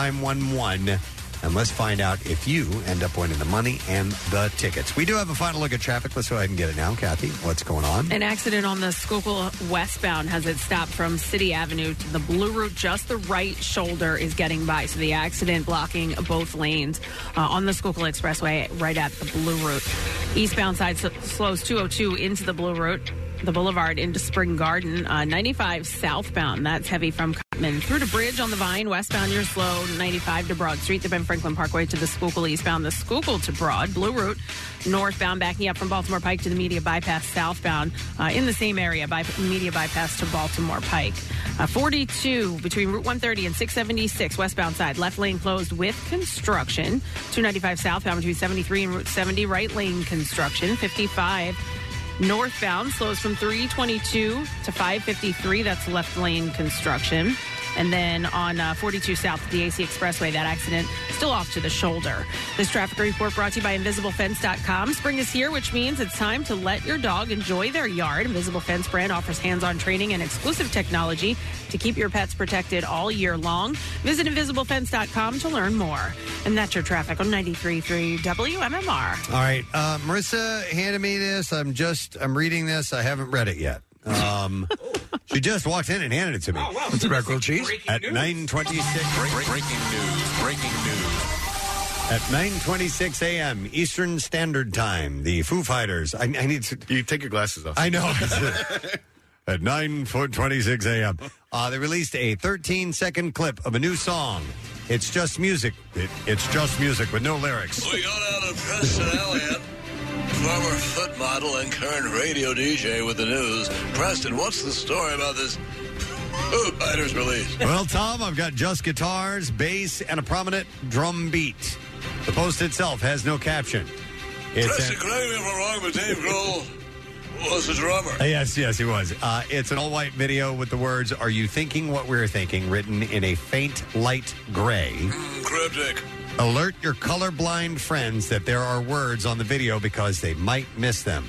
Speaker 3: 45911 and let's find out if you end up winning the money and the tickets. We do have a final look at traffic. Let's go ahead and get it now. Kathy, what's going on?
Speaker 4: An accident on the Schuylkill westbound has it stopped from City Avenue to the Blue Route. Just the right shoulder is getting by, so the accident blocking both lanes uh, on the Schuylkill Expressway right at the Blue Route. Eastbound side s- slows 202 into the Blue Route. The Boulevard into Spring Garden, uh, 95 southbound. That's heavy from Cotman through to Bridge on the Vine. Westbound, you're slow. 95 to Broad Street, the Ben Franklin Parkway to the Schuylkill eastbound, the Schuylkill to Broad, Blue Route northbound, backing up from Baltimore Pike to the Media Bypass southbound uh, in the same area, by Media Bypass to Baltimore Pike. Uh, 42 between Route 130 and 676 westbound side, left lane closed with construction. 295 southbound between 73 and Route 70, right lane construction. 55 northbound slows from 322 to 553. That's left lane construction. And then on uh, 42 South, the AC Expressway, that accident still off to the shoulder. This traffic report brought to you by InvisibleFence.com. Spring is here, which means it's time to let your dog enjoy their yard. Invisible Fence brand offers hands on training and exclusive technology to keep your pets protected all year long. Visit InvisibleFence.com to learn more. And that's your traffic on 93.3 WMMR.
Speaker 3: All right, uh, Marissa handed me this. I'm just I'm reading this. I haven't read it yet. Um, she just walked in and handed it to me. Oh, wow. It's about grilled cheese at nine twenty six.
Speaker 13: breaking news. Breaking news.
Speaker 3: At 9:26 a.m. Eastern Standard Time, the Foo Fighters. I, I need to.
Speaker 6: You take your glasses off.
Speaker 3: I know. At 9:26 a.m., uh, they released a 13-second clip of a new song. It's just music. It, it's just music with no lyrics.
Speaker 13: We got out of Preston Elliott, former foot model and current radio DJ with the news. Preston, what's the story about this Foo Fighters release?
Speaker 3: Well, Tom, I've got just guitars, bass, and a prominent drum beat. The post itself has no caption. It's
Speaker 13: Preston,
Speaker 3: an,
Speaker 13: correct me if I'm wrong, but Dave Grohl was the drummer.
Speaker 3: yes, yes, he was. Uh, it's an all-white video with the words "Are you thinking what we're thinking?" written in a faint light gray.
Speaker 13: Cryptic.
Speaker 3: Alert your colorblind friends that there are words on the video because they might miss them.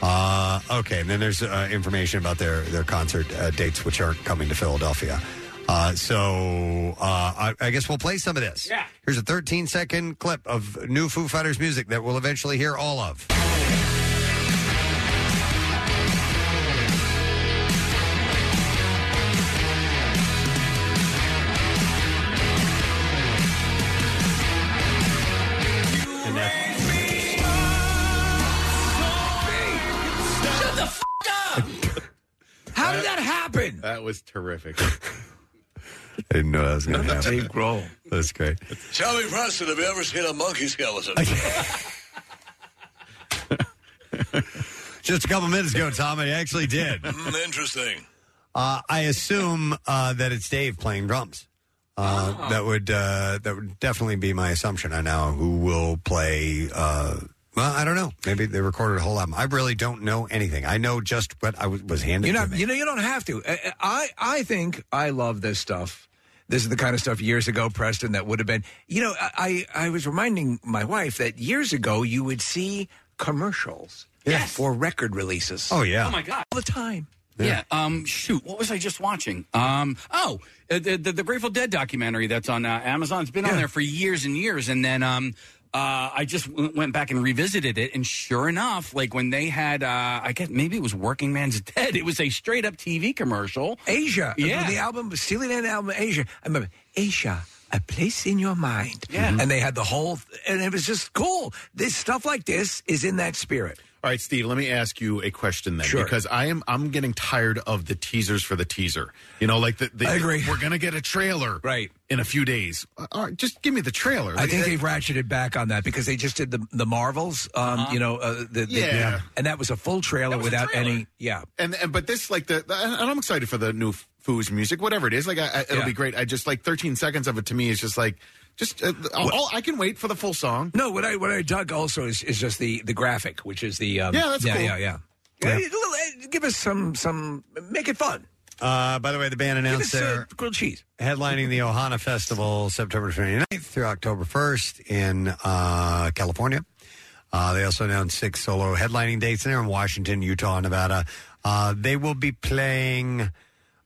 Speaker 3: Uh, okay, and then there's uh, information about their their concert uh, dates, which are coming to Philadelphia. Uh, so uh, I, I guess we'll play some of this. Yeah. Here's a 13 second clip of new Foo Fighters music that we'll eventually hear all of. And that's
Speaker 5: Shut the f- up! How did that happen?
Speaker 6: That was terrific.
Speaker 3: I didn't know that was going to happen.
Speaker 5: Dave Grohl.
Speaker 3: That's great.
Speaker 13: Tommy Preston, have you ever seen a monkey skeleton?
Speaker 3: Just a couple minutes ago, Tom, I actually did.
Speaker 13: Mm, interesting.
Speaker 3: Uh, I assume uh, that it's Dave playing drums. Uh,
Speaker 5: Oh.
Speaker 3: That would uh, that would definitely be my assumption. I now who will play. Uh, well, I don't know. Maybe they recorded a whole album. I really don't know anything. I know just what I was, was handed
Speaker 5: You
Speaker 3: to
Speaker 5: know,
Speaker 3: me.
Speaker 5: you know, you don't have to. I, I, I think I love this stuff. This is the kind of stuff years ago, Preston, that would have been. You know, I, I I was reminding my wife that years ago you would see commercials for record releases.
Speaker 7: Oh my god.
Speaker 5: all the time.
Speaker 7: Yeah. Um. Shoot. What was I just watching? Um. Oh, uh, the the, the Grateful Dead documentary that's on uh, Amazon. It's been on there for years and years, and then um. Uh, I just w- went back and revisited it, and sure enough, like when they had, uh, I guess maybe it was Working Man's Dead. It was a straight up TV commertal.
Speaker 5: Asia.
Speaker 7: Yeah.
Speaker 5: The album, Steely Dan album, Asia. I remember, Asia, a place in your mind. Yeah. And they had the whole, and it was just cool. This stuff like this is in that spirit.
Speaker 6: All right, Steve, let me ask you a question then,
Speaker 5: Sure.
Speaker 6: because I am I'm getting tired of the teasers for the teaser. You know, like the, the
Speaker 5: I agree.
Speaker 6: we're gonna get a trailer
Speaker 5: right
Speaker 6: in a few days. All right, just give me the trailer.
Speaker 5: I think they've ratcheted back on that because they just did the the Marvels, um, you know, uh, the, the-
Speaker 6: Yeah.
Speaker 5: and that was a full trailer without any, yeah.
Speaker 6: and, and but this like the, the- and I'm excited for the new Foo's music, whatever it is. Like I, I, it'll
Speaker 5: Yeah.
Speaker 6: be great. I just like 13 seconds of it to me is just like just uh, I'll- I'll- I can wait for the full song.
Speaker 5: No, what I what I dug also is, is just the the graphic, which is the um,
Speaker 6: Yeah, that's
Speaker 5: yeah,
Speaker 6: cool.
Speaker 5: yeah, yeah,
Speaker 6: Yeah.
Speaker 5: Uh, little, uh, Give us some some make it fun.
Speaker 3: Uh, by the way, the band announced
Speaker 5: Give us, uh,
Speaker 3: their
Speaker 5: grilled cheese.
Speaker 3: headlining the Ohana Festival September 29th through October 1st in uh, California. Uh, they also announced six solo headlining dates there in Washington, Utah, Nevada. Uh, they will be playing.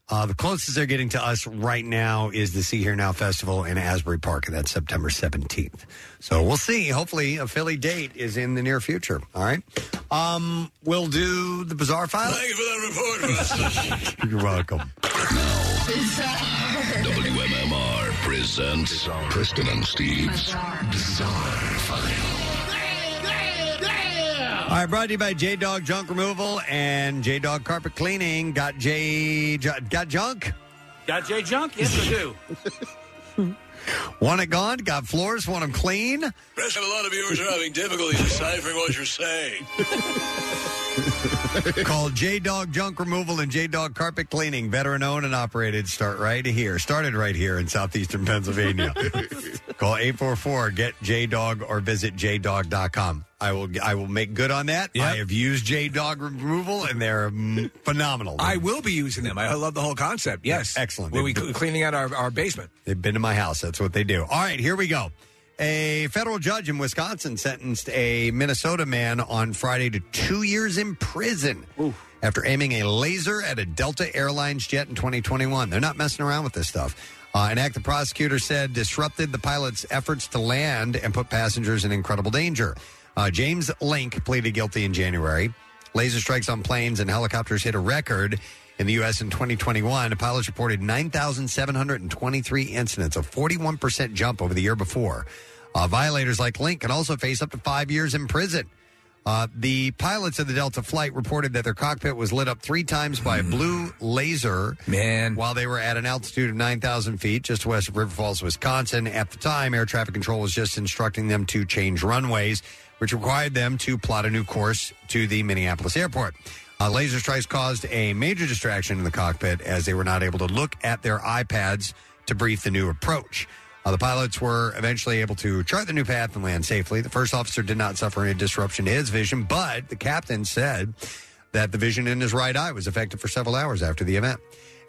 Speaker 3: Uh, the closest they're getting to us right now is the See Here Now Festival in Asbury Park, and that's September 17th. So we'll see. Hopefully, a Philly date is in the near future. All right. Um, we'll do the Bizarre File.
Speaker 13: Thank you for that report, Preston.
Speaker 3: You're welcome.
Speaker 2: WMMR presents Preston and Steve's Bizarre File.
Speaker 3: All right, brought to you by J Dog Junk Removal and J Dog Carpet Cleaning. Got J J- got junk.
Speaker 11: Got J Junk? Yes, I do.
Speaker 3: Want it gone? Got floors? Want them clean?
Speaker 13: Preston, a lot of viewers are having difficulty deciphering what you're saying.
Speaker 3: Call J Dog Junk Removal and J Dog Carpet Cleaning. Veteran owned and operated. Start right here. Started right here in southeastern Pennsylvania. Call 844 get J Dog or visit jdog.com. I will I will make good on that. I have used J Dog removal and they're mm, phenomenal.
Speaker 5: I will be using them. I love the whole concept. Yes,
Speaker 3: Excellent.
Speaker 5: Where we cleaning out our, our basement.
Speaker 3: They've been to my house. That's what they do. All right, here we go. A federal judge in Wisconsin sentenced a Minnesota man on Friday to two years in prison after aiming a laser at a Delta Airlines jet in 2021. They're not messing around with this stuff. Uh, an act the prosecutor said disrupted the pilot's efforts to land and put passengers in incredible danger. Uh, James Link pleaded guilty in January. Laser strikes on planes and helicopters hit a record in the U.S. in 2021. Pilots reported 9,723 incidents, a 41% jump over the year before. Uh, violators like Link can also face up to five years in prison. Uh, the pilots of the Delta flight reported that their cockpit was lit up three times by a blue laser. Man. While they were at an altitude of 9,000 feet just west of River Falls, Wisconsin. At the time, air traffic control was just instructing them to change runways, which required them to plot a new course to the Minneapolis airport. Uh, laser strikes caused a major distraction in the cockpit as they were not able to look at their iPads to brief the new approach. Uh, the pilots were eventually able to chart the new path and land safely. The first officer did not suffer any disruption to his vision, but the captain said that the vision in his right eye was affected for several hours after the event.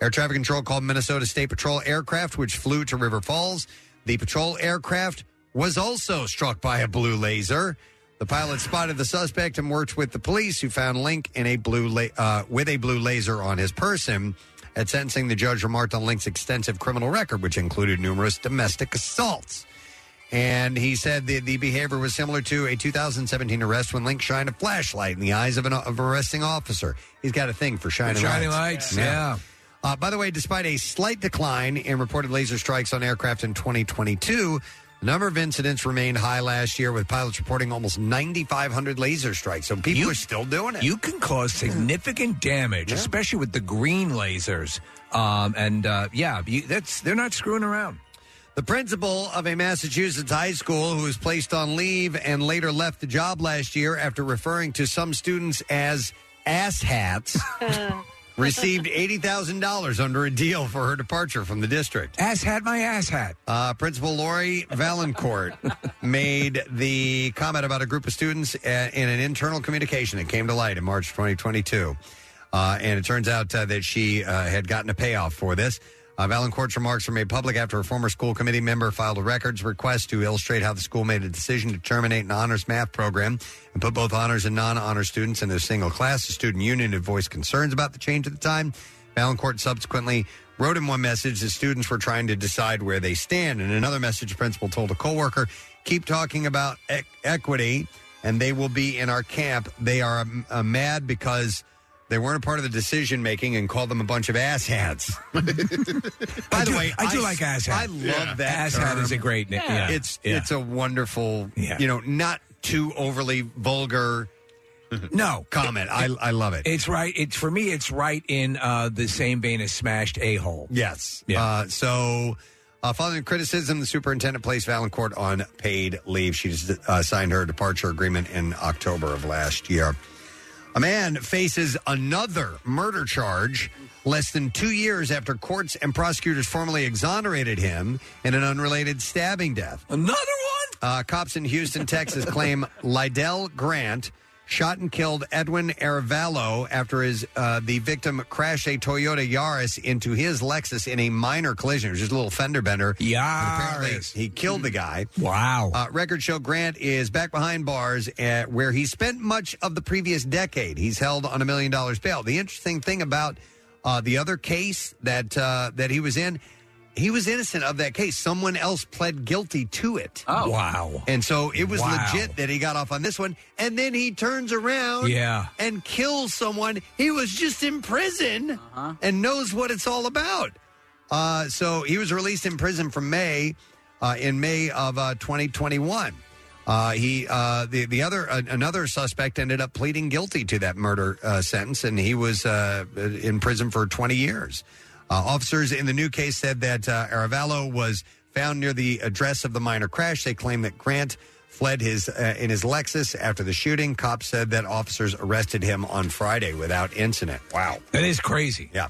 Speaker 3: Air traffic control called Minnesota State Patrol aircraft, which flew to River Falls. The patrol aircraft was also struck by a blue laser. The pilot spotted the suspect and worked with the police, who found Link in a blue la- uh, with a blue laser on his person. At sentencing, the judge remarked on Link's extensive criminal record, which included numerous domestic assaults. And he said that the behavior was similar to a 2017 arrest when Link shined a flashlight in the eyes of an of an arresting officer. He's got a thing for shining,
Speaker 5: Shining lights, yeah.
Speaker 3: Uh, by the way, despite a slight decline in reported laser strikes on aircraft in 2022, the number of incidents remained high last year, with pilots reporting almost 9,500 laser strikes. So people are still doing it.
Speaker 5: You can cause significant damage, especially with the green lasers. Um, and uh, yeah, you, that's they're not screwing around.
Speaker 3: The principal of a Massachusetts high school who was placed on leave and later left the job last year after referring to some students as asshats received $80,000 under a deal for her departure from the district.
Speaker 5: Ass hat, my ass hat.
Speaker 3: Uh, Principal Lori Valancourt made the comment about a group of students a- in an internal communication that came to light in March 2022. Uh, and it turns out uh, that she uh, had gotten a payoff for this. Uh, Valancourt's remarks were made public after a former school committee member filed a records request to illustrate how the school made a decision to terminate an honors math program and put both honors and non honor students in a single class. The student union had voiced concerns about the change at the time. Valancourt subsequently wrote in one message that students were trying to decide where they stand. In another message, the principal told a coworker, "Keep talking about e- equity, and they will be in our camp. They are um, uh, mad because." They weren't a part of the decision making and called them a bunch of asshats. By the way,
Speaker 5: I do like ass hat.
Speaker 3: I love
Speaker 5: Yeah.
Speaker 3: that.
Speaker 5: Ass hat
Speaker 3: term.
Speaker 5: is a great name. Yeah.
Speaker 3: It's
Speaker 5: Yeah.
Speaker 3: it's a wonderful,
Speaker 5: Yeah.
Speaker 3: you know, not too overly vulgar.
Speaker 5: No
Speaker 3: comment. I I love it.
Speaker 5: It's right. It's for me. It's right in uh, the same vein as smashed a hole.
Speaker 3: Yes. Uh, so, uh, following criticism, the superintendent placed Valancourt on paid leave. She uh, signed her departure agreement in October of last year. A man faces another murder charge less than two years after courts and prosecutors formally exonerated him in an unrelated stabbing death.
Speaker 5: Another one?
Speaker 3: Uh, cops in Houston, Texas claim Lydell Grant shot and killed Edwin Arevalo after his uh, the victim crashed a Toyota Yaris into his Lexus in a minor collision. It was just a little fender bender. Yeah, he killed the guy.
Speaker 5: Wow.
Speaker 3: Uh, record show Grant is back behind bars uh where he spent much of the previous decade. He's held on a million dollars bail. The interesting thing about uh, the other case that uh, that he was in, he was innocent of that case. Someone else pled guilty to it.
Speaker 5: Oh. Wow.
Speaker 3: And so it was
Speaker 5: Wow.
Speaker 3: legit that he got off on this one. And then he turns around
Speaker 5: Yeah.
Speaker 3: and kills someone. He was just in prison and knows what it's all about. Uh, so he was released in prison from May, uh, in May of uh, 2021. Uh, he uh, the the other uh, another suspect ended up pleading guilty to that murder uh, sentence, and he was uh, in prison for 20 years. Uh, officers in the new case said that uh, Aravallo was found near the address of the minor crash. They claim that Grant fled his uh, in his Lexus after the shooting. Cops said that officers arrested him on Friday without incident. Wow,
Speaker 5: that is crazy.
Speaker 3: Yeah.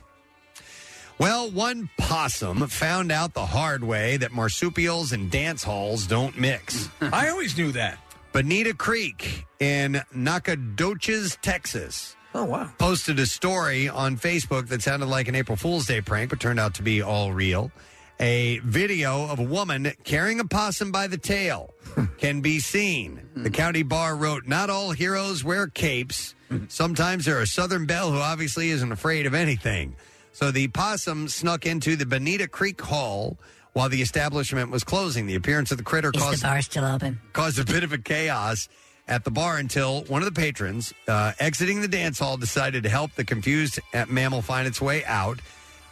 Speaker 3: Well, one possum found out the hard way that marsupials and dance halls don't mix.
Speaker 5: I always knew that.
Speaker 3: Bonita Creek in Nacogdoches, Texas.
Speaker 5: Oh, wow.
Speaker 3: Posted a story on Facebook that sounded like an April Fool's Day prank, but turned out to be all real. A video of a woman carrying a possum by the tail can be seen. The county bar wrote, Not all heroes wear capes. Sometimes there are Southern Belle who obviously isn't afraid of anything. So the possum snuck into the Bonita Creek Hall while the establishment was closing. The appearance of the critter
Speaker 22: Is
Speaker 3: caused
Speaker 22: the bar still open?
Speaker 3: caused a bit of a chaos at the bar until one of the patrons uh, exiting the dance hall decided to help the confused uh, mammal find its way out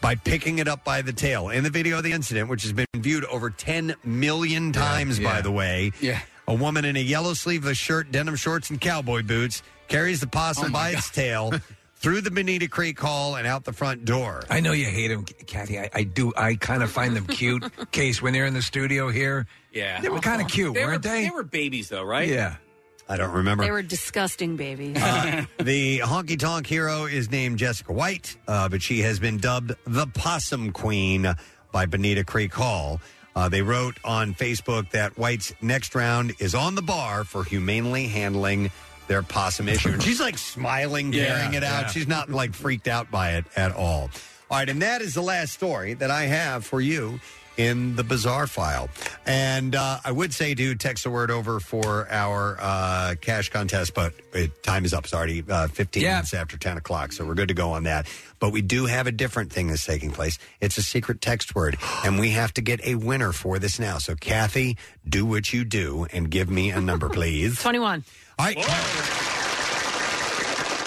Speaker 3: by picking it up by the tail. In the video of the incident, which has been viewed over 10 million times, by
Speaker 30: yeah.
Speaker 3: the way, yeah. a woman in a yellow sleeveless shirt, denim shorts, and cowboy boots carries the
Speaker 5: Oh
Speaker 3: possum by its tail through the Bonita Creek Hall and out the front door.
Speaker 5: I know you hate them, Kathy. I, I do. I kind of find them cute. Case when they're in the studio here.
Speaker 7: Yeah.
Speaker 5: They were kind of cute,
Speaker 7: They
Speaker 5: weren't
Speaker 7: were,
Speaker 5: they?
Speaker 7: were babies, though, right?
Speaker 5: Yeah.
Speaker 3: I don't remember.
Speaker 4: They were disgusting babies.
Speaker 3: the honky tonk hero is named Jessica White, uh, but she has been dubbed the Possum Queen by Bonita Creek Hall. Uh, they wrote on Facebook that White's next round is on the bar for humanely handling their possum issue. And she's like smiling,
Speaker 28: Yeah,
Speaker 3: carrying it out.
Speaker 28: yeah.
Speaker 3: She's not like freaked out by it at all. All right, and that is the last story that I have for you in the bizarre file. And uh, I would say, dude, text the word over for our uh, cash contest, but it, time is up. It's already uh, 15 minutes after 10 o'clock, so we're good to go on that. But we do have a different thing that's taking place. It's a secret text word, and we have to get a winner for this now. So, Kathy, do what you do and give me a number, please.
Speaker 4: 21.
Speaker 3: All right.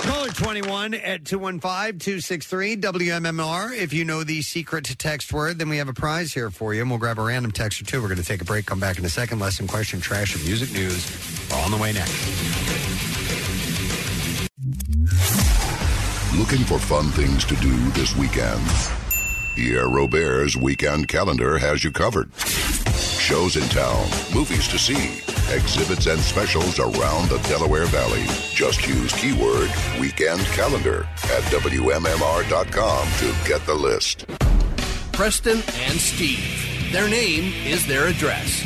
Speaker 3: Caller 21 at 215-263-WMMR. If you know the secret text word, then we have a prize here for you, and we'll grab a random text or two. We're going to take a break, come back in a second. Lesson, question, trash, and music news are on the way next.
Speaker 2: Looking for fun things to do this weekend? Pierre Robert's weekend calendar has you covered. Shows in town, movies to see, exhibits and specials around the Delaware Valley. Just use keyword weekend calendar at WMMR.com to get the list.
Speaker 8: Preston and Steve. Their name is their address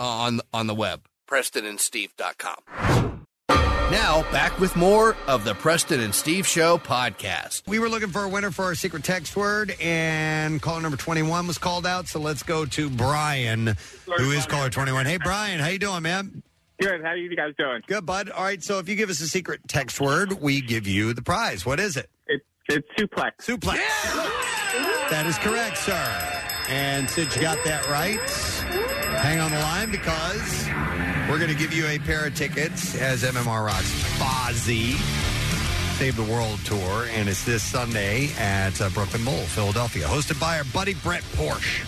Speaker 8: uh, on on the web. PrestonandSteve.com. Now back with more of the Preston and Steve Show podcast.
Speaker 3: We were looking for a winner for our secret text word, and caller number 21 was called out, so let's go to Brian, who is caller 21. Hey, Brian, how you doing, man?
Speaker 22: Good. How are you guys doing?
Speaker 3: Good, bud. All right, so if you give us a secret text word, we give you the prize. What is it?
Speaker 22: It's, it's suplex.
Speaker 3: Suplex. That is correct, sir. And since you got that right, hang on the line because we're going to give you a pair of tickets as MMR Rocks Fozzy Save the World Tour. And it's this Sunday at uh, Brooklyn Bowl, Philadelphia, hosted by our buddy Brett Porsche.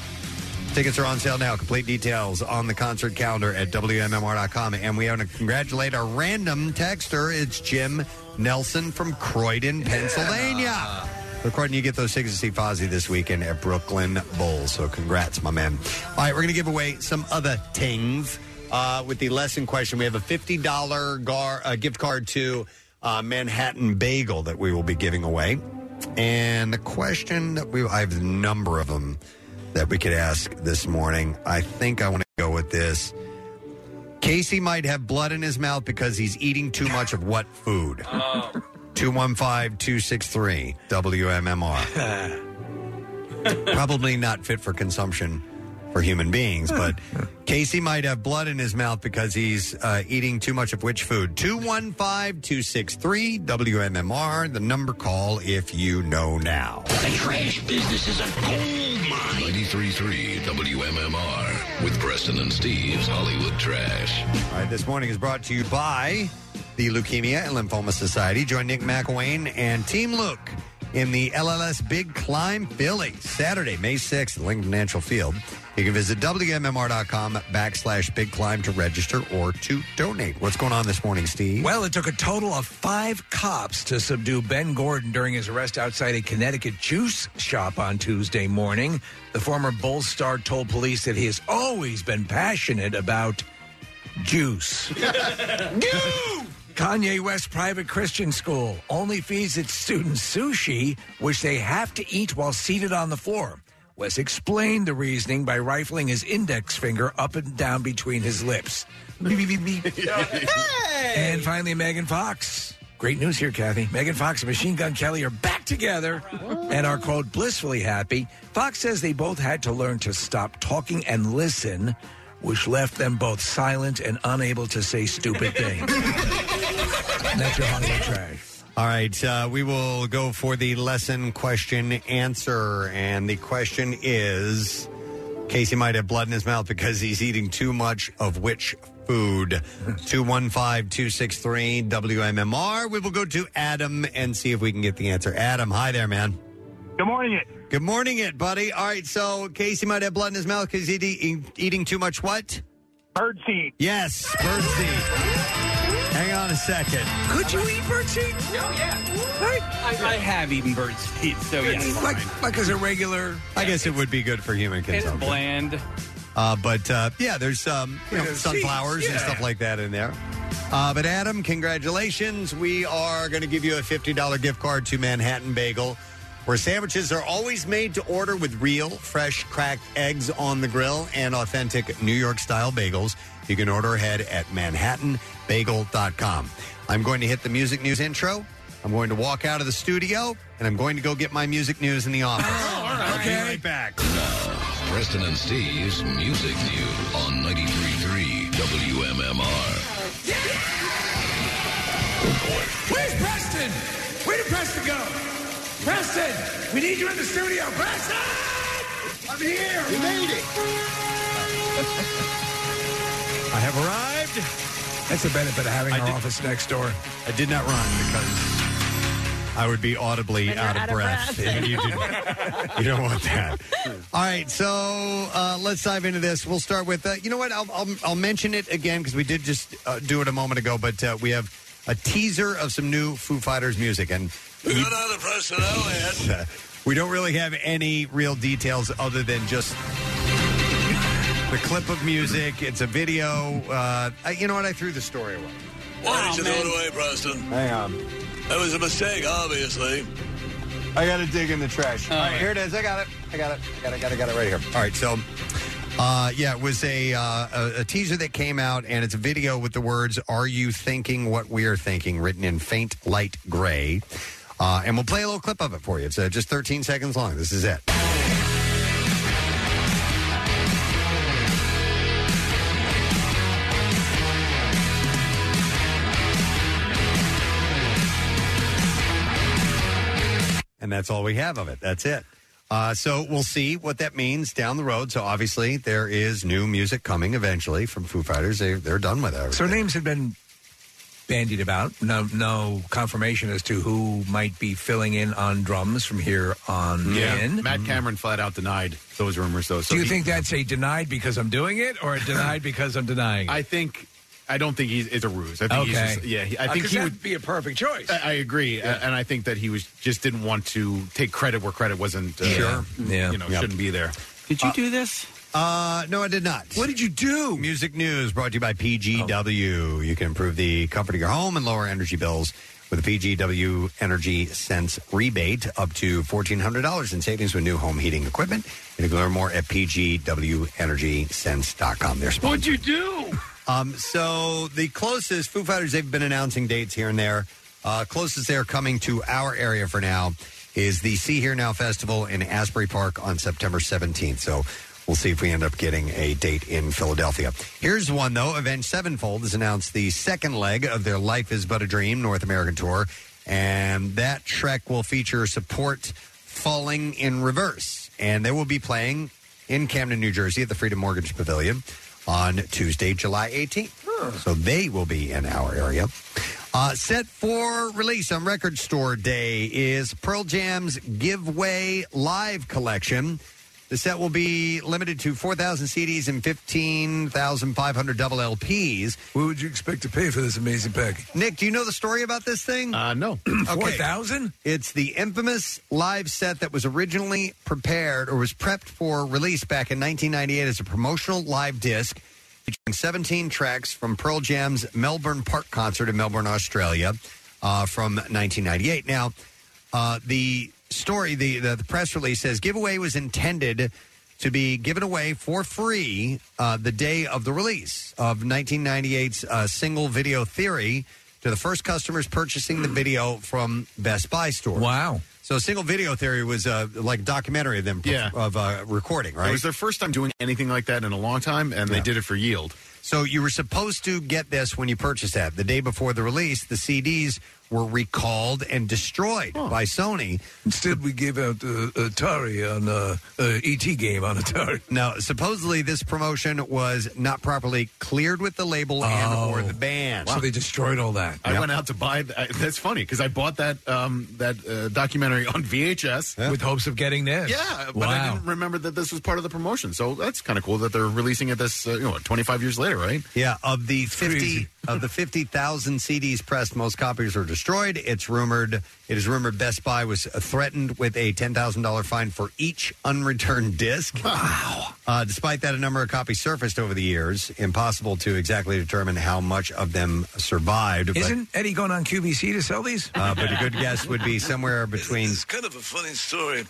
Speaker 3: Tickets are on sale now. Complete details on the concert calendar at WMMR.com. And we want to congratulate our random texter. It's Jim Nelson from Croydon, Pennsylvania. So, Croydon, you get those tickets to see Fozzy this weekend at Brooklyn Bowl. So, congrats, my man. All right, we're going to give away some other things uh, with the lesson question. We have a $50 gar- uh, gift card to uh, Manhattan Bagel that we will be giving away. And the question that we, I have a number of them that we could ask this morning. I think I want to go with this. Casey might have blood in his mouth because he's eating too much of what food? 215 263 WMMR. Probably not fit for consumption for human beings, but Casey might have blood in his mouth because he's uh, eating too much of which food? 215 263 WMMR. The number call if you know now.
Speaker 13: The trash business is a gold mine.
Speaker 2: 93.3 WMMR with Preston and Steve's Hollywood Trash.
Speaker 3: All right, this morning is brought to you by the Leukemia and Lymphoma Society. Join Nick McElwain and Team Luke in the LLS Big Climb Philly, Saturday, May 6th, at Lincoln Financial Field. You can visit WMMR.com backslash Big Climb to register or to donate. What's going on this morning, Steve?
Speaker 5: Well, it took a total of five cops to subdue Ben Gordon during his arrest outside a Connecticut juice shop on Tuesday morning. The former Bulls star told police that he has always been passionate about juice. Kanye West Private Christian School only feeds its students sushi, which they have to eat while seated on the floor. West explained the reasoning by rifling his index finger up and down between his lips. Beep, beep, beep, beep. And finally, Megan Fox. Great news here, Kathy. Megan Fox and Machine Gun Kelly are back together and are, quote, blissfully happy. Fox says they both had to learn to stop talking and listen, which left them both silent and unable to say stupid things. And that's your Hollywood trash.
Speaker 3: All right, uh, we will go for the lesson question answer. And the question is Casey might have blood in his mouth because he's eating too much of which food? 215 263 WMMR. We will go to Adam and see if we can get the answer. Adam, hi there, man.
Speaker 30: Good morning, it.
Speaker 3: Good morning, it, buddy. All right, so Casey might have blood in his mouth because he's eating, eating too much what?
Speaker 30: Birdseed.
Speaker 3: Yes, birdseed. Hang on a second.
Speaker 5: Could you eat bird seed? No, yeah.
Speaker 7: I, Oh, I have eaten bird seed, so yeah.
Speaker 5: Like, like as a regular.
Speaker 3: I guess it would be good for human
Speaker 7: It's
Speaker 3: consumption.
Speaker 7: bland.
Speaker 3: Uh, but uh, yeah, there's um, you know,
Speaker 7: Yeah,
Speaker 3: sunflowers
Speaker 7: seeds,
Speaker 3: and
Speaker 7: yeah.
Speaker 3: stuff like that in there. Uh, but Adam, congratulations! We are going to give you a fifty dollar gift card to Manhattan Bagel, where sandwiches are always made to order with real, fresh cracked eggs on the grill and authentic New York style bagels. You can order ahead at manhattanbagel.com. I'm going to hit the music news intro. I'm going to walk out of the studio, and I'm going to go get my music news in the office.
Speaker 5: Okay.
Speaker 3: back.
Speaker 2: Preston and Steve's Music News on 93.3 WMMR.
Speaker 12: Where's Preston? Where did Preston go? Preston, we need you in the studio. Preston, I'm here. We made it.
Speaker 5: I have arrived. That's the benefit of having our office next door.
Speaker 3: I did not run because I would be audibly
Speaker 5: And you're
Speaker 3: out of,
Speaker 5: out of
Speaker 3: breath.
Speaker 5: breath.
Speaker 3: and you, did, you don't want that. All right, so uh, let's dive into this. We'll start with uh, you know what? I'll, I'll, I'll mention it again because we did just uh, do it a moment ago, but uh, we have a teaser of some new Foo Fighters music, and
Speaker 13: We got out of Preston Elliott.
Speaker 3: uh, we don't really have any real details other than just the clip of music. It's a video. Uh, I, you know what? I threw the story away.
Speaker 13: Why did you throw it away, Preston?
Speaker 3: Hang on.
Speaker 13: That was a mistake, obviously.
Speaker 3: I gotta dig in the trash. All right, here it is. I got it. I got it. I got it. Got it. Got it right here. All right, so. Uh, yeah, it was a, uh, a a teaser that came out, and it's a video with the words "Are you thinking what we are thinking?" written in faint light gray, uh, and we'll play a little clip of it for you. It's uh, just 13 seconds long. This is it. and that's all we have of it. That's it. Uh, so we'll see what that means down the road. So obviously there is new music coming eventually from Foo Fighters. They they're done with it.
Speaker 5: So names have been bandied about. No, no confirmation as to who might be filling in on drums from here on in.
Speaker 6: Matt Cameron flat out denied those rumors, though. So
Speaker 5: Do you
Speaker 6: he-
Speaker 5: think that's a denied because I'm doing it, or a denied because I'm denying? it?
Speaker 6: I think. I don't think he's it's a ruse. I think
Speaker 5: okay.
Speaker 6: he's just, yeah. he- I
Speaker 5: Uh,
Speaker 6: think
Speaker 5: 'cause
Speaker 6: he
Speaker 5: that'd
Speaker 6: would.
Speaker 5: be a perfect choice.
Speaker 6: I I agree, a- and I think that he was just didn't want to take credit where credit wasn't. Uh,
Speaker 5: Sure. Yeah.
Speaker 6: you know,
Speaker 5: Yep.
Speaker 6: shouldn't be there.
Speaker 3: Did you do this? Uh, no, I did not. What did you do? Music news brought to you by PGW. You can improve the comfort of your home and lower energy bills with a PGW Energy Sense rebate up to $1,400 in savings with new home heating equipment. And you can learn more at PGWEnergySense.com. They're sponsor.
Speaker 12: What'd you do?
Speaker 3: Um, so the closest Foo Fighters they've been announcing dates here and there. Uh, closest they're coming to our area for now is the See Here Now Festival in Asbury Park on September 17th. So we'll see if we end up getting a date in Philadelphia. Here's one though. Avenged Sevenfold has announced the second leg of their Life Is But a Dream North American tour, and that trek will feature support falling in reverse, and they will be playing in Camden, New Jersey at the Freedom Mortgage Pavilion on Tuesday, July 18th. So they will be in our area. Uh, set for release on Record Store Day is Pearl Jam's Giveaway Live Collection. The set will be limited to 4,000 CDs and 15,500 double LPs.
Speaker 5: What would you expect to pay for this amazing package?
Speaker 3: Nick, do you know the story about this thing?
Speaker 6: Uh, no.
Speaker 5: 4,000?
Speaker 3: It's the infamous live set that was originally prepared or was prepped for release back in 1998 as a promotional live disc featuring 17 tracks from Pearl Jam's Melbourne Park concert in Melbourne, Australia uh, from 1998. Now, uh, the story, the, the, the press release says giveaway was intended to be given away for free uh, the day of the release of 1998's uh, single video Theory to the first customers purchasing the video from Best Buy store. Wow. So single video theory was uh, like a documentary of them
Speaker 6: Yeah.
Speaker 3: of uh, recording, right?
Speaker 6: It was their first time doing anything like that in a long time, and they did it for yield.
Speaker 3: So you were supposed to get this when you purchased that. The day before the release, the CDs were recalled and destroyed by Sony.
Speaker 5: Instead, we gave out uh, Atari on uh, uh,
Speaker 6: E
Speaker 5: ET game on Atari.
Speaker 3: Now, supposedly this promotion was not properly cleared with the label and or the band.
Speaker 5: Oh. So they destroyed all that.
Speaker 6: I went out to buy. th- I, that's funny because I bought that um, that uh, documentary on VHS
Speaker 5: With hopes of getting this.
Speaker 6: Yeah, but I
Speaker 5: Wow.
Speaker 6: didn't remember that this was part of the promotion. So that's kind of cool that they're releasing it this uh, you know 25 years later, right?
Speaker 3: Yeah, of the fifty of the fifty thousand CDs pressed, most copies were destroyed. It's rumored it is rumored Best Buy was threatened with a ten thousand dollar fine for each unreturned disc. Wow! Uh, despite that, a number of copies surfaced over the years. Impossible to exactly determine how much of them survived. but-
Speaker 5: Isn't Eddie going on QVC to sell these?
Speaker 3: uh, but a good guess would be somewhere between
Speaker 13: Kind of a funny story.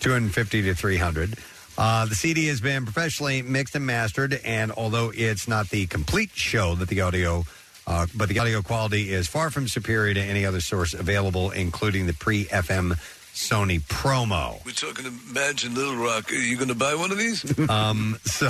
Speaker 3: 250 to 300. Uh, the CD has been professionally mixed and mastered, and although it's not the complete show that the audio, uh, but the audio quality is far from superior to any other source available, including the pre FM Sony promo.
Speaker 13: We're talking Imagine Little Rock. Are you going to buy one of these?
Speaker 3: Um, so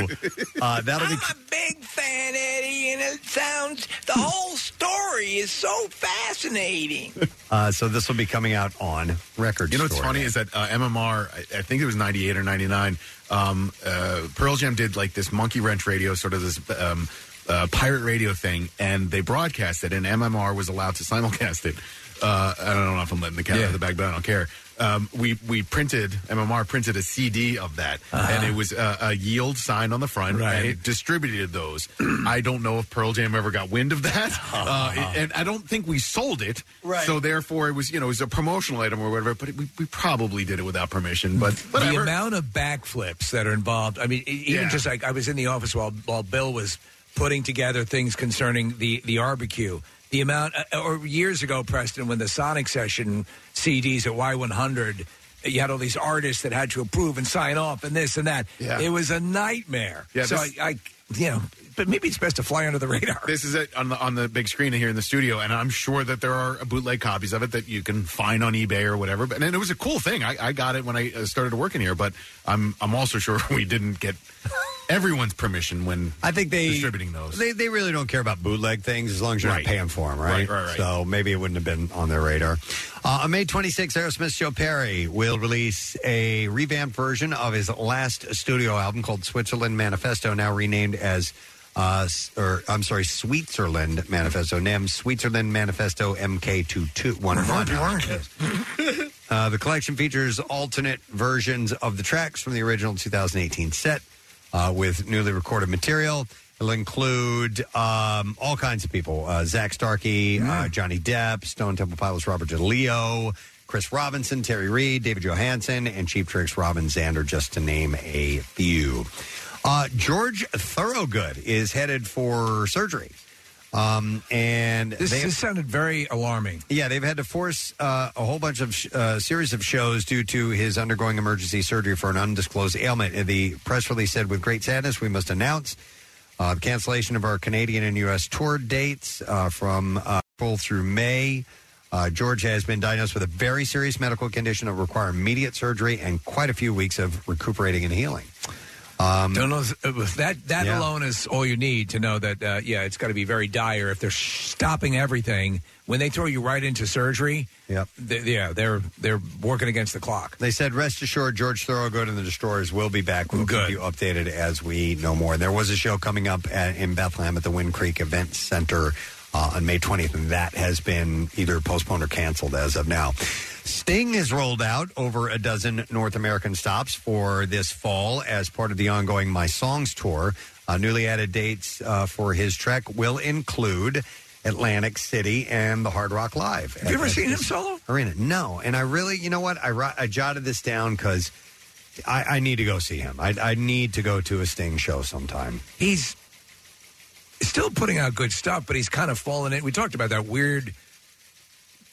Speaker 3: uh, that'll be.
Speaker 5: Ah,
Speaker 1: big fan, Eddie, and it sounds the whole story is so fascinating.
Speaker 3: Uh, so this will be coming out on record.
Speaker 6: You know what's
Speaker 3: Store
Speaker 6: funny
Speaker 3: Day.
Speaker 6: is that uh, MMR, I, I think it was 98 or 99, um, uh, Pearl Jam did like this monkey wrench radio, sort of this um, uh, pirate radio thing, and they broadcast it, and MMR was allowed to simulcast it. Uh, I don't know if I'm letting the cat out of the bag, but I don't care. Um, we we printed MMR printed a CD of that, and it was uh, a yield sign on the front, and it distributed those. I don't know if Pearl Jam ever got wind of that, uh, it- and I don't think we sold it.
Speaker 12: Right.
Speaker 6: So therefore, it was you know it was a promotional item or whatever. But it, we, we probably did it without permission. But whatever.
Speaker 5: The amount of backflips that are involved. I mean, e- even
Speaker 6: Yeah.
Speaker 5: just like I was in the office while while Bill was putting together things concerning the the barbecue. The amount, uh, or years ago, Preston, when the Sonic Session CDs at Y100, you had all these artists that had to approve and sign off and this and that.
Speaker 6: Yeah.
Speaker 5: It was a nightmare.
Speaker 6: Yeah,
Speaker 5: so
Speaker 6: this-
Speaker 5: I, I, you know, but maybe it's best to fly under the radar.
Speaker 6: This is it on the on the big screen here in the studio, and I'm sure that there are bootleg copies of it that you can find on eBay or whatever. But and it was a cool thing. I, I got it when I uh, started working here, but I'm I'm also sure we didn't get everyone's permission when
Speaker 3: I think they
Speaker 6: distributing those.
Speaker 3: They they really don't care about bootleg things as long as you're
Speaker 6: Right.
Speaker 3: not paying for them, right?
Speaker 6: Right, right, right.
Speaker 3: So maybe it wouldn't have been on their radar. Uh, on May 26th, Aerosmith's Joe Perry will release a revamped version of his last studio album called Switzerland Manifesto, now renamed as. Uh, s- or I'm sorry, Switzerland Manifesto, NEM Switzerland Manifesto MK2211. Uh, the collection features alternate versions of the tracks from the original 2018 set uh, with newly recorded material. It'll include um, all kinds of people uh, Zach Starkey, uh, Johnny Depp, Stone Temple Pilots, Robert DeLeo, Chris Robinson, Terry Reed, David Johansen, and Cheap Tricks Robin Zander, just to name a few. Uh, George Thorogood is headed for surgery. Um, and
Speaker 5: This,
Speaker 3: they-
Speaker 5: this sounded very alarming.
Speaker 3: yeah, they've had to force uh, a whole bunch of sh- uh, series of shows due to his undergoing emergency surgery for an undisclosed ailment. And the press release said, "With great sadness, we must announce uh, the cancellation of our Canadian and U.S. tour dates uh, from uh, April through May." Uh, George has been diagnosed with a very serious medical condition that will require immediate surgery and quite a few weeks of recuperating and healing. Um,
Speaker 5: Don't know if- if that that
Speaker 3: Yeah.
Speaker 5: alone is all you need to know that uh, yeah, it's got to be very dire if they're stopping everything when they throw you right into surgery.
Speaker 3: Yep.
Speaker 5: th- yeah, they're they're working against the clock.
Speaker 3: They said, rest assured, George Thorogood and the Destroyers will be back. We'll
Speaker 5: Good.
Speaker 3: keep you updated as we know more. There was a show coming up at, in Bethlehem at the Wind Creek Event Center uh, on May 20th, and that has been either postponed or canceled as of now. Sting has rolled out over a dozen North American stops for this fall as part of the ongoing My Songs tour. Uh, newly added dates uh, for his trek will include Atlantic City and the Hard Rock Live.
Speaker 5: Have you ever seen him solo?
Speaker 3: Arena. No, and I really, you know what? I ri- I jotted this down because I, I need to go see him. I, I need to go to a Sting show sometime.
Speaker 5: He's still putting out good stuff, but he's kind of fallen in. We talked about that weird.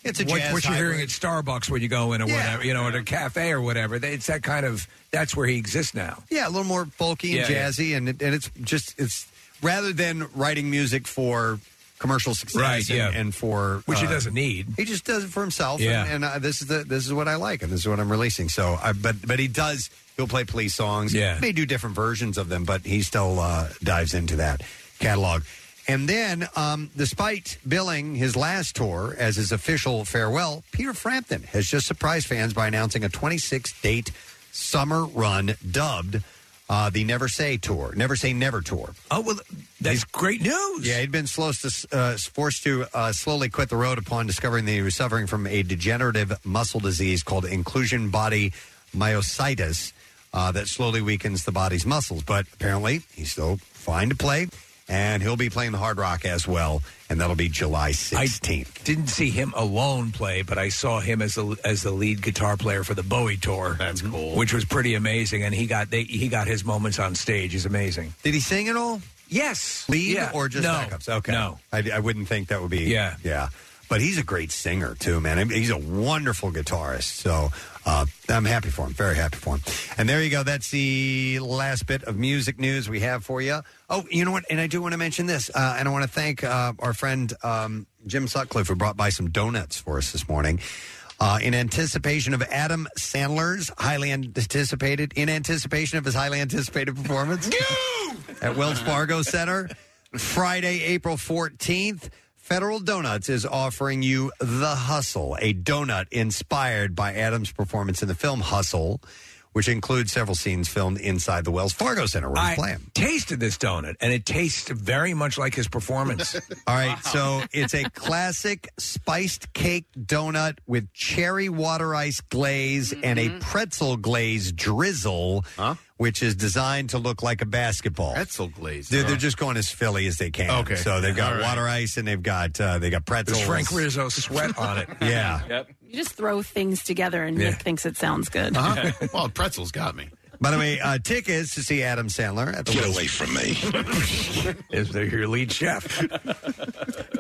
Speaker 3: It's a
Speaker 5: what,
Speaker 3: jazz
Speaker 5: what you're hearing at
Speaker 3: hybrid.
Speaker 5: Starbucks when you go in or
Speaker 3: Yeah.
Speaker 5: whatever, you know, at a cafe or whatever. It's that kind of that's where he exists now.
Speaker 3: Yeah, a little more folky and
Speaker 5: Yeah, yeah.
Speaker 3: jazzy, and it, and it's just it's rather than writing music for commercial success
Speaker 5: Right,
Speaker 3: and,
Speaker 5: yeah.
Speaker 3: and for
Speaker 5: Which he
Speaker 3: uh,
Speaker 5: doesn't need.
Speaker 3: He just does it for himself.
Speaker 5: Yeah.
Speaker 3: and, and uh, this is the this is what I like, and this is what I'm releasing. So, I, but but he does. He'll play police songs.
Speaker 5: Yeah.
Speaker 3: may do different versions of them, but he still uh, dives into that catalog. And then, um, despite billing his last tour as his official farewell, Peter Frampton has just surprised fans by announcing a 26 date summer run dubbed uh, the Never Say Tour, Never Say Never Tour.
Speaker 5: Oh well, that's great news.
Speaker 3: Yeah, he'd been slow to, uh, forced to uh, slowly quit the road upon discovering that he was suffering from a degenerative muscle disease called inclusion body myositis uh, that slowly weakens the body's muscles. But apparently, he's still fine to play, and he'll be playing the Hard Rock as well, and that'll be July 16th.
Speaker 5: Didn't see him alone play, but I saw him as the as the lead guitar player for the Bowie tour. That's cool, which was pretty amazing. And he got they, he got his moments on stage. He's amazing.
Speaker 3: Did he sing at all?
Speaker 5: Yes.
Speaker 3: Lead
Speaker 5: Yeah.
Speaker 3: or just
Speaker 5: No.
Speaker 3: backups? Okay.
Speaker 5: No.
Speaker 3: I, I wouldn't think that would be.
Speaker 5: Yeah.
Speaker 3: Yeah. But he's a great singer, too, man. I mean, He's a wonderful guitarist. So uh, I'm happy for him. Very happy for him. And there you go. That's the last bit of music news we have for you. Oh, you know what? And I do want to mention this. Uh, and I want to thank uh, our friend um, Jim Sutcliffe, who brought by some donuts for us this morning. Uh, in anticipation of Adam Sandler's highly anticipated, in anticipation of his highly anticipated performance at Wells Fargo Center, Friday, April 14th, Federal Donuts is offering you The Hustle, a donut inspired by Adam's performance in the film Hustle, which includes several scenes filmed inside the Wells Fargo Center where he's
Speaker 5: I
Speaker 3: playing.
Speaker 5: tasted this donut, and it tastes very much like his performance.
Speaker 3: All right, so it's a classic spiced cake donut with cherry water ice glaze and a pretzel glaze drizzle, which is designed to look like a basketball. Pretzel glaze. They're, they're just going as Philly as they can.
Speaker 6: Okay.
Speaker 3: So they've got
Speaker 6: All right.
Speaker 3: water ice and they've got uh, they got pretzels.
Speaker 5: There's Frank Rizzo sweat on it.
Speaker 3: Yeah.
Speaker 4: You just throw things together and
Speaker 3: Yeah. Uh-huh.
Speaker 4: Nick thinks it sounds good.
Speaker 3: well, pretzels got me. By the way, uh, tickets to see Adam Sandler at the Get away from me.
Speaker 5: Is there your lead chef?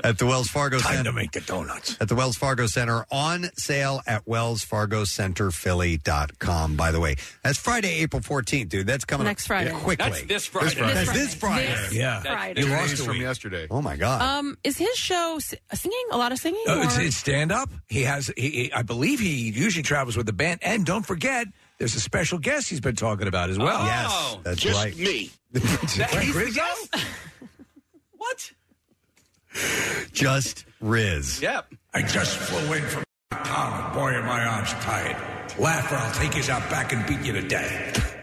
Speaker 3: at the Wells Fargo
Speaker 5: Time
Speaker 3: Center.
Speaker 5: to make the donuts.
Speaker 3: At the Wells Fargo Center on sale at wellsfargocenterphilly.com. By the way, that's Friday, April 14th, dude. That's coming
Speaker 4: Next
Speaker 3: up
Speaker 4: Friday.
Speaker 3: quickly.
Speaker 4: That's this Friday. This
Speaker 3: That's
Speaker 4: Friday.
Speaker 3: this Friday.
Speaker 4: This Yeah. Friday.
Speaker 3: You
Speaker 4: Two
Speaker 3: lost
Speaker 4: days
Speaker 3: a
Speaker 4: from
Speaker 3: week. Oh, my God.
Speaker 4: Um, is his show s- singing? A lot of singing?
Speaker 5: Uh, it's,
Speaker 4: or-
Speaker 5: it's stand up. He has, he, he- I believe, he usually travels with the band. And don't forget, there's a special guest he's been talking about as well.
Speaker 3: Yes, that's
Speaker 12: Oh. just
Speaker 3: right.
Speaker 12: me.
Speaker 5: Frank Rizzo.
Speaker 12: what?
Speaker 3: Just Riz.
Speaker 5: Yep. I just flew in from town. Boy, are my arms tired. Laugh or I'll take you out back and beat you to death.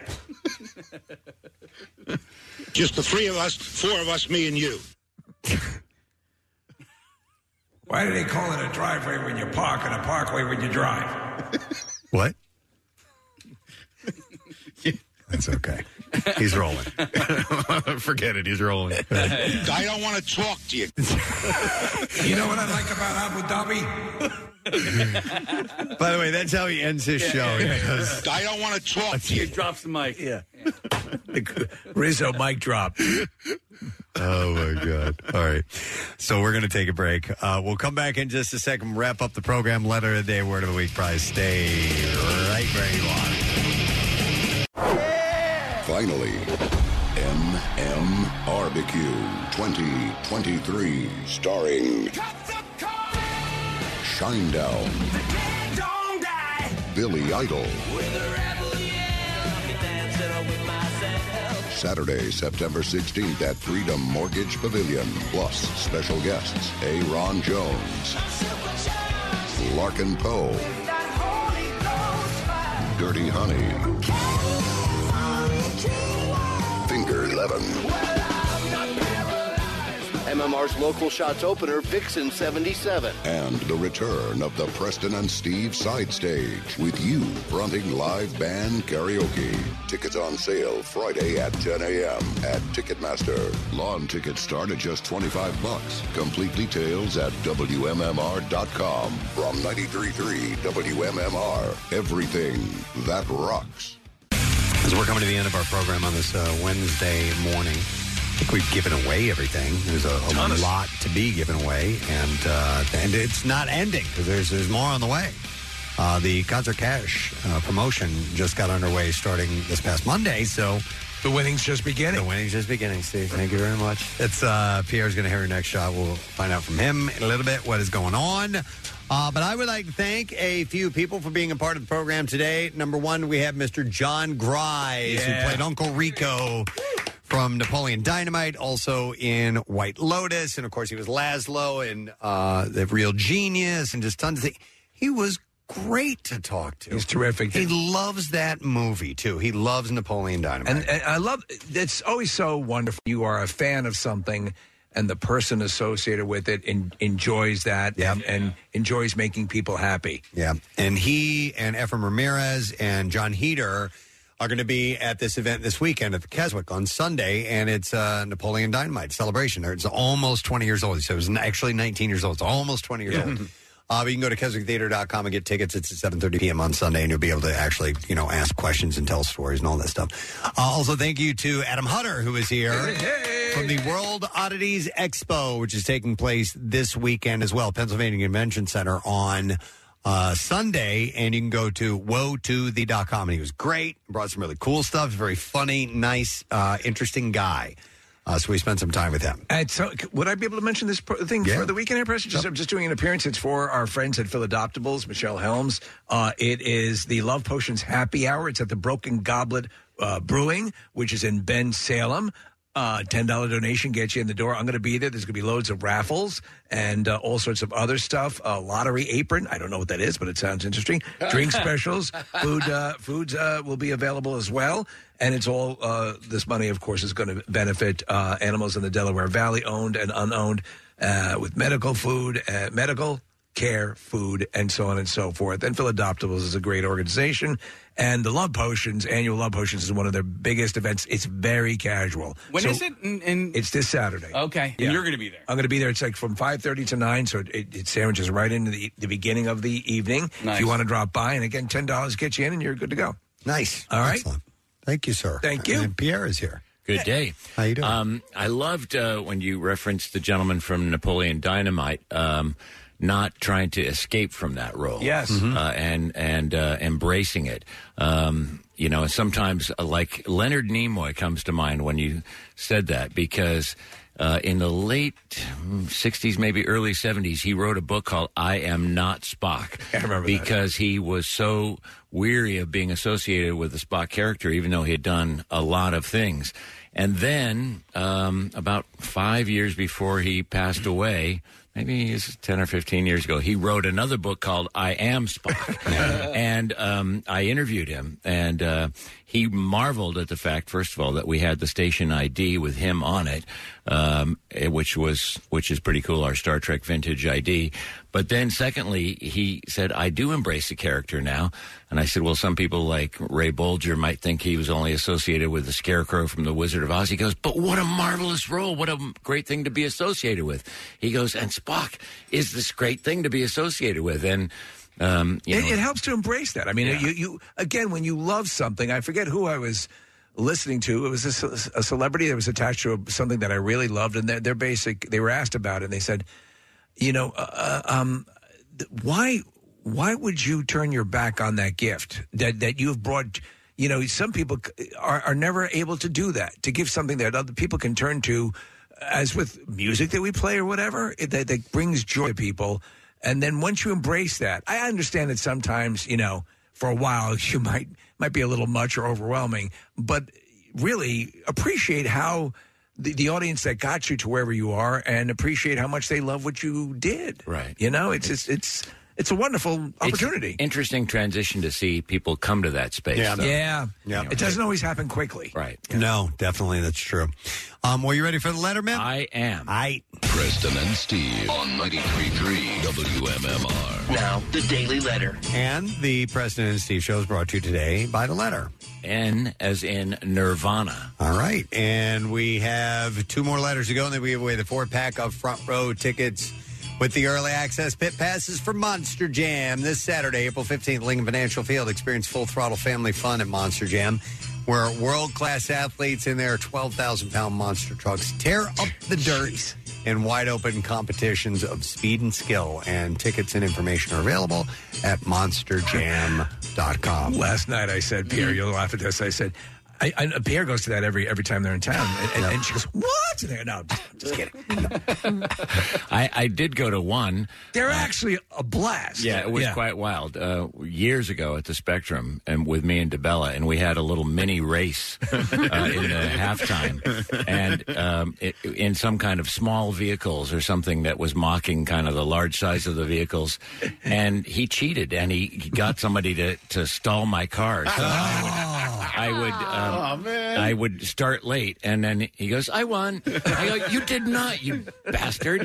Speaker 15: Just the three of us, four of us, me and you.
Speaker 5: Why do they call it a driveway when you park and a parkway when you drive?
Speaker 3: What? That's okay. He's rolling.
Speaker 6: Forget it. He's rolling.
Speaker 15: I don't want to talk to you.
Speaker 5: You know what I like about Abu Dhabi?
Speaker 3: By the way, that's how he ends his show.
Speaker 15: I don't want to talk to you. Drops the mic.
Speaker 5: Yeah. Rizzo mic drop.
Speaker 3: Oh my God! All right, so we're gonna take a break. Uh, we'll come back in just a second. Wrap up the program. Letter of the day, word of the week, prize. Stay right where you are.
Speaker 2: Finally, MM Barbecue 2023, starring Shinedown,
Speaker 12: Don't die.
Speaker 2: Billy Idol,
Speaker 12: With a rebel, yeah. I'll be dancing with myself.
Speaker 2: Saturday, September 16th at Freedom Mortgage Pavilion. Plus, special guests A. Ron Jones, Larkin Poe, Dirty Honey, Finger Eleven.
Speaker 8: MMR's local shots opener, Vixen 77.
Speaker 2: And the return of the Preston and Steve side stage with you fronting live band karaoke. Tickets on sale Friday at 10 a.m. at Ticketmaster. Lawn tickets start at just 25 bucks. Complete details at WMMR.com. From 93.3 WMMR, everything that rocks.
Speaker 3: As we're coming to the end of our program on this uh, Wednesday morning, I think we've given away everything. There's a, a lot to be given away, and uh, and it's not ending because there's there's more on the way. Uh, the concert cash uh, promotion just got underway starting this past Monday, so.
Speaker 5: The winning's just beginning.
Speaker 3: The winning's just beginning, Steve. Thank you very much. It's uh, Pierre's going to hear your next shot. We'll find out from him in a little bit what is going on. Uh, but I would like to thank a few people for being a part of the program today. Number one, we have Mr. John Grise,
Speaker 28: Yeah.
Speaker 3: who played Uncle Rico from Napoleon Dynamite, also in White Lotus. And of course, he was Laszlo in uh, The Real Genius and just tons of things. He was great to talk to. He's
Speaker 5: terrific.
Speaker 3: He loves that movie, too. He loves Napoleon Dynamite.
Speaker 5: And, and I love it's always so wonderful. You are a fan of something, and the person associated with it en- enjoys that and, and enjoys making people happy.
Speaker 3: Yeah. And he and Ephraim Ramirez and John Heater are going to be at this event this weekend at the Keswick on Sunday, and it's uh, Napoleon Dynamite celebration. It's almost 20 years old. So it was actually 19 years old. It's almost 20 years old. Uh, but you can go to keswicktheater.com and get tickets. It's at 7.30 p.m. on Sunday, and you'll be able to actually, you know, ask questions and tell stories and all that stuff. Uh, also, thank you to Adam Hutter, who is here from the World Oddities Expo, which is taking place this weekend as well, Pennsylvania Convention Center on uh, Sunday. And you can go to woe2the.com. And he was great, brought some really cool stuff, very funny, nice, uh, interesting guy. Uh, so we spent some time with him.
Speaker 5: And Uh, so, c- would I be able to mention this pro- thing
Speaker 3: Yeah.
Speaker 5: for the weekend impression? Just, I'm just doing an appearance. It's for our friends at Philadoptables, Michelle Helms. Uh, it is the Love Potions Happy Hour. It's at the Broken Goblet uh, Brewing, which is in Ben Salem. Uh, $10 donation gets you in the door. I'm going to be there. There's going to be loads of raffles and uh, all sorts of other stuff. Uh, lottery apron. I don't know what that is, but it sounds interesting. Drink specials. Food uh, foods uh, will be available as well. And it's all uh, this money, of course, is going to benefit uh, animals in the Delaware Valley, owned and unowned, uh, with medical food, uh, medical care, food, and so on and so forth. And Philadoptables is a great organization. And the Love Potions, annual Love Potions, is one of their biggest events. It's very casual.
Speaker 7: When
Speaker 5: When
Speaker 7: is
Speaker 5: is
Speaker 7: it? In, in-
Speaker 5: It's this Saturday.
Speaker 7: okay,
Speaker 5: Yeah.
Speaker 7: and you're going to be there.
Speaker 5: I'm going to be there. It's like from 5:30 to 9, so it, it sandwiches right into the, e, the beginning of the evening.
Speaker 7: Nice.
Speaker 5: If you want to drop by, and again, ten dollars gets you in, and you're good to go.
Speaker 3: Nice.
Speaker 5: All right.
Speaker 3: Thank you, sir.
Speaker 5: Thank you.
Speaker 3: And Pierre is here.
Speaker 14: Good day.
Speaker 3: How you doing?
Speaker 14: Um, I loved uh, when you referenced the gentleman from Napoleon Dynamite. Um, not trying to escape from that role,
Speaker 5: Yes. Mhm.
Speaker 14: uh, and and uh, embracing it. Um, you know, sometimes uh, like Leonard Nimoy comes to mind when you said that because uh, in the late mm, '60s, maybe early '70s, he wrote a book called "I Am Not Spock." I remember because he was so weary of being associated with the Spock character, even though he had done a lot of things. And then, um, about five years before he passed away, maybe it was 10 or 15 years ago, he wrote another book called I Am Spock. and um, I interviewed him, and uh, he marveled at the fact, first of all, that we had the station ID with him on it, um, eh, which was which is pretty cool, our Star Trek vintage ID. But then, secondly, he said, I do embrace the character now. And I said, Well, some people like Ray Bolger might think he was only associated with the Scarecrow from The Wizard of Oz. He goes, But what a marvelous role. What a great thing to be associated with. He goes, And Spock is this great thing to be associated with. And, um, you
Speaker 5: it,
Speaker 14: know,
Speaker 5: it helps to embrace that. I mean,
Speaker 14: Yeah.
Speaker 5: you, you again when you love something. I forget who I was listening to. It was a, ce- a celebrity that was attached to a, something that I really loved, and their, their basic. They were asked about it, and they said, "You know, uh, uh, um, th- why why would you turn your back on that gift that that you've brought?" You know, some people c- are, are never able to do that to give something that other people can turn to, uh, as with music that we play or whatever it, that that brings joy to people. And then once you embrace that, I understand that sometimes, you know, for a while you might might be a little much or overwhelming, but really appreciate how the, the audience that got you to wherever you are and appreciate how much they love what you did.
Speaker 14: Right.
Speaker 5: You know, it's it's it's it's a wonderful opportunity.
Speaker 14: interesting transition to see people come to that space. though.
Speaker 5: yeah.
Speaker 14: Yeah.
Speaker 5: It doesn't always happen quickly.
Speaker 14: Right.
Speaker 3: No, definitely that's true. Um, well, you ready for the Letterman?
Speaker 14: I am.
Speaker 3: I.
Speaker 2: Preston and Steve on 93.3 WMMR.
Speaker 3: Now,
Speaker 2: the Daily Letter.
Speaker 3: And the President and Steve show is brought to you today by the letter.
Speaker 14: N as in Nirvana.
Speaker 3: All right. And we have two more letters to go, and then we give away the four pack of front row tickets with the early access pit passes for Monster Jam this Saturday, April 15th, Lincoln Financial Field. Experience full throttle family fun at Monster Jam, where world class athletes in their 12,000 pound monster trucks tear up the dirt. In wide open competitions of speed and skill, and tickets and information are available at monsterjam.com.
Speaker 5: Last night I said, Pierre, you'll laugh at this. I said, I, I, Pierre goes to that every every time they're in town, and, and, and she goes, "What?" And they go, "No, I'm just, I'm just kidding."
Speaker 14: I, I did go to one.
Speaker 5: They're actually a blast.
Speaker 14: Yeah, it was quite wild. Uh, years ago at the Spectrum, and with me and DeBella, and we had a little mini race uh, in the halftime, and um, it, in some kind of small vehicles or something that was mocking kind of the large size of the vehicles. And he cheated, and he, he got somebody to to stall my car. So I would, I would, um, I would start late, and then he goes, "I won." I go, "You did not, you bastard!"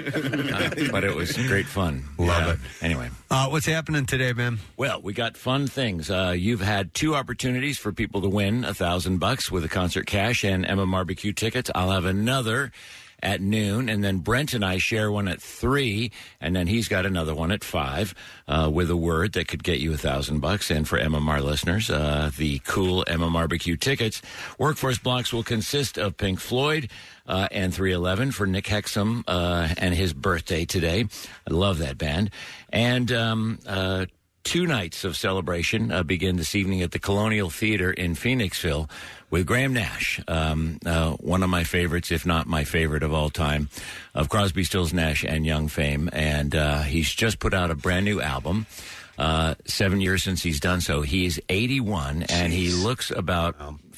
Speaker 14: Uh, but it was great fun. Love it. Anyway.
Speaker 3: Uh, what's happening today, man?
Speaker 14: Well, we got fun things. Uh, you've had two opportunities for people to win a thousand bucks with a concert cash and Emma barbecue tickets. I'll have another at noon, and then Brent and I share one at three, and then he's got another one at five uh, with a word that could get you a thousand bucks. And for MMR listeners, uh, the cool MMR BBQ tickets. Workforce blocks will consist of Pink Floyd uh, and 311 for Nick Hexum uh, and his birthday today. I love that band. And um, uh, two nights of celebration uh, begin this evening at the Colonial Theater in Phoenixville with Graham Nash, um, uh, one of my favorites, if not my favorite of all time, of Crosby, Stills, Nash, and Young fame. And uh, he's just put out a brand new album. Uh, seven years since he's done so. He's 81 and he looks about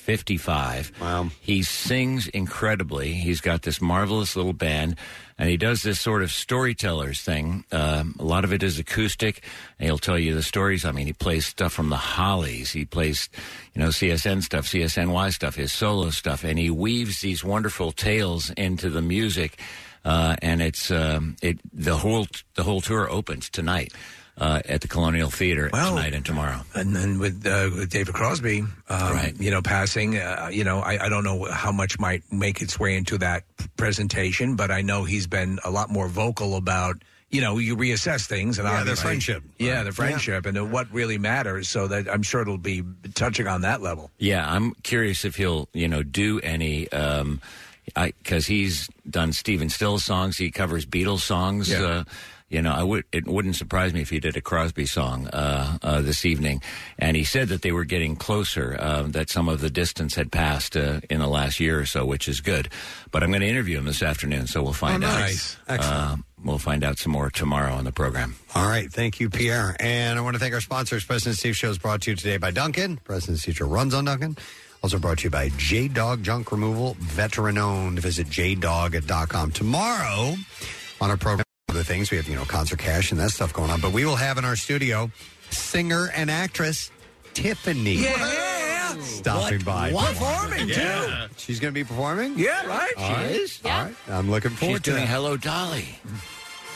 Speaker 14: 55. Wow. He sings incredibly. He's got this marvelous little band and he does this sort of storyteller's thing. Um, a lot of it is acoustic and he'll tell you the stories. I mean, he plays stuff from the Hollies. He plays, you know, CSN stuff, CSNY stuff, his solo stuff, and he weaves these wonderful tales into the music. Uh, and it's um, it the whole the whole tour opens tonight uh, at the Colonial Theater tonight and tomorrow.
Speaker 5: And then with, uh, with David Crosby, um, you know, passing, uh, you know, I, I don't know how much might make its way into that presentation, but I know he's been a lot more vocal about, you know, you reassess things and
Speaker 3: Yeah, their
Speaker 5: obviously-
Speaker 3: friendship.
Speaker 5: yeah,
Speaker 3: Right.
Speaker 5: the friendship, and what really matters. So that I'm sure it'll be touching on that level.
Speaker 14: Yeah, I'm curious if he'll you know do any. Um, because he's done Steven Stills songs, he covers Beatles songs.
Speaker 5: Yeah.
Speaker 14: Uh, you know, I would it wouldn't surprise me if he did a Crosby song uh, uh, this evening. And he said that they were getting closer, uh, that some of the distance had passed uh, in the last year or so, which is good. But I'm going to interview him this afternoon, so we'll find
Speaker 3: Oh,
Speaker 14: out.
Speaker 3: nice.
Speaker 14: Uh, we'll find out some more tomorrow on the program.
Speaker 3: All right. Thank you, Pierre. And I want to thank our sponsors. President Steve Show is brought to you today by Duncan. President Steve Show runs on Duncan. Also brought to you by J Dog Junk Removal, veteran owned. Visit jdog.com. Tomorrow on our program, other things we have, you know, concert cash and that stuff going on. But we will have in our studio singer and actress Tiffany.
Speaker 12: Yeah.
Speaker 3: Stopping
Speaker 12: What-
Speaker 3: by.
Speaker 12: what? Performing, too.
Speaker 3: Yeah. She's going to be performing?
Speaker 12: Yeah, right.
Speaker 3: All
Speaker 12: She
Speaker 3: right.
Speaker 12: is.
Speaker 3: All
Speaker 12: Yeah.
Speaker 3: right. I'm looking forward
Speaker 14: She's
Speaker 3: to
Speaker 14: doing
Speaker 3: that.
Speaker 14: Hello Dolly.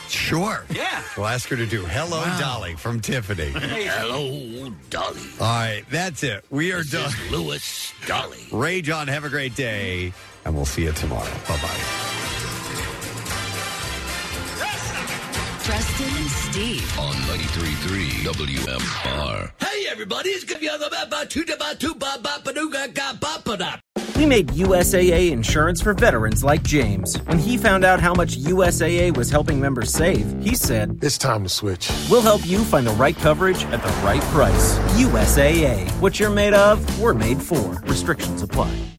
Speaker 3: Sure.
Speaker 12: Yeah.
Speaker 3: We'll ask her to do Hello Dolly from Tiffany.
Speaker 12: Hello, Dolly.
Speaker 3: All right, that's it. We are done.
Speaker 14: Lewis Dolly.
Speaker 3: Ray John, have a great day, and we'll see you tomorrow. Bye bye.
Speaker 9: Preston and Steve.
Speaker 2: On 93.3 WMR.
Speaker 12: Hey, everybody, it's gonna be on the map by two, by two, ba ba ba doo, ga ga ba ba da.
Speaker 26: We made USAA insurance for veterans like James. When he found out how much USAA was helping members save, he said, It's time to switch. We'll help you find the right coverage at the right price. USAA. What you're made of, we're made for. Restrictions apply.